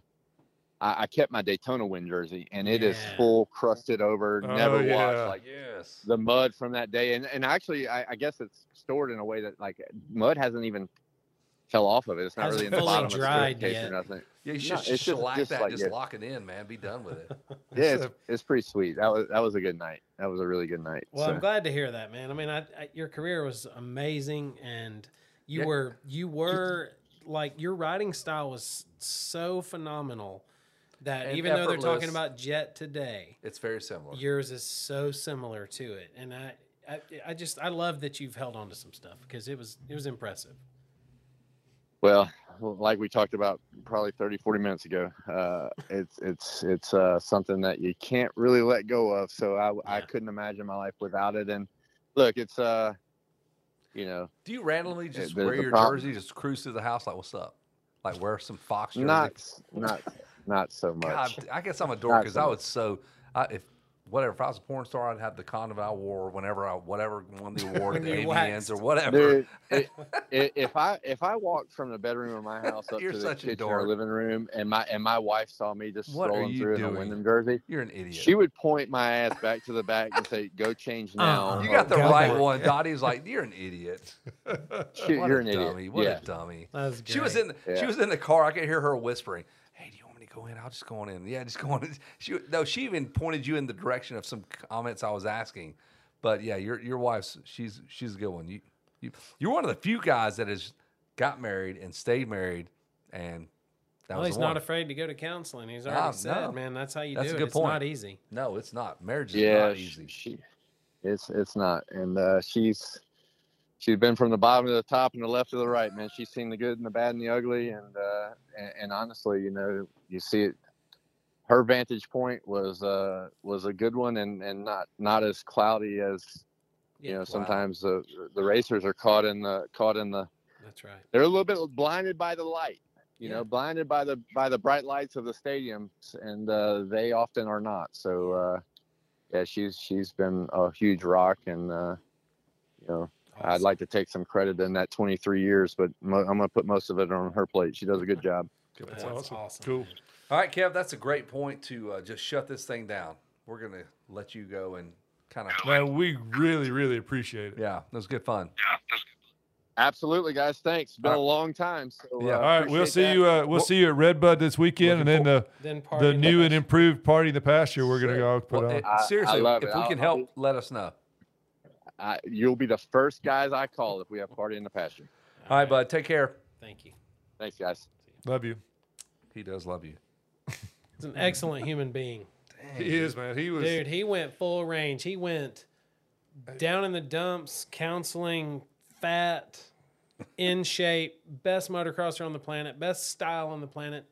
S7: I, I kept my Daytona win jersey and it is
S2: Yeah.
S7: full crusted over,
S3: Oh,
S7: never
S3: yeah.
S7: washed. Like
S1: Yes.
S7: the mud from that day and, and actually I, I guess it's stored in a way that like mud hasn't even fell off of it it's not
S2: Hasn't
S7: really in the
S2: fully
S7: bottom
S2: dried
S7: of the
S2: yet.
S7: or nothing
S1: Yeah, you should
S7: No, it's just-
S1: shellac
S7: just
S1: that,
S7: like
S1: just
S7: it.
S1: lock it in, man. Be done with it.
S7: yeah
S3: It's
S7: it's, it's pretty sweet that was that was a good night that was a really good night
S2: Well, I'm
S7: so.
S2: glad to hear that, man. I mean, I, I, your career was amazing, and you
S1: Yeah.
S2: were you were like your writing style was so phenomenal that
S1: And
S2: even though they're talking
S1: effortless.
S2: about Jet today,
S1: It's very similar.
S2: yours is so similar to it, and I. I, I just I love that you've held on to some stuff because it was it was impressive.
S7: well like we talked about probably 30 40 minutes ago uh it's it's it's uh something that you can't really let go of so i i
S2: Yeah.
S7: couldn't imagine my life without it and look it's uh you know
S1: Do you randomly just
S7: there's
S1: wear
S7: a
S1: your
S7: problem.
S1: jersey, just cruise through the house like, what's up? Like wear some Fox jersey.
S7: not not not so much
S1: God, I guess I'm a dork
S7: Not
S1: because
S7: so
S1: I
S7: much.
S1: would so I, if whatever if I was a porn star, I'd have the condom I wore whenever I whatever won the award at
S2: When
S1: the AVNs
S2: you waxed.
S1: or whatever.
S7: Dude, i- i- if I if I walked from the bedroom of my house up
S1: You're
S7: to the
S1: such a
S7: kitchen or
S1: dork.
S7: living room, and my and my wife saw me just
S1: What are
S7: strolling
S1: you
S7: through in
S1: doing?
S7: a Wyndham jersey,
S1: You're an idiot.
S7: she would point my ass back to the back and say, "Go change now."
S2: Uh-uh.
S1: Uh-huh. you
S7: or
S1: got the
S7: go
S2: God.
S1: right
S7: back."
S1: one. Dottie's like, you're an idiot.
S7: Shoot,
S1: What
S7: you're
S1: a
S7: an
S1: dummy.
S7: idiot.
S1: What
S7: yeah.
S1: a dummy.
S2: That was great.
S1: She was in the, she
S7: Yeah.
S1: was in the car. I could hear her whispering, "Hey, do you want me to go in? I'll just go on in. Yeah, just go on." In. She no, she even pointed you in the direction of some comments I was asking. But yeah, your your wife's she's she's a good one. You you you're one of the few guys that has got married and stayed married, and that
S2: Well,
S1: was
S2: he's
S1: the one.
S2: not afraid to go to counseling. He's
S1: No,
S2: already said,
S1: Ah, no.
S2: man, that's how you
S1: That's
S2: do
S1: a
S2: it.
S1: good
S2: it's
S1: point.
S2: not easy.
S1: no, it's not. Marriage is
S7: yeah,
S1: not
S7: sh-
S1: easy.
S7: She, it's it's not, and uh, she's she's been from the bottom to the top and the left to the right, man. She's seen the good and the bad and the ugly, and uh, and, and honestly, you know, you see it. Her vantage point was uh, was a good one, and, and not not as cloudy as you
S2: Yeah.
S7: know. Sometimes the the racers are caught in the caught in the
S2: That's right.
S7: they're a little bit blinded by the light you
S2: Yeah.
S7: know blinded by the by the bright lights of the stadiums and uh, they often are not so uh, yeah she's she's been a huge rock and uh, you know i'd like to take some credit in that 23 years but mo- i'm gonna put most of it on her plate she does a good job
S2: That's awesome,
S3: Cool.
S2: man.
S1: All right, Kev, that's a great point to uh, just shut this thing down. We're gonna let you go and kind of
S3: Man, we really, really appreciate it.
S1: yeah, it was good fun.
S7: absolutely guys thanks it's been a long time so
S1: Yeah. All
S7: uh,
S3: All right, we'll
S7: appreciate
S3: see
S7: that.
S3: you. Uh, we'll,
S1: Well-
S3: see you at Redbud this weekend, and then the
S2: Then
S3: the
S2: party
S3: new and improved party in the pasture. We're gonna
S1: Sick.
S3: go put
S1: Well,
S3: on.
S1: it-
S7: I- I
S1: seriously,
S7: love
S1: if
S7: it.
S1: we
S7: I'll-
S1: can
S7: I'll
S1: help,
S7: be-
S1: let us know.
S7: I, you'll be the first guys i call if we have party in the pasture
S1: All right, bud. Take care.
S2: Thank you.
S7: thanks guys
S3: Love you.
S1: He does love you.
S2: He's an excellent human being.
S3: He is, man. He was.
S2: Dude, he went full range. He went down in the dumps, counseling, fat, in shape, best motocrosser on the planet, best style on the planet.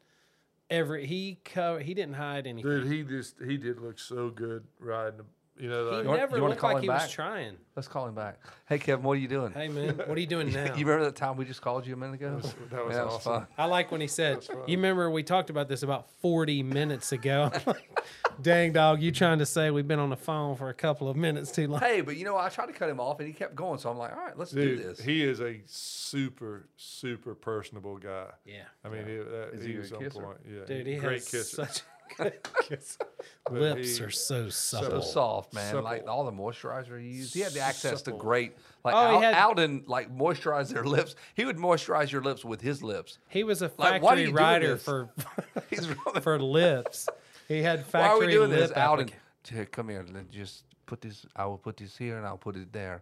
S2: Every he co- he didn't hide anything.
S3: Dude, he just he did look so good riding. You know,
S2: he
S3: like,
S1: want-
S2: never
S1: uh, you wanna
S2: looked
S1: call
S2: like
S1: him
S2: he
S1: back?
S2: was trying.
S1: Let's call him back. Hey, Kevin, what are you doing?
S2: Hey man, what are you doing now?
S1: You remember that time we just called you a minute ago? Man,
S3: was- that was awesome.
S1: fun.
S2: I like when he said, "You remember we talked about this about 40 minutes ago." I'm like, Dang dog, you trying to say we've been on the phone for a couple of minutes too long?
S1: Hey, but you know, I tried to cut him off and he kept going. So I'm like, all right, let's
S3: dude,
S1: do this.
S3: he is a super super personable guy.
S2: Yeah.
S3: I mean, he, that,
S1: Is
S3: he
S1: he a
S3: was on
S1: kisser?
S3: point. Yeah,
S2: Dude, he
S3: great
S2: has
S3: kisser.
S2: such a good kiss. Lips
S3: he-
S2: are so
S1: so
S2: supple.
S1: soft, man. Like
S3: supple.
S1: all the moisturizer he used. He had the access to great, like
S2: Oh, he
S1: Al-
S2: had-
S1: Alden, like moisturized their lips. He would moisturize your lips with his lips.
S2: He was a
S1: Like, why do
S2: factory
S1: you do
S2: rider
S1: this?
S2: for
S1: He's
S2: for lips. He had
S1: why are
S2: factory
S1: we doing this,
S2: lip
S1: Alden?
S2: applica-
S1: Here, come here. Let's just put this. I will put this here and I'll put it there.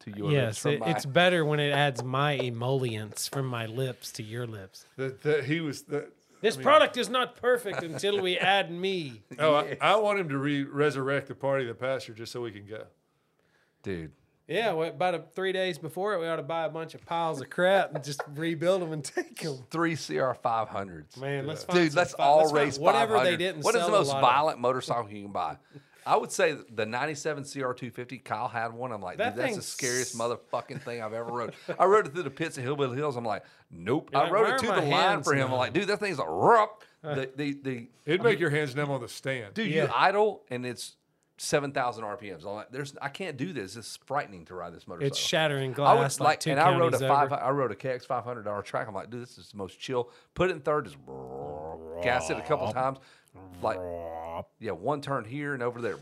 S1: To your lips
S2: Yes,
S1: from
S2: it,
S1: my-
S2: it's better when it adds my emollients from my lips to your lips.
S3: That, that he was. That,
S2: This product is not perfect until we add me.
S3: oh, I, I want him to re- resurrect the party of the pasture just so we can go.
S1: dude.
S2: Yeah, well, about a, three days before it, we ought to buy a bunch of piles of crap and just rebuild them and take them.
S1: Three CR five hundreds.
S2: Man, let's find
S1: Dude,
S2: some
S1: let's
S2: fi-
S1: all
S2: find
S1: race
S2: whatever
S1: 500.
S2: they didn't.
S1: What is
S2: sell
S1: the
S2: a
S1: most
S2: lot of.
S1: violent motorcycle you can buy? I would say the '97 CR250. Kyle had one. I'm like, dude, that's
S2: That
S1: the
S2: thing's-
S1: scariest motherfucking thing I've ever rode. I rode it through the pits at Hillbilly Hills. I'm like, nope. I
S2: like,
S1: rode
S2: where
S1: it
S2: are
S1: to
S2: my
S1: the line
S2: hands Uh.
S1: for him. I'm like, dude, that thing's like, rup. The, the, the,
S3: It'd make your hands numb on the stand.
S1: dude, you idle and it's seven thousand RPMs. I'm like, there's, I can't do this. It's frightening to ride this motorcycle.
S2: It's shattering
S1: I
S2: glass.
S1: was
S2: like,
S1: like,
S2: two
S1: and I rode a
S2: counties
S1: five,
S2: over.
S1: I rode a KX 500 on our track. I'm like, dude, this is the most chill. Put it in third, just gas it a couple times, like yeah, one turn here and over there.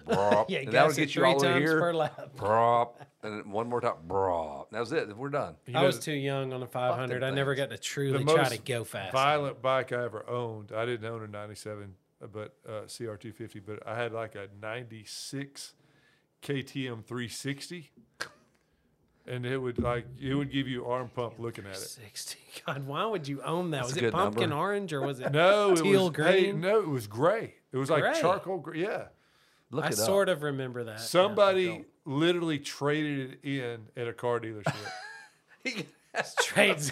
S2: Yeah,
S1: and
S2: gas
S1: that'll
S2: it
S1: get you
S2: three
S1: all the way
S2: times
S1: here.
S2: per lap.
S1: brrop, and then one more time, brrop. That was it. We're done.
S2: I was too young on the 500. I never got to truly try to go fast.
S3: Violent bike I ever owned. I didn't own a '97, but uh, CR250. But I had like a '96 KTM 360, and it would like it would give you arm pump looking at it.
S2: 60. God, why would you own that? was
S1: a
S2: it
S1: good
S2: pumpkin
S1: number.
S2: orange or was it
S3: No, it
S2: teal
S3: was hey,
S2: green?
S3: no, it was gray. It was like
S2: Gray.
S3: charcoal gray. Yeah,
S1: Look
S2: I
S1: it up.
S2: sort of remember that.
S3: somebody literally traded it in at a car dealership.
S2: trades.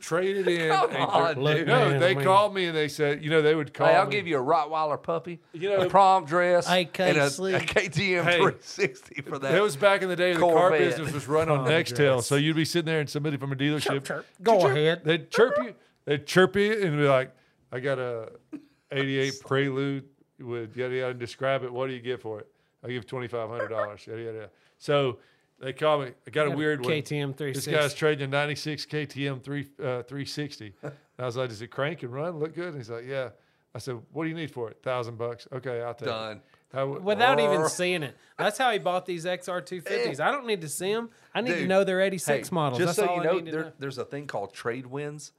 S3: traded in.
S1: Come
S3: and-
S1: on,
S2: Look,
S1: dude.
S3: No,
S2: Man,
S3: they
S2: I mean-
S3: called me and they said, you know, they would call.
S1: Hey, I'll
S3: me.
S1: give you a Rottweiler puppy,
S3: You know-
S1: a prom dress,
S2: I can't
S1: and a, a
S2: sleep.
S1: KTM
S3: Hey,
S1: 360 for that.
S3: That was back in the day. The car
S1: Corvette.
S3: business was run on Nextel, so you'd be sitting there and somebody from a dealership,
S2: Go
S3: Oh,
S2: ahead.
S3: they'd chirp you, they'd chirp you, and be like, "I got a '88 Prelude with yada yada." And describe it. What do you get for it? I give twenty five hundred dollars. Yada yada. So they call me. I got a weird one.
S2: KTM
S3: This guy's
S2: 360.
S3: trading a '96 KTM three uh, 360. And I was like, "Does it crank and run? Look good?" And he's like, "Yeah." I said, "What do you need for it? Thousand bucks? Okay, I'll take
S1: Done.
S3: it." How,
S2: Without even
S1: Brrr.
S2: seeing it. That's how he bought these XR250s. I don't need to see them. I need to
S1: Eh. Dude,
S2: know they're
S1: Hey,
S2: 86 models.
S1: Just
S2: That's
S1: so
S2: all
S1: you
S2: I
S1: know,
S2: need to
S1: there-
S2: know.
S1: there's a thing called Trade Winds.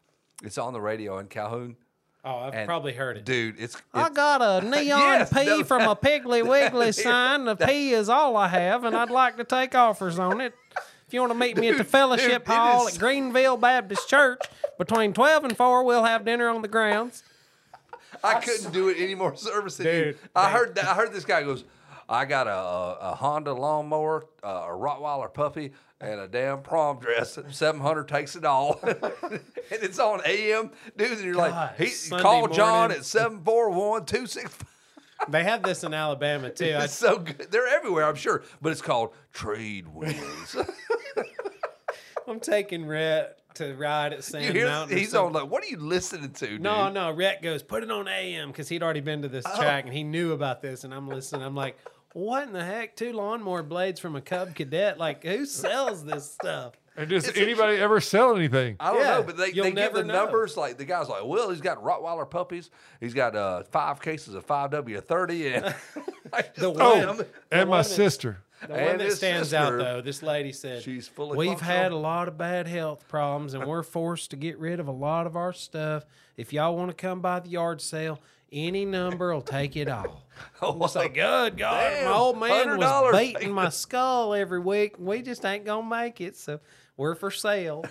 S1: It's on the radio in Calhoun.
S2: Oh, I've
S1: and-
S2: probably heard it.
S1: Dude, it's,
S2: I
S1: it's-
S2: got a neon
S1: Yes,
S2: P
S1: that-
S2: from a Piggly Wiggly
S1: is-
S2: sign. The P is all I have, and I'd like to take offers on it. If you want to meet me at the fellowship
S1: dude, it
S2: hall
S1: is-
S2: at Greenville Baptist Church between 12 and 4, we'll have dinner on the grounds.
S1: I couldn't do it any more service than
S3: Dude,
S1: you. I heard that I heard this guy goes, I got a, a Honda lawnmower, uh, a Rottweiler puppy, and a damn prom dress. Seven hundred takes it all, and it's on AM, dude. And you're
S2: God,
S1: like, he
S2: Sunday
S1: call John
S2: morning.
S1: at seven four one two six five.
S2: They have this in Alabama, too. I,
S1: It's so good. They're everywhere, I'm sure, but it's called Trade Winds.
S2: am taking Rhett to ride at Sand
S1: you hear?
S2: Mountain. or
S1: He's
S2: something.
S1: on like, what are you listening to? Dude? Oh.
S2: No, no. Rhett goes, put it on AM because he'd already been to this track and he knew about this. And I'm listening. I'm like, what in the heck? Two lawnmower blades from a Cub Cadet? Like, who sells this stuff?
S3: And does anybody ever sell anything?
S1: I don't
S2: Yeah,
S1: know, but they,
S2: you'll
S1: they give
S2: never
S1: the
S2: know.
S1: numbers like the guy's like, well, he's got Rottweiler puppies, he's got uh, five cases of five W thirty, and I just
S2: The
S1: thought,
S2: one-
S1: um,
S3: and my sister.
S2: The
S1: And
S2: one that
S1: his
S2: stands out
S1: sister,
S2: though, this lady said,
S1: she's fully
S2: We've
S1: functional."
S2: had a lot of bad health problems, and we're forced to get rid of a lot of our stuff. If y'all want to come by the yard sale, any number will take it all.
S1: oh my
S2: Like, good God,
S1: Damn,
S2: my old man was
S1: $100.
S2: beating my skull every week. We just ain't gonna make it, so we're for sale.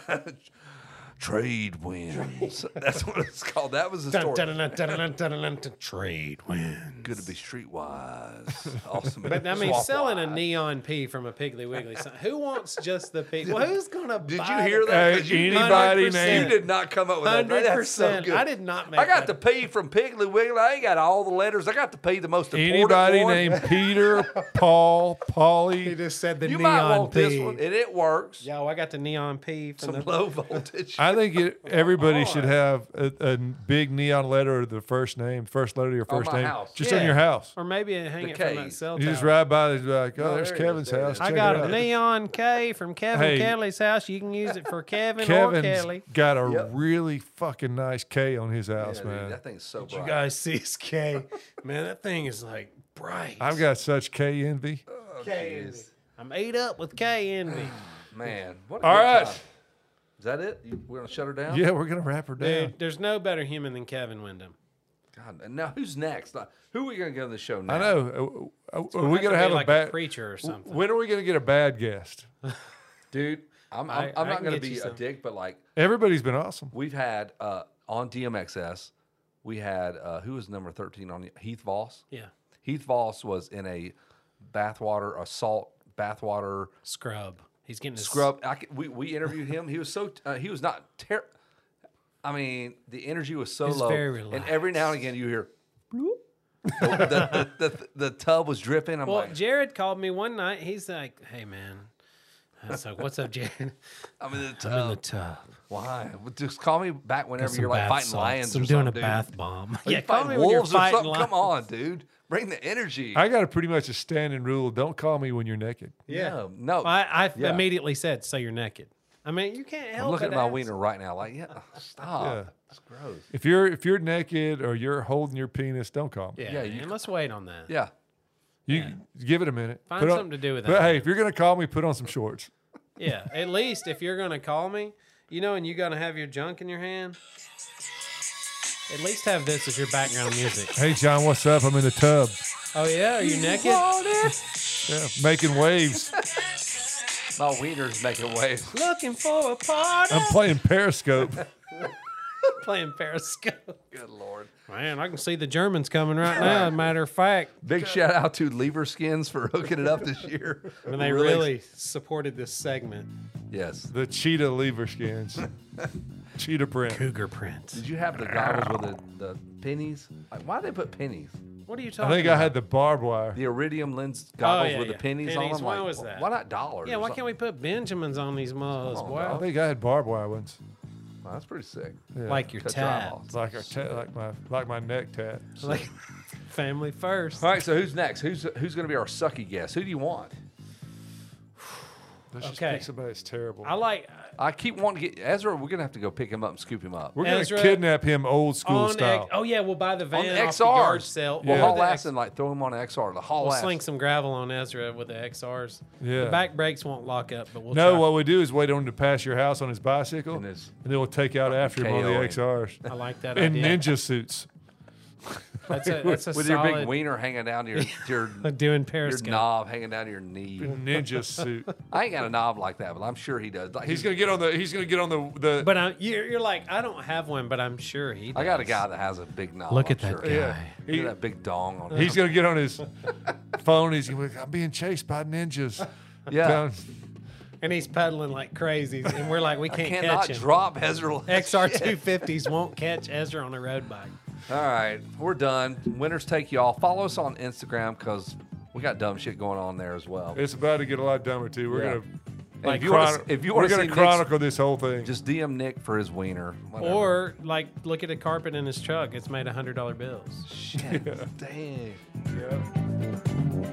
S1: Trade wins. That's what it's called. That was the
S2: Dun,
S1: story.
S2: dun, dun, dun, dun, dun, dun, dun, Trade win.
S1: Good to be streetwise. Awesome.
S2: But I mean, selling a neon pea from a Piggly Wiggly. sign- Who wants just the pea? Well, who's gonna?
S1: Did
S2: buy
S1: you
S2: the
S1: hear that? 'Cause you,
S2: Hey,
S3: anybody
S2: 100%.
S1: you
S3: named
S1: did not come up with that.
S2: Hundred
S1: That's so
S2: percent.
S1: good.
S2: I did not make.
S1: I got the
S2: that.
S1: P from Piggly Wiggly. I ain't got all the letters. I got the P, the most important
S3: Anybody
S1: one.
S3: named Peter, Paul,
S2: He
S3: Polly.
S2: just said the
S1: You might
S2: neon
S1: want
S2: pea.
S1: this one, and it works.
S2: Yo, I got the neon pea from
S1: Some
S2: the.
S1: low voltage.
S3: I think it, everybody should have a, a big neon letter of the first name, first letter of your first
S1: my
S3: name,
S1: house.
S3: just on
S2: Yeah.
S3: your house.
S2: Or maybe I hang
S1: The
S2: it
S1: K.
S2: from that cell
S3: You just
S2: tower.
S3: ride by, and like, oh,
S1: No,
S3: there's
S1: there it is,
S3: Kevin's
S1: there it
S3: house.
S1: is.
S2: I
S3: Check it
S2: got a
S3: out.
S2: neon K from Kevin
S3: Hey.
S2: Kelly's house. You can use it for Kevin or
S3: Kevin's
S2: Kelly.
S3: got a
S1: Yep.
S3: really fucking nice K on his
S1: Yeah,
S3: house,
S1: dude,
S3: man.
S1: that thing's so bright.
S2: You guys see his K, man. That thing is like bright.
S3: I've got such K envy.
S1: Oh,
S2: K envy. I'm ate up with K envy.
S1: Man, what a
S3: All
S1: good
S3: right.
S1: time. Is that it? You, we're gonna shut her down.
S3: Yeah, we're gonna wrap her down.
S2: Dude, there's no better human than Kevin Wyndham.
S1: God, and now who's next? Like, who are we gonna get on the show now?
S3: I know. Uh,
S2: It
S3: uh, Are we
S2: has to
S3: gonna
S2: be
S3: have a
S2: like
S3: bad?
S2: preacher or something?
S3: When are we gonna get a bad guest?
S1: dude. I'm, I'm,
S2: I-
S1: I'm
S2: I
S1: not
S2: can
S1: gonna
S2: get you
S1: be a
S2: some.
S1: dick, but like
S3: Everybody's been awesome.
S1: we've had uh, on DMXS, we had uh, who was number thirteen on the- Heath Voss.
S2: yeah,
S1: Heath Voss was in a bathwater assault, bathwater
S2: scrub. He's getting his
S1: scrub. I, c- we we interviewed him. He was so uh, he was not ter- I mean, the energy was so
S2: He's
S1: low.
S2: very
S1: and every now and again, you hear. bloop. the, the, the, the tub was dripping. I'm
S2: Well,
S1: like,
S2: Jared called me one night. He's like, "Hey, man." I was like, "What's up, Jared?"
S1: I'm in the tub.
S2: I'm in the tub.
S1: Why? Well, Just call me back whenever
S2: Some
S1: you're like
S2: bath
S1: fighting
S2: salts.
S1: lions
S2: I'm
S1: or
S2: doing
S1: something.
S2: a
S1: dude.
S2: bath bomb.
S1: Are you
S2: yeah, call me
S1: fighting
S2: when you're
S1: wolves or
S2: fighting
S1: something.
S2: lions.
S1: Come on, dude. Bring the energy.
S3: I got a pretty much a standing rule: don't call me when you're naked.
S2: Yeah.
S1: No, no.
S2: I, I
S1: Yeah.
S2: immediately said, "So you're naked." I mean, you can't help
S1: I'm looking
S2: it,
S1: at my
S2: Alex.
S1: wiener right now. Like, yeah, stop.
S3: Yeah.
S1: That's gross.
S3: If you're if you're naked or you're holding your penis, don't call me.
S2: Yeah,
S1: Yeah,
S2: man,
S1: you-
S2: let's wait on that.
S1: Yeah.
S3: You give it a minute.
S2: Find
S3: Put on-
S2: something to do with
S3: But
S2: that.
S3: hey, if you're gonna call me, put on some shorts.
S2: Yeah, at least if you're gonna call me, you know, and you gotta have your junk in your hand. At least have this as your background music.
S3: Hey John, what's up? I'm in the tub,
S2: Oh yeah, are you naked?
S3: yeah, making waves.
S1: My wiener's making waves.
S2: Looking for a party.
S3: I'm playing Periscope.
S2: playing Periscope.
S1: Good Lord.
S2: Man, I can see the Germans coming right now. As a matter of fact,
S1: Big shout out to Lever Skins for hooking it up this year.
S2: and they
S1: Really-
S2: really supported this segment.
S1: Yes.
S3: The cheetah lever skins, cheetah print.
S2: Cougar Prince.
S1: Did you have the goggles with the, the pennies? Like, why they put pennies?
S2: What are you
S3: I
S2: talking?
S3: think I
S2: about?
S3: had the barbed wire.
S1: The iridium lens goggles
S2: yeah,
S1: with
S2: yeah.
S1: the pennies, on
S2: Pennies,
S1: them.
S2: why
S1: like,
S2: was
S1: wh-
S2: that?
S1: Why not dollars?
S2: Yeah,
S1: or
S2: why can't we put Benjamins on these mugs?
S1: on,
S2: boy?
S3: I think I had barbed wire ones.
S1: something? Wow, that's pretty sick.
S3: Yeah.
S2: Like your
S1: Cut your
S2: tab.
S1: eyeballs.
S3: like our ta- like my like my neck tat.
S2: Like family first.
S1: All right, so who's next? Who's who's going to be our sucky guest? Who do you want?
S3: Let's just
S2: Okay.
S3: pick somebody that's terrible.
S2: I like
S1: I keep wanting to get Ezra. We're going to have to go pick him up and scoop him up.
S3: We're gonna
S2: Ezra-
S3: kidnap him old school
S2: on
S3: style.
S2: X, oh yeah, we'll buy the
S1: on
S2: van
S1: the
S2: off the yard
S1: XRs.
S2: sale.
S1: We'll
S2: or
S1: haul
S2: the
S1: ass
S2: X-
S1: and like throw him on an XR. The haul
S2: We'll
S1: ass.
S2: sling some gravel on Ezra with the XRs.
S3: Yeah.
S2: The back brakes won't lock up, but we'll
S3: no,
S2: try.
S3: what we do is wait on him to pass your house on his bicycle,
S1: And
S3: and,
S1: it's-
S3: then we'll take out after him on the
S1: KO him.
S3: XRs
S2: I like that
S3: in
S2: idea.
S3: ninja suits.
S2: That's a, that's a
S1: with
S2: solid,
S1: your big wiener hanging down to your your,
S2: doing
S1: your
S2: Periscope.
S1: knob hanging down to your knee.
S3: Ninja suit.
S1: I ain't got a knob like that, but I'm sure he does. Like,
S3: He's gonna get on the. He's gonna get on the the.
S2: But I'm, you're, you're like, I don't have one, but I'm sure he. Does.
S1: I got a guy that has a big knob.
S2: Look
S1: I'm
S2: at that
S1: sure.
S2: guy.
S3: yeah,
S1: Look at
S3: He-
S1: that big dong on.
S3: he's
S1: him.
S3: gonna get on his phone. He's gonna be like, I'm being chased by ninjas.
S1: Yeah.
S3: Down-
S2: and he's pedaling like crazy, and we're like, we
S1: I
S2: can't
S1: cannot
S2: catch him.
S1: drop Ezra.
S2: XR 250s won't catch Ezra on a road bike.
S1: All right, we're done. Winners take y'all. Follow us on Instagram because we got dumb shit going on there as well.
S3: it's about to get a lot dumber too. We're
S1: Yeah.
S3: gonna.
S1: And if you
S3: chron-
S1: want, if you
S3: we're
S1: want to see
S3: gonna
S1: Nick's-
S3: chronicle this whole thing.
S1: just DM Nick for his wiener. Whatever.
S2: Or like, look at a carpet in his truck. It's made hundred dollar bills.
S1: shit, dang.
S3: Yeah.